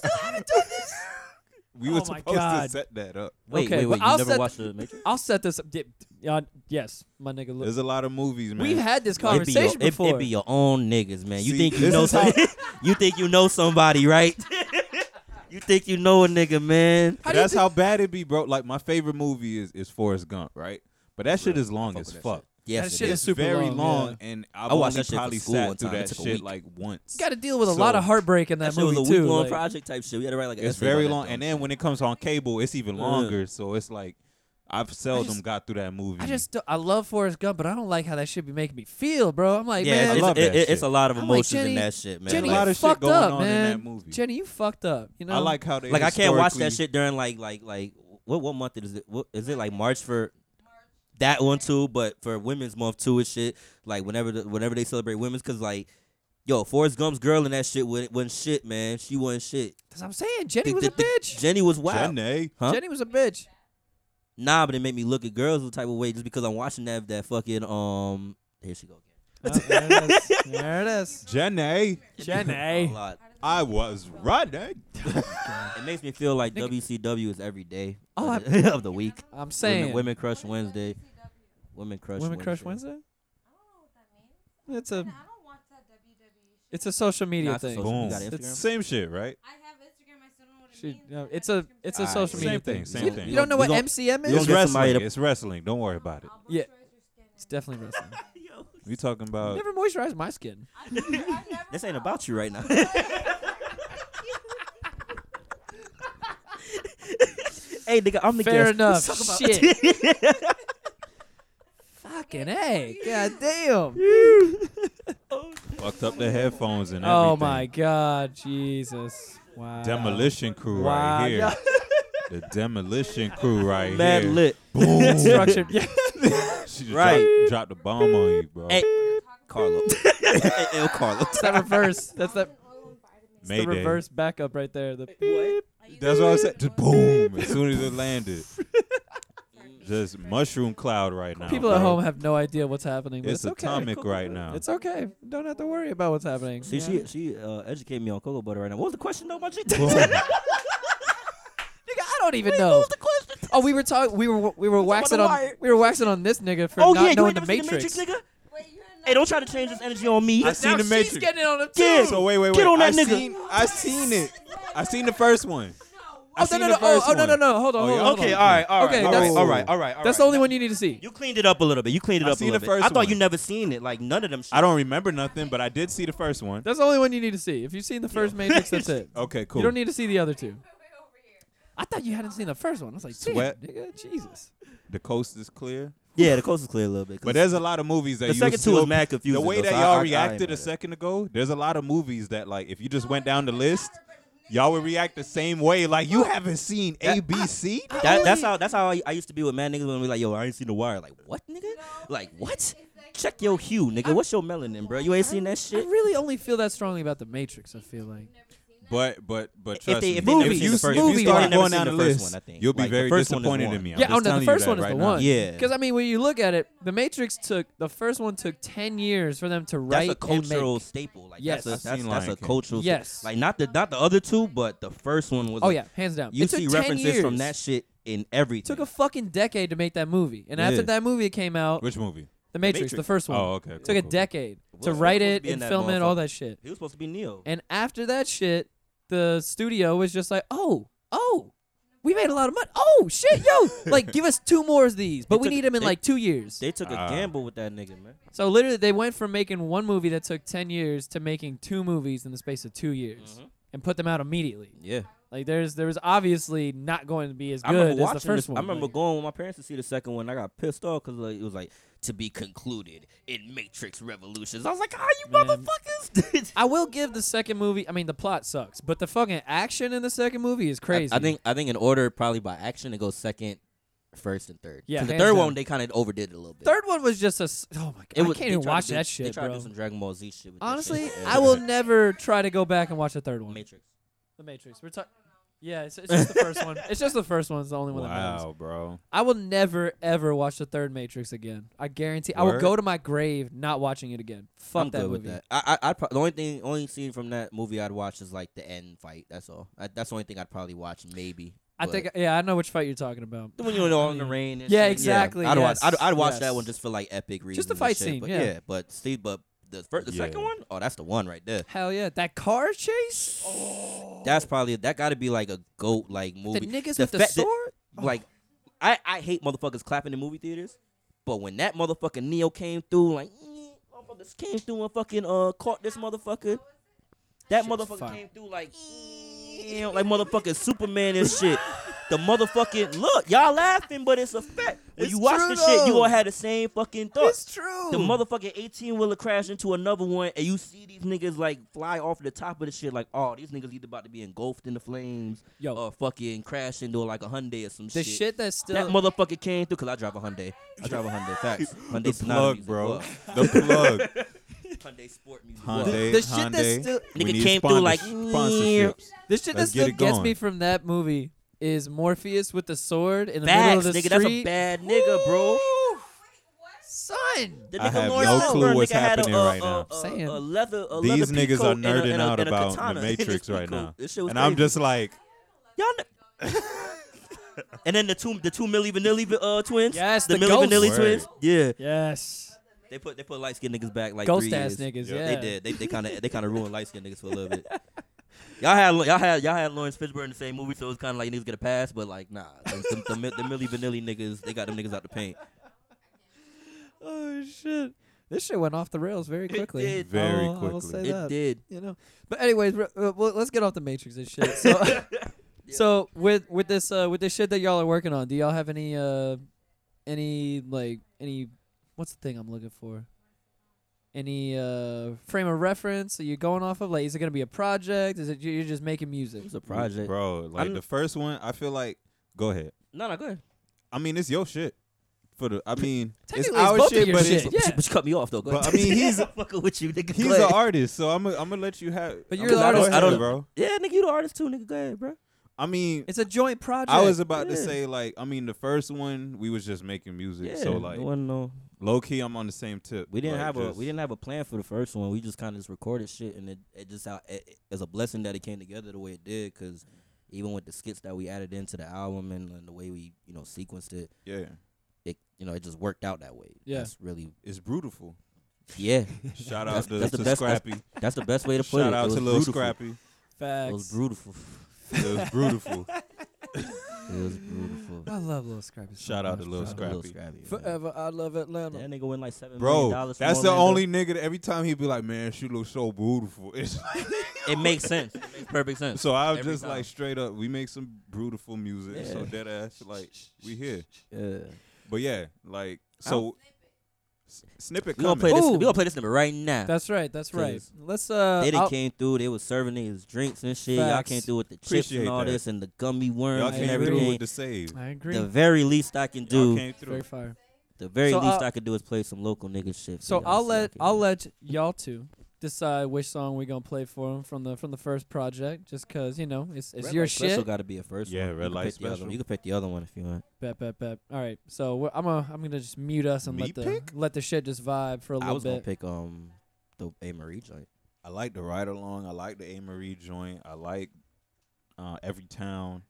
[SPEAKER 2] Oh
[SPEAKER 4] were
[SPEAKER 2] my
[SPEAKER 4] supposed
[SPEAKER 2] God.
[SPEAKER 4] to set that up.
[SPEAKER 3] Wait,
[SPEAKER 2] Okay,
[SPEAKER 3] wait,
[SPEAKER 2] but
[SPEAKER 3] wait. You
[SPEAKER 2] I'll
[SPEAKER 3] never
[SPEAKER 2] set
[SPEAKER 3] watched the
[SPEAKER 2] *laughs*
[SPEAKER 3] Matrix?
[SPEAKER 2] I'll set this up. Yeah, yeah, yes, my nigga. Look,
[SPEAKER 4] There's a lot of movies, man.
[SPEAKER 2] we've had this
[SPEAKER 3] It be, your,
[SPEAKER 2] conversation
[SPEAKER 3] it- it,
[SPEAKER 2] before.
[SPEAKER 3] be your own niggas, man. You
[SPEAKER 4] See,
[SPEAKER 3] think you
[SPEAKER 4] this
[SPEAKER 3] know
[SPEAKER 4] is how-
[SPEAKER 3] some, *laughs* You think you know somebody,
[SPEAKER 4] *laughs*
[SPEAKER 3] right? you think you know a nigga, man.
[SPEAKER 2] How do you
[SPEAKER 4] That's
[SPEAKER 2] think-
[SPEAKER 4] how bad it be, bro. Like my favorite movie is is Forrest Gump, right? But that shit is long
[SPEAKER 3] fuck
[SPEAKER 4] as
[SPEAKER 3] with that
[SPEAKER 4] fuck.
[SPEAKER 3] shit. Yes,
[SPEAKER 2] That
[SPEAKER 3] it
[SPEAKER 2] shit
[SPEAKER 3] is.
[SPEAKER 2] is super
[SPEAKER 4] very
[SPEAKER 2] long,
[SPEAKER 4] long, and I've
[SPEAKER 3] I watched
[SPEAKER 4] only
[SPEAKER 3] that shit for
[SPEAKER 4] probably
[SPEAKER 3] school
[SPEAKER 4] sat
[SPEAKER 3] one
[SPEAKER 4] through
[SPEAKER 3] time. It
[SPEAKER 4] that
[SPEAKER 3] took a
[SPEAKER 4] shit
[SPEAKER 3] week.
[SPEAKER 4] like once.
[SPEAKER 2] got to deal with a
[SPEAKER 4] So-
[SPEAKER 2] lot of heartbreak in that,
[SPEAKER 3] That shit
[SPEAKER 2] movie
[SPEAKER 3] was a
[SPEAKER 2] too.
[SPEAKER 3] week long
[SPEAKER 2] like-
[SPEAKER 3] project type shit. We had to write like an
[SPEAKER 4] it's
[SPEAKER 3] essay about
[SPEAKER 4] very
[SPEAKER 3] that
[SPEAKER 4] long,
[SPEAKER 3] dumb
[SPEAKER 4] and
[SPEAKER 3] shit.
[SPEAKER 4] then when it comes on cable, it's even
[SPEAKER 3] Yeah.
[SPEAKER 4] longer. So it's like I've seldom
[SPEAKER 2] just-
[SPEAKER 4] got through that movie.
[SPEAKER 2] I just don't, I love Forrest Gump, but I don't like how that shoit be making me feel, bro. I'm like,
[SPEAKER 3] yeah,
[SPEAKER 2] man,
[SPEAKER 3] it's,
[SPEAKER 4] I love
[SPEAKER 3] it- it-
[SPEAKER 4] that
[SPEAKER 3] it's
[SPEAKER 4] shit.
[SPEAKER 3] a lot of
[SPEAKER 2] I'm like,
[SPEAKER 3] emotions
[SPEAKER 2] Jenny-
[SPEAKER 3] in that shit, man.
[SPEAKER 2] Jenny,
[SPEAKER 4] a lot
[SPEAKER 2] you
[SPEAKER 4] of shit
[SPEAKER 2] fucked
[SPEAKER 4] going
[SPEAKER 2] up,
[SPEAKER 4] on in
[SPEAKER 2] man.
[SPEAKER 4] that movie.
[SPEAKER 2] Jenny, you fucked up. You know,
[SPEAKER 4] I like how they
[SPEAKER 3] like I can't watch that
[SPEAKER 4] historically-
[SPEAKER 3] shit during like like like what what month is it? What, is it like March for that one too? But for Women's Month too and shit. Like whenever the, whenever they celebrate women's, cause like yo Forrest Gump's girl in that shit wasn't, wasn't shit, man. She wasn't shit.
[SPEAKER 2] That's what I'm saying. Jenny
[SPEAKER 3] The-
[SPEAKER 2] was
[SPEAKER 3] the-
[SPEAKER 2] a
[SPEAKER 3] the-
[SPEAKER 2] bitch.
[SPEAKER 3] Jenny was wild.
[SPEAKER 4] Jenny.
[SPEAKER 3] Huh?
[SPEAKER 2] Jenny was a bitch.
[SPEAKER 3] Nah, but it made me look at girls the type of way just because I'm watching that that fucking um. Here she go again.
[SPEAKER 2] Oh, there it is. There it is.
[SPEAKER 3] *laughs*
[SPEAKER 4] Jenny,
[SPEAKER 3] A
[SPEAKER 2] Jenny.
[SPEAKER 3] lot.
[SPEAKER 4] I was running.
[SPEAKER 3] It makes me feel like
[SPEAKER 2] Nigga.
[SPEAKER 3] WCW is every day
[SPEAKER 2] Oh,
[SPEAKER 3] of the, *laughs* of the week.
[SPEAKER 2] I'm
[SPEAKER 3] Women,
[SPEAKER 2] saying
[SPEAKER 3] women Crush Wednesday. Women Crush
[SPEAKER 2] Women
[SPEAKER 3] Wednesday.
[SPEAKER 2] Crush Wednesday. It's
[SPEAKER 5] I
[SPEAKER 2] a
[SPEAKER 5] don't watch that WWE shit.
[SPEAKER 2] it's a social media
[SPEAKER 3] Nah, it's a
[SPEAKER 2] thing.
[SPEAKER 3] social-
[SPEAKER 4] Boom.
[SPEAKER 3] You got
[SPEAKER 2] Instagram?
[SPEAKER 4] Same shit, right?
[SPEAKER 5] I have Instagram. I still don't know what it
[SPEAKER 2] She-
[SPEAKER 5] means.
[SPEAKER 2] no,
[SPEAKER 5] but
[SPEAKER 2] it's
[SPEAKER 5] I
[SPEAKER 2] a
[SPEAKER 5] have Instagram.
[SPEAKER 2] it's a
[SPEAKER 4] Alright,
[SPEAKER 2] social media
[SPEAKER 4] same
[SPEAKER 2] thing.
[SPEAKER 4] thing, same
[SPEAKER 2] you,
[SPEAKER 4] thing.
[SPEAKER 2] you don't know
[SPEAKER 3] We
[SPEAKER 2] what
[SPEAKER 3] gon-
[SPEAKER 2] MCM
[SPEAKER 3] we gon-
[SPEAKER 2] is?
[SPEAKER 4] It's
[SPEAKER 3] get somebody
[SPEAKER 4] wrestling.
[SPEAKER 3] to-
[SPEAKER 4] It's wrestling. Don't worry about it.
[SPEAKER 5] I'll
[SPEAKER 2] Yeah.
[SPEAKER 5] moisturize your skin.
[SPEAKER 2] It's definitely wrestling.
[SPEAKER 4] We talking about
[SPEAKER 2] Never moisturize my skin.
[SPEAKER 5] I never- I never
[SPEAKER 3] This ain't
[SPEAKER 5] know.
[SPEAKER 3] about you
[SPEAKER 2] *laughs*
[SPEAKER 3] right now. hey, nigga, I'm the
[SPEAKER 2] Fair
[SPEAKER 3] guest.
[SPEAKER 2] enough.
[SPEAKER 3] Let's talk *laughs* about-
[SPEAKER 2] Shit. Fucking a. God damn.
[SPEAKER 4] fucked up the headphones and
[SPEAKER 2] Oh
[SPEAKER 4] everything.
[SPEAKER 2] my God, Jesus! Wow.
[SPEAKER 4] Demolition crew
[SPEAKER 2] Wow,
[SPEAKER 4] right here. *laughs*
[SPEAKER 2] *laughs* yeah.
[SPEAKER 4] The demolition crew right
[SPEAKER 3] Mad
[SPEAKER 4] here.
[SPEAKER 3] lit.
[SPEAKER 4] Boom.
[SPEAKER 2] Structured. Yeah.
[SPEAKER 4] She just
[SPEAKER 3] Right.
[SPEAKER 4] dropped, dropped the bomb on you, bro.
[SPEAKER 3] Hey, Carlo. *laughs* hey, El *laughs* Carlo.
[SPEAKER 2] That's that reverse. That's that.
[SPEAKER 5] Olive oil and vitamins.
[SPEAKER 2] That's the
[SPEAKER 4] Mayday.
[SPEAKER 2] reverse backup right there. The beep.
[SPEAKER 5] Are you
[SPEAKER 4] That's what I
[SPEAKER 5] guys
[SPEAKER 4] said. Just
[SPEAKER 5] doing
[SPEAKER 4] boom. As soon as it landed. Just mushroom cloud right now.
[SPEAKER 2] People
[SPEAKER 4] bro.
[SPEAKER 2] at home have no idea what's happening. But
[SPEAKER 4] It's
[SPEAKER 2] it's, okay.
[SPEAKER 4] atomic right now. *laughs*
[SPEAKER 2] It's okay. Don't have to worry about what's happening.
[SPEAKER 3] See,
[SPEAKER 2] Yeah.
[SPEAKER 3] she she uh, educated me on cocoa butter right now. What was the question though, my shit?
[SPEAKER 2] Nigga, I don't even know.
[SPEAKER 3] the question?
[SPEAKER 2] Oh, we were talking. We were we were waxing
[SPEAKER 3] the
[SPEAKER 2] on
[SPEAKER 3] wire.
[SPEAKER 2] we were waxing on this nigga for
[SPEAKER 3] Oh
[SPEAKER 2] not
[SPEAKER 3] yeah, you
[SPEAKER 2] knowing
[SPEAKER 3] ain't
[SPEAKER 2] the
[SPEAKER 3] never seen the Matrix,
[SPEAKER 2] Matrix.
[SPEAKER 3] nigga.
[SPEAKER 5] Wait, you didn't
[SPEAKER 3] Hey,
[SPEAKER 5] know-
[SPEAKER 3] don't try to change this energy on me.
[SPEAKER 4] I seen
[SPEAKER 2] now
[SPEAKER 4] the
[SPEAKER 2] she's
[SPEAKER 4] Matrix.
[SPEAKER 2] getting it on him too.
[SPEAKER 3] Yeah.
[SPEAKER 4] So wait, wait, wait.
[SPEAKER 3] Get on that
[SPEAKER 4] I
[SPEAKER 3] nigga.
[SPEAKER 4] Seen, I seen it. I seen the first one.
[SPEAKER 5] No,
[SPEAKER 4] I
[SPEAKER 2] Oh no
[SPEAKER 4] seen
[SPEAKER 2] no
[SPEAKER 4] the
[SPEAKER 2] no! Oh,
[SPEAKER 4] first
[SPEAKER 2] oh no no
[SPEAKER 4] one.
[SPEAKER 2] no! Hold on hold on.
[SPEAKER 4] Oh, yeah,
[SPEAKER 2] hold
[SPEAKER 3] Okay,
[SPEAKER 2] on.
[SPEAKER 3] all right, all right,
[SPEAKER 2] Okay,
[SPEAKER 3] all
[SPEAKER 2] that's-
[SPEAKER 3] right, all right, all right. all
[SPEAKER 2] That's
[SPEAKER 3] right.
[SPEAKER 2] the only one you need to see.
[SPEAKER 3] You cleaned it up a little bit. You cleaned it
[SPEAKER 4] I
[SPEAKER 3] up a
[SPEAKER 4] seen
[SPEAKER 3] little
[SPEAKER 4] the
[SPEAKER 3] bit.
[SPEAKER 4] first
[SPEAKER 3] I thought
[SPEAKER 4] one.
[SPEAKER 3] you never seen it. Like none of them. Shit.
[SPEAKER 4] I don't remember nothing, but I did see the first one.
[SPEAKER 2] That's the only one you need to see. If you've seen the first Matrix, that's it.
[SPEAKER 4] Okay, Oh, cool.
[SPEAKER 2] You don't need to see the other two.
[SPEAKER 5] wait, wait, over here.
[SPEAKER 2] I thought you hadn't seen the first one. I was like, damn,
[SPEAKER 4] Sweat.
[SPEAKER 2] nigga, Jesus.
[SPEAKER 4] the coast is clear.
[SPEAKER 3] yeah, the coast is clear a little bit. 'cause
[SPEAKER 4] But there's a lot of movies that
[SPEAKER 3] the
[SPEAKER 4] you
[SPEAKER 3] second two
[SPEAKER 4] still,
[SPEAKER 3] was mad confusing.
[SPEAKER 4] the way
[SPEAKER 3] though,
[SPEAKER 4] that
[SPEAKER 3] so I- I- I
[SPEAKER 4] y'all
[SPEAKER 3] ain't
[SPEAKER 4] reacted
[SPEAKER 3] mad
[SPEAKER 4] a
[SPEAKER 3] at it.
[SPEAKER 4] second ago. There's a lot of movies that like if you just went down the list, y'all would react the same way. Like you haven't seen A B C.
[SPEAKER 3] That, that's how that's how I, I used to be with mad niggas when we like, yo, I ain't seen the wire. Like what, nigga? Like what? Check your hue, nigga. What's your melanin, bro? You ain't seen that
[SPEAKER 2] I
[SPEAKER 3] shit.
[SPEAKER 2] really only feel that strongly about the Matrix. I feel like
[SPEAKER 4] But but but
[SPEAKER 3] If
[SPEAKER 4] trust
[SPEAKER 3] they-
[SPEAKER 4] me,
[SPEAKER 3] if they never
[SPEAKER 2] seen
[SPEAKER 4] you,
[SPEAKER 2] the
[SPEAKER 4] if
[SPEAKER 2] first
[SPEAKER 4] you
[SPEAKER 2] one.
[SPEAKER 4] start
[SPEAKER 2] I've never
[SPEAKER 4] going
[SPEAKER 3] seen
[SPEAKER 4] down
[SPEAKER 3] the
[SPEAKER 4] the
[SPEAKER 3] first
[SPEAKER 4] list,
[SPEAKER 3] one, I think.
[SPEAKER 4] you'll be
[SPEAKER 3] Like, the
[SPEAKER 4] very
[SPEAKER 3] first one is
[SPEAKER 4] disappointed
[SPEAKER 3] one.
[SPEAKER 4] in me. I'm
[SPEAKER 2] yeah,
[SPEAKER 4] just
[SPEAKER 2] oh no,
[SPEAKER 4] telling
[SPEAKER 2] the
[SPEAKER 4] you
[SPEAKER 2] first
[SPEAKER 4] that
[SPEAKER 2] one is
[SPEAKER 4] right
[SPEAKER 2] the
[SPEAKER 4] now.
[SPEAKER 2] one.
[SPEAKER 3] Yeah.
[SPEAKER 2] because I mean, when you look at it, the Matrix took the first one took ten years for them to
[SPEAKER 3] That's
[SPEAKER 2] write
[SPEAKER 3] a
[SPEAKER 2] and
[SPEAKER 3] cultural
[SPEAKER 2] make.
[SPEAKER 3] staple. Like
[SPEAKER 2] Yes. I've
[SPEAKER 3] that's a, that's,
[SPEAKER 4] seen
[SPEAKER 3] that's
[SPEAKER 4] Lion
[SPEAKER 3] a
[SPEAKER 4] King.
[SPEAKER 3] cultural. sta-
[SPEAKER 2] Yes.
[SPEAKER 3] Like not the not the other two, but the first one was.
[SPEAKER 2] Oh
[SPEAKER 3] a-
[SPEAKER 2] yeah, hands down.
[SPEAKER 3] You
[SPEAKER 2] it took
[SPEAKER 3] see
[SPEAKER 2] 10
[SPEAKER 3] references from
[SPEAKER 2] years.
[SPEAKER 3] that shit in everything.
[SPEAKER 2] It took a fucking decade to make that movie, and after
[SPEAKER 4] Yeah.
[SPEAKER 2] that movie came out,
[SPEAKER 4] Which movie?
[SPEAKER 2] The Matrix, the
[SPEAKER 3] Matrix.
[SPEAKER 2] first one,
[SPEAKER 4] Oh, okay.
[SPEAKER 2] took a decade to write
[SPEAKER 3] supposed to
[SPEAKER 2] it
[SPEAKER 3] be in
[SPEAKER 2] and
[SPEAKER 3] that
[SPEAKER 2] film it, all
[SPEAKER 3] motherfucker.
[SPEAKER 2] that shit.
[SPEAKER 3] he was supposed to be Neo.
[SPEAKER 2] And after that shit, the studio was just like, oh, oh, we made a lot of money. Oh shit,
[SPEAKER 3] *laughs*
[SPEAKER 2] yo, like give us two more of these, but
[SPEAKER 3] They
[SPEAKER 2] we
[SPEAKER 3] took-
[SPEAKER 2] need them in
[SPEAKER 3] they-
[SPEAKER 2] like two years.
[SPEAKER 3] They took a
[SPEAKER 4] Ah.
[SPEAKER 3] gamble with that nigga, man.
[SPEAKER 2] so literally, they went from making one movie that took ten years to making two movies in the space of two years,
[SPEAKER 3] Mm-hmm.
[SPEAKER 2] and put them out immediately.
[SPEAKER 3] Yeah.
[SPEAKER 2] Like there's there was obviously not going to be as
[SPEAKER 3] I
[SPEAKER 2] good
[SPEAKER 3] remember
[SPEAKER 2] as
[SPEAKER 3] watching
[SPEAKER 2] the first
[SPEAKER 3] this-
[SPEAKER 2] one.
[SPEAKER 3] I remember
[SPEAKER 2] like-
[SPEAKER 3] going with my parents to see the second one. I got pissed off because like, it was like to be concluded in Matrix Revolutions. I was like, ah, you
[SPEAKER 2] Man.
[SPEAKER 3] motherfuckers. *laughs*
[SPEAKER 2] I will give the second movie. I mean, the plot sucks, but the fucking action in the second movie is crazy.
[SPEAKER 3] I, I think I think in order probably by action it goes second, first, and third.
[SPEAKER 2] Yeah,
[SPEAKER 3] 'Cause the
[SPEAKER 2] hands
[SPEAKER 3] third
[SPEAKER 2] down.
[SPEAKER 3] one they kind of overdid it a little bit.
[SPEAKER 2] third one was just a. s- Oh my god!
[SPEAKER 3] It was,
[SPEAKER 2] I
[SPEAKER 3] they
[SPEAKER 2] can't even
[SPEAKER 3] tried to
[SPEAKER 2] watch
[SPEAKER 3] do-
[SPEAKER 2] that
[SPEAKER 3] They
[SPEAKER 2] shit,
[SPEAKER 3] tried to
[SPEAKER 2] bro.
[SPEAKER 3] do some Dragon Ball Z shit. With that
[SPEAKER 2] Honestly,
[SPEAKER 3] shit.
[SPEAKER 2] I will never try to go back and watch the third one.
[SPEAKER 3] Matrix.
[SPEAKER 2] The Matrix. We're talking. Yeah, it's,
[SPEAKER 3] *laughs*
[SPEAKER 2] it's just the first one. It's just the first one. It's the only one that matters.
[SPEAKER 4] Wow, bro.
[SPEAKER 2] I will never ever watch the third Matrix again. I guarantee. I will
[SPEAKER 4] Word?
[SPEAKER 2] go to my grave not watching it again. Fuck
[SPEAKER 3] I'm
[SPEAKER 2] that
[SPEAKER 3] good
[SPEAKER 2] movie.
[SPEAKER 3] with that. I, I, I pro- the only thing, only scene from that movie I'd watch is like the end fight. That's all. I, that's the only thing I'd probably watch. Maybe.
[SPEAKER 2] I
[SPEAKER 3] but-
[SPEAKER 2] think. Yeah, I know which fight you're talking about.
[SPEAKER 3] The one you know
[SPEAKER 2] I
[SPEAKER 3] on the
[SPEAKER 2] mean,
[SPEAKER 3] rain. And
[SPEAKER 2] yeah,
[SPEAKER 3] shit.
[SPEAKER 2] exactly,
[SPEAKER 3] I'd
[SPEAKER 2] yes,
[SPEAKER 3] watch. I'd, I'd watch
[SPEAKER 2] yes.
[SPEAKER 3] that one just for like epic reasons.
[SPEAKER 2] the
[SPEAKER 3] and
[SPEAKER 2] fight
[SPEAKER 3] shit,
[SPEAKER 2] scene,
[SPEAKER 3] But
[SPEAKER 2] yeah.
[SPEAKER 3] but Steve, but the first, the second
[SPEAKER 4] Yeah.
[SPEAKER 3] one, oh, that's the one right there.
[SPEAKER 2] Hell yeah! That car chase.
[SPEAKER 3] Oh, That's probably that got to be like a goat like
[SPEAKER 2] Oh. The
[SPEAKER 3] movie.
[SPEAKER 2] niggas
[SPEAKER 3] The
[SPEAKER 2] with the
[SPEAKER 3] fact that-
[SPEAKER 2] sword. Oh.
[SPEAKER 3] Like, I I hate motherfuckers clapping in movie theaters, but when that motherfucking Neo came through, like, "Mm, motherfuckers came through and fucking uh caught this motherfucker. That
[SPEAKER 2] Shit was
[SPEAKER 3] motherfucker
[SPEAKER 2] fire.
[SPEAKER 3] came through like, "Mm," like motherfucking Superman and shit. The motherfucking look, y'all laughing, but it's a fact. When
[SPEAKER 2] It's
[SPEAKER 3] you watch
[SPEAKER 2] true,
[SPEAKER 3] the shit, you
[SPEAKER 2] though.
[SPEAKER 3] gonna have the same fucking thought.
[SPEAKER 2] It's true.
[SPEAKER 3] The motherfucking 18 wheeler crashed into another one, and you see these niggas like fly off the top of the shit, like, oh, these niggas either about to be engulfed in the flames
[SPEAKER 2] Yo,
[SPEAKER 3] or fucking crash into like a Hyundai or some
[SPEAKER 2] the
[SPEAKER 3] shit.
[SPEAKER 2] shit that's still
[SPEAKER 3] that motherfucker came through, because I drive a Hyundai. I drive a Hyundai.
[SPEAKER 4] *laughs*
[SPEAKER 3] Facts. Hyundai
[SPEAKER 4] The
[SPEAKER 3] Sonata
[SPEAKER 4] plug,
[SPEAKER 3] music,
[SPEAKER 4] bro. *laughs*
[SPEAKER 3] what?
[SPEAKER 4] The plug.
[SPEAKER 3] Hyundai Sport music. what?
[SPEAKER 4] Hyundai.
[SPEAKER 2] the shit that's
[SPEAKER 4] Hyundai.
[SPEAKER 2] still-
[SPEAKER 4] We
[SPEAKER 3] Nigga
[SPEAKER 4] need
[SPEAKER 3] came through like,
[SPEAKER 4] sponsors- sponsorships.
[SPEAKER 2] The shit that
[SPEAKER 4] Let's get
[SPEAKER 2] still
[SPEAKER 4] it
[SPEAKER 2] gets
[SPEAKER 4] going.
[SPEAKER 2] me from that movie is Morpheus with the sword in the
[SPEAKER 3] Facts,
[SPEAKER 2] middle of
[SPEAKER 3] nigga.
[SPEAKER 2] the
[SPEAKER 3] That's a
[SPEAKER 2] street.
[SPEAKER 3] bad nigga, bro.
[SPEAKER 2] Son,
[SPEAKER 3] The nigga
[SPEAKER 4] I have
[SPEAKER 3] Lawrence
[SPEAKER 4] no
[SPEAKER 3] Fishburne
[SPEAKER 4] clue what's
[SPEAKER 3] nigga had a-
[SPEAKER 4] happening
[SPEAKER 3] a,
[SPEAKER 4] right
[SPEAKER 3] a-
[SPEAKER 4] now.
[SPEAKER 3] a-
[SPEAKER 2] Saying.
[SPEAKER 3] a leather, a leather
[SPEAKER 4] These niggas are
[SPEAKER 3] peacoat and a-
[SPEAKER 4] nerding
[SPEAKER 3] and a-
[SPEAKER 4] out
[SPEAKER 3] and a
[SPEAKER 4] about
[SPEAKER 3] katana
[SPEAKER 4] the
[SPEAKER 3] in his
[SPEAKER 4] Matrix right
[SPEAKER 3] peacoat.
[SPEAKER 4] now,
[SPEAKER 3] This shit was
[SPEAKER 4] and I'm
[SPEAKER 3] crazy.
[SPEAKER 4] just like,
[SPEAKER 3] Y'all. kn- *laughs* and then the two, the two Milli Vanilli uh, twins.
[SPEAKER 2] Yes,
[SPEAKER 3] the,
[SPEAKER 2] the
[SPEAKER 3] Milli
[SPEAKER 2] ghosts.
[SPEAKER 3] Vanilli
[SPEAKER 4] Word.
[SPEAKER 3] twins. Yeah,
[SPEAKER 2] yes,
[SPEAKER 3] they put they put light skinned niggas back like
[SPEAKER 2] ghost
[SPEAKER 3] three
[SPEAKER 2] ass
[SPEAKER 3] years.
[SPEAKER 2] niggas.
[SPEAKER 4] Yeah,
[SPEAKER 2] Yeah,
[SPEAKER 3] They did. They they kind of they
[SPEAKER 2] *laughs*
[SPEAKER 3] kind of ruined light skinned niggas for a little bit. Y'all had y'all had y'all had Lawrence Fishburne in the same movie, so it's kind of like niggas get a pass, but like nah, the, the, the, Mi- the Milli Vanilli niggas they got them niggas out the paint.
[SPEAKER 2] Oh shit, this shit went off the rails very quickly.
[SPEAKER 3] did.
[SPEAKER 4] Very
[SPEAKER 2] I'll- I will say
[SPEAKER 4] quickly.
[SPEAKER 3] It
[SPEAKER 2] that.
[SPEAKER 3] did.
[SPEAKER 2] You know, but anyways, re- uh, well, let's get off the Matrix and shit. So,
[SPEAKER 6] *laughs*
[SPEAKER 2] *laughs* so with with this uh, with this shit that y'all are working on, do y'all have any uh, any like any what's the thing I'm looking for? Any uh frame of reference are you going off of? Like, is it gonna be a project? Is it you- you're just making music?
[SPEAKER 3] It was a project.
[SPEAKER 4] bro, like
[SPEAKER 3] I'm-
[SPEAKER 4] the first one, I feel like, go ahead.
[SPEAKER 3] No, no, go ahead.
[SPEAKER 4] I mean, it's your shit. For the, I mean, it's
[SPEAKER 2] Technically, it's
[SPEAKER 4] our
[SPEAKER 2] both of
[SPEAKER 4] shit,
[SPEAKER 2] your
[SPEAKER 4] but
[SPEAKER 2] shit.
[SPEAKER 4] it's,
[SPEAKER 3] But,
[SPEAKER 2] Yeah.
[SPEAKER 3] you, but you cut me off though. Go
[SPEAKER 4] But,
[SPEAKER 3] ahead.
[SPEAKER 4] I
[SPEAKER 3] *laughs*
[SPEAKER 4] mean, he's-
[SPEAKER 3] I'm fucking with you, nigga.
[SPEAKER 4] he's
[SPEAKER 3] go
[SPEAKER 4] an
[SPEAKER 3] ahead.
[SPEAKER 4] artist, so I'm, I'm gonna let you have.
[SPEAKER 2] But
[SPEAKER 4] I'ma
[SPEAKER 2] you're the
[SPEAKER 4] let you
[SPEAKER 2] artist,
[SPEAKER 4] have
[SPEAKER 3] I
[SPEAKER 4] it,
[SPEAKER 3] don't-
[SPEAKER 4] bro.
[SPEAKER 3] Yeah, nigga, you the artist too, nigga. Go ahead, bro.
[SPEAKER 4] I mean,
[SPEAKER 2] It's a joint project.
[SPEAKER 4] I was about to
[SPEAKER 3] Yeah.
[SPEAKER 4] say like, I mean, the first one we was just making music,
[SPEAKER 3] Yeah,
[SPEAKER 4] so like,
[SPEAKER 3] it wasn't no-
[SPEAKER 4] low key, I'm on the same tip.
[SPEAKER 3] we didn't
[SPEAKER 4] Like,
[SPEAKER 3] have a
[SPEAKER 4] just-
[SPEAKER 3] we didn't have a plan for the first one. We just kind of just recorded shit, and it, it just how it, it- it's a blessing that it came together the way it did. Cause even with the skits that we added into the album and, and the way we you know sequenced it,
[SPEAKER 4] Yeah,
[SPEAKER 3] it you know it just worked out that way.
[SPEAKER 2] Yeah.
[SPEAKER 3] that's really
[SPEAKER 4] it's
[SPEAKER 2] *laughs*
[SPEAKER 4] beautiful.
[SPEAKER 3] yeah.
[SPEAKER 4] Shout
[SPEAKER 3] That's-
[SPEAKER 4] out to,
[SPEAKER 3] that's the
[SPEAKER 4] to
[SPEAKER 3] best- that's-
[SPEAKER 4] Scrappy.
[SPEAKER 3] That's the best way to put
[SPEAKER 4] Shout
[SPEAKER 3] it.
[SPEAKER 4] out
[SPEAKER 3] it was
[SPEAKER 4] to Lil
[SPEAKER 3] beautiful.
[SPEAKER 4] Scrappy.
[SPEAKER 3] It
[SPEAKER 2] Facts.
[SPEAKER 3] was beautiful.
[SPEAKER 4] It
[SPEAKER 3] *laughs*
[SPEAKER 4] was beautiful.
[SPEAKER 3] It was beautiful.
[SPEAKER 2] I love Little Scrappy. so
[SPEAKER 4] Shout out
[SPEAKER 2] much,
[SPEAKER 4] to Lil
[SPEAKER 2] bro.
[SPEAKER 4] Scrappy.
[SPEAKER 3] Scrappy, man.
[SPEAKER 2] Forever, I love Atlanta.
[SPEAKER 3] That nigga went like seven million
[SPEAKER 4] Bro,
[SPEAKER 3] dollars. from
[SPEAKER 4] that's the
[SPEAKER 3] Orlando.
[SPEAKER 4] only nigga that every time he'd be like, man, she looks so beautiful. *laughs* It's like-
[SPEAKER 3] It makes sense. It makes perfect sense.
[SPEAKER 4] so I'm
[SPEAKER 3] Every
[SPEAKER 4] just
[SPEAKER 3] time.
[SPEAKER 4] like, straight up, we make some beautiful music. So
[SPEAKER 3] Yeah.
[SPEAKER 4] dead ass, like, we here.
[SPEAKER 3] Yeah.
[SPEAKER 4] But yeah, like, So s- snippet
[SPEAKER 6] We gonna play
[SPEAKER 4] coming.
[SPEAKER 6] this.
[SPEAKER 2] Ooh.
[SPEAKER 6] We gonna play this number right now.
[SPEAKER 2] That's right. That's right.
[SPEAKER 6] Cause
[SPEAKER 2] Let's uh.
[SPEAKER 6] they done
[SPEAKER 2] I'll-
[SPEAKER 6] came through. They was serving niggas drinks and shit. Y'all
[SPEAKER 2] Facts.
[SPEAKER 6] came through with the chips
[SPEAKER 4] Appreciate
[SPEAKER 6] and all
[SPEAKER 4] that.
[SPEAKER 6] this and the gummy
[SPEAKER 4] Y'all
[SPEAKER 6] worms and
[SPEAKER 4] came through
[SPEAKER 6] everything.
[SPEAKER 4] with the save.
[SPEAKER 2] I agree.
[SPEAKER 6] The very least I can
[SPEAKER 4] Y'all
[SPEAKER 6] do,
[SPEAKER 4] came through.
[SPEAKER 2] Very fire.
[SPEAKER 6] the very
[SPEAKER 2] So,
[SPEAKER 6] least
[SPEAKER 2] uh,
[SPEAKER 6] I can do is play some local nigga shit. for
[SPEAKER 2] So
[SPEAKER 6] y'all,
[SPEAKER 2] I'll
[SPEAKER 6] see
[SPEAKER 2] let
[SPEAKER 6] y'all
[SPEAKER 2] I'll
[SPEAKER 6] can-
[SPEAKER 2] let y'all two decide which song we're gonna play for 'em from the from the first project, just 'cause you know it's it's
[SPEAKER 6] Red
[SPEAKER 2] your
[SPEAKER 6] Light Special
[SPEAKER 2] shit.
[SPEAKER 6] got to be a first.
[SPEAKER 4] Yeah,
[SPEAKER 6] one.
[SPEAKER 4] Red
[SPEAKER 6] You can
[SPEAKER 4] Light
[SPEAKER 6] pick the other-
[SPEAKER 4] Special.
[SPEAKER 6] You can pick the other one if you want.
[SPEAKER 2] Bet bet bet. All right, so we're, I'm gonna I'm gonna just mute us and
[SPEAKER 4] Me
[SPEAKER 2] let the
[SPEAKER 4] pick?
[SPEAKER 2] let the shit just vibe for a
[SPEAKER 6] I
[SPEAKER 2] little
[SPEAKER 6] was gonna
[SPEAKER 2] bit.
[SPEAKER 6] pick um the A Marie joint.
[SPEAKER 4] I like the ride along. I like the A Marie joint. I like uh, every town.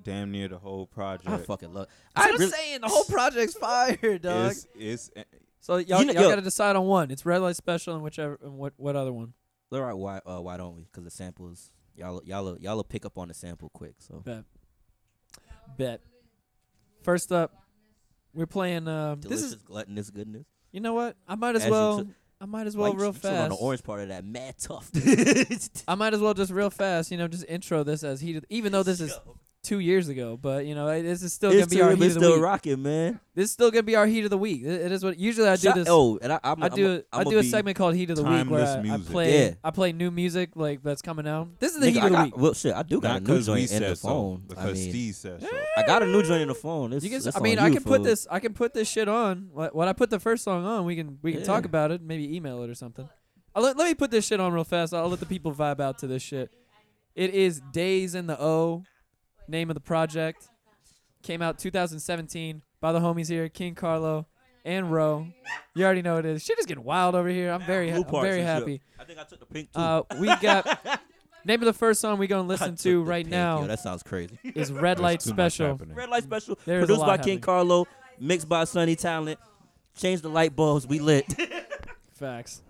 [SPEAKER 4] Damn near the whole project.
[SPEAKER 6] I fucking love.
[SPEAKER 2] I'm
[SPEAKER 6] I really,
[SPEAKER 2] saying the whole project's fire, dog.
[SPEAKER 4] It's, it's eh,
[SPEAKER 2] so y'all,
[SPEAKER 6] You know-
[SPEAKER 2] y'all
[SPEAKER 6] yo-
[SPEAKER 2] gotta decide on one. It's Red Light Special and whichever and what what other one.
[SPEAKER 6] all right. Why uh, why don't we? Because the samples y'all y'all y'all will pick up on the sample quick. So
[SPEAKER 2] Bet bet. First up, we're playing. Um, this
[SPEAKER 6] delicious
[SPEAKER 2] is
[SPEAKER 6] gluttonous goodness.
[SPEAKER 2] you know what I might as,
[SPEAKER 6] As you
[SPEAKER 2] well
[SPEAKER 6] took-
[SPEAKER 2] I might as
[SPEAKER 6] Why
[SPEAKER 2] well
[SPEAKER 6] you
[SPEAKER 2] real
[SPEAKER 6] ch- you choose on
[SPEAKER 2] fast.
[SPEAKER 6] the orange part of that mad tough.
[SPEAKER 2] *laughs*
[SPEAKER 6] *laughs*
[SPEAKER 2] I might as well just real fast, you know, just intro this as heat. Of, even though this is two years ago, but you know, it- this is still gonna
[SPEAKER 6] it's
[SPEAKER 2] be our
[SPEAKER 6] still,
[SPEAKER 2] heat
[SPEAKER 6] it's
[SPEAKER 2] of the
[SPEAKER 6] still
[SPEAKER 2] week.
[SPEAKER 6] rocking, man.
[SPEAKER 2] this is still gonna be our heat of the week. It- it is what usually I do
[SPEAKER 6] Shout-
[SPEAKER 2] this.
[SPEAKER 6] Oh, and I, I'm,
[SPEAKER 2] I do.
[SPEAKER 6] I'm,
[SPEAKER 2] i do a segment called Heat of the Week where
[SPEAKER 4] timeless
[SPEAKER 2] I, I
[SPEAKER 4] music.
[SPEAKER 2] play.
[SPEAKER 6] Yeah.
[SPEAKER 2] I play new music like that's coming out. This is the
[SPEAKER 6] Nigga,
[SPEAKER 2] heat
[SPEAKER 6] I
[SPEAKER 2] of the
[SPEAKER 6] got,
[SPEAKER 2] week.
[SPEAKER 6] Well, shit, I do got
[SPEAKER 4] not
[SPEAKER 6] a new
[SPEAKER 4] because we
[SPEAKER 6] joint in the
[SPEAKER 4] said so.
[SPEAKER 6] phone. I
[SPEAKER 4] Because
[SPEAKER 6] mean,
[SPEAKER 4] Steve said so.
[SPEAKER 6] I got a new joint in the phone. It's,
[SPEAKER 2] You can. s-
[SPEAKER 6] it's
[SPEAKER 2] I mean,
[SPEAKER 6] on
[SPEAKER 2] I
[SPEAKER 6] you,
[SPEAKER 2] can put
[SPEAKER 6] fool.
[SPEAKER 2] this. I can put this shit on. Wh- When I put the first song on, we can we can
[SPEAKER 6] Yeah.
[SPEAKER 2] talk about it. Maybe email it or something. I'll let, let me put this shit on real fast. I'll let the people vibe out to this shit. It is Days in the O, name of the project. Came out 2017 by the homies here, King Carlo and Ro. You already know what it is. Shit is getting wild over here. I'm very ha-
[SPEAKER 6] Blue
[SPEAKER 2] I'm
[SPEAKER 6] parts
[SPEAKER 2] very
[SPEAKER 6] and shit.
[SPEAKER 2] happy.
[SPEAKER 6] I think *laughs* I took the pink too.
[SPEAKER 2] Uh, we got
[SPEAKER 6] *laughs*
[SPEAKER 2] name of the first song we gonna
[SPEAKER 6] I
[SPEAKER 2] listen
[SPEAKER 6] took
[SPEAKER 2] to
[SPEAKER 6] the
[SPEAKER 2] right
[SPEAKER 6] pink. Yo,
[SPEAKER 2] now
[SPEAKER 6] that sounds crazy.
[SPEAKER 2] is Red
[SPEAKER 4] There's
[SPEAKER 2] Light
[SPEAKER 4] too much
[SPEAKER 2] Special.
[SPEAKER 6] *laughs*
[SPEAKER 4] happening.
[SPEAKER 6] Red Light Special,
[SPEAKER 2] There's a
[SPEAKER 6] produced
[SPEAKER 2] lot
[SPEAKER 6] by
[SPEAKER 2] happening.
[SPEAKER 6] King Carlo, mixed by Sonny Talent. Change the light bulbs, we lit. *laughs*
[SPEAKER 2] Facts.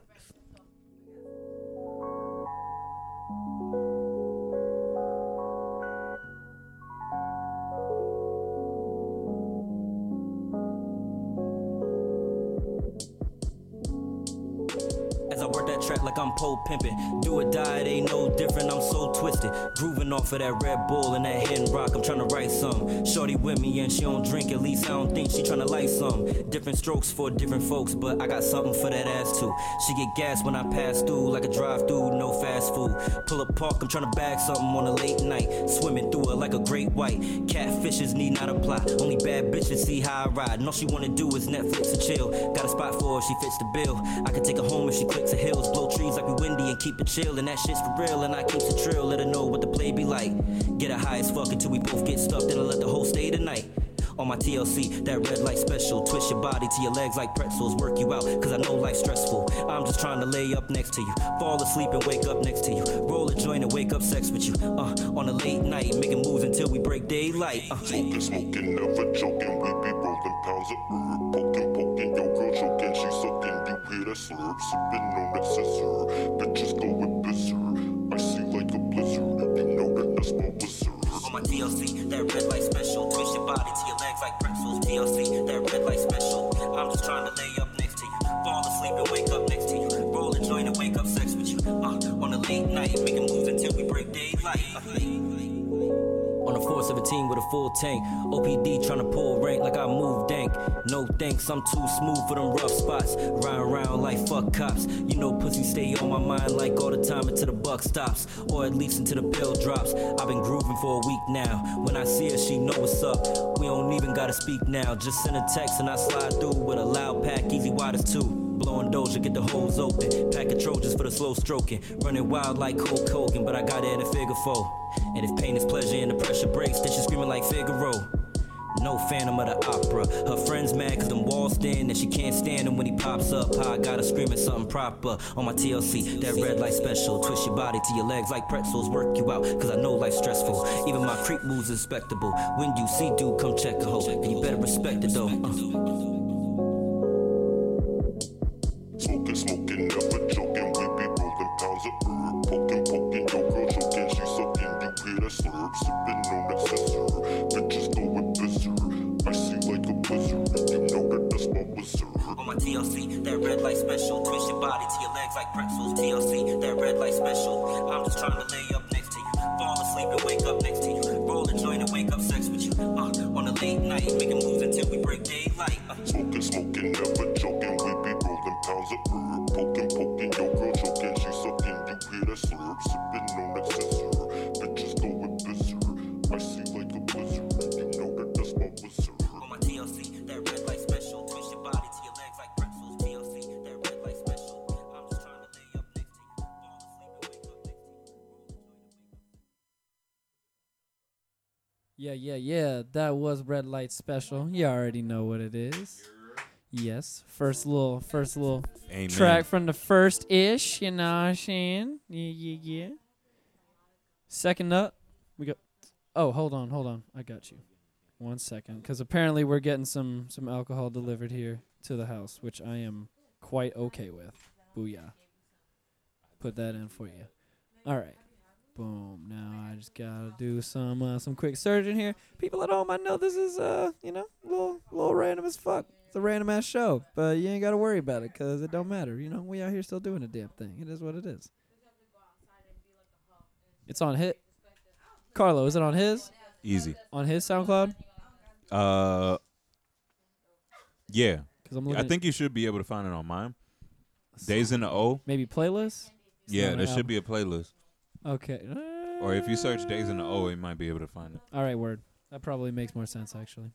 [SPEAKER 3] As I work that track like I'm pole pimping. Do or die, it ain't no different. I'm so twisted. Grooving off of that Red Bull and that hidden rock. I'm tryna write some. Shorty with me and she don't drink, at least I don't think she tryna light some. Different strokes for different folks, but I got something for that ass too. She get gas when I pass through, like a drive through, no fast food. Pull up park, I'm tryna bag something on a late night. Swimming through it like a great white. Catfishes need not apply. Only bad bitches see how I ride. And all she wanna do is Netflix and chill. Got a spot for her, she fits the bill. I can take her home if she clicks the hills. Blow trees like we windy and keep it chill. And that shit's for real. And I keep it trill. Let her know what the play be like. Get her high as fuck until we both get stuck. Then I let the whole stay tonight. On my TLC, that red light special. Twist your body to your legs like pretzels. Work you out, cause I know life's stressful. I'm just trying to lay up next to you. Fall asleep and wake up next to you. Roll a joint and wake up sex with you. Uh, on a late night, making moves until we break daylight. Uh.
[SPEAKER 7] Smoking, smoking, never joking. We be rolling pounds of herb. Poking, poking, your girl choking. She sucking, you hear that slurp. Sipping on that scissor. Bitches going berserk. I see like a blizzard. You know that that's my wizard.
[SPEAKER 3] on my DLC. That red light special, twist your body to your legs like pretzels. DLC, that red light special. I'm just trying to lay up next to you, fall asleep and wake up next to you, roll a joint and wake up sex with you. Uh, on a late night, making moves until we break daylight. On a 417 with a full tank. OPD trying to pull rank like I move dank. No thanks, I'm too smooth for them rough spots. Round round like fuck cops. You know pussy stay on my mind like all the time until the buck stops. Or at least until the pill drops. I've been grooving for a week now. When I see her, she know what's up. We don't even gotta speak now. Just send a text and I slide through with a loud pack, easy wide as two. Blowing Doja, get the holes open. Pack of Trojans for the slow stroking. Running wild like Hulk Hogan, but I got it in a figure four. And if pain is pleasure and the pressure breaks, then she's screaming like Figaro. No phantom of the opera. Her friends mad cause them walls thin and she can't stand him when he pops up. I gotta scream at something proper on my TLC. That red light special. Twist your body to your legs like pretzels. Work you out cause I know life's stressful. Even my creep moves inspectable. When you see dude, come check a hoe. And you better respect it though. Uh.
[SPEAKER 7] Smoking, smoking, never joking. We be rolling pounds of herb. Poking, poking, your girl choking. She sucking, you hear that slurp. Sipping on that scissor. Bitches going berserk. I see like a blizzard. You know that that's my wizard.
[SPEAKER 3] on my TLC. That red light special, twist your body to your legs like pretzels. TLC, that red light special. I'm just trying to lay up next to you, fall asleep and wake up next to you, roll a joint and wake up sex with you. Uh, on a late night, making moves until we break daylight. Uh,
[SPEAKER 7] Smoking, smoking,
[SPEAKER 2] Yeah, yeah, yeah. That was red light special. You already know what it is. Yes, first little, first little
[SPEAKER 4] Amen.
[SPEAKER 2] track from the first ish. You know what I'm saying? Yeah, yeah, yeah. Second up, we got. Oh, hold on, hold on. I got you. One second, because apparently we're getting some some alcohol delivered here to the house, which I am quite okay with. Booyah. Put that in for you. All right. Boom. Now I just gotta do some uh, some quick searching here. People at home, I know this is uh you know a little little random as fuck. It's a random ass show, but you ain't gotta worry about it 'cause it don't matter. You know we out here still doing the damn thing. It is what it is. It's on hit. Carlo, is it on his
[SPEAKER 4] Easy.
[SPEAKER 2] on his SoundCloud?
[SPEAKER 4] Uh, yeah.
[SPEAKER 2] 'Cause I'm
[SPEAKER 4] I
[SPEAKER 2] looking. at
[SPEAKER 4] think you should be able to find it on mine. Days in the O.
[SPEAKER 2] maybe playlist.
[SPEAKER 4] Yeah,
[SPEAKER 2] on
[SPEAKER 4] there
[SPEAKER 2] the
[SPEAKER 4] should be a playlist.
[SPEAKER 2] Okay.
[SPEAKER 4] Or if you search Days in the O, you might be able to find it.
[SPEAKER 2] All right, word. That probably makes more sense actually.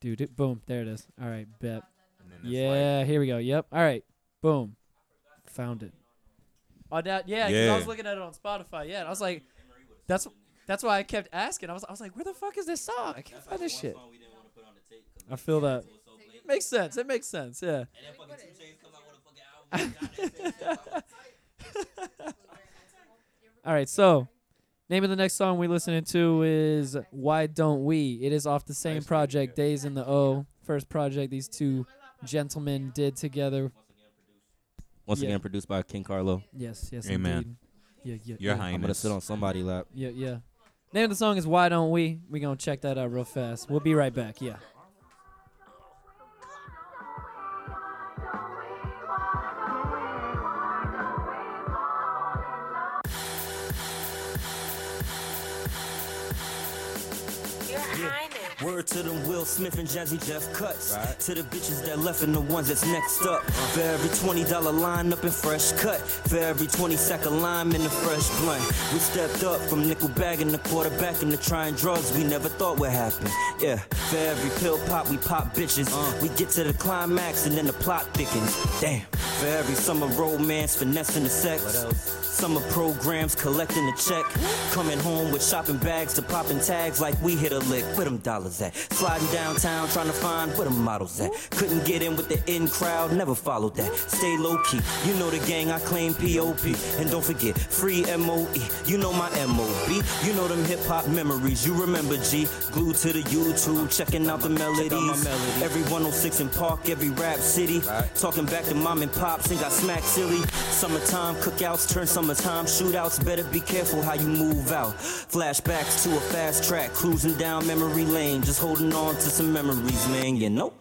[SPEAKER 2] Dude, it, boom, there it is. All right, bet.
[SPEAKER 4] And then it's
[SPEAKER 2] Yeah, here we go. Yep. All right. Boom. Found it. Oh, that, yeah, 'cause I was
[SPEAKER 4] Yeah.
[SPEAKER 2] looking at it on Spotify. Yeah, and I was like, that's that's why I kept asking. I was I was like, where the fuck is this song? I can't find this shit. I feel that. Makes sense. It makes sense. Yeah. *laughs* All right. So, name of the next song we listening to is "Why Don't We." It is off the same project, Days in the O. First project these two gentlemen did together.
[SPEAKER 8] Once
[SPEAKER 2] Yeah.
[SPEAKER 8] again, produced by King Carlo.
[SPEAKER 2] Yes. Yes.
[SPEAKER 4] Amen.
[SPEAKER 2] Indeed. Yeah. Yeah.
[SPEAKER 4] Your
[SPEAKER 2] yeah.
[SPEAKER 8] I'm gonna
[SPEAKER 4] Highness.
[SPEAKER 8] sit on somebody's lap.
[SPEAKER 2] Yeah, yeah. Name of the song is Why Don't We? we going to check that out real fast. We'll be right back. Yeah.
[SPEAKER 3] Word to them Will Smith and Jazzy Jeff cuts. To the bitches that left and the ones that's next up. For every $20 line up in fresh cut. For every 20 sack of lime in the fresh blunt. We stepped up from nickel bag and the quarterback into trying drugs we never thought would happen. Yeah, for every pill pop, we pop bitches. We get to the climax and then the plot thickens. Damn, for every summer romance, finessing the sex. Summer programs, collecting the check. Coming home with shopping bags to popping tags like we hit a lick. Where them dollars at? Sliding downtown trying to find where them models at. Couldn't get in with the in crowd, never followed that. Stay low key, you know the gang, I claim POP. And don't forget, free MOE, you know my MOB. You know them hip hop memories, you remember G. Glued to the YouTube, checking out the melodies. Every 106 in Park, every rap city. Talking back to mom and pops and got smacked silly. Summertime cookouts turn summertime shootouts. Better be careful how you move out. Flashbacks to a fast track, cruising down memory lane. Just holding on to some memories, man. You know?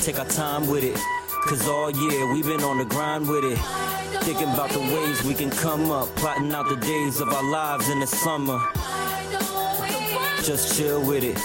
[SPEAKER 3] Take our time with it. Cause all year we've been on the grind with it. Thinking about the ways we can come up. Plotting out the days of our lives in the summer. Just chill with it.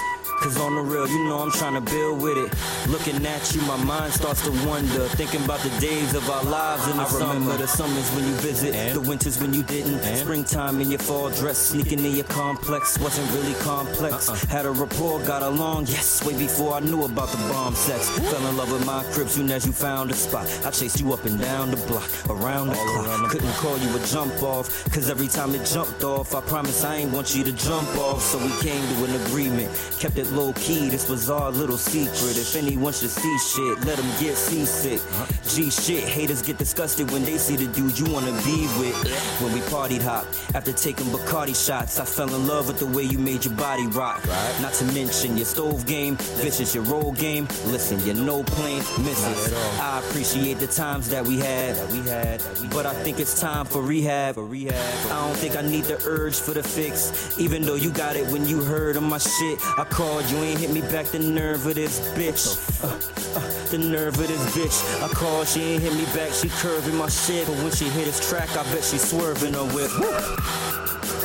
[SPEAKER 3] Cause on the real, you know I'm trying to build with it. Looking at you, my mind starts to wonder. Thinking about the days of our lives in the summer. remember the summers when you visit, the winters when you didn't. Springtime in your fall dress, sneaking in your complex. Wasn't really complex. Had a rapport, got along, yes, way before I knew about the bomb sex. Fell in love with my crib soon as you found a spot. I chased you up and down the block, around the clock. Couldn't call you a jump off, cause every time it jumped off, I promise I ain't want you to jump off. So we came to an agreement, kept it low key. This was our little secret. If anyone should see shit, let them get seasick. G shit, haters get disgusted when they see the dude you wanna be with. When we partied hop, after taking Bacardi shots, I fell in love with the way you made your body rock. Not to mention your stove game, vicious your roll game. Listen, you're no plane misses. I appreciate the times that we had, that we had, but I think it's time for rehab. For rehab. I don't think I need the urge for the fix, even though you got it when you heard of my shit. I called, you ain't hit me back. The nerve of this bitch. Uh, uh, the nerve of this bitch. I called, she ain't hit me back. She curving my shit, but when she hit this track, I bet she swerving her whip. Woo!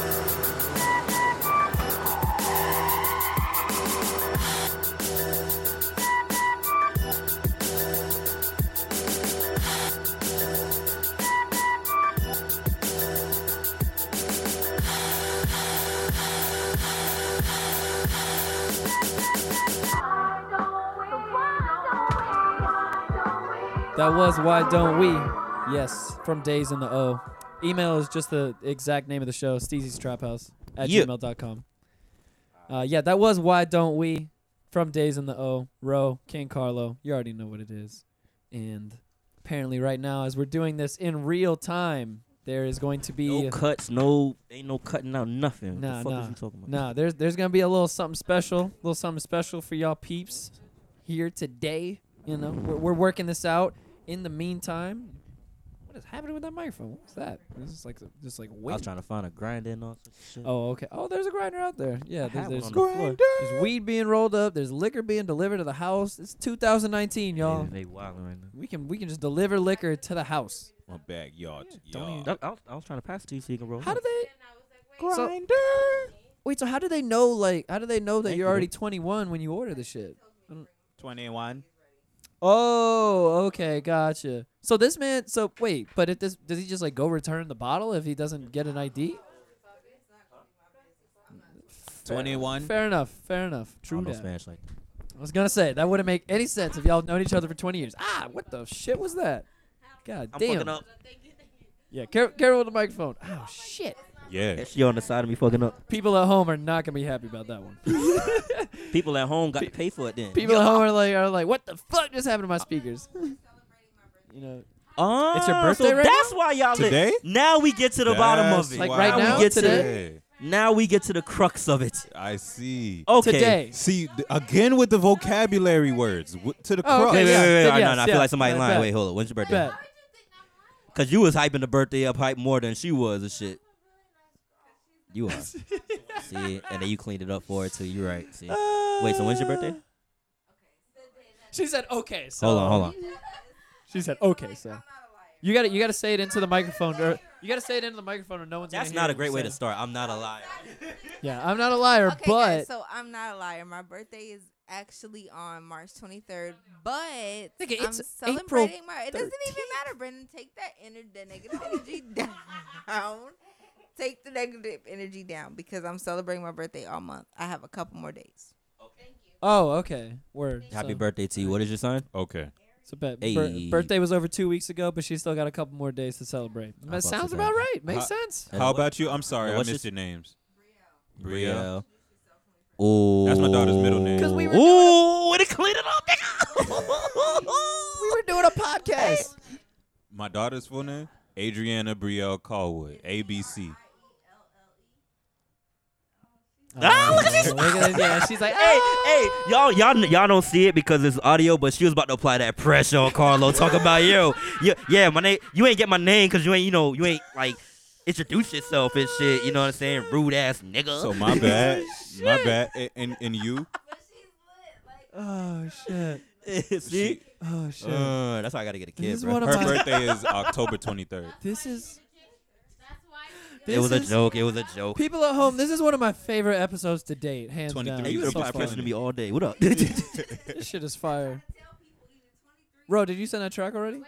[SPEAKER 9] I
[SPEAKER 2] That was Why Don't We? Yes, from Days in the O. Email is just the exact name of the show, Steezy's Trap House at
[SPEAKER 3] Yeah.
[SPEAKER 2] gmail.com. Uh, yeah, that was Why Don't We? From Days in the O. Ro, King Carlo. You already know what it is. And apparently, right now, as we're doing this in real time, there is going to be.
[SPEAKER 3] No cuts, no ain't no cutting out nothing.
[SPEAKER 2] Nah,
[SPEAKER 3] what the fuck
[SPEAKER 2] nah,
[SPEAKER 3] is you talking about?
[SPEAKER 2] Nah, there's there's gonna be a little something special, a little something special for y'all peeps here today. You know, we're, we're working this out. In the meantime, what is happening with that microphone? What's that? It's just like just like
[SPEAKER 3] I
[SPEAKER 2] wait.
[SPEAKER 3] was trying to find a grinder and all some shit.
[SPEAKER 2] Oh, okay. Oh, there's a grinder out there. Yeah, there's
[SPEAKER 3] have one
[SPEAKER 2] there's,
[SPEAKER 3] on the floor. Grinder!
[SPEAKER 2] there's weed being rolled up. There's liquor being delivered to the house. It's 2019,
[SPEAKER 3] Yeah,
[SPEAKER 2] y'all.
[SPEAKER 3] they wilding right now.
[SPEAKER 2] We can we can just deliver liquor to the house.
[SPEAKER 4] My backyard.
[SPEAKER 2] don't
[SPEAKER 4] y'all.
[SPEAKER 2] even-
[SPEAKER 3] That- I, was, I was trying to pass it to you so you can roll.
[SPEAKER 2] How
[SPEAKER 3] up.
[SPEAKER 2] do they?
[SPEAKER 5] I was like, wait,
[SPEAKER 2] So- wait, so how do they know? Like, how do they know that
[SPEAKER 3] Thank
[SPEAKER 2] you're
[SPEAKER 3] you.
[SPEAKER 2] already 21 when you order the shit?
[SPEAKER 4] 21.
[SPEAKER 2] Oh, okay, gotcha. So this man, so wait, but if this does he just like go return the bottle if he doesn't get an ID?
[SPEAKER 4] 21.
[SPEAKER 2] Fair enough, fair enough.
[SPEAKER 3] I
[SPEAKER 2] True
[SPEAKER 3] don't know
[SPEAKER 2] that.
[SPEAKER 3] Spanish like
[SPEAKER 2] I was gonna say that wouldn't make any sense if y'all known each other for 20 years. Ah, what the shit was that? God
[SPEAKER 3] I'm
[SPEAKER 2] damn.
[SPEAKER 3] fucking up.
[SPEAKER 2] Yeah, care- careful with the microphone. Oh shit.
[SPEAKER 4] Yeah.
[SPEAKER 3] That shit on the side of me fucking up.
[SPEAKER 2] People at home are not gonna be happy about that
[SPEAKER 3] *laughs*
[SPEAKER 2] one.
[SPEAKER 3] People at home got to pay for it then.
[SPEAKER 2] People at home are like, are like, what the fuck just happened to my speakers? you know,
[SPEAKER 3] Oh,
[SPEAKER 2] It's your birthday
[SPEAKER 3] so
[SPEAKER 2] right
[SPEAKER 3] that's why y'all lit.
[SPEAKER 4] Today?
[SPEAKER 3] Now we get to the bottom of
[SPEAKER 4] That's
[SPEAKER 3] it.
[SPEAKER 2] Like
[SPEAKER 4] why
[SPEAKER 2] right
[SPEAKER 3] now
[SPEAKER 4] we
[SPEAKER 3] we get to
[SPEAKER 2] today?
[SPEAKER 3] the, now we get to the crux of it.
[SPEAKER 4] I see.
[SPEAKER 3] Okay.
[SPEAKER 2] today.
[SPEAKER 4] See, th- again with the vocabulary words w- to the
[SPEAKER 2] Oh,
[SPEAKER 4] crux.
[SPEAKER 2] okay,
[SPEAKER 3] Wait, wait,
[SPEAKER 2] yeah.
[SPEAKER 3] wait, wait.
[SPEAKER 2] Then
[SPEAKER 3] All right, no,
[SPEAKER 2] yes,
[SPEAKER 3] no, I
[SPEAKER 2] yes.
[SPEAKER 3] feel like somebody
[SPEAKER 2] I
[SPEAKER 3] lying.
[SPEAKER 2] bet.
[SPEAKER 3] Wait, hold on. When's your birthday?
[SPEAKER 2] Bet.
[SPEAKER 3] Because you was hyping the birthday up hype more than she was and shit.
[SPEAKER 2] *laughs*
[SPEAKER 3] You are. See, and then you cleaned it up for her too. You're right. See. Wait, so when's your birthday?
[SPEAKER 2] She said, okay, so
[SPEAKER 3] Hold on, hold on.
[SPEAKER 2] She said, "Okay, so you gotta you gotta say it into the microphone, or you gotta say it into the microphone, or no one's."
[SPEAKER 3] That's
[SPEAKER 2] gonna hear
[SPEAKER 3] not a
[SPEAKER 2] you
[SPEAKER 3] great way
[SPEAKER 2] say
[SPEAKER 3] to start. I'm not a liar.
[SPEAKER 2] it. Yeah, I'm not a liar,
[SPEAKER 5] Okay,
[SPEAKER 2] but
[SPEAKER 5] guys, so I'm not a liar. My birthday is actually on March 23rd, but
[SPEAKER 2] Nigga,
[SPEAKER 5] I'm
[SPEAKER 2] it's
[SPEAKER 5] celebrating
[SPEAKER 2] April
[SPEAKER 5] my. It doesn't even
[SPEAKER 2] 13th.
[SPEAKER 5] matter, Brendan. Take that energy, the negative energy *laughs* down. Take the negative energy down because I'm celebrating my birthday all month. I have a couple more days.
[SPEAKER 2] oh, okay, word.
[SPEAKER 3] Happy
[SPEAKER 2] so,
[SPEAKER 3] birthday to you. What is your sign?
[SPEAKER 4] Okay.
[SPEAKER 2] So bet-
[SPEAKER 3] Hey.
[SPEAKER 2] bir- birthday was over two weeks ago, but she's still got a couple more days to celebrate. That
[SPEAKER 3] about to
[SPEAKER 2] sounds
[SPEAKER 3] say.
[SPEAKER 2] about right. Makes
[SPEAKER 4] Uh,
[SPEAKER 2] sense.
[SPEAKER 3] And
[SPEAKER 4] How
[SPEAKER 3] what-
[SPEAKER 4] about you? I'm sorry,
[SPEAKER 3] and
[SPEAKER 4] I
[SPEAKER 3] what's
[SPEAKER 4] missed
[SPEAKER 3] your-
[SPEAKER 4] your names.
[SPEAKER 3] Brielle. Oh.
[SPEAKER 4] That's my daughter's middle name.
[SPEAKER 2] 'Cause we were
[SPEAKER 3] Ooh, and it cleaned it up, nigga.
[SPEAKER 2] We were doing a podcast.
[SPEAKER 4] My daughter's full name? Adriana Brielle Callwood. ABC.
[SPEAKER 3] Ah,
[SPEAKER 2] Oh,
[SPEAKER 3] look at this.
[SPEAKER 2] yeah, she's like,
[SPEAKER 3] Hey,
[SPEAKER 2] hey,
[SPEAKER 3] hey, y'all, y'all, y'all don't see it because it's audio, but she was about to apply that pressure on Carlo. Talk about yo, yeah, yeah, my name. You ain't get my name because you ain't, you know, you ain't like introduce yourself and shit. You know what I'm saying? Rude ass nigga.
[SPEAKER 4] So my bad. my bad. A- And, and you?
[SPEAKER 2] oh shit,
[SPEAKER 3] *laughs* see,
[SPEAKER 2] oh shit.
[SPEAKER 3] uh, that's why I gotta get a kid,
[SPEAKER 2] This is
[SPEAKER 3] bro.
[SPEAKER 2] one of
[SPEAKER 4] Her
[SPEAKER 2] my-
[SPEAKER 4] birthday is October 23rd.
[SPEAKER 2] this is.
[SPEAKER 3] it was a
[SPEAKER 2] this is-
[SPEAKER 3] joke. It was a joke.
[SPEAKER 2] People at home, this is one of my favorite episodes to date, hands down.
[SPEAKER 4] 23.
[SPEAKER 3] Hey, you
[SPEAKER 2] So
[SPEAKER 3] been applying
[SPEAKER 2] fun.
[SPEAKER 3] pressure to me all day. What up? *laughs*
[SPEAKER 2] This shit is fire. Bro, did you send that track already?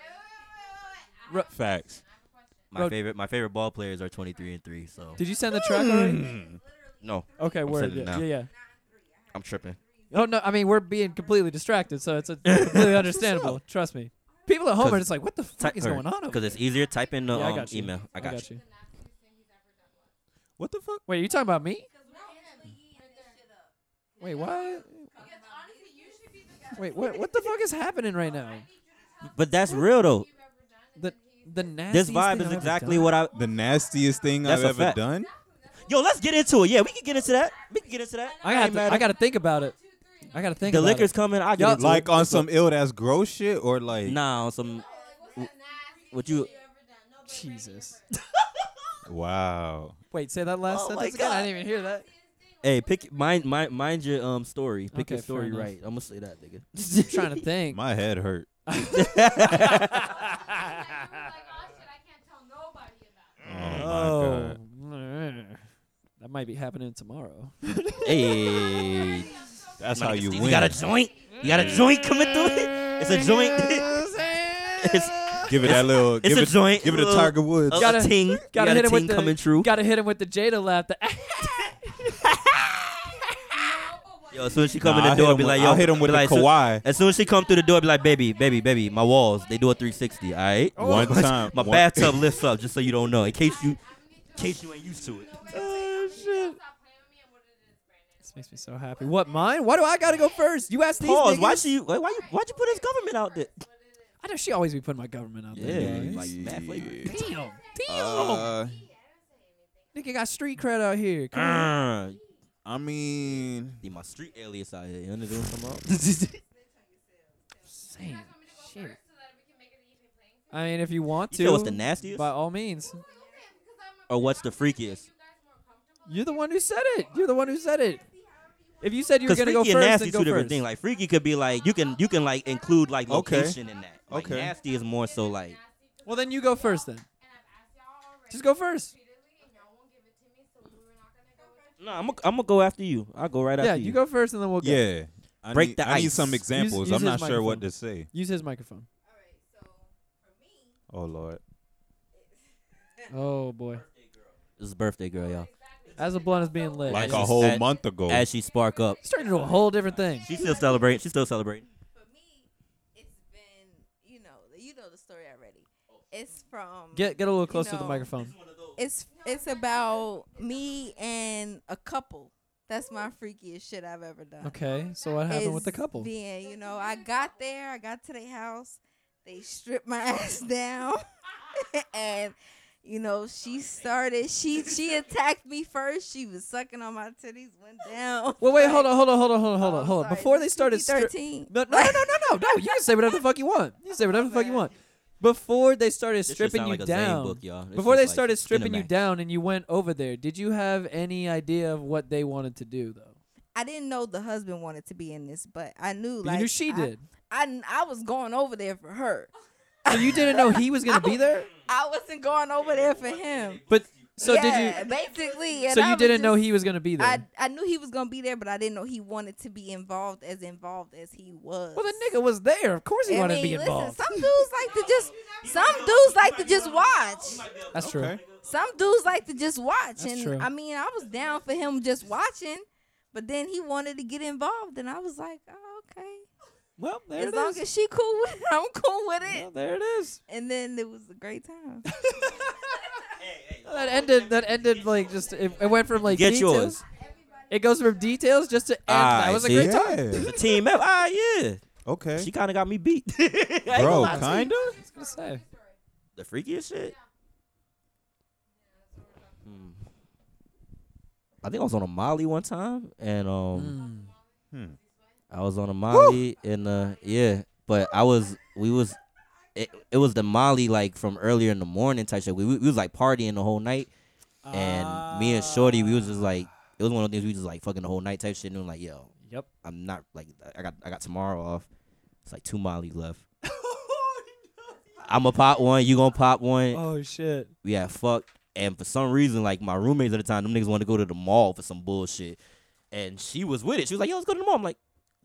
[SPEAKER 4] Facts.
[SPEAKER 3] my favorite, my favorite ball players are 23 and three. So
[SPEAKER 2] Did you send the track already?
[SPEAKER 3] Hmm. no,
[SPEAKER 2] Okay, word.
[SPEAKER 3] sending it
[SPEAKER 2] Yeah,
[SPEAKER 3] now.
[SPEAKER 2] yeah, yeah.
[SPEAKER 3] I'm tripping.
[SPEAKER 2] Oh no, I mean we're being completely distracted, so it's a,
[SPEAKER 3] *laughs*
[SPEAKER 2] completely understandable. Trust me. People at home are just like, "What the fuck is going on?" Over
[SPEAKER 3] Because it's easier. Type in the
[SPEAKER 2] Yeah, I
[SPEAKER 3] um,
[SPEAKER 2] got you.
[SPEAKER 3] email. I got, you.
[SPEAKER 4] What the fuck?
[SPEAKER 2] Wait, are you talking about me? Wait, what? Wait, what? What the fuck is happening right now?
[SPEAKER 3] But that's real though.
[SPEAKER 2] The the nastiest
[SPEAKER 3] This vibe
[SPEAKER 2] thing I've
[SPEAKER 3] is
[SPEAKER 2] ever
[SPEAKER 3] exactly
[SPEAKER 2] done.
[SPEAKER 3] what I.
[SPEAKER 4] The nastiest thing
[SPEAKER 3] That's a
[SPEAKER 4] I've ever
[SPEAKER 3] fact.
[SPEAKER 4] done?
[SPEAKER 3] Yo, let's get into it. Yeah, we can get into that. We can get into that.
[SPEAKER 2] I got.
[SPEAKER 3] ain't mad
[SPEAKER 2] To, I
[SPEAKER 3] at-
[SPEAKER 2] got to think about it. I got to think.
[SPEAKER 3] the
[SPEAKER 2] about
[SPEAKER 3] liquor's
[SPEAKER 2] it.
[SPEAKER 3] coming. I
[SPEAKER 2] Y'all-
[SPEAKER 3] get into it.
[SPEAKER 4] Like on some ill that's gross shit or like
[SPEAKER 3] Nah, on some. What you?
[SPEAKER 2] Jesus.
[SPEAKER 4] wow.
[SPEAKER 2] *laughs* Wait, say that last
[SPEAKER 3] Oh my
[SPEAKER 2] sentence again. I
[SPEAKER 3] God.
[SPEAKER 2] didn't even hear that.
[SPEAKER 3] Hey, pick mind mind mind your um story. Pick
[SPEAKER 2] Okay,
[SPEAKER 3] your story
[SPEAKER 2] fair enough.
[SPEAKER 3] right. I'm gonna say that,
[SPEAKER 2] *laughs*
[SPEAKER 3] nigga.
[SPEAKER 2] I'm
[SPEAKER 3] *laughs*
[SPEAKER 2] trying to think.
[SPEAKER 4] My head hurt. Oh, my god.
[SPEAKER 2] *laughs* That might be happening
[SPEAKER 3] *laughs*
[SPEAKER 2] tomorrow.
[SPEAKER 3] Hey,
[SPEAKER 4] That's how you win.
[SPEAKER 3] You got a joint. You got a joint coming through *laughs* it. It's a joint. *laughs* it's
[SPEAKER 4] Give it that little.
[SPEAKER 3] It's
[SPEAKER 4] give
[SPEAKER 3] a
[SPEAKER 4] it,
[SPEAKER 3] joint,
[SPEAKER 4] Give it
[SPEAKER 3] little-
[SPEAKER 4] a Tiger Woods.
[SPEAKER 3] a,
[SPEAKER 2] Gotta-
[SPEAKER 3] a ting.
[SPEAKER 2] Gotta
[SPEAKER 3] you got
[SPEAKER 2] hit
[SPEAKER 3] a
[SPEAKER 2] him with
[SPEAKER 3] ting
[SPEAKER 2] the
[SPEAKER 3] coming
[SPEAKER 2] *laughs*
[SPEAKER 3] true.
[SPEAKER 2] Gotta hit him with the Jada laugh. The
[SPEAKER 3] Yo, Yo, as soon as she come in
[SPEAKER 4] Nah,
[SPEAKER 3] the
[SPEAKER 4] I hit
[SPEAKER 3] door,
[SPEAKER 4] him
[SPEAKER 3] be like,
[SPEAKER 4] with-
[SPEAKER 3] yo,
[SPEAKER 4] I hit him
[SPEAKER 3] be
[SPEAKER 4] with the
[SPEAKER 3] like, so-
[SPEAKER 4] Kawhi.
[SPEAKER 3] As soon as she come through the door, be like, baby, baby, baby, my walls, they do a 360, all right?
[SPEAKER 2] Oh.
[SPEAKER 4] One
[SPEAKER 3] Oh My-
[SPEAKER 4] time,
[SPEAKER 3] My
[SPEAKER 4] one-
[SPEAKER 3] bathtub lifts up, just so you don't know, in case you, in case you ain't used to it.
[SPEAKER 2] Oh shit. This makes me so happy. What mine? Why do I gotta go first? You asked these
[SPEAKER 3] Pause.
[SPEAKER 2] niggas.
[SPEAKER 3] Why she? Why, why you? Why'd you put his government out there?
[SPEAKER 2] I know she always be putting my government out there.
[SPEAKER 3] Yeah,
[SPEAKER 2] dog.
[SPEAKER 3] like mad flavor.
[SPEAKER 2] Damn, damn.
[SPEAKER 4] Uh,
[SPEAKER 2] Nigga got street cred out here. Come on.
[SPEAKER 4] uh, I mean,
[SPEAKER 3] Need my street alias out here. You know come out?
[SPEAKER 2] Same shit. I mean, if you want to,
[SPEAKER 3] You know what's the nastiest?
[SPEAKER 2] by all means.
[SPEAKER 3] Or what's the freakiest?
[SPEAKER 2] You're the one who said it. You're the one who said it. If you said you were gonna
[SPEAKER 3] Because freaky
[SPEAKER 2] go
[SPEAKER 3] and
[SPEAKER 2] first,
[SPEAKER 3] nasty
[SPEAKER 2] then
[SPEAKER 3] two
[SPEAKER 2] go
[SPEAKER 3] different
[SPEAKER 2] first.
[SPEAKER 3] things. Like freaky could be like you can you can like include like
[SPEAKER 4] Okay.
[SPEAKER 3] location in that. Like,
[SPEAKER 4] Okay.
[SPEAKER 3] Nasty is more so like
[SPEAKER 2] well, then you go first. Then just go first.
[SPEAKER 3] no. I'm gonna I'm gonna go after you. I'll go right
[SPEAKER 2] yeah,
[SPEAKER 3] after you.
[SPEAKER 2] you go first, and then we'll go.
[SPEAKER 4] yeah. I
[SPEAKER 3] Break
[SPEAKER 4] need,
[SPEAKER 3] the
[SPEAKER 4] I need
[SPEAKER 3] ice.
[SPEAKER 4] some
[SPEAKER 3] Use-
[SPEAKER 4] examples.
[SPEAKER 2] use
[SPEAKER 4] I'm not
[SPEAKER 2] his
[SPEAKER 4] sure what
[SPEAKER 2] microphone.
[SPEAKER 4] to say.
[SPEAKER 2] Use his microphone.
[SPEAKER 4] Oh lord.
[SPEAKER 2] Oh boy,
[SPEAKER 3] This is birthday girl, y'all.
[SPEAKER 2] as a blunt is being lit.
[SPEAKER 4] Like
[SPEAKER 3] As
[SPEAKER 4] a
[SPEAKER 3] she-
[SPEAKER 4] whole
[SPEAKER 3] as-
[SPEAKER 4] month ago.
[SPEAKER 3] As she spark up,
[SPEAKER 2] He's turning into a whole different thing.
[SPEAKER 3] she's still celebrating. She's still celebrating.
[SPEAKER 5] For me, it's been you know you know the story already. It's from
[SPEAKER 2] Get get a little closer to
[SPEAKER 5] know,
[SPEAKER 2] the microphone.
[SPEAKER 5] It's it's about me and a couple. That's my freakiest shit I've ever done.
[SPEAKER 2] Okay, so what happened with the
[SPEAKER 5] is
[SPEAKER 2] couple?
[SPEAKER 5] Being, you know, I got there, I got to their house, they stripped my *laughs* ass down, and you know, *laughs* she started. She she attacked me first. She was sucking on my titties, went down.
[SPEAKER 2] Well, wait,
[SPEAKER 5] Like,
[SPEAKER 2] hold on, hold on, hold on, hold on, hold
[SPEAKER 5] oh,
[SPEAKER 2] on, hold on.
[SPEAKER 5] sorry,
[SPEAKER 2] Before
[SPEAKER 5] this
[SPEAKER 2] they
[SPEAKER 5] is
[SPEAKER 2] started, stri-
[SPEAKER 5] PG-13.
[SPEAKER 2] no, no, no, no, no, no. You can say whatever the fuck you want. You can say whatever the fuck you want. Before they started
[SPEAKER 3] shit
[SPEAKER 2] stripping
[SPEAKER 3] sound
[SPEAKER 2] you
[SPEAKER 3] like a Zane
[SPEAKER 2] down,
[SPEAKER 3] book, y'all. This
[SPEAKER 2] before
[SPEAKER 3] is
[SPEAKER 2] they
[SPEAKER 3] like
[SPEAKER 2] started
[SPEAKER 3] Cinemax.
[SPEAKER 2] stripping you down, and you went over there, did you have any idea of what they wanted to do though?
[SPEAKER 5] *laughs* I didn't know the husband wanted to be in this, but I knew
[SPEAKER 2] But
[SPEAKER 5] like
[SPEAKER 2] you knew she
[SPEAKER 5] I-
[SPEAKER 2] did.
[SPEAKER 5] I, kn- I was going over there for her.
[SPEAKER 2] So you didn't know he was gonna be
[SPEAKER 5] *laughs*
[SPEAKER 2] there.
[SPEAKER 5] I wasn't going over there for him.
[SPEAKER 2] But so
[SPEAKER 5] yeah,
[SPEAKER 2] did
[SPEAKER 5] basically?
[SPEAKER 2] you?
[SPEAKER 5] and
[SPEAKER 2] So
[SPEAKER 5] I
[SPEAKER 2] you
[SPEAKER 5] was
[SPEAKER 2] didn't know
[SPEAKER 5] just-
[SPEAKER 2] he was gonna be there.
[SPEAKER 5] I, I knew he was gonna be there, but I didn't know he wanted to be involved as involved as he was.
[SPEAKER 2] well, the nigga was there. Of course he
[SPEAKER 5] I
[SPEAKER 2] wanted
[SPEAKER 5] mean,
[SPEAKER 2] to be
[SPEAKER 5] listen,
[SPEAKER 2] involved.
[SPEAKER 5] some dudes like to just some dudes like to just watch.
[SPEAKER 2] That's true.
[SPEAKER 4] Okay.
[SPEAKER 5] Some dudes like to just watch,
[SPEAKER 2] That's
[SPEAKER 5] and
[SPEAKER 2] true.
[SPEAKER 5] I mean, I was down for him just watching, but then he wanted to get involved, and I was like, oh, okay,
[SPEAKER 2] Well, there
[SPEAKER 5] as
[SPEAKER 2] it
[SPEAKER 5] long
[SPEAKER 2] is.
[SPEAKER 5] as she cool with it, *laughs* I'm cool with it.
[SPEAKER 2] Well, there it is.
[SPEAKER 5] And then it was a great
[SPEAKER 2] *laughs*
[SPEAKER 5] time.
[SPEAKER 2] That ended. That ended like just. It, it went from like
[SPEAKER 3] Get
[SPEAKER 2] details.
[SPEAKER 3] yours.
[SPEAKER 2] It goes from details just to end.
[SPEAKER 3] Ah,
[SPEAKER 2] that was a
[SPEAKER 3] see?
[SPEAKER 2] great time.
[SPEAKER 4] Yeah.
[SPEAKER 3] The team up. Ah, yeah.
[SPEAKER 4] *laughs* Okay.
[SPEAKER 3] She kind of got me beat. *laughs*
[SPEAKER 4] Bro, kinda.
[SPEAKER 2] I was gonna say.
[SPEAKER 3] The freakiest shit. Hmm. I think I was on a Molly one time, and
[SPEAKER 2] Mm.
[SPEAKER 3] um,
[SPEAKER 4] Hmm.
[SPEAKER 3] I was on a Molly, and uh, yeah, but I was, we was, it, it was the Molly like from earlier in the morning type shit. We, we, we was like partying the whole night, and me and Shorty, we was just like, it was one of those things we just like fucking the whole night type shit, and we like, yo,
[SPEAKER 2] Yep.
[SPEAKER 3] *laughs* I'm not like, I got, I got tomorrow off. It's like two Molly left. I'm gonna pop one. You gonna pop one
[SPEAKER 2] *laughs* Oh shit.
[SPEAKER 3] we had fucked, and for some reason, like my roommates at the time, them niggas wanted to go to the mall for some bullshit, and she was with it. She was like, "Yo, let's go to the mall." I'm like,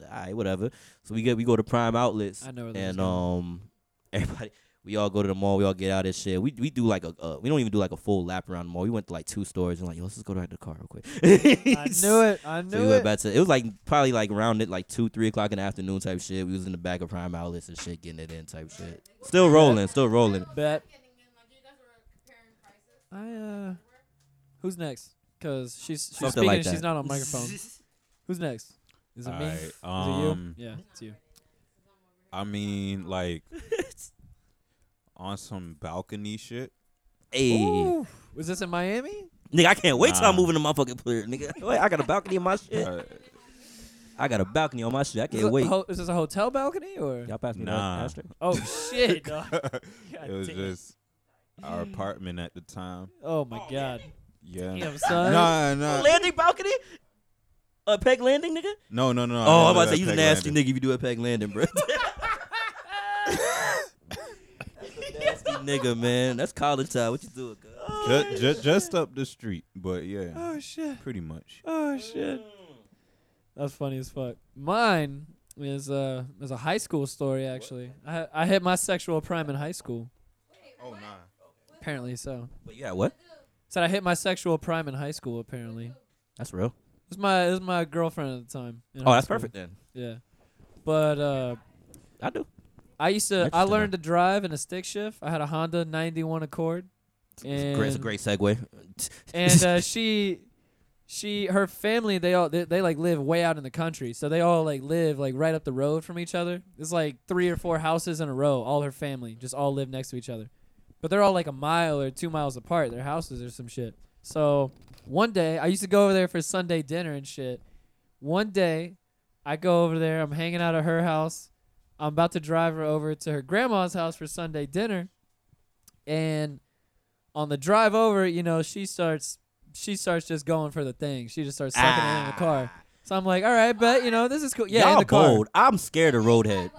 [SPEAKER 3] "All right, whatever." So we get we go to Prime Outlets,
[SPEAKER 2] I know where this is
[SPEAKER 3] and
[SPEAKER 2] going.
[SPEAKER 3] um, *laughs* everybody we all go to the mall. We all get out of this shit. We we do like a uh, we don't even do like a full lap around the mall. We went to like two stores and like, "Yo, let's just go back to the car real quick." *laughs*
[SPEAKER 2] I knew it. I knew
[SPEAKER 3] So we
[SPEAKER 2] it.
[SPEAKER 3] went back to it was like probably like around it like two three o'clock in the afternoon type shit. We was in the back of Prime Outlets and shit, getting it in type shit. Still rolling, still rolling.
[SPEAKER 2] Bet. I uh. Who's next? Cause she's she's
[SPEAKER 3] Something
[SPEAKER 2] speaking.
[SPEAKER 3] like
[SPEAKER 2] and she's
[SPEAKER 3] that. *laughs*
[SPEAKER 2] not on microphone. Who's next? Is it me?
[SPEAKER 4] Alright, um,
[SPEAKER 2] Is it you? Yeah, it's you.
[SPEAKER 4] I mean,
[SPEAKER 2] *laughs*
[SPEAKER 4] like on some balcony shit. *laughs*
[SPEAKER 3] Hey.
[SPEAKER 2] Ooh, was this in Miami?
[SPEAKER 3] Nigga, I can't wait till I
[SPEAKER 4] Nah.
[SPEAKER 3] move in the motherfucking player. Nigga, *laughs* Wait, I got a balcony on my shit.
[SPEAKER 4] Uh,
[SPEAKER 3] I got a balcony on my shit. I
[SPEAKER 2] Is
[SPEAKER 3] can't
[SPEAKER 2] it
[SPEAKER 3] wait.
[SPEAKER 2] a ho- is this a hotel balcony or?
[SPEAKER 3] Y'all pass me
[SPEAKER 4] Nah.
[SPEAKER 3] the ashtray. *laughs*
[SPEAKER 2] Oh shit. dog. God
[SPEAKER 4] it was
[SPEAKER 2] damn.
[SPEAKER 4] just our apartment at the time.
[SPEAKER 2] Oh my god.
[SPEAKER 4] Yeah.
[SPEAKER 2] Damn son.
[SPEAKER 4] Nah, nah.
[SPEAKER 3] landing balcony? A peg landing, nigga?
[SPEAKER 4] No, no, no. I
[SPEAKER 3] Oh, I'm
[SPEAKER 4] never
[SPEAKER 3] about to say
[SPEAKER 4] had
[SPEAKER 3] you
[SPEAKER 4] peg
[SPEAKER 3] nasty
[SPEAKER 4] landing.
[SPEAKER 3] nigga if you do a peg landing, bro. *laughs* nasty nigga, man. That's college time. What you doing, girl?
[SPEAKER 4] Ju- ju- Just, up the street, but yeah,
[SPEAKER 2] Oh shit.
[SPEAKER 4] pretty much.
[SPEAKER 2] Oh shit. That's funny as fuck. Mine is uh is a high school story actually. I I hit my sexual prime in high school.
[SPEAKER 4] Oh nah.
[SPEAKER 2] Apparently so.
[SPEAKER 3] But yeah, what?
[SPEAKER 2] Said I hit my sexual prime in high school apparently.
[SPEAKER 3] That's real.
[SPEAKER 2] It was my it was my girlfriend at the time. in
[SPEAKER 3] Oh,
[SPEAKER 2] high
[SPEAKER 3] that's
[SPEAKER 2] school.
[SPEAKER 3] perfect then.
[SPEAKER 2] Yeah, but uh,
[SPEAKER 3] I do.
[SPEAKER 2] I used to I
[SPEAKER 3] Interesting.
[SPEAKER 2] learned to drive in a stick shift. I had a Honda 91 Accord. And
[SPEAKER 3] It's great, it's a great segue.
[SPEAKER 2] and uh, she she her family they all they, they like live way out in the country so they all like live like right up the road from each other it's like three or four houses in a row all her family just all live next to each other but they're all like a mile or two miles apart their houses or some shit so one day i used to go over there for sunday dinner and shit one day i go over there i'm hanging out at her house i'm about to drive her over to her grandma's house for sunday dinner and on the drive over, you know, she starts she starts just going for the thing. She just starts sucking it in the car. So I'm like, all right, but you know, this is cool. Yeah, in
[SPEAKER 3] Ah. Y'all
[SPEAKER 2] the car.
[SPEAKER 3] bold. I'm scared of Roadhead.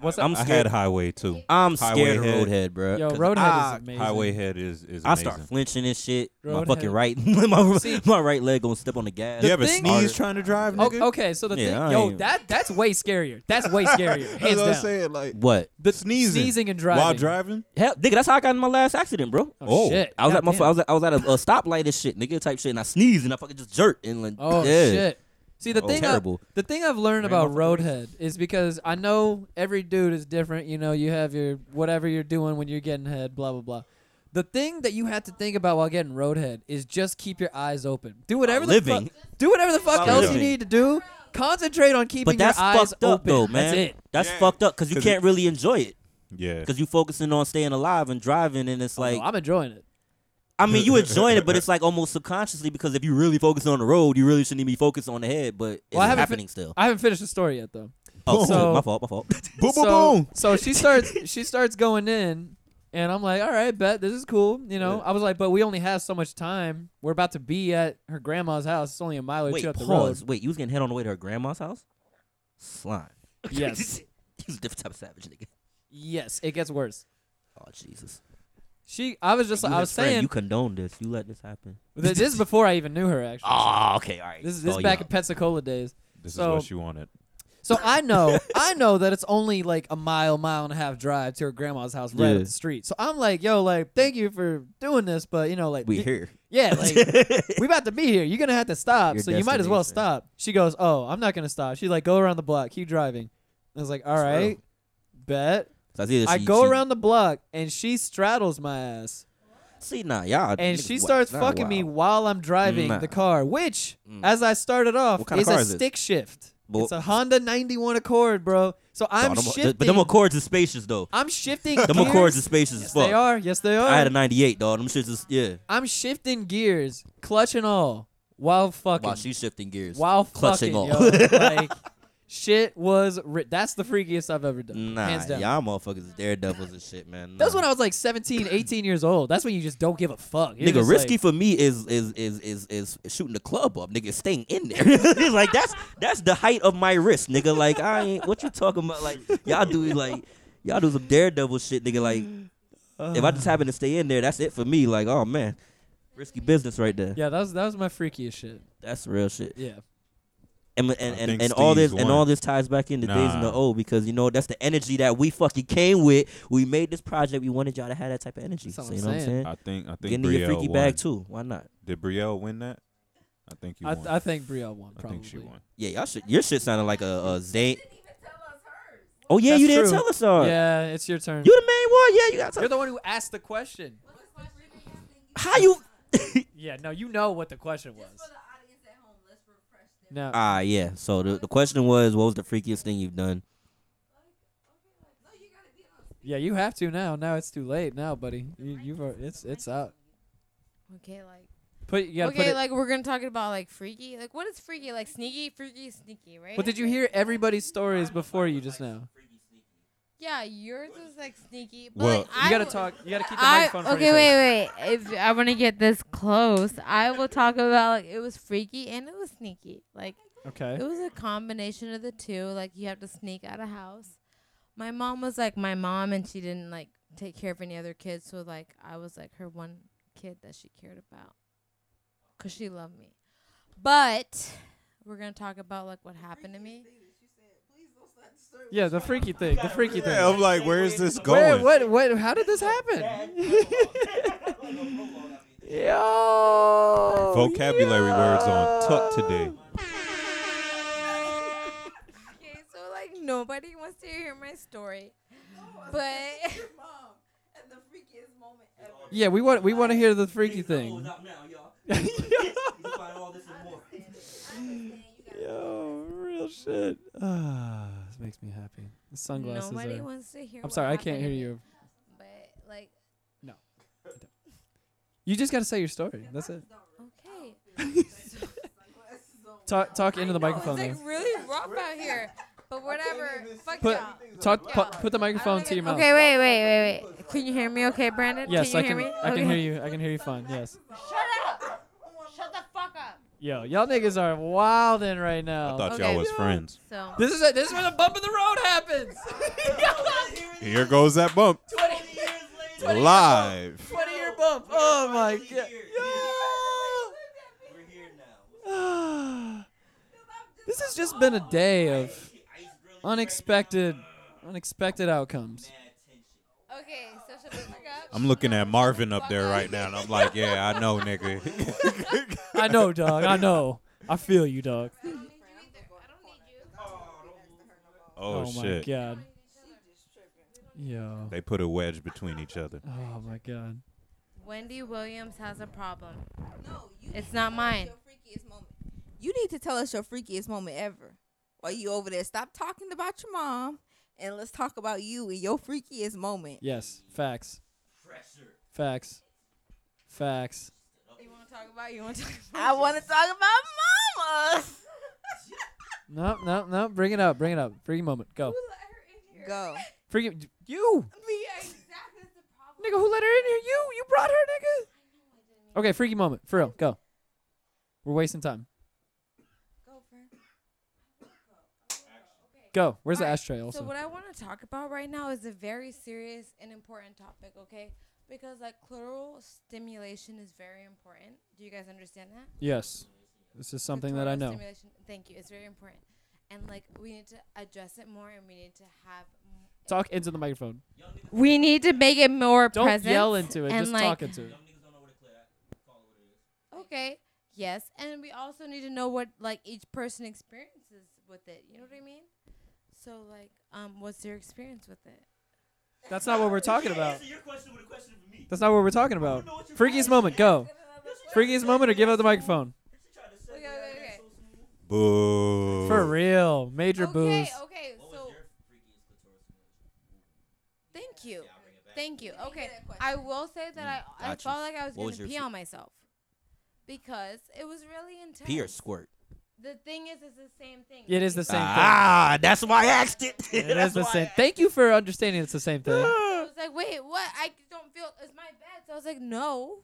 [SPEAKER 2] What's up?
[SPEAKER 3] I'm
[SPEAKER 4] I
[SPEAKER 3] scared.
[SPEAKER 4] had Highway too.
[SPEAKER 3] I'm
[SPEAKER 4] Highway
[SPEAKER 3] scared of
[SPEAKER 4] Head.
[SPEAKER 3] Roadhead, bro.
[SPEAKER 2] Yo,
[SPEAKER 3] 'cause
[SPEAKER 2] Roadhead
[SPEAKER 3] I,
[SPEAKER 2] is amazing.
[SPEAKER 4] Highway Head is is amazing.
[SPEAKER 3] I start flinching and shit. My
[SPEAKER 2] Roadhead.
[SPEAKER 3] fucking right, *laughs* my,
[SPEAKER 2] See-
[SPEAKER 3] my right leg gonna step on the gas.
[SPEAKER 4] You
[SPEAKER 2] The
[SPEAKER 4] have a
[SPEAKER 2] thing-
[SPEAKER 4] sneeze trying to drive,
[SPEAKER 2] O-
[SPEAKER 4] nigga.
[SPEAKER 2] Oh, okay, so the
[SPEAKER 3] Yeah, I
[SPEAKER 2] thing, yo,
[SPEAKER 3] ain't-
[SPEAKER 2] that that's way scarier. That's way
[SPEAKER 3] *laughs*
[SPEAKER 4] *laughs*
[SPEAKER 2] scarier. Hands down.
[SPEAKER 4] Like
[SPEAKER 3] What?
[SPEAKER 2] The
[SPEAKER 4] sneezing,
[SPEAKER 2] sneezing and driving.
[SPEAKER 4] while driving.
[SPEAKER 3] Hell, nigga, that's how I got in my last accident, bro.
[SPEAKER 2] Oh,
[SPEAKER 4] Oh,
[SPEAKER 2] shit!
[SPEAKER 3] I was at my
[SPEAKER 2] Goddamn.
[SPEAKER 3] I was at, I was at a, a stoplight and shit, nigga type shit, and I sneezed and I fucking just jerked and like,
[SPEAKER 2] Oh
[SPEAKER 3] yeah.
[SPEAKER 2] shit! See the
[SPEAKER 3] Oh,
[SPEAKER 2] thing,
[SPEAKER 3] terrible.
[SPEAKER 2] I, the thing I've learned
[SPEAKER 3] Ran
[SPEAKER 2] about Roadhead is because I know every dude is different. You know, you have your whatever you're doing when you're getting head, blah blah blah. The thing that you have to think about while getting Roadhead is just keep your eyes open. Do whatever the
[SPEAKER 3] living.
[SPEAKER 2] fuck, do whatever the fuck
[SPEAKER 3] While
[SPEAKER 2] else you
[SPEAKER 3] living.
[SPEAKER 2] need to do. Concentrate on keeping
[SPEAKER 3] But that's
[SPEAKER 2] your eyes
[SPEAKER 3] fucked up
[SPEAKER 2] open.
[SPEAKER 3] though, man.
[SPEAKER 2] That's it.
[SPEAKER 3] That's
[SPEAKER 4] Yeah.
[SPEAKER 3] fucked up because you
[SPEAKER 4] 'Cause
[SPEAKER 3] can't really enjoy it
[SPEAKER 4] Yeah.
[SPEAKER 3] because you focusing on staying alive and driving, and it's like
[SPEAKER 2] Like, Oh, I'm enjoying it.
[SPEAKER 3] I mean, *laughs* you enjoying it, but it's like almost subconsciously because if you really focus on the road, you really shouldn't be focused on the head, but it's
[SPEAKER 2] Well, I haven't
[SPEAKER 3] happening
[SPEAKER 2] fin-
[SPEAKER 3] still.
[SPEAKER 2] I haven't finished the story yet though.
[SPEAKER 3] oh,
[SPEAKER 2] so-
[SPEAKER 3] shit, my fault,
[SPEAKER 2] *laughs*
[SPEAKER 3] my fault.
[SPEAKER 4] Boom, boom,
[SPEAKER 2] so,
[SPEAKER 4] boom.
[SPEAKER 2] So
[SPEAKER 3] *laughs*
[SPEAKER 2] she starts she starts going in and I'm like, all right, bet this is cool. You know, I was like, but we only have so much time. We're about to be at her grandma's house. It's only a mile or
[SPEAKER 3] Wait,
[SPEAKER 2] two up
[SPEAKER 3] pause. *laughs* Wait, you was getting head on the way to her grandma's house? Slime. *laughs*
[SPEAKER 2] the road. Yes.
[SPEAKER 3] he was a different type of savage nigga.
[SPEAKER 2] yes. It gets worse.
[SPEAKER 3] Oh Jesus.
[SPEAKER 2] She I was just
[SPEAKER 3] You
[SPEAKER 2] like I
[SPEAKER 3] his
[SPEAKER 2] was
[SPEAKER 3] friend,
[SPEAKER 2] saying
[SPEAKER 3] you condoned this. You let this happen.
[SPEAKER 2] *laughs* th- this is before I even knew her actually.
[SPEAKER 3] Oh, okay, all right.
[SPEAKER 2] This is this
[SPEAKER 3] Oh,
[SPEAKER 2] is back
[SPEAKER 3] yeah.
[SPEAKER 2] in Pensacola days.
[SPEAKER 4] This
[SPEAKER 2] So-
[SPEAKER 4] is what you wanted.
[SPEAKER 2] So I
[SPEAKER 3] *laughs*
[SPEAKER 2] know, I know that it's only like a mile, mile and a half drive to her grandma's house right
[SPEAKER 3] Yeah.
[SPEAKER 2] up the street. So I'm like, yo, like, thank you for doing this, but you know, like, *laughs*
[SPEAKER 3] We
[SPEAKER 2] y-
[SPEAKER 3] here. *laughs*
[SPEAKER 2] Yeah, like, *laughs* we about to be here. You're gonna have to stop,
[SPEAKER 3] Your
[SPEAKER 2] so you might as well
[SPEAKER 3] destination.
[SPEAKER 2] stop. She goes, "Oh, I'm not gonna stop." She's like, "Go around the block, keep driving." I was like, "All
[SPEAKER 3] That's
[SPEAKER 2] right,
[SPEAKER 3] real.
[SPEAKER 2] bet."
[SPEAKER 3] So I, see that
[SPEAKER 2] I
[SPEAKER 3] she-
[SPEAKER 2] go
[SPEAKER 3] she-
[SPEAKER 2] around the block and she straddles my ass,
[SPEAKER 3] See, nah, y'all.
[SPEAKER 2] and
[SPEAKER 3] niggas
[SPEAKER 2] she
[SPEAKER 3] wild.
[SPEAKER 2] starts
[SPEAKER 3] Nah,
[SPEAKER 2] fucking me
[SPEAKER 3] wild.
[SPEAKER 2] while I'm driving
[SPEAKER 3] Nah.
[SPEAKER 2] the car, which,
[SPEAKER 3] Mm-hmm. Mm.
[SPEAKER 2] as I started off,
[SPEAKER 3] What kind of
[SPEAKER 2] is
[SPEAKER 3] car
[SPEAKER 2] a
[SPEAKER 3] is it?
[SPEAKER 2] stick shift.
[SPEAKER 3] Well-
[SPEAKER 2] it's a Honda 91 Accord, bro. So
[SPEAKER 3] Nah,
[SPEAKER 2] I'm
[SPEAKER 3] them-
[SPEAKER 2] shifting.
[SPEAKER 3] But them Accords is
[SPEAKER 2] *laughs*
[SPEAKER 3] spacious though.
[SPEAKER 2] I'm shifting.
[SPEAKER 3] *laughs* Them
[SPEAKER 2] gears.
[SPEAKER 3] Accords is spacious
[SPEAKER 2] Yes,
[SPEAKER 3] as fuck.
[SPEAKER 2] they are. Yes, they are.
[SPEAKER 3] I had a '98 dog. Them shits is yeah.
[SPEAKER 2] I'm shifting gears, clutch and all, while fucking.
[SPEAKER 3] While she's shifting gears.
[SPEAKER 2] Wow,
[SPEAKER 3] clutching
[SPEAKER 2] fucking,
[SPEAKER 3] all.
[SPEAKER 2] yo, like, *laughs* shit was ri- that's the freakiest I've ever done.
[SPEAKER 3] *laughs* Nah,
[SPEAKER 2] hands down.
[SPEAKER 3] y'all motherfuckers is daredevils and shit, man.
[SPEAKER 2] That was
[SPEAKER 3] Nah.
[SPEAKER 2] when I was like 17, 18 years old. That's when you just don't give a fuck. You're
[SPEAKER 3] Nigga,
[SPEAKER 2] just
[SPEAKER 3] risky
[SPEAKER 2] like-
[SPEAKER 3] for me is is is is is shooting the club up, nigga, staying in there. *laughs* It's like that's that's the height of my risk, nigga. Like I ain't what you talking about? Like y'all do like y'all do some daredevil shit, nigga. Like if
[SPEAKER 2] *sighs*
[SPEAKER 3] I just happen to stay in there, that's it for me. Like oh man, risky business right there.
[SPEAKER 2] yeah, that was that was my freakiest shit.
[SPEAKER 3] That's real shit.
[SPEAKER 2] Yeah,
[SPEAKER 3] And
[SPEAKER 4] I
[SPEAKER 3] and, and,
[SPEAKER 4] think
[SPEAKER 3] and all
[SPEAKER 4] Steve's
[SPEAKER 3] this and all
[SPEAKER 4] won.
[SPEAKER 3] this ties back into days in the
[SPEAKER 4] Nah.
[SPEAKER 3] old because you know that's the energy that we fucking came with. We made this project. We wanted y'all to have that type of energy.
[SPEAKER 2] That's all
[SPEAKER 3] so
[SPEAKER 2] I'm
[SPEAKER 3] you know
[SPEAKER 2] saying.
[SPEAKER 3] what I'm saying?
[SPEAKER 4] I think I
[SPEAKER 3] Get
[SPEAKER 4] think
[SPEAKER 3] into your
[SPEAKER 4] Brielle
[SPEAKER 3] freaky
[SPEAKER 4] won.
[SPEAKER 3] bag too. Why not?
[SPEAKER 4] Did Brielle win that? I think you
[SPEAKER 2] I,
[SPEAKER 4] won.
[SPEAKER 2] I think Brielle won.
[SPEAKER 4] I
[SPEAKER 2] Probably.
[SPEAKER 4] think she won.
[SPEAKER 3] Yeah, y'all should. Your shit sounded like a, a Zane. Oh yeah, you
[SPEAKER 2] That's
[SPEAKER 3] didn't
[SPEAKER 2] true.
[SPEAKER 3] tell us all.
[SPEAKER 2] Yeah, it's your turn.
[SPEAKER 3] You the main one. Yeah, you got to.
[SPEAKER 2] You're the one who asked the question.
[SPEAKER 3] How
[SPEAKER 2] *laughs*
[SPEAKER 3] you?
[SPEAKER 2] Yeah, no, you know what the question was. No,
[SPEAKER 3] Ah yeah. So the, the question was, what was the freakiest thing you've done?
[SPEAKER 2] yeah, you have to now. Now it's too late, now, buddy. You, you've al- it's it's out.
[SPEAKER 10] Okay, like
[SPEAKER 2] Put you gotta put
[SPEAKER 10] okay,
[SPEAKER 2] it.
[SPEAKER 10] like we're gonna talk about like freaky. Like what is freaky? Like sneaky, freaky, sneaky, right?
[SPEAKER 2] But did you hear everybody's stories before you just now?
[SPEAKER 10] Yeah, yours is like sneaky. But
[SPEAKER 4] Well-
[SPEAKER 10] like,
[SPEAKER 2] You
[SPEAKER 10] I
[SPEAKER 2] gotta
[SPEAKER 10] w-
[SPEAKER 2] talk. You gotta keep the
[SPEAKER 10] I,
[SPEAKER 2] microphone.
[SPEAKER 10] okay, wait, wait. If I want to get this close, I will talk about like it was freaky and it was sneaky. Like
[SPEAKER 2] Okay.
[SPEAKER 10] it was a combination of the two. Like you have to sneak out of house. My mom was like my mom, and she didn't like take care of any other kids. So like I was like her one kid that she cared about, cause she loved me. But we're gonna talk about like what happened to me.
[SPEAKER 2] Yeah, the freaky thing. The freaky thing.
[SPEAKER 4] I'm like, where is this
[SPEAKER 2] Where,
[SPEAKER 4] going?
[SPEAKER 2] what? What? How did this happen? Yo.
[SPEAKER 4] Vocabulary words on tuck today.
[SPEAKER 10] Okay, so like nobody wants to hear my story, but
[SPEAKER 2] Yeah, we want we want to hear the freaky thing.
[SPEAKER 11] Out now,
[SPEAKER 2] *laughs*
[SPEAKER 11] y'all.
[SPEAKER 2] Yo, real shit. Ah, *sighs* this makes me happy. The *laughs* sunglasses
[SPEAKER 10] nobody
[SPEAKER 2] are.
[SPEAKER 10] wants to hear.
[SPEAKER 2] I'm
[SPEAKER 10] what
[SPEAKER 2] sorry, I can't
[SPEAKER 10] happened
[SPEAKER 2] hear
[SPEAKER 10] to me.
[SPEAKER 2] you.
[SPEAKER 10] But like,
[SPEAKER 2] You just gotta say your story. That's it.
[SPEAKER 10] okay,
[SPEAKER 2] Talk talk into the microphone.
[SPEAKER 10] it's
[SPEAKER 2] there.
[SPEAKER 10] like really rough out here. But whatever, fuck
[SPEAKER 2] Put
[SPEAKER 10] y'all.
[SPEAKER 2] talk pu- put the microphone to your mouth.
[SPEAKER 10] Okay, wait, wait, wait, wait. Can you hear me? Okay, Brandon.
[SPEAKER 2] Yes,
[SPEAKER 10] can
[SPEAKER 2] I
[SPEAKER 10] you
[SPEAKER 2] can.
[SPEAKER 10] hear me?
[SPEAKER 2] I
[SPEAKER 10] okay.
[SPEAKER 2] can hear you. I can hear you fine. Yes.
[SPEAKER 10] Shut up! Shut the fuck up!
[SPEAKER 2] Yo, y'all niggas are wildin' right now.
[SPEAKER 4] I thought
[SPEAKER 10] Okay.
[SPEAKER 4] y'all was friends.
[SPEAKER 10] So
[SPEAKER 2] this is it. this is where the bump in the road
[SPEAKER 10] *laughs*
[SPEAKER 2] happens.
[SPEAKER 4] Here goes that bump. Live.
[SPEAKER 2] Twenty year bump. Oh my god.
[SPEAKER 10] *sighs*
[SPEAKER 2] Yo. this has just been a day of unexpected, unexpected outcomes.
[SPEAKER 10] okay, so shut the fuck up.
[SPEAKER 4] I'm looking at Marvin up there right now, and I'm like, yeah, I know, nigga. *laughs*
[SPEAKER 2] I know, dog. I know. I feel you, dog.
[SPEAKER 4] Oh,
[SPEAKER 2] my
[SPEAKER 4] shit.
[SPEAKER 2] god. Yo.
[SPEAKER 4] They put a wedge between each other.
[SPEAKER 2] Oh my god.
[SPEAKER 10] Wendy Williams has a problem. It's not mine.
[SPEAKER 5] You need to tell us your freakiest moment ever. While you over there, stop talking about your mom and let's talk about you and your freakiest moment.
[SPEAKER 2] Yes. Facts. Facts. Facts.
[SPEAKER 10] You want to talk about? You want to talk
[SPEAKER 5] I want to talk about mamas.
[SPEAKER 2] No, no, no. Bring it up. Bring it up. Freaky moment. Go.
[SPEAKER 5] Go.
[SPEAKER 2] Freaky. You.
[SPEAKER 10] me? Exactly. That's the problem.
[SPEAKER 2] Nigga, who let her in here? You. You brought her, nigga. Okay, freaky moment. For real. Go. We're wasting time. Go. Where's the
[SPEAKER 10] Alright,
[SPEAKER 2] ashtray also?
[SPEAKER 10] So what I want to talk about right now is a very serious and important topic, okay? Because like clitoral stimulation is very important. Do you guys understand that?
[SPEAKER 2] yes. This is something that I
[SPEAKER 10] Clitoral
[SPEAKER 2] know.
[SPEAKER 10] Stimulation. Thank you. It's very important. And like we need to address it more and we need to have m-
[SPEAKER 2] Talk into the microphone.
[SPEAKER 10] We need to make it more
[SPEAKER 2] Don't
[SPEAKER 10] present.
[SPEAKER 2] yell into it.
[SPEAKER 10] and,
[SPEAKER 2] Just
[SPEAKER 10] like-
[SPEAKER 2] talk into it.
[SPEAKER 10] Okay. Yes, and we also need to know what like each person experiences with it. You know what I mean? So like, um, what's your experience with it?
[SPEAKER 2] That's not what we're talking about.
[SPEAKER 11] Your question with a question for me.
[SPEAKER 2] That's not what we're talking about. Freakiest moment, go. Freakiest moment or give out the microphone.
[SPEAKER 10] Okay, okay, okay.
[SPEAKER 4] Boo.
[SPEAKER 2] For real. Major
[SPEAKER 10] Okay,
[SPEAKER 2] booze.
[SPEAKER 10] okay. So. Thank you. Thank you. Okay. I will say that I I
[SPEAKER 3] Mm, got you.
[SPEAKER 10] felt like I was
[SPEAKER 3] What was your
[SPEAKER 10] gonna pee
[SPEAKER 3] fi-
[SPEAKER 10] on myself because it was really intense.
[SPEAKER 3] Pee or squirt?
[SPEAKER 10] The thing is, it's the same thing.
[SPEAKER 2] It is the same thing.
[SPEAKER 3] Ah, that's why I asked it. *laughs*
[SPEAKER 2] It is the same. Thank you for understanding it's the same thing.
[SPEAKER 10] I was like, wait, what? I don't feel. It's my bed. So I was
[SPEAKER 3] *laughs*
[SPEAKER 10] like, no.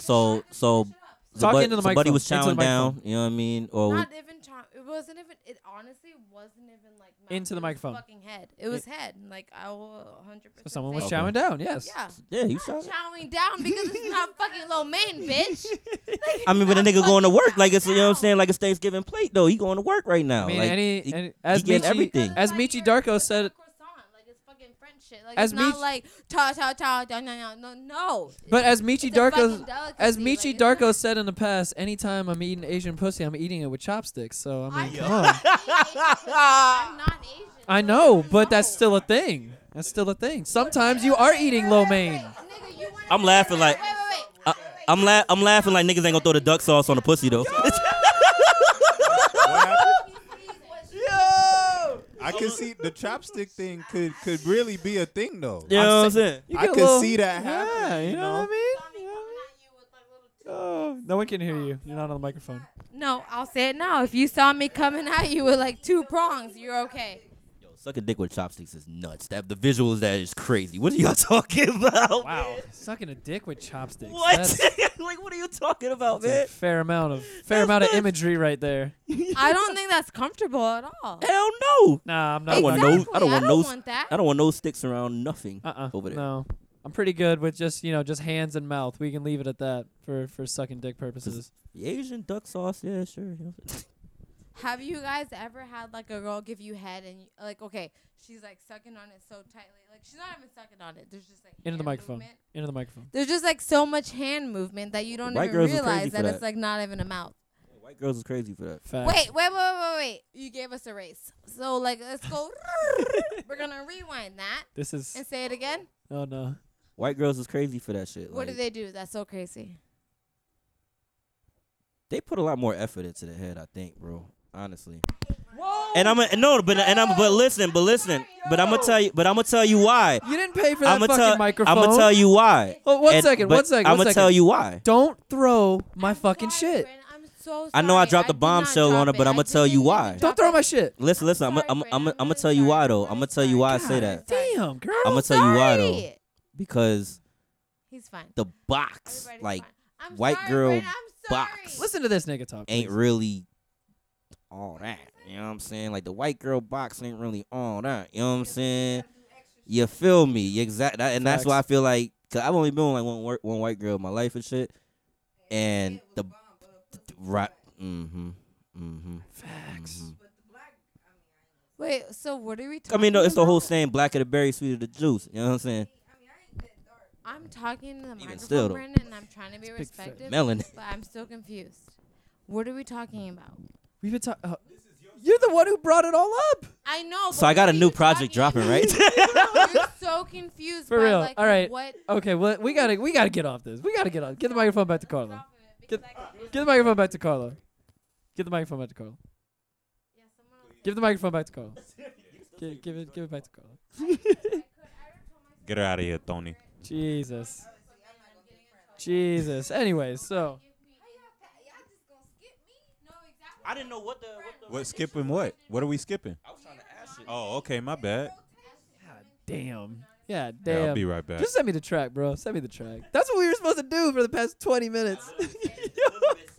[SPEAKER 3] So, so,
[SPEAKER 2] Talk
[SPEAKER 3] somebody-
[SPEAKER 2] into the
[SPEAKER 3] somebody
[SPEAKER 2] microphone,
[SPEAKER 3] was
[SPEAKER 2] into the
[SPEAKER 3] chowing down. You know what I mean? Or was-
[SPEAKER 10] Not even time. It wasn't even. It honestly wasn't even like. Mouth.
[SPEAKER 2] Into the
[SPEAKER 10] it was
[SPEAKER 2] microphone.
[SPEAKER 10] Fucking head. It was head. Like I will 100. percent
[SPEAKER 2] Someone was
[SPEAKER 10] say-
[SPEAKER 3] Okay.
[SPEAKER 2] chowing down, yes.
[SPEAKER 10] Yeah.
[SPEAKER 3] yeah, you
[SPEAKER 10] Not
[SPEAKER 3] shot.
[SPEAKER 10] chowing down because
[SPEAKER 3] *laughs*
[SPEAKER 10] it's not fucking low main,
[SPEAKER 2] *laughs*
[SPEAKER 10] bitch.
[SPEAKER 3] I mean, when a
[SPEAKER 10] Not
[SPEAKER 3] nigga going to
[SPEAKER 10] fucking
[SPEAKER 3] work, like it's you know what I'm
[SPEAKER 10] chowing
[SPEAKER 3] saying, like it's Thanksgiving plate though. He going to work right now.
[SPEAKER 2] I mean,
[SPEAKER 3] like,
[SPEAKER 2] any,
[SPEAKER 3] he-
[SPEAKER 2] any as
[SPEAKER 3] he getting
[SPEAKER 2] Michi,
[SPEAKER 3] everything.
[SPEAKER 2] as
[SPEAKER 10] Like,
[SPEAKER 2] Michi
[SPEAKER 10] you're-
[SPEAKER 2] Darko
[SPEAKER 10] it's
[SPEAKER 2] said,
[SPEAKER 10] not croissant, Like it's fucking French shit. Like
[SPEAKER 2] As
[SPEAKER 10] it's not
[SPEAKER 2] Mich-
[SPEAKER 10] like ta ta ta da na na no no.
[SPEAKER 2] but as Michi
[SPEAKER 10] It's a
[SPEAKER 2] Darko,
[SPEAKER 10] fucking delicacy,
[SPEAKER 2] as
[SPEAKER 10] like,
[SPEAKER 2] Michi
[SPEAKER 10] it's not-
[SPEAKER 2] Darko said in the past, anytime I'm eating Asian pussy, I'm eating it with chopsticks. So I
[SPEAKER 10] I
[SPEAKER 2] mean,
[SPEAKER 10] know.
[SPEAKER 2] come on.
[SPEAKER 10] I'm not Asian.
[SPEAKER 2] *laughs* I
[SPEAKER 10] so
[SPEAKER 2] know,
[SPEAKER 10] it's
[SPEAKER 2] but that's
[SPEAKER 10] no.
[SPEAKER 2] still a thing. That's still a thing. Sometimes you are eating lo mein.
[SPEAKER 10] Nigga, you wanna
[SPEAKER 3] I'm
[SPEAKER 10] be-
[SPEAKER 3] laughing like-
[SPEAKER 10] Wait, wait, wait.
[SPEAKER 3] I, Uh, I'm la- I'm laughing like niggas ain't gonna throw the duck sauce on the pussy though. *laughs*
[SPEAKER 12] I can see the chopstick thing could could really be a thing though.
[SPEAKER 3] you know what I'm *laughs* saying?
[SPEAKER 2] You
[SPEAKER 12] I
[SPEAKER 2] get a
[SPEAKER 12] could
[SPEAKER 2] little-
[SPEAKER 12] see that
[SPEAKER 2] Yeah,
[SPEAKER 12] happening,
[SPEAKER 2] you
[SPEAKER 12] you
[SPEAKER 2] know
[SPEAKER 12] know?
[SPEAKER 2] what I mean? You know what I mean? Oh, no one can hear you. You're not on the microphone.
[SPEAKER 10] No, I'll say it now. If you saw me coming at you with like two prongs, you're okay.
[SPEAKER 3] Yo, suck a dick with chopsticks is nuts. That the visuals that is crazy. What are y'all *laughs* talking about?
[SPEAKER 2] Wow, sucking a dick with chopsticks.
[SPEAKER 3] What?
[SPEAKER 2] That's,
[SPEAKER 3] *laughs* like what are you talking about,
[SPEAKER 2] that's a
[SPEAKER 3] man?
[SPEAKER 2] fair amount of fair amount of imagery right there.
[SPEAKER 10] I don't think that's comfortable at all.
[SPEAKER 3] Hell no.
[SPEAKER 2] Nah, I'm
[SPEAKER 3] I
[SPEAKER 2] not. like
[SPEAKER 3] don't want
[SPEAKER 2] that.
[SPEAKER 3] no.
[SPEAKER 10] Exactly,
[SPEAKER 3] I don't want no.
[SPEAKER 10] I don't want that.
[SPEAKER 3] I don't want no sticks around nothing
[SPEAKER 2] uh-uh,
[SPEAKER 3] over there.
[SPEAKER 2] No, I'm pretty good with just you know just hands and mouth. We can leave it at that for for sucking dick purposes.
[SPEAKER 3] Asian duck sauce, yeah, sure. you know.
[SPEAKER 10] Have you guys ever had like a girl give you head and you, like okay, she's like sucking on it so tightly, like she's not even sucking on it. There's just like
[SPEAKER 2] Into the
[SPEAKER 10] hand
[SPEAKER 2] microphone.
[SPEAKER 10] movement.
[SPEAKER 2] Into the microphone.
[SPEAKER 10] There's just like so much hand movement that you don't
[SPEAKER 3] White
[SPEAKER 10] even
[SPEAKER 3] girls is crazy
[SPEAKER 10] realize
[SPEAKER 3] for
[SPEAKER 10] that, it's
[SPEAKER 3] that.
[SPEAKER 10] like not even a mouth.
[SPEAKER 3] White girls is crazy for that.
[SPEAKER 2] Facts.
[SPEAKER 10] Wait, wait, wait, wait, wait. You gave us a race, so like let's
[SPEAKER 2] *laughs*
[SPEAKER 10] go. *laughs* We're gonna rewind that
[SPEAKER 2] This is.
[SPEAKER 10] and say it again.
[SPEAKER 2] Oh no.
[SPEAKER 3] White girls is crazy for that shit.
[SPEAKER 10] What do
[SPEAKER 3] like,
[SPEAKER 10] they do? That's so crazy.
[SPEAKER 3] They put a lot more effort into the head, I think, bro. Honestly. And I'm a, no, but and I'm but listen, but listen, but I'm gonna tell you, but I'm gonna tell you why.
[SPEAKER 2] You didn't pay for that
[SPEAKER 3] I'm gonna
[SPEAKER 2] fucking
[SPEAKER 3] tell,
[SPEAKER 2] microphone.
[SPEAKER 3] I'm gonna tell you why.
[SPEAKER 2] Oh, one
[SPEAKER 3] And-
[SPEAKER 2] second,
[SPEAKER 3] but
[SPEAKER 2] one second,
[SPEAKER 3] I'm
[SPEAKER 2] one
[SPEAKER 3] gonna
[SPEAKER 2] second.
[SPEAKER 3] tell you why.
[SPEAKER 2] Don't throw my
[SPEAKER 10] I'm
[SPEAKER 2] fucking
[SPEAKER 10] sorry,
[SPEAKER 2] shit.
[SPEAKER 10] Brandon. I'm so sorry.
[SPEAKER 3] I know I dropped a
[SPEAKER 10] did not
[SPEAKER 3] bombshell
[SPEAKER 10] drop
[SPEAKER 3] on her,
[SPEAKER 10] it.
[SPEAKER 3] but
[SPEAKER 10] I
[SPEAKER 3] I'ma tell
[SPEAKER 10] didn't
[SPEAKER 3] you
[SPEAKER 10] even
[SPEAKER 3] why.
[SPEAKER 10] drop
[SPEAKER 2] Don't
[SPEAKER 10] it.
[SPEAKER 2] throw my shit.
[SPEAKER 3] Listen, listen, I'm
[SPEAKER 10] sorry,
[SPEAKER 3] I'm I'm
[SPEAKER 10] Brandon.
[SPEAKER 3] I'm
[SPEAKER 10] I'm
[SPEAKER 3] gonna
[SPEAKER 10] really
[SPEAKER 3] tell you why
[SPEAKER 10] sorry.
[SPEAKER 3] though.
[SPEAKER 10] I'm
[SPEAKER 3] I'm gonna
[SPEAKER 10] really
[SPEAKER 3] tell you why I
[SPEAKER 10] sorry.
[SPEAKER 3] say
[SPEAKER 10] God
[SPEAKER 3] that
[SPEAKER 2] Damn, girl.
[SPEAKER 3] I'm gonna tell you why though.
[SPEAKER 10] Sorry.
[SPEAKER 3] because
[SPEAKER 10] He's fine.
[SPEAKER 3] the box
[SPEAKER 10] Everybody's
[SPEAKER 3] like
[SPEAKER 10] fine. I'm
[SPEAKER 3] white
[SPEAKER 10] sorry,
[SPEAKER 3] girl
[SPEAKER 10] Brandon. I'm
[SPEAKER 3] box.
[SPEAKER 10] sorry.
[SPEAKER 2] Listen to this nigga talk.
[SPEAKER 3] ain't
[SPEAKER 2] please.
[SPEAKER 3] really all that. You know what I'm saying? Like the white girl box ain't really all that. You know what I'm saying? You feel me? Exactly. And that's why I feel like, cause I've only been with like one wor- one white girl in my life and shit. And the right. Mm-hmm. Mm-hmm.
[SPEAKER 2] Facts.
[SPEAKER 10] Wait, so what are we talking
[SPEAKER 3] I mean, no, it's the whole
[SPEAKER 10] about?
[SPEAKER 3] saying, black of the berry, sweet of the juice. You know what I'm saying?
[SPEAKER 10] I'm talking to the microphone,
[SPEAKER 3] still, though.
[SPEAKER 10] Brandon, and I'm trying to be
[SPEAKER 2] fat
[SPEAKER 10] respectful,
[SPEAKER 3] melon.
[SPEAKER 10] but I'm still confused. What are we talking about?
[SPEAKER 2] We've been talking. you're the one who brought it all up.
[SPEAKER 10] I know.
[SPEAKER 3] So
[SPEAKER 10] but
[SPEAKER 3] I got
[SPEAKER 10] what
[SPEAKER 3] a
[SPEAKER 10] are
[SPEAKER 3] new
[SPEAKER 10] you
[SPEAKER 3] project
[SPEAKER 10] talking
[SPEAKER 3] dropping,
[SPEAKER 10] *laughs*
[SPEAKER 3] right?
[SPEAKER 10] about?
[SPEAKER 3] *laughs*
[SPEAKER 10] You're so confused.
[SPEAKER 2] For
[SPEAKER 10] by,
[SPEAKER 2] real.
[SPEAKER 10] Like,
[SPEAKER 2] All right.
[SPEAKER 10] What?
[SPEAKER 2] Okay, well, we gotta we gotta get off this. We gotta get off. Get the microphone back to Carlo. Get, *laughs* get the microphone back to Carlo. Get the microphone back to Carlo. Give the microphone back to Carlo. Give, give it give it back to Carlo.
[SPEAKER 4] Get her out of here, Tony.
[SPEAKER 2] Jesus. Jesus. Anyway, so
[SPEAKER 3] I didn't know what the.
[SPEAKER 4] What skipping? What? What are we skipping? Oh, okay, my bad.
[SPEAKER 2] damn. Yeah,
[SPEAKER 4] Yeah, I'll
[SPEAKER 2] damn.
[SPEAKER 4] be right back.
[SPEAKER 2] Just send me the track, bro. Send me the track. That's what we were supposed to do for the past 20 minutes.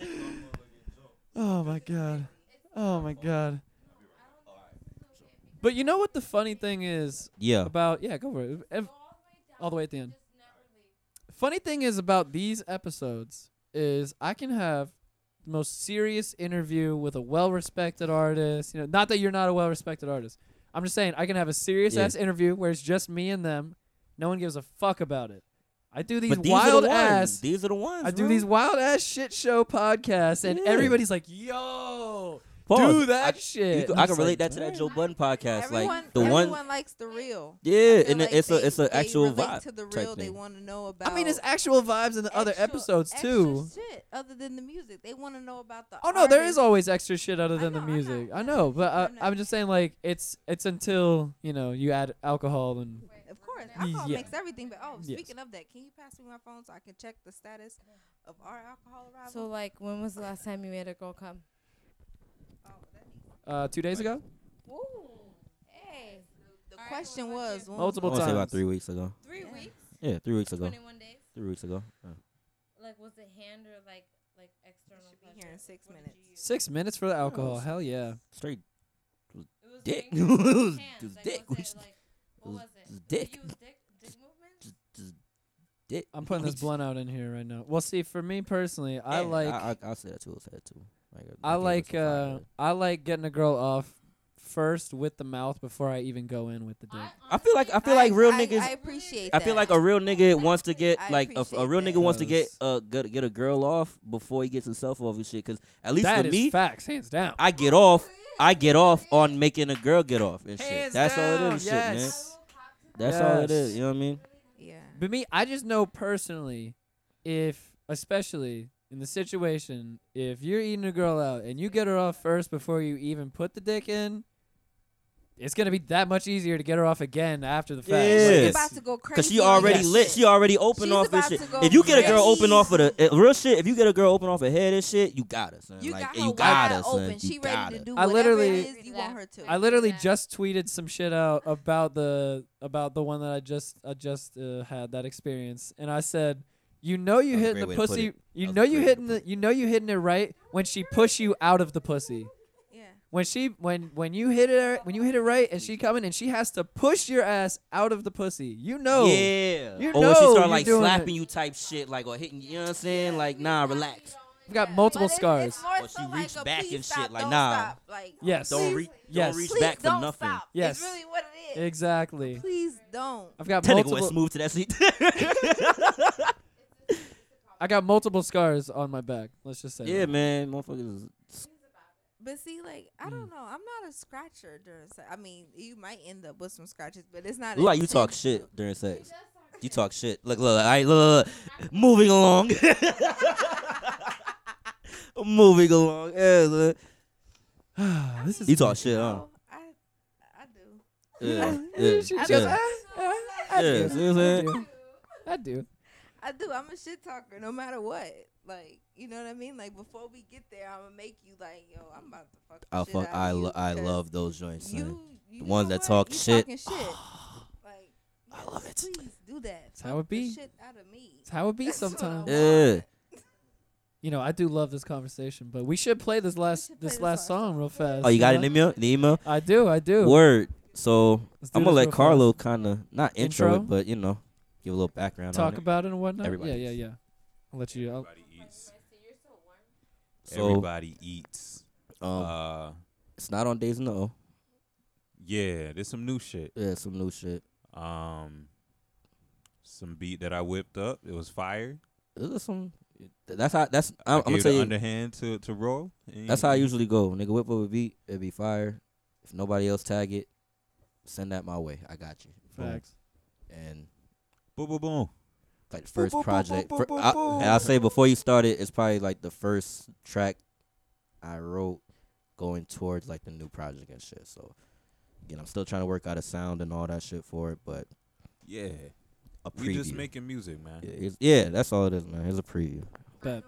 [SPEAKER 2] *laughs* oh my god. Oh my god. But you know what the funny thing is
[SPEAKER 3] Yeah.
[SPEAKER 2] about? Yeah, go for it. Ev- all the way at the end. Funny thing is about these episodes is I can have the most serious interview with a well-respected artist. You know, not that you're not a well-respected artist. I'm just saying I can have a serious
[SPEAKER 3] Yeah.
[SPEAKER 2] ass interview where it's just me and them. No one gives a fuck about it. I do these,
[SPEAKER 3] But these are
[SPEAKER 2] wild
[SPEAKER 3] the ones.
[SPEAKER 2] ass.
[SPEAKER 3] These are the ones.
[SPEAKER 2] I do
[SPEAKER 3] bro.
[SPEAKER 2] these wild ass shit show podcasts, and
[SPEAKER 3] Yeah.
[SPEAKER 2] everybody's like, "Yo,
[SPEAKER 3] Pause.
[SPEAKER 2] do that
[SPEAKER 3] I,
[SPEAKER 2] shit."
[SPEAKER 3] You, could-
[SPEAKER 2] And
[SPEAKER 3] I
[SPEAKER 2] I'm
[SPEAKER 3] can
[SPEAKER 2] just
[SPEAKER 3] relate
[SPEAKER 2] like,
[SPEAKER 3] that to that Joe Budden podcast.
[SPEAKER 5] everyone,
[SPEAKER 3] like the
[SPEAKER 5] everyone
[SPEAKER 3] one,
[SPEAKER 5] likes the real.
[SPEAKER 3] yeah,
[SPEAKER 5] They're
[SPEAKER 3] and
[SPEAKER 5] like,
[SPEAKER 3] it's
[SPEAKER 5] they-
[SPEAKER 3] a it's an
[SPEAKER 5] they
[SPEAKER 3] actual
[SPEAKER 5] relate
[SPEAKER 3] vibe
[SPEAKER 5] to the
[SPEAKER 3] type
[SPEAKER 5] real. They
[SPEAKER 3] thing.
[SPEAKER 5] want to know about.
[SPEAKER 2] I mean, it's actual vibes in the other
[SPEAKER 5] extra-
[SPEAKER 2] episodes
[SPEAKER 5] extra
[SPEAKER 2] too.
[SPEAKER 5] Shit, other than the music, they want to know about the.
[SPEAKER 2] Oh no, there is
[SPEAKER 5] artist.
[SPEAKER 2] always extra shit other
[SPEAKER 5] I
[SPEAKER 2] than the
[SPEAKER 5] know, I know,
[SPEAKER 2] music. I
[SPEAKER 5] I
[SPEAKER 2] know,
[SPEAKER 5] know,
[SPEAKER 2] but
[SPEAKER 5] I
[SPEAKER 2] I,
[SPEAKER 5] know.
[SPEAKER 2] I'm just saying, like, it's it's until you know you add alcohol and
[SPEAKER 5] Of course, alcohol
[SPEAKER 2] Yeah.
[SPEAKER 5] makes everything. But oh,
[SPEAKER 2] Yes.
[SPEAKER 5] speaking of that, can you pass me my phone so I can check the status of our alcohol arrival?
[SPEAKER 10] So, like, when was the last time you made a girl come?
[SPEAKER 5] oh, that needs-
[SPEAKER 2] uh, two days ago,
[SPEAKER 10] Hey.
[SPEAKER 5] the question was when was
[SPEAKER 3] I
[SPEAKER 2] multiple
[SPEAKER 3] want to say about
[SPEAKER 2] times.
[SPEAKER 3] three weeks ago.
[SPEAKER 10] Three weeks,
[SPEAKER 3] Yeah, three weeks ago.
[SPEAKER 10] 21 days.
[SPEAKER 3] Three weeks ago.
[SPEAKER 10] Like, was it hand or like like external?
[SPEAKER 5] should be here in six minutes.
[SPEAKER 2] Six minutes for the alcohol.
[SPEAKER 3] it's-
[SPEAKER 2] Hell yeah.
[SPEAKER 3] Straight
[SPEAKER 10] It was
[SPEAKER 3] *laughs* Dick.
[SPEAKER 10] fingers, it was
[SPEAKER 3] It was
[SPEAKER 10] hands,
[SPEAKER 3] just
[SPEAKER 10] like,
[SPEAKER 3] dick.
[SPEAKER 10] was
[SPEAKER 3] It was-
[SPEAKER 10] it, like,
[SPEAKER 3] it
[SPEAKER 10] what
[SPEAKER 3] was
[SPEAKER 10] was it?
[SPEAKER 3] just
[SPEAKER 10] Did
[SPEAKER 3] dick.
[SPEAKER 10] you use dick, dick movements?
[SPEAKER 3] dick.
[SPEAKER 2] I'm putting
[SPEAKER 3] *laughs*
[SPEAKER 2] this blunt out in here right now. Well, see, for me personally, I
[SPEAKER 3] Yeah,
[SPEAKER 2] like
[SPEAKER 3] I, I, I'll say that too. I'll say that too.
[SPEAKER 2] I
[SPEAKER 3] Like, gave her
[SPEAKER 2] like
[SPEAKER 3] some fire,
[SPEAKER 2] uh
[SPEAKER 3] but-
[SPEAKER 2] I like getting a girl off first with the mouth before I even go in with the dick.
[SPEAKER 3] I feel like I feel like real niggas.
[SPEAKER 5] I
[SPEAKER 3] I,
[SPEAKER 5] appreciate.
[SPEAKER 3] feel
[SPEAKER 5] that.
[SPEAKER 3] like a real nigga wants to get
[SPEAKER 5] I
[SPEAKER 3] like a, f- a
[SPEAKER 5] appreciate
[SPEAKER 3] real
[SPEAKER 5] that.
[SPEAKER 3] nigga wants to get
[SPEAKER 2] Because-
[SPEAKER 3] uh get, get a girl off before he gets himself off and shit. Cause at least
[SPEAKER 2] That
[SPEAKER 3] for
[SPEAKER 2] is
[SPEAKER 3] me,
[SPEAKER 2] facts, hands down.
[SPEAKER 3] I get
[SPEAKER 10] *laughs*
[SPEAKER 3] off. I get off on making a girl get off and shit.
[SPEAKER 2] Hands
[SPEAKER 3] That's all
[SPEAKER 2] down,
[SPEAKER 3] it is, shit, man.
[SPEAKER 2] yes.
[SPEAKER 3] That's all it
[SPEAKER 2] Yes.
[SPEAKER 3] is. You know what I mean?
[SPEAKER 5] yeah.
[SPEAKER 2] But me, I just know personally, if especially in the situation, if you're eating a girl out and you get her off first before you even put the dick in, it's gonna be that much easier to get her off again after the fact. Like,
[SPEAKER 3] Yeah.
[SPEAKER 5] She's
[SPEAKER 2] it's-
[SPEAKER 5] about to go crazy.
[SPEAKER 3] Cause she
[SPEAKER 5] on
[SPEAKER 3] already
[SPEAKER 5] that
[SPEAKER 3] lit.
[SPEAKER 5] shit.
[SPEAKER 3] She already open
[SPEAKER 5] She's
[SPEAKER 3] off this
[SPEAKER 5] about
[SPEAKER 3] shit.
[SPEAKER 5] to go
[SPEAKER 3] If you get a girl
[SPEAKER 5] crazy.
[SPEAKER 3] open off of the uh, real shit, if you get a girl open off her head and shit, you got her, son.
[SPEAKER 5] You
[SPEAKER 3] like,
[SPEAKER 5] got
[SPEAKER 3] you
[SPEAKER 5] her
[SPEAKER 3] got
[SPEAKER 5] wide
[SPEAKER 3] her, son.
[SPEAKER 5] open.
[SPEAKER 3] You
[SPEAKER 5] She
[SPEAKER 3] got
[SPEAKER 5] ready
[SPEAKER 3] her.
[SPEAKER 5] to do
[SPEAKER 2] I
[SPEAKER 5] whatever it
[SPEAKER 2] literally-
[SPEAKER 5] is you want her to.
[SPEAKER 2] I literally
[SPEAKER 10] that.
[SPEAKER 2] just tweeted some shit out about the about the one that I just I just uh, had that experience, and I said, "You know you
[SPEAKER 3] That was a
[SPEAKER 2] hitting
[SPEAKER 3] great
[SPEAKER 2] the
[SPEAKER 3] way to put
[SPEAKER 2] pussy.
[SPEAKER 3] it. That
[SPEAKER 2] You
[SPEAKER 3] was
[SPEAKER 2] know
[SPEAKER 3] a
[SPEAKER 2] you
[SPEAKER 3] great way to
[SPEAKER 2] hitting
[SPEAKER 3] put
[SPEAKER 2] the. You know you hitting it right when she push you out of the pussy.
[SPEAKER 5] yeah.
[SPEAKER 2] When she when when you hit it when you hit it right, and she coming and she has to push your ass out of the pussy. You know.
[SPEAKER 3] Yeah.
[SPEAKER 2] You
[SPEAKER 3] or when
[SPEAKER 2] know
[SPEAKER 3] she
[SPEAKER 2] you're
[SPEAKER 3] start like
[SPEAKER 2] doing
[SPEAKER 3] slapping
[SPEAKER 2] it.
[SPEAKER 3] you type shit, like or hitting you know what I'm saying? Like, nah, relax.
[SPEAKER 2] I've got multiple
[SPEAKER 5] But
[SPEAKER 2] scars.
[SPEAKER 5] it's- It's more
[SPEAKER 13] Once
[SPEAKER 5] so
[SPEAKER 13] you
[SPEAKER 5] like
[SPEAKER 13] reach
[SPEAKER 5] a
[SPEAKER 13] back
[SPEAKER 5] please
[SPEAKER 13] and
[SPEAKER 5] stop,
[SPEAKER 13] shit, like,
[SPEAKER 5] don't
[SPEAKER 13] nah.
[SPEAKER 5] stop. Like
[SPEAKER 2] Yes.
[SPEAKER 13] Don't,
[SPEAKER 5] please-
[SPEAKER 13] re-
[SPEAKER 2] Yes.
[SPEAKER 13] don't reach
[SPEAKER 5] please
[SPEAKER 13] back for
[SPEAKER 5] don't
[SPEAKER 13] nothing.
[SPEAKER 5] Stop.
[SPEAKER 2] Yes.
[SPEAKER 5] It's really what it is.
[SPEAKER 2] Exactly.
[SPEAKER 5] Please don't.
[SPEAKER 2] I've got
[SPEAKER 13] That nigga went
[SPEAKER 2] multiple.
[SPEAKER 13] smooth to that seat.
[SPEAKER 2] *laughs* I got multiple scars on my back. Let's just say.
[SPEAKER 13] yeah,
[SPEAKER 2] that.
[SPEAKER 13] man, motherfuckers. is-
[SPEAKER 5] But see, like
[SPEAKER 2] Mm.
[SPEAKER 5] I don't know. I'm not a scratcher during. Se- I mean, you might end up with some scratches, but it's not.
[SPEAKER 13] Look like you talk shit during sex. You talk shit. Look, look, all right, look, look, look. Moving
[SPEAKER 3] *laughs*
[SPEAKER 13] along. Moving along. Yeah, look.
[SPEAKER 2] *sighs* this is.
[SPEAKER 13] You talk shit, huh?
[SPEAKER 5] intentional. I, I
[SPEAKER 13] Yeah,
[SPEAKER 5] do.
[SPEAKER 2] She-
[SPEAKER 13] yeah.
[SPEAKER 2] she
[SPEAKER 5] I
[SPEAKER 2] goes,
[SPEAKER 5] do.
[SPEAKER 2] "Ah, ah,
[SPEAKER 13] Yeah,
[SPEAKER 2] I do.
[SPEAKER 13] see what I'm
[SPEAKER 2] I
[SPEAKER 13] saying?
[SPEAKER 2] do. I do.
[SPEAKER 5] I do. I'm a shit talker, no matter what. Like you know what I mean. Like before we get there, I'm gonna make you like, yo, I'm about to fuck. the
[SPEAKER 13] I
[SPEAKER 5] shit
[SPEAKER 13] fuck.
[SPEAKER 5] out of
[SPEAKER 13] I
[SPEAKER 5] you
[SPEAKER 13] lo- I
[SPEAKER 5] because
[SPEAKER 13] love those joints. son.
[SPEAKER 5] you. you
[SPEAKER 13] The
[SPEAKER 5] know
[SPEAKER 13] ones that
[SPEAKER 5] what?
[SPEAKER 13] talk
[SPEAKER 5] You
[SPEAKER 13] shit. *sighs*
[SPEAKER 5] talking shit. like,
[SPEAKER 13] I love it.
[SPEAKER 5] Please do that.
[SPEAKER 2] how it
[SPEAKER 5] Fuck the
[SPEAKER 2] be.
[SPEAKER 5] Shit out of me.
[SPEAKER 2] It's how it be
[SPEAKER 5] That's what I
[SPEAKER 2] sometimes.
[SPEAKER 5] want.
[SPEAKER 13] Yeah.
[SPEAKER 2] You know, I do love this conversation, but we should play this last
[SPEAKER 5] should play
[SPEAKER 2] this
[SPEAKER 5] this
[SPEAKER 2] last
[SPEAKER 5] last
[SPEAKER 2] song real fast.
[SPEAKER 13] Oh, you got
[SPEAKER 2] know?
[SPEAKER 13] an email? The email?
[SPEAKER 2] I do. I do.
[SPEAKER 13] Word. So
[SPEAKER 2] Let's do
[SPEAKER 13] I'm gonna
[SPEAKER 2] this
[SPEAKER 13] let
[SPEAKER 2] real fast.
[SPEAKER 13] Carlo kind of not intro,
[SPEAKER 2] Intro?
[SPEAKER 13] it, but you know, give a little background. on
[SPEAKER 2] talk
[SPEAKER 13] it.
[SPEAKER 2] about it and whatnot.
[SPEAKER 13] Everybody
[SPEAKER 2] Yeah, yeah,
[SPEAKER 13] eats.
[SPEAKER 2] yeah. I'll let you. I'll,
[SPEAKER 4] Everybody eats.
[SPEAKER 13] So
[SPEAKER 4] Everybody eats.
[SPEAKER 13] um,
[SPEAKER 4] Uh,
[SPEAKER 13] it's not on days in the O.
[SPEAKER 4] yeah, there's some new shit.
[SPEAKER 13] Yeah, some new shit.
[SPEAKER 4] Um, some beat that I whipped up. It was fire.
[SPEAKER 13] Is there some? That's how. That's
[SPEAKER 4] I
[SPEAKER 13] I'm, I'm gonna
[SPEAKER 4] gave
[SPEAKER 13] tell
[SPEAKER 4] the
[SPEAKER 13] you.
[SPEAKER 4] underhand to to Mm-hmm. roll.
[SPEAKER 13] that's how I usually go. Nigga, whip up a beat. It'd be fire. If nobody else tag it, send that my way. I got you. Boom.
[SPEAKER 2] facts.
[SPEAKER 13] And
[SPEAKER 4] Boom, boom, boom.
[SPEAKER 13] like the first
[SPEAKER 4] boop, boop,
[SPEAKER 13] project.
[SPEAKER 4] boop,
[SPEAKER 13] fir-
[SPEAKER 4] boop,
[SPEAKER 13] I-
[SPEAKER 4] boop.
[SPEAKER 13] and I'll say before you started, it's probably like the first track I wrote going towards like the new project and shit. So again, I'm still trying to work out a sound and all that shit for it, but
[SPEAKER 4] Yeah,
[SPEAKER 13] a
[SPEAKER 4] we
[SPEAKER 13] preview.
[SPEAKER 4] just making music, man.
[SPEAKER 13] yeah, it's- yeah, that's all it is, man. Here's a preview.
[SPEAKER 2] But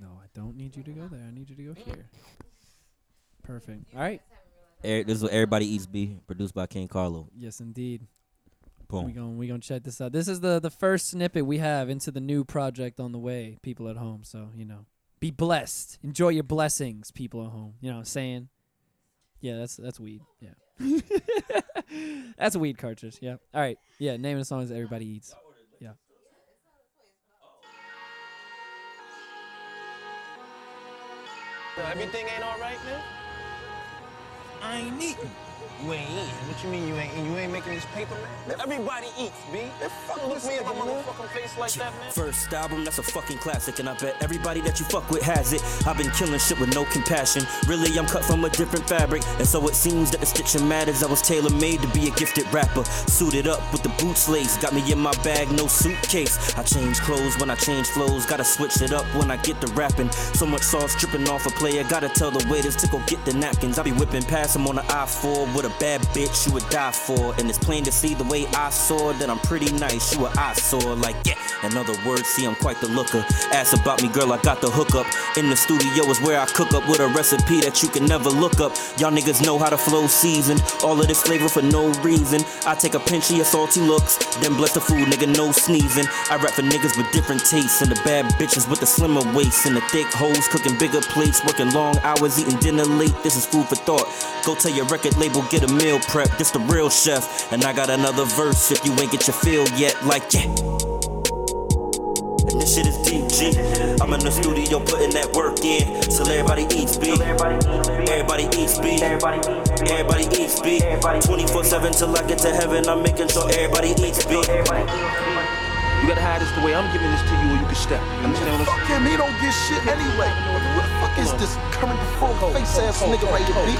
[SPEAKER 2] no, I don't need you to go there. I need you to go here. Perfect. All right.
[SPEAKER 13] Air, this is what Everybody Eats B, produced by King Carlo.
[SPEAKER 2] Yes, indeed. We
[SPEAKER 4] Boom.
[SPEAKER 2] going we gonna check this out. This is the the first snippet we have into the new project on the way. People at home, so you know, be blessed. Enjoy your blessings, people at home. You know what I'm saying? Yeah, that's that's weed. Yeah, *laughs* that's a weed cartridge. Yeah. All right. Yeah. Name of the song is "Everybody Eats." Yeah.
[SPEAKER 14] Everything ain't all right, man? I ain't eating. You ain't eating? What you mean you ain't eating? You ain't making this paper, man? Everybody eats, B. Don't look me in my motherfucking face like that, man.
[SPEAKER 3] First album, that's a fucking classic, and I bet everybody that you fuck with has it. I've been killing shit with no compassion. Really, I'm cut from a different fabric, and so it seems that the stitching matters. I was tailor made to be a gifted rapper, suited up with the boots lace. Got me in my bag, no suitcase. I change clothes when I change flows, gotta switch it up when I get to rapping. So much sauce dripping off a player, gotta tell the waiters to go get the napkins. I be whipping past 'em on the I 4 with a bad bitch you would die for, and it's plain to see the way I saw that I'm pretty nice. You a eyesore, like yeah. In other words, see, I'm quite the looker. Ask about me, girl, I got the hookup. In the studio is where I cook up with a recipe that you can never look up. Y'all niggas know how to flow season. All of this flavor for no reason. I take a pinch of your salty looks, then bless the food, nigga, no sneezing. I rap for niggas with different tastes, and the bad bitches with the slimmer waists, and the thick hoes cooking bigger plates, working long hours, eating dinner late. This is food for thought. Go tell your record label, get a meal prep. This the real chef, and I got another verse if you ain't get your feel yet. Like, yeah. And this shit is deep G. I'm in the studio putting that work in. Till everybody eats B. Everybody eats B. Everybody eats B. 24 7 till I get to heaven. I'm making sure everybody eats B.
[SPEAKER 14] You gotta hide this the way I'm giving this to you, or you can step. You understand what I'm
[SPEAKER 15] Fuck him, he don't get shit anyway. Who the fuck is this current full face ass nigga right here, B?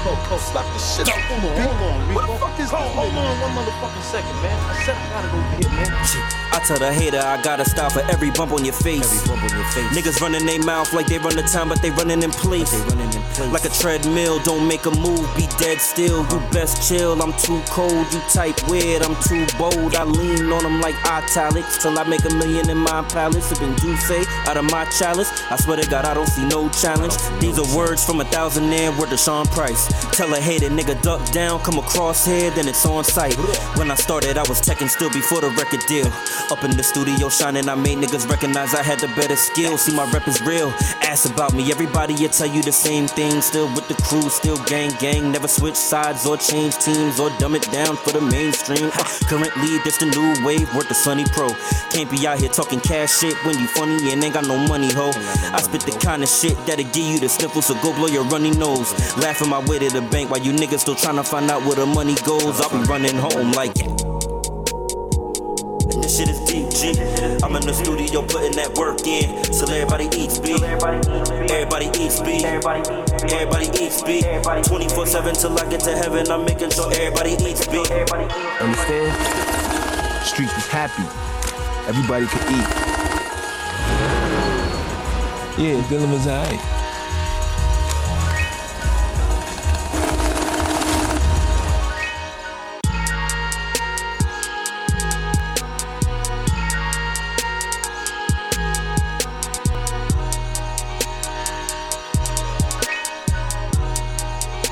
[SPEAKER 15] Slap the shit out
[SPEAKER 14] Hold on,
[SPEAKER 15] B.
[SPEAKER 14] hold on,
[SPEAKER 15] Who
[SPEAKER 14] Rico.
[SPEAKER 15] the fuck is this
[SPEAKER 14] Hold, hold
[SPEAKER 15] nigga?
[SPEAKER 14] on one motherfucking second, man. I said I gotta go get it, man.
[SPEAKER 3] I tell the hater I gotta stop for every bump on your face.
[SPEAKER 13] Every bump on your face.
[SPEAKER 3] Niggas running their mouth like they run the time, but they running in place.
[SPEAKER 13] They running in place.
[SPEAKER 3] Like a treadmill, don't make a move, be dead still. You best chill, I'm too cold, you type weird, I'm too bold. I lean on them like italics till I make a million in my palace. Sipping juice out of my chalice. I swear to God, I don't see no challenge. These are words from a thousand and word to Sean Price. Tell a hater nigga duck down, come across here, then it's on sight. When I started, I was teching still before the record deal. Up in the studio shining, I made niggas recognize I had the better skill. See, my rep is real. Ask about me, everybody will tell you the same thing. Still with the crew, still gang gang. Never switch sides or change teams or dumb it down for the mainstream. Uh, currently, this the new wave, worth the Sunny Pro.
[SPEAKER 11] Can't be out here talking cash shit when you funny and ain't got no money, ho. I spit the kind of shit that'll give you the sniffles, so go blow your runny nose. Laughing my way to the bank while you niggas still trying to find out where the money goes. I'll be running home like. And this shit is deep, G. I'm in the studio putting that work in. So everybody eats B. Everybody eats B. Everybody eats B. 24 7 till I get to heaven. I'm making sure everybody eats B.
[SPEAKER 16] Understand? Streets was happy. Everybody could eat. Yeah, Dillem is alright.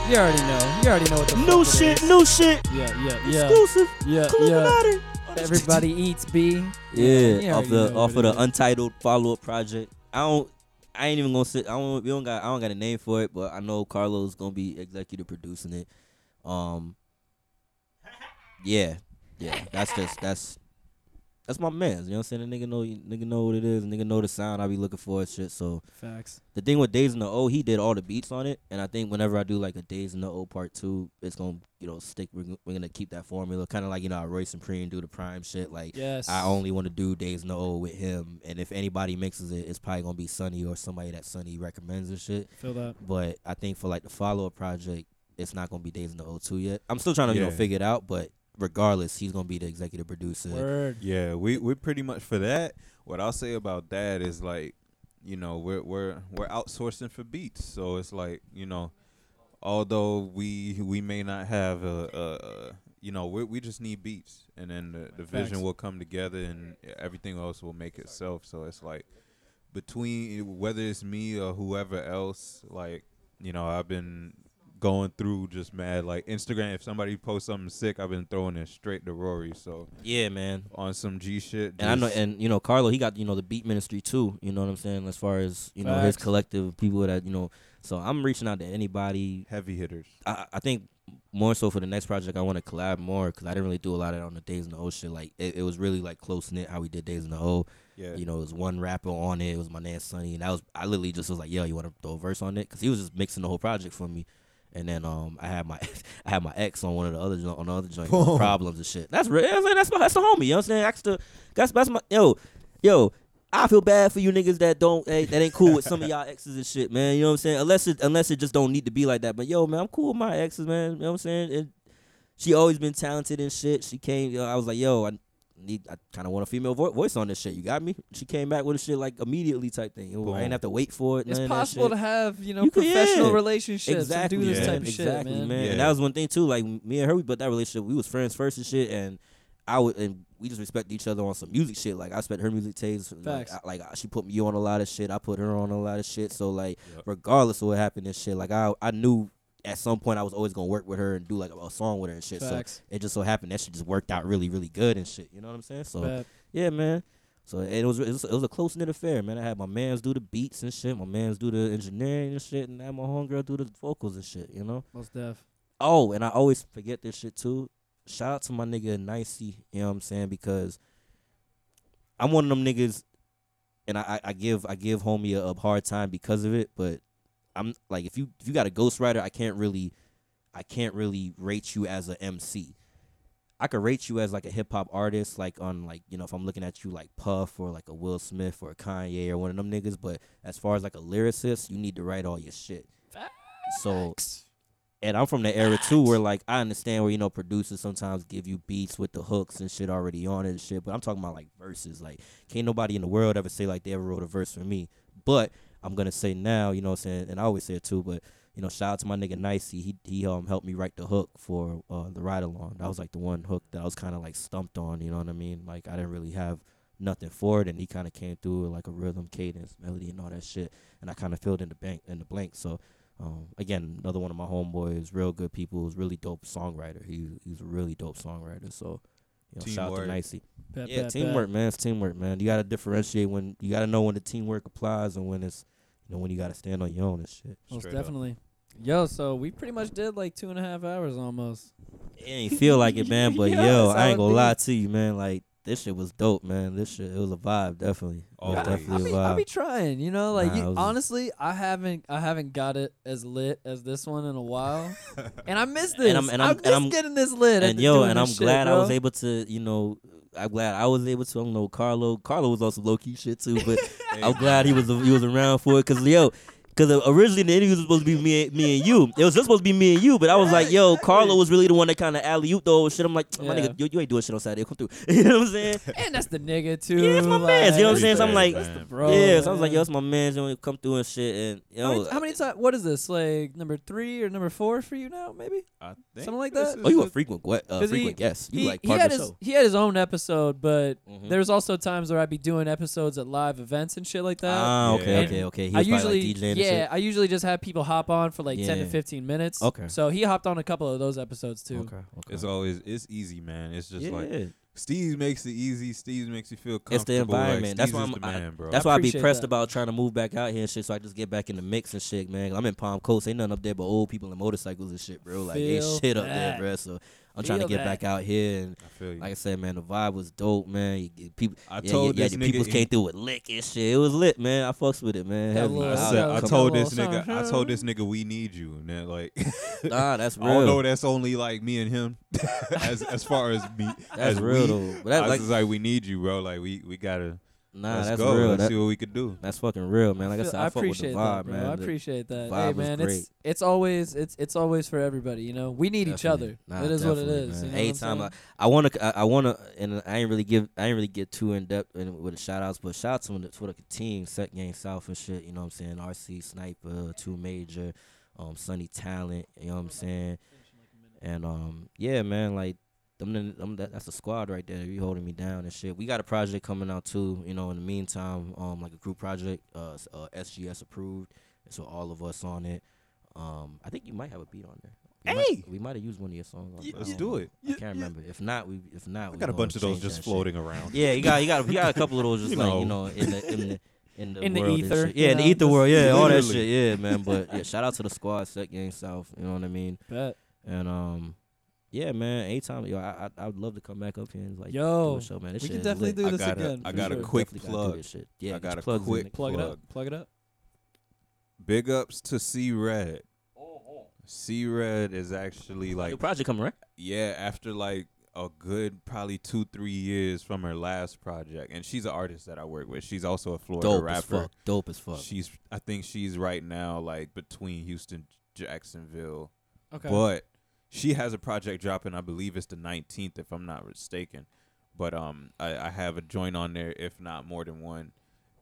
[SPEAKER 2] You already know. You already know what the
[SPEAKER 11] New
[SPEAKER 2] fuck it
[SPEAKER 11] shit,
[SPEAKER 2] is.
[SPEAKER 11] new shit.
[SPEAKER 2] Yeah, yeah, yeah.
[SPEAKER 11] Exclusive.
[SPEAKER 2] Yeah,
[SPEAKER 11] Illuminati.
[SPEAKER 2] yeah. Everybody eats B.
[SPEAKER 3] Yeah,
[SPEAKER 2] You
[SPEAKER 3] off
[SPEAKER 2] already
[SPEAKER 3] the
[SPEAKER 2] know
[SPEAKER 3] off of
[SPEAKER 2] what it
[SPEAKER 3] the
[SPEAKER 2] is.
[SPEAKER 3] untitled follow up project. I don't. I ain't even gonna sit. I don't. We don't got. I don't got a name for it, but I know Carlos gonna be executive producing it. Um. Yeah, yeah. That's just that's that's my man's. You know what I'm saying? The nigga know nigga know what it is. Nigga know the sound I be looking for and shit. So
[SPEAKER 2] Facts.
[SPEAKER 3] the thing with Days in the O, he did all the beats on it, and I think whenever I do like a Days in the O part two, it's gonna you know stick. We're, gon- we're gonna keep that formula, kind of like you know how Royce and Preem do the Prime shit. Like
[SPEAKER 2] Yes.
[SPEAKER 3] I only want to do Days in the O with him, and if anybody mixes it, it's probably gonna be Sunny or somebody that Sunny recommends and shit.
[SPEAKER 2] Feel that.
[SPEAKER 3] But I think for like the follow up project, it's not gonna be Days in the O two yet. I'm still trying to you know
[SPEAKER 4] Yeah.
[SPEAKER 3] figure it out, but regardless, he's gonna be the executive producer.
[SPEAKER 2] Word.
[SPEAKER 4] Yeah, we we pretty much for that. What I'll say about that is like, you know, we're we're we're outsourcing for beats, so it's like you know, although we we may not have a, a you know we we just need beats, and then the, the vision
[SPEAKER 2] Facts.
[SPEAKER 4] will come together, and everything else will make itself. So it's like between whether it's me or whoever else, like you know, I've been going through just mad like Instagram. If somebody posts something sick, I've been throwing it straight to Rory. So
[SPEAKER 3] Yeah, man.
[SPEAKER 4] on some G shit.
[SPEAKER 3] And I know,
[SPEAKER 4] just-
[SPEAKER 3] and you know, Carlo, he got you know the beat ministry too. You know what I'm saying? As far as you know, his
[SPEAKER 2] Facts.
[SPEAKER 3] collective of people that you know. So I'm reaching out to anybody.
[SPEAKER 4] heavy hitters.
[SPEAKER 3] I, I think more so for the next project, I want to collab more because I didn't really do a lot of that on the Days in the O shit. Like it, it was really like close knit how we did Days in the O.
[SPEAKER 4] Yeah,
[SPEAKER 3] You know, it was one rapper on it. It was my man Sonny, and I was I literally just was like, "Yo, you want to throw a verse on it?" Because he was just mixing the whole project for me. And then um, I had my *laughs* I had my ex on one of the other jo- on the other joint
[SPEAKER 12] Boom.
[SPEAKER 3] problems and shit. That's real. That's my, that's the homie. You know what I'm saying? That's the that's that's my yo yo. I feel bad for you niggas that don't eh, that ain't cool with some of y'all exes and shit, man. You know what I'm saying? Unless it unless it just don't need to be like that. But yo, man, I'm cool with my exes, man. You know what I'm saying? It, she always been talented and shit. She came. You know, I was like, yo, I need. I kind of want a female vo- voice on this shit. You got me? She came back with a shit like immediately type thing. I
[SPEAKER 4] Boom.
[SPEAKER 3] ain't have to wait for it.
[SPEAKER 2] It's
[SPEAKER 3] none of that
[SPEAKER 2] possible
[SPEAKER 3] shit.
[SPEAKER 2] to have you know
[SPEAKER 3] You could-
[SPEAKER 2] professional
[SPEAKER 3] yeah.
[SPEAKER 2] relationships
[SPEAKER 3] exactly,
[SPEAKER 2] and do this
[SPEAKER 4] Yeah.
[SPEAKER 2] type of
[SPEAKER 3] exactly,
[SPEAKER 2] shit, man.
[SPEAKER 3] And
[SPEAKER 4] Yeah.
[SPEAKER 3] that was one thing too. Like me and her, we built that relationship. We was friends first and shit, and I would and we just respect each other on some music shit. Like I respect her music taste. Like,
[SPEAKER 2] Facts.
[SPEAKER 3] I, like she put me on a lot of shit. I put her on a lot of shit. So like,
[SPEAKER 4] Yep.
[SPEAKER 3] regardless of what happened and shit, like I I knew. At some point, I was always gonna work with her and do like a, a song with her and shit.
[SPEAKER 2] Facts.
[SPEAKER 3] So it just so happened that shit just worked out really, really good and shit. You know what I'm saying? So yeah, man. So it was it was, it was a close knit affair, man. I had my man's do the beats and shit, my man's do the engineering and shit, and I had my homegirl do the vocals and shit, you know.
[SPEAKER 2] most def.
[SPEAKER 3] Oh, and I always forget this shit too. Shout out to my nigga Nicey, you know what I'm saying? Because I'm one of them niggas, and I, I, I give I give homie a, a hard time because of it. But I'm like, if you if you got a ghostwriter, I can't really, I can't really rate you as a MC. I could rate you as like a hip hop artist, like on like you know if I'm looking at you like Puff or like a Will Smith or a Kanye or one of them niggas. But as far as like a lyricist, you need to write all your shit. So and I'm from the era too where like I understand where you know producers sometimes give you beats with the hooks and shit already on it and shit, but I'm talking about like verses. Like can't nobody in the world ever say like they ever wrote a verse for me. But I'm gonna say now, you know what I'm saying, and I always say it too, but you know, shout out to my nigga Nicey. He he um helped me write the hook for uh the ride along. That was like the one hook that I was kinda like stumped on, you know what I mean? Like I didn't really have nothing for it and he kinda came through with like a rhythm, cadence, melody and all that shit. And I kinda filled in the bank in the blank. So um, again, another one of my homeboys, real good people, was really dope songwriter. He he's a really dope songwriter. So, you know, shout out to
[SPEAKER 4] Teamwork.
[SPEAKER 3] Nicey.
[SPEAKER 2] Pep,
[SPEAKER 3] Yeah,
[SPEAKER 2] pep,
[SPEAKER 3] teamwork,
[SPEAKER 2] pep.
[SPEAKER 3] man. It's teamwork, man. You gotta differentiate when you gotta know when the teamwork applies and when it's you know when you gotta stand on your own and shit.
[SPEAKER 2] Most
[SPEAKER 4] Straight up.
[SPEAKER 2] definitely. Yo, so we pretty much did like two and a half hours almost.
[SPEAKER 3] It ain't feel like it, man.
[SPEAKER 2] *laughs*
[SPEAKER 3] But
[SPEAKER 2] Yeah,
[SPEAKER 3] yo,
[SPEAKER 2] that's
[SPEAKER 3] I
[SPEAKER 2] how
[SPEAKER 3] ain't
[SPEAKER 2] it
[SPEAKER 3] gonna
[SPEAKER 2] be.
[SPEAKER 3] lie to you, man. Like This shit was dope, man. This shit, it was a vibe, definitely. It was definitely
[SPEAKER 2] I
[SPEAKER 3] a
[SPEAKER 2] be,
[SPEAKER 3] vibe.
[SPEAKER 2] I be trying, you know. Like
[SPEAKER 3] Nah,
[SPEAKER 2] you-
[SPEAKER 3] it was-
[SPEAKER 2] honestly, I haven't I haven't got it as lit as this one in a
[SPEAKER 3] *laughs*
[SPEAKER 2] while, and I miss this.
[SPEAKER 3] and I'm and
[SPEAKER 2] I
[SPEAKER 3] I'm,
[SPEAKER 2] miss
[SPEAKER 3] and I'm
[SPEAKER 2] getting this lit.
[SPEAKER 3] And yo,
[SPEAKER 2] doing
[SPEAKER 3] and I'm
[SPEAKER 2] this shit,
[SPEAKER 3] glad I was
[SPEAKER 2] bro.
[SPEAKER 3] able to, you know, I'm glad I was able to. I don't know Carlo. Carlo was on some low key shit too,
[SPEAKER 2] *laughs*
[SPEAKER 3] but I'm glad he was he was around for it. Cause yo, cause originally the interview was supposed to be me, and- me and you. It was just supposed to be me and you, but I was like, yo, Carlo was really the one that kind of alley ooped the whole shit. I'm like, my
[SPEAKER 2] Yeah.
[SPEAKER 3] nigga, you, you ain't doing shit on Saturday. Come through. *laughs* You know what I'm saying?
[SPEAKER 2] And that's the nigga too.
[SPEAKER 3] Yeah, it's my man. You know what I'm saying? So I'm like,
[SPEAKER 2] that's the bro,
[SPEAKER 3] yeah. So I was like,
[SPEAKER 2] man.
[SPEAKER 3] yo, it's my man. You know, come through and shit. And
[SPEAKER 2] How many,
[SPEAKER 3] yo,
[SPEAKER 2] how many times? What is this? Like number three or number four for you now? Maybe
[SPEAKER 4] I think
[SPEAKER 2] something like
[SPEAKER 4] this
[SPEAKER 2] that.
[SPEAKER 4] is
[SPEAKER 3] oh, you a frequent gue- uh,
[SPEAKER 2] 'Cause he-
[SPEAKER 3] frequent guest. You
[SPEAKER 2] he,
[SPEAKER 3] like
[SPEAKER 2] he
[SPEAKER 3] part
[SPEAKER 2] had
[SPEAKER 3] of the
[SPEAKER 2] his
[SPEAKER 3] show.
[SPEAKER 2] he had his own episode, but
[SPEAKER 3] Mhm.
[SPEAKER 2] there's also times where I'd be doing episodes at live events and shit like that.
[SPEAKER 3] Ah, okay,
[SPEAKER 2] And
[SPEAKER 3] okay, okay. He
[SPEAKER 2] I
[SPEAKER 3] was probably, like,
[SPEAKER 2] usually
[SPEAKER 3] DJing and
[SPEAKER 2] yeah,
[SPEAKER 3] shit.
[SPEAKER 2] I usually just have people hop on for like ten to
[SPEAKER 3] Yeah.
[SPEAKER 2] fifteen minutes.
[SPEAKER 3] Okay.
[SPEAKER 2] so he hopped on a couple of those episodes too.
[SPEAKER 3] Okay, okay.
[SPEAKER 4] It's always it's easy, man. It's just
[SPEAKER 3] Yeah.
[SPEAKER 4] like Steve makes it easy. Steve makes you feel comfortable.
[SPEAKER 3] It's the
[SPEAKER 4] like,
[SPEAKER 3] environment. that's
[SPEAKER 4] Steez
[SPEAKER 3] why
[SPEAKER 4] is
[SPEAKER 3] I'm.
[SPEAKER 4] the
[SPEAKER 3] I-
[SPEAKER 4] man, bro.
[SPEAKER 3] that's why I be
[SPEAKER 2] appreciate
[SPEAKER 3] pressed
[SPEAKER 2] that.
[SPEAKER 3] about trying to move back out here and shit, so I just get back in the mix and shit, man. I'm in Palm Coast. Ain't nothing up there but old people and motorcycles and shit, bro. Like
[SPEAKER 2] Feel
[SPEAKER 3] ain't shit up
[SPEAKER 2] that.
[SPEAKER 3] there, bro. So I'm trying to
[SPEAKER 2] Feel
[SPEAKER 3] get
[SPEAKER 2] that.
[SPEAKER 3] back out here and.
[SPEAKER 4] I feel you.
[SPEAKER 3] Like I said, man, the vibe was dope, man. You get people,
[SPEAKER 4] I
[SPEAKER 3] yeah, yeah,
[SPEAKER 4] told
[SPEAKER 3] yeah,
[SPEAKER 4] this
[SPEAKER 3] the
[SPEAKER 4] nigga
[SPEAKER 3] peoples
[SPEAKER 4] in-
[SPEAKER 3] came through with lick and shit. It was lit, man. I fucks with it, man.
[SPEAKER 2] That
[SPEAKER 3] Heavy.
[SPEAKER 2] little-
[SPEAKER 4] I
[SPEAKER 3] Nah,
[SPEAKER 2] Wow.
[SPEAKER 4] said,
[SPEAKER 2] Yeah,
[SPEAKER 4] I
[SPEAKER 2] come
[SPEAKER 4] told
[SPEAKER 2] on,
[SPEAKER 4] this
[SPEAKER 2] son.
[SPEAKER 4] nigga, I told this nigga, we need you, and then like, *laughs*
[SPEAKER 3] Nah, that's
[SPEAKER 4] I don't know.
[SPEAKER 3] real.
[SPEAKER 4] That's only like me and him, *laughs* as as far as me.
[SPEAKER 3] That's
[SPEAKER 4] as
[SPEAKER 3] real
[SPEAKER 4] we,
[SPEAKER 3] though. But that,
[SPEAKER 4] I was
[SPEAKER 3] like,
[SPEAKER 4] just like, we need you, bro. Like we we gotta
[SPEAKER 3] nah,
[SPEAKER 4] let's
[SPEAKER 3] that's
[SPEAKER 4] go.
[SPEAKER 3] real.
[SPEAKER 4] Let's
[SPEAKER 3] That-
[SPEAKER 4] see what we could do.
[SPEAKER 3] that's fucking real, man. Like I said, I, fuck with the
[SPEAKER 2] appreciate
[SPEAKER 3] vibe,
[SPEAKER 2] that, bro.
[SPEAKER 3] man.
[SPEAKER 2] I
[SPEAKER 3] The-
[SPEAKER 2] appreciate that.
[SPEAKER 3] vibe
[SPEAKER 2] Hey,
[SPEAKER 3] was
[SPEAKER 2] man,
[SPEAKER 3] great.
[SPEAKER 2] it's it's always it's it's always for everybody. You know, we need each other.
[SPEAKER 3] Definitely. Nah,
[SPEAKER 2] it is what it is.
[SPEAKER 3] definitely,
[SPEAKER 2] You
[SPEAKER 3] man.
[SPEAKER 2] know what I'm
[SPEAKER 3] Anytime
[SPEAKER 2] saying?
[SPEAKER 3] I, I want to, I, I want to, and I ain't really give, I ain't really get too in depth in, with the shout outs, but shout out to the Twitter team, Set Gang South and shit. You know what I'm saying? RC Sniper, Two Major, um, Sunny Talent. You know what I'm saying? And um, yeah, man, like them, the- them that, that's a squad right there. You holding me down and shit. We got a project coming out too. You know, in the meantime, um, like a group project, uh, s- uh SGS approved. So all of us on it. Um, I think you might have a beat on there. We might-
[SPEAKER 4] Hey!
[SPEAKER 3] we might have used one of your songs. on-
[SPEAKER 4] Yeah,
[SPEAKER 3] I
[SPEAKER 4] let's
[SPEAKER 3] don't
[SPEAKER 4] do
[SPEAKER 3] know.
[SPEAKER 4] it.
[SPEAKER 3] I can't remember. If not, we if not,
[SPEAKER 4] I
[SPEAKER 3] we
[SPEAKER 4] got a
[SPEAKER 3] gonna
[SPEAKER 4] bunch of those
[SPEAKER 3] change
[SPEAKER 4] just
[SPEAKER 3] that shit.
[SPEAKER 4] floating around.
[SPEAKER 3] Yeah, you got you got you got a couple
[SPEAKER 4] *laughs*
[SPEAKER 3] of those just
[SPEAKER 4] You
[SPEAKER 3] like you
[SPEAKER 4] know.
[SPEAKER 3] know in the in the
[SPEAKER 4] *laughs*
[SPEAKER 3] in the,
[SPEAKER 2] In the
[SPEAKER 3] world and
[SPEAKER 2] ether,
[SPEAKER 3] shit. Yeah, in the
[SPEAKER 2] you know,
[SPEAKER 3] ether world. Yeah, all that
[SPEAKER 4] Literally.
[SPEAKER 3] shit. Yeah, man. But yeah, shout out to the squad, Set Gang South. You know what I mean?
[SPEAKER 2] Bet.
[SPEAKER 3] And um, yeah, man. Anytime, yo, I I, I would love to come back up here and like do
[SPEAKER 2] Yo,
[SPEAKER 3] a show, man. This
[SPEAKER 2] we can
[SPEAKER 3] shit is
[SPEAKER 2] definitely
[SPEAKER 3] lit.
[SPEAKER 2] do
[SPEAKER 4] I
[SPEAKER 2] this
[SPEAKER 4] got a-
[SPEAKER 2] again.
[SPEAKER 4] I
[SPEAKER 2] for
[SPEAKER 4] got a
[SPEAKER 2] sure.
[SPEAKER 4] quick
[SPEAKER 3] Definitely gotta do
[SPEAKER 4] plug.
[SPEAKER 3] this shit. Yeah,
[SPEAKER 4] I
[SPEAKER 3] get
[SPEAKER 4] got
[SPEAKER 3] your
[SPEAKER 4] a
[SPEAKER 3] plugs in,
[SPEAKER 4] quick
[SPEAKER 3] nigga.
[SPEAKER 2] plug it
[SPEAKER 4] plug.
[SPEAKER 2] up. Plug it up.
[SPEAKER 4] Big ups to C Red.
[SPEAKER 3] Oh,
[SPEAKER 4] C Red is actually like
[SPEAKER 3] Your project coming right?
[SPEAKER 4] yeah, after like a good probably two three years from her last project, and she's an artist that I work with. She's also a Florida
[SPEAKER 3] Dope as
[SPEAKER 4] rapper.
[SPEAKER 3] fuck. Dope as fuck.
[SPEAKER 4] She's I think she's right now like between Houston, Jacksonville,
[SPEAKER 2] Okay.
[SPEAKER 4] but she has a project dropping. I believe it's the nineteenth, if I'm not mistaken. But um, I, I have a joint on there, if not more than one.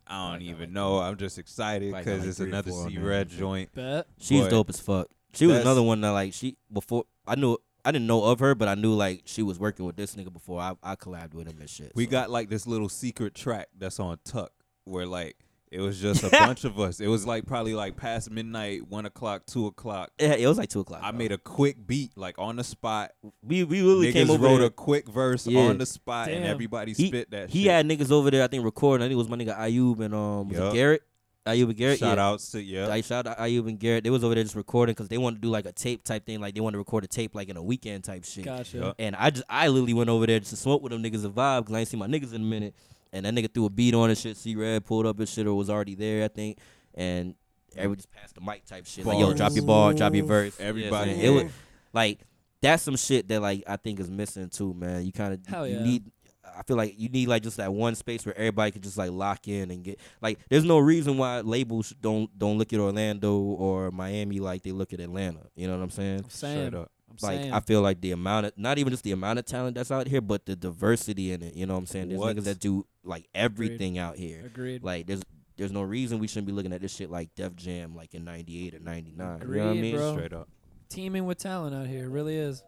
[SPEAKER 4] I don't
[SPEAKER 3] Right,
[SPEAKER 4] even
[SPEAKER 3] like-
[SPEAKER 4] know. I'm just excited
[SPEAKER 3] Right,
[SPEAKER 4] because
[SPEAKER 3] like
[SPEAKER 4] it's
[SPEAKER 3] three or
[SPEAKER 4] another
[SPEAKER 3] four on
[SPEAKER 4] C
[SPEAKER 3] there.
[SPEAKER 4] Red joint.
[SPEAKER 2] Bet.
[SPEAKER 3] She's
[SPEAKER 4] But
[SPEAKER 3] dope as fuck. She was
[SPEAKER 4] that's-
[SPEAKER 3] another one that like she before I knew I didn't know of her, but I knew like she was working with this nigga before I, I collabed with him and shit.
[SPEAKER 4] We
[SPEAKER 3] so.
[SPEAKER 4] got like this little secret track that's on Tuck, where like it
[SPEAKER 3] *laughs*
[SPEAKER 4] was just a bunch of us. It was like probably like past midnight, one o'clock, two o'clock.
[SPEAKER 3] yeah, it was like two o'clock.
[SPEAKER 4] I
[SPEAKER 3] bro.
[SPEAKER 4] made a quick beat, like on the spot.
[SPEAKER 3] we we really
[SPEAKER 4] Niggas
[SPEAKER 3] came over.
[SPEAKER 4] wrote
[SPEAKER 3] there.
[SPEAKER 4] a quick verse
[SPEAKER 3] Yeah.
[SPEAKER 4] on the spot, and
[SPEAKER 2] Damn.
[SPEAKER 4] everybody
[SPEAKER 3] He-
[SPEAKER 4] spit that.
[SPEAKER 3] he
[SPEAKER 4] shit.
[SPEAKER 3] had niggas over there. I think recording. I think it was my nigga Ayub and um was it
[SPEAKER 4] Yup.
[SPEAKER 3] Garrett. Ayub and Garrett.
[SPEAKER 4] shout
[SPEAKER 3] yeah.
[SPEAKER 4] outs to yeah.
[SPEAKER 3] I shout out Ayub and Garrett. They was over there just recording because they wanted to do like a tape type thing. Like they wanted to record a tape like in a weekend type shit.
[SPEAKER 2] Gotcha.
[SPEAKER 4] Yup.
[SPEAKER 3] And I just I literally went over there just to smoke with them niggas a vibe because I ain't seen my niggas in a minute. And that nigga threw a beat on and shit. C Red pulled up and shit or was already there, I think. And everyone just passed the mic type shit. Like, yo, drop your ball, drop your verse. You know what I'm
[SPEAKER 4] Everybody,
[SPEAKER 3] saying? it was like that's some shit that like I think is missing too, man. You kind of
[SPEAKER 2] Hell
[SPEAKER 3] you
[SPEAKER 2] yeah.
[SPEAKER 3] need. I feel like you need like just that one space where everybody can just like lock in and get like. There's no reason why labels don't don't look at Orlando or Miami like they look at Atlanta. You know what I'm saying?
[SPEAKER 2] I'm saying.
[SPEAKER 4] up.
[SPEAKER 2] I'm
[SPEAKER 3] Like
[SPEAKER 2] saying.
[SPEAKER 3] I feel like the amount of not even just the amount of talent that's out here, but the diversity in it. You know what I'm saying? There's
[SPEAKER 4] What?
[SPEAKER 3] niggas that do like everything out here.
[SPEAKER 2] Agreed.
[SPEAKER 3] Like there's there's no reason we shouldn't be looking at this shit like Def Jam like in '98 or '99. You know what I
[SPEAKER 2] Agreed,
[SPEAKER 3] mean?
[SPEAKER 2] bro.
[SPEAKER 4] Straight up.
[SPEAKER 2] Teaming with talent out here it really is.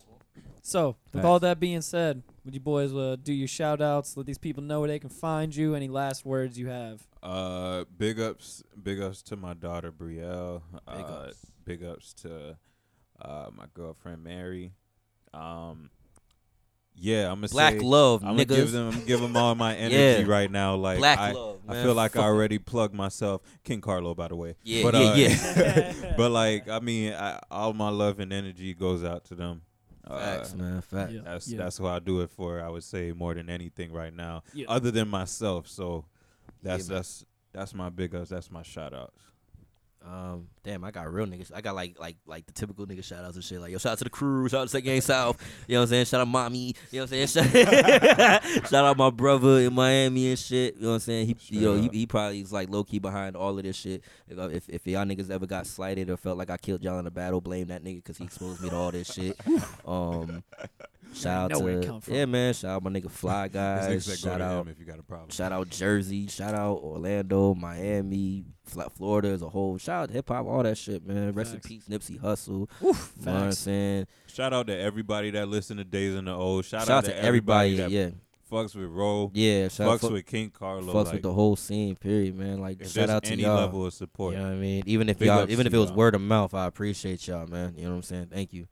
[SPEAKER 2] So, with
[SPEAKER 3] Facts.
[SPEAKER 2] all that being said, would you boys uh, do your shout outs? Let these people know where they can find you. Any last words you have?
[SPEAKER 4] Uh, big ups, big ups to my daughter Brielle. uh,
[SPEAKER 3] ups.
[SPEAKER 4] big ups to uh my girlfriend Mary. Um, yeah, I'm gonna
[SPEAKER 3] Black
[SPEAKER 4] say,
[SPEAKER 3] love,
[SPEAKER 4] I'm
[SPEAKER 3] niggas.
[SPEAKER 4] gonna give them, give them
[SPEAKER 3] *laughs*
[SPEAKER 4] all my energy right now. Like
[SPEAKER 3] Black
[SPEAKER 4] I,
[SPEAKER 3] love,
[SPEAKER 4] I
[SPEAKER 3] man.
[SPEAKER 4] feel like I
[SPEAKER 3] Fuck.
[SPEAKER 4] already plugged myself. King Carlo, by the way.
[SPEAKER 3] Yeah,
[SPEAKER 4] but,
[SPEAKER 3] yeah, *laughs*
[SPEAKER 4] *laughs* uh, but like, I mean, I, all my love and energy goes out to them.
[SPEAKER 3] Facts, man, facts. Yeah,
[SPEAKER 4] That's
[SPEAKER 3] yeah.
[SPEAKER 4] that's who I do it for. I would say more than anything right now,
[SPEAKER 3] Yeah.
[SPEAKER 4] other than myself. So that's
[SPEAKER 3] man.
[SPEAKER 4] that's that's my big ups. That's my shout outs.
[SPEAKER 3] Um, damn, I got real niggas. I got like like like the typical nigga shout outs and shit. Like, yo, shout out to the crew, shout out to Second Gang South. You know what I'm saying? Shout out mommy. You know what I'm saying? *laughs* Shout, *laughs* shout out my brother in Miami and shit. You know what I'm saying? He you know, he, he probably is like low key behind all of this shit. You know, If if y'all niggas ever got slighted or felt like I killed y'all in a battle, blame that nigga because he exposed me to all this
[SPEAKER 4] *laughs*
[SPEAKER 3] shit. Um Shout
[SPEAKER 4] know
[SPEAKER 3] out
[SPEAKER 4] where it
[SPEAKER 3] to
[SPEAKER 4] come from.
[SPEAKER 3] yeah man, shout out my nigga
[SPEAKER 4] *laughs*
[SPEAKER 3] Fly
[SPEAKER 4] nigga
[SPEAKER 3] Guys,
[SPEAKER 4] said go
[SPEAKER 3] shout
[SPEAKER 4] to
[SPEAKER 3] out
[SPEAKER 4] him if you got a problem.
[SPEAKER 3] Shout out Jersey. Shout out Orlando, Miami, Fla- Florida as a whole. Shout out hip hop, all that shit, man. Rest in peace, Nipsey Hustle. you know what I'm
[SPEAKER 4] facts.
[SPEAKER 3] saying?
[SPEAKER 4] Shout out to everybody that listened to Days in the Old. Shout,
[SPEAKER 3] Shout out to everybody, yeah.
[SPEAKER 4] Fucks with Roll.
[SPEAKER 3] Yeah, shout out
[SPEAKER 4] fucks
[SPEAKER 3] fuck-
[SPEAKER 4] with King Carlo.
[SPEAKER 3] Fucks
[SPEAKER 4] like,
[SPEAKER 3] with the whole scene, period, man. Like
[SPEAKER 4] If
[SPEAKER 3] shout
[SPEAKER 4] there's
[SPEAKER 3] out to
[SPEAKER 4] any
[SPEAKER 3] y'all.
[SPEAKER 4] level of support,
[SPEAKER 3] You know what I mean? Even if
[SPEAKER 4] big
[SPEAKER 3] y'all,
[SPEAKER 4] ups
[SPEAKER 3] even
[SPEAKER 4] to
[SPEAKER 3] if it was
[SPEAKER 4] y'all.
[SPEAKER 3] word of mouth, I appreciate y'all, man. You know what I'm saying? Thank you.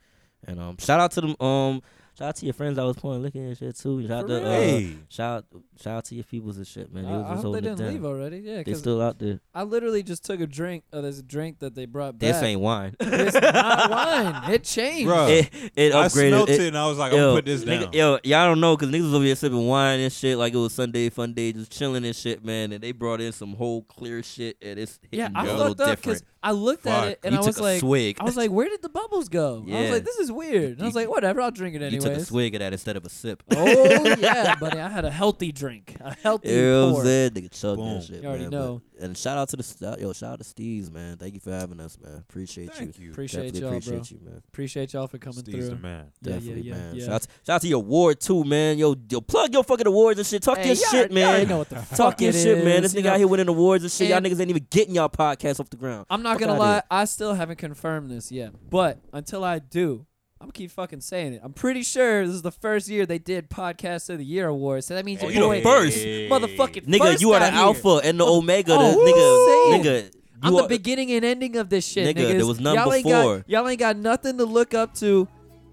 [SPEAKER 3] And um, shout out to them. Um, shout out to your friends I was pouring liquor and shit too. Shout out
[SPEAKER 2] For
[SPEAKER 3] to
[SPEAKER 2] real?
[SPEAKER 3] uh,
[SPEAKER 2] Hey.
[SPEAKER 3] shout shout out to your peoples and shit, man. They
[SPEAKER 2] I-
[SPEAKER 3] was
[SPEAKER 2] I
[SPEAKER 3] just
[SPEAKER 2] hope they
[SPEAKER 3] holding it
[SPEAKER 2] didn't
[SPEAKER 3] down.
[SPEAKER 2] leave already. Yeah,
[SPEAKER 3] they
[SPEAKER 2] 'cause
[SPEAKER 3] still out there.
[SPEAKER 2] I literally just took a drink. Oh, there's a drink that they brought back.
[SPEAKER 3] This ain't wine.
[SPEAKER 2] *laughs*
[SPEAKER 3] *laughs*
[SPEAKER 2] it's not wine. It changed.
[SPEAKER 3] It, it upgraded.
[SPEAKER 4] I smelt
[SPEAKER 3] it,
[SPEAKER 4] it and I was like, I'm
[SPEAKER 3] yo,
[SPEAKER 4] putting this
[SPEAKER 3] nigga-
[SPEAKER 4] down.
[SPEAKER 3] Yo, y'all don't know because niggas was over here sipping wine and shit like it was Sunday fun day, just chilling and shit, man. And they brought in some whole clear shit and it's hitting
[SPEAKER 2] Yeah, I
[SPEAKER 3] a little
[SPEAKER 2] fucked up because
[SPEAKER 3] different.
[SPEAKER 2] I looked at
[SPEAKER 3] Fuck.
[SPEAKER 2] it and
[SPEAKER 3] You
[SPEAKER 2] I
[SPEAKER 3] took
[SPEAKER 2] was
[SPEAKER 3] a
[SPEAKER 2] like,
[SPEAKER 3] swig. *laughs*
[SPEAKER 2] I was like, where did the bubbles go? I was
[SPEAKER 3] Yeah.
[SPEAKER 2] like, this is weird. And I was like, whatever, I'll drink it
[SPEAKER 3] you
[SPEAKER 2] anyways.
[SPEAKER 3] took a swig of that instead of a sip. *laughs*
[SPEAKER 2] oh yeah, buddy, I had a healthy drink, a healthy
[SPEAKER 3] You know what
[SPEAKER 2] pour.
[SPEAKER 3] I'm saying? Nigga chug
[SPEAKER 2] Boom.
[SPEAKER 3] that shit,
[SPEAKER 2] You already
[SPEAKER 3] man, but-
[SPEAKER 2] know.
[SPEAKER 3] and shout out to the st- yo, shout out to Steve's, man. Thank you for having us, man. Appreciate
[SPEAKER 2] Thank
[SPEAKER 3] you.
[SPEAKER 2] you. Appreciate
[SPEAKER 3] Definitely
[SPEAKER 2] y'all,
[SPEAKER 3] appreciate
[SPEAKER 2] bro.
[SPEAKER 3] you, man.
[SPEAKER 2] Appreciate y'all for coming
[SPEAKER 4] Steve's
[SPEAKER 2] through.
[SPEAKER 4] the man.
[SPEAKER 2] Yeah,
[SPEAKER 3] Definitely,
[SPEAKER 2] yeah, yeah,
[SPEAKER 3] man.
[SPEAKER 2] yeah.
[SPEAKER 3] Shout, out, shout out to your award too, man. Yo, yo, plug your fucking awards and shit. Talk
[SPEAKER 2] Hey,
[SPEAKER 3] your
[SPEAKER 2] y'all-
[SPEAKER 3] shit,
[SPEAKER 2] y'all
[SPEAKER 3] man.
[SPEAKER 2] already know what the
[SPEAKER 3] Talk
[SPEAKER 2] fuck
[SPEAKER 3] your
[SPEAKER 2] it
[SPEAKER 3] shit, man.
[SPEAKER 2] is,
[SPEAKER 3] This
[SPEAKER 2] you
[SPEAKER 3] nigga
[SPEAKER 2] know?
[SPEAKER 3] out here winning awards and shit.
[SPEAKER 2] And-
[SPEAKER 3] y'all niggas ain't even getting y'all podcast off the ground.
[SPEAKER 2] I'm not
[SPEAKER 3] Fuck
[SPEAKER 2] gonna
[SPEAKER 3] outta here.
[SPEAKER 2] lie, I still haven't confirmed this yet. But until I do, I'm gonna keep fucking saying it. I'm pretty sure this is the first year they did Podcast of the Year awards, so that means
[SPEAKER 3] Oh,
[SPEAKER 2] your
[SPEAKER 3] you
[SPEAKER 2] boy-
[SPEAKER 3] the first.
[SPEAKER 2] motherfucking
[SPEAKER 3] Nigga,
[SPEAKER 2] first
[SPEAKER 3] you are
[SPEAKER 2] out
[SPEAKER 3] the
[SPEAKER 2] here.
[SPEAKER 3] alpha and the omega, the-
[SPEAKER 2] Oh,
[SPEAKER 3] nigga-
[SPEAKER 2] woo!
[SPEAKER 3] nigga,
[SPEAKER 2] I'm
[SPEAKER 3] you
[SPEAKER 2] the
[SPEAKER 3] are-
[SPEAKER 2] beginning and ending of this shit,
[SPEAKER 3] Nigga,
[SPEAKER 2] niggas.
[SPEAKER 3] there was none
[SPEAKER 2] y'all
[SPEAKER 3] before.
[SPEAKER 2] Ain't got, y'all ain't got nothing to look up to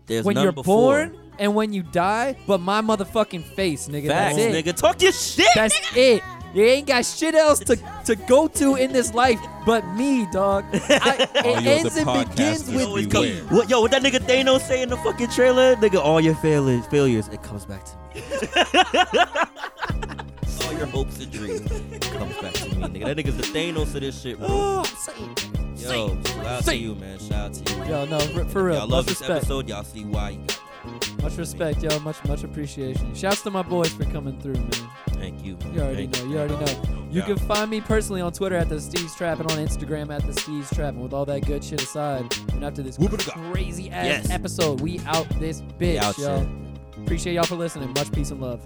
[SPEAKER 3] There's
[SPEAKER 2] when
[SPEAKER 3] none
[SPEAKER 2] you're
[SPEAKER 3] before.
[SPEAKER 2] born and when you die, but my motherfucking face, nigga.
[SPEAKER 3] Facts,
[SPEAKER 2] that's it.
[SPEAKER 3] nigga. Talk your shit.
[SPEAKER 2] That's it. You ain't got shit else to, to go to in this life but me,
[SPEAKER 3] *laughs*
[SPEAKER 2] dog. I,
[SPEAKER 3] Oh,
[SPEAKER 2] it ends and begins with me.
[SPEAKER 3] What, yo, what that nigga Thanos say in the fucking trailer? Nigga, all your failures, failures, it comes back to me. *laughs* all your hopes and dreams comes back to me, nigga. That nigga's the Thanos of this shit, bro. Yo, shout out to you, man. Shout out to you.
[SPEAKER 2] Yo, no, for, for real.
[SPEAKER 3] Y'all love
[SPEAKER 2] much
[SPEAKER 3] this
[SPEAKER 2] respect.
[SPEAKER 3] episode. Y'all see why. You got
[SPEAKER 2] Much respect, yo. Much, much appreciation. Shouts to my boys for coming through, man.
[SPEAKER 3] Thank you.
[SPEAKER 2] You already
[SPEAKER 3] Thank
[SPEAKER 2] know. You already know. You
[SPEAKER 3] Yeah.
[SPEAKER 2] can find me personally on Twitter at the Steve's Trap and on Instagram at the Steve's Trap. And with all that good shit aside, and after this crazy ass
[SPEAKER 3] Yes.
[SPEAKER 2] episode, we out this bitch,
[SPEAKER 3] out,
[SPEAKER 2] yo. Appreciate y'all for listening. Much peace and love.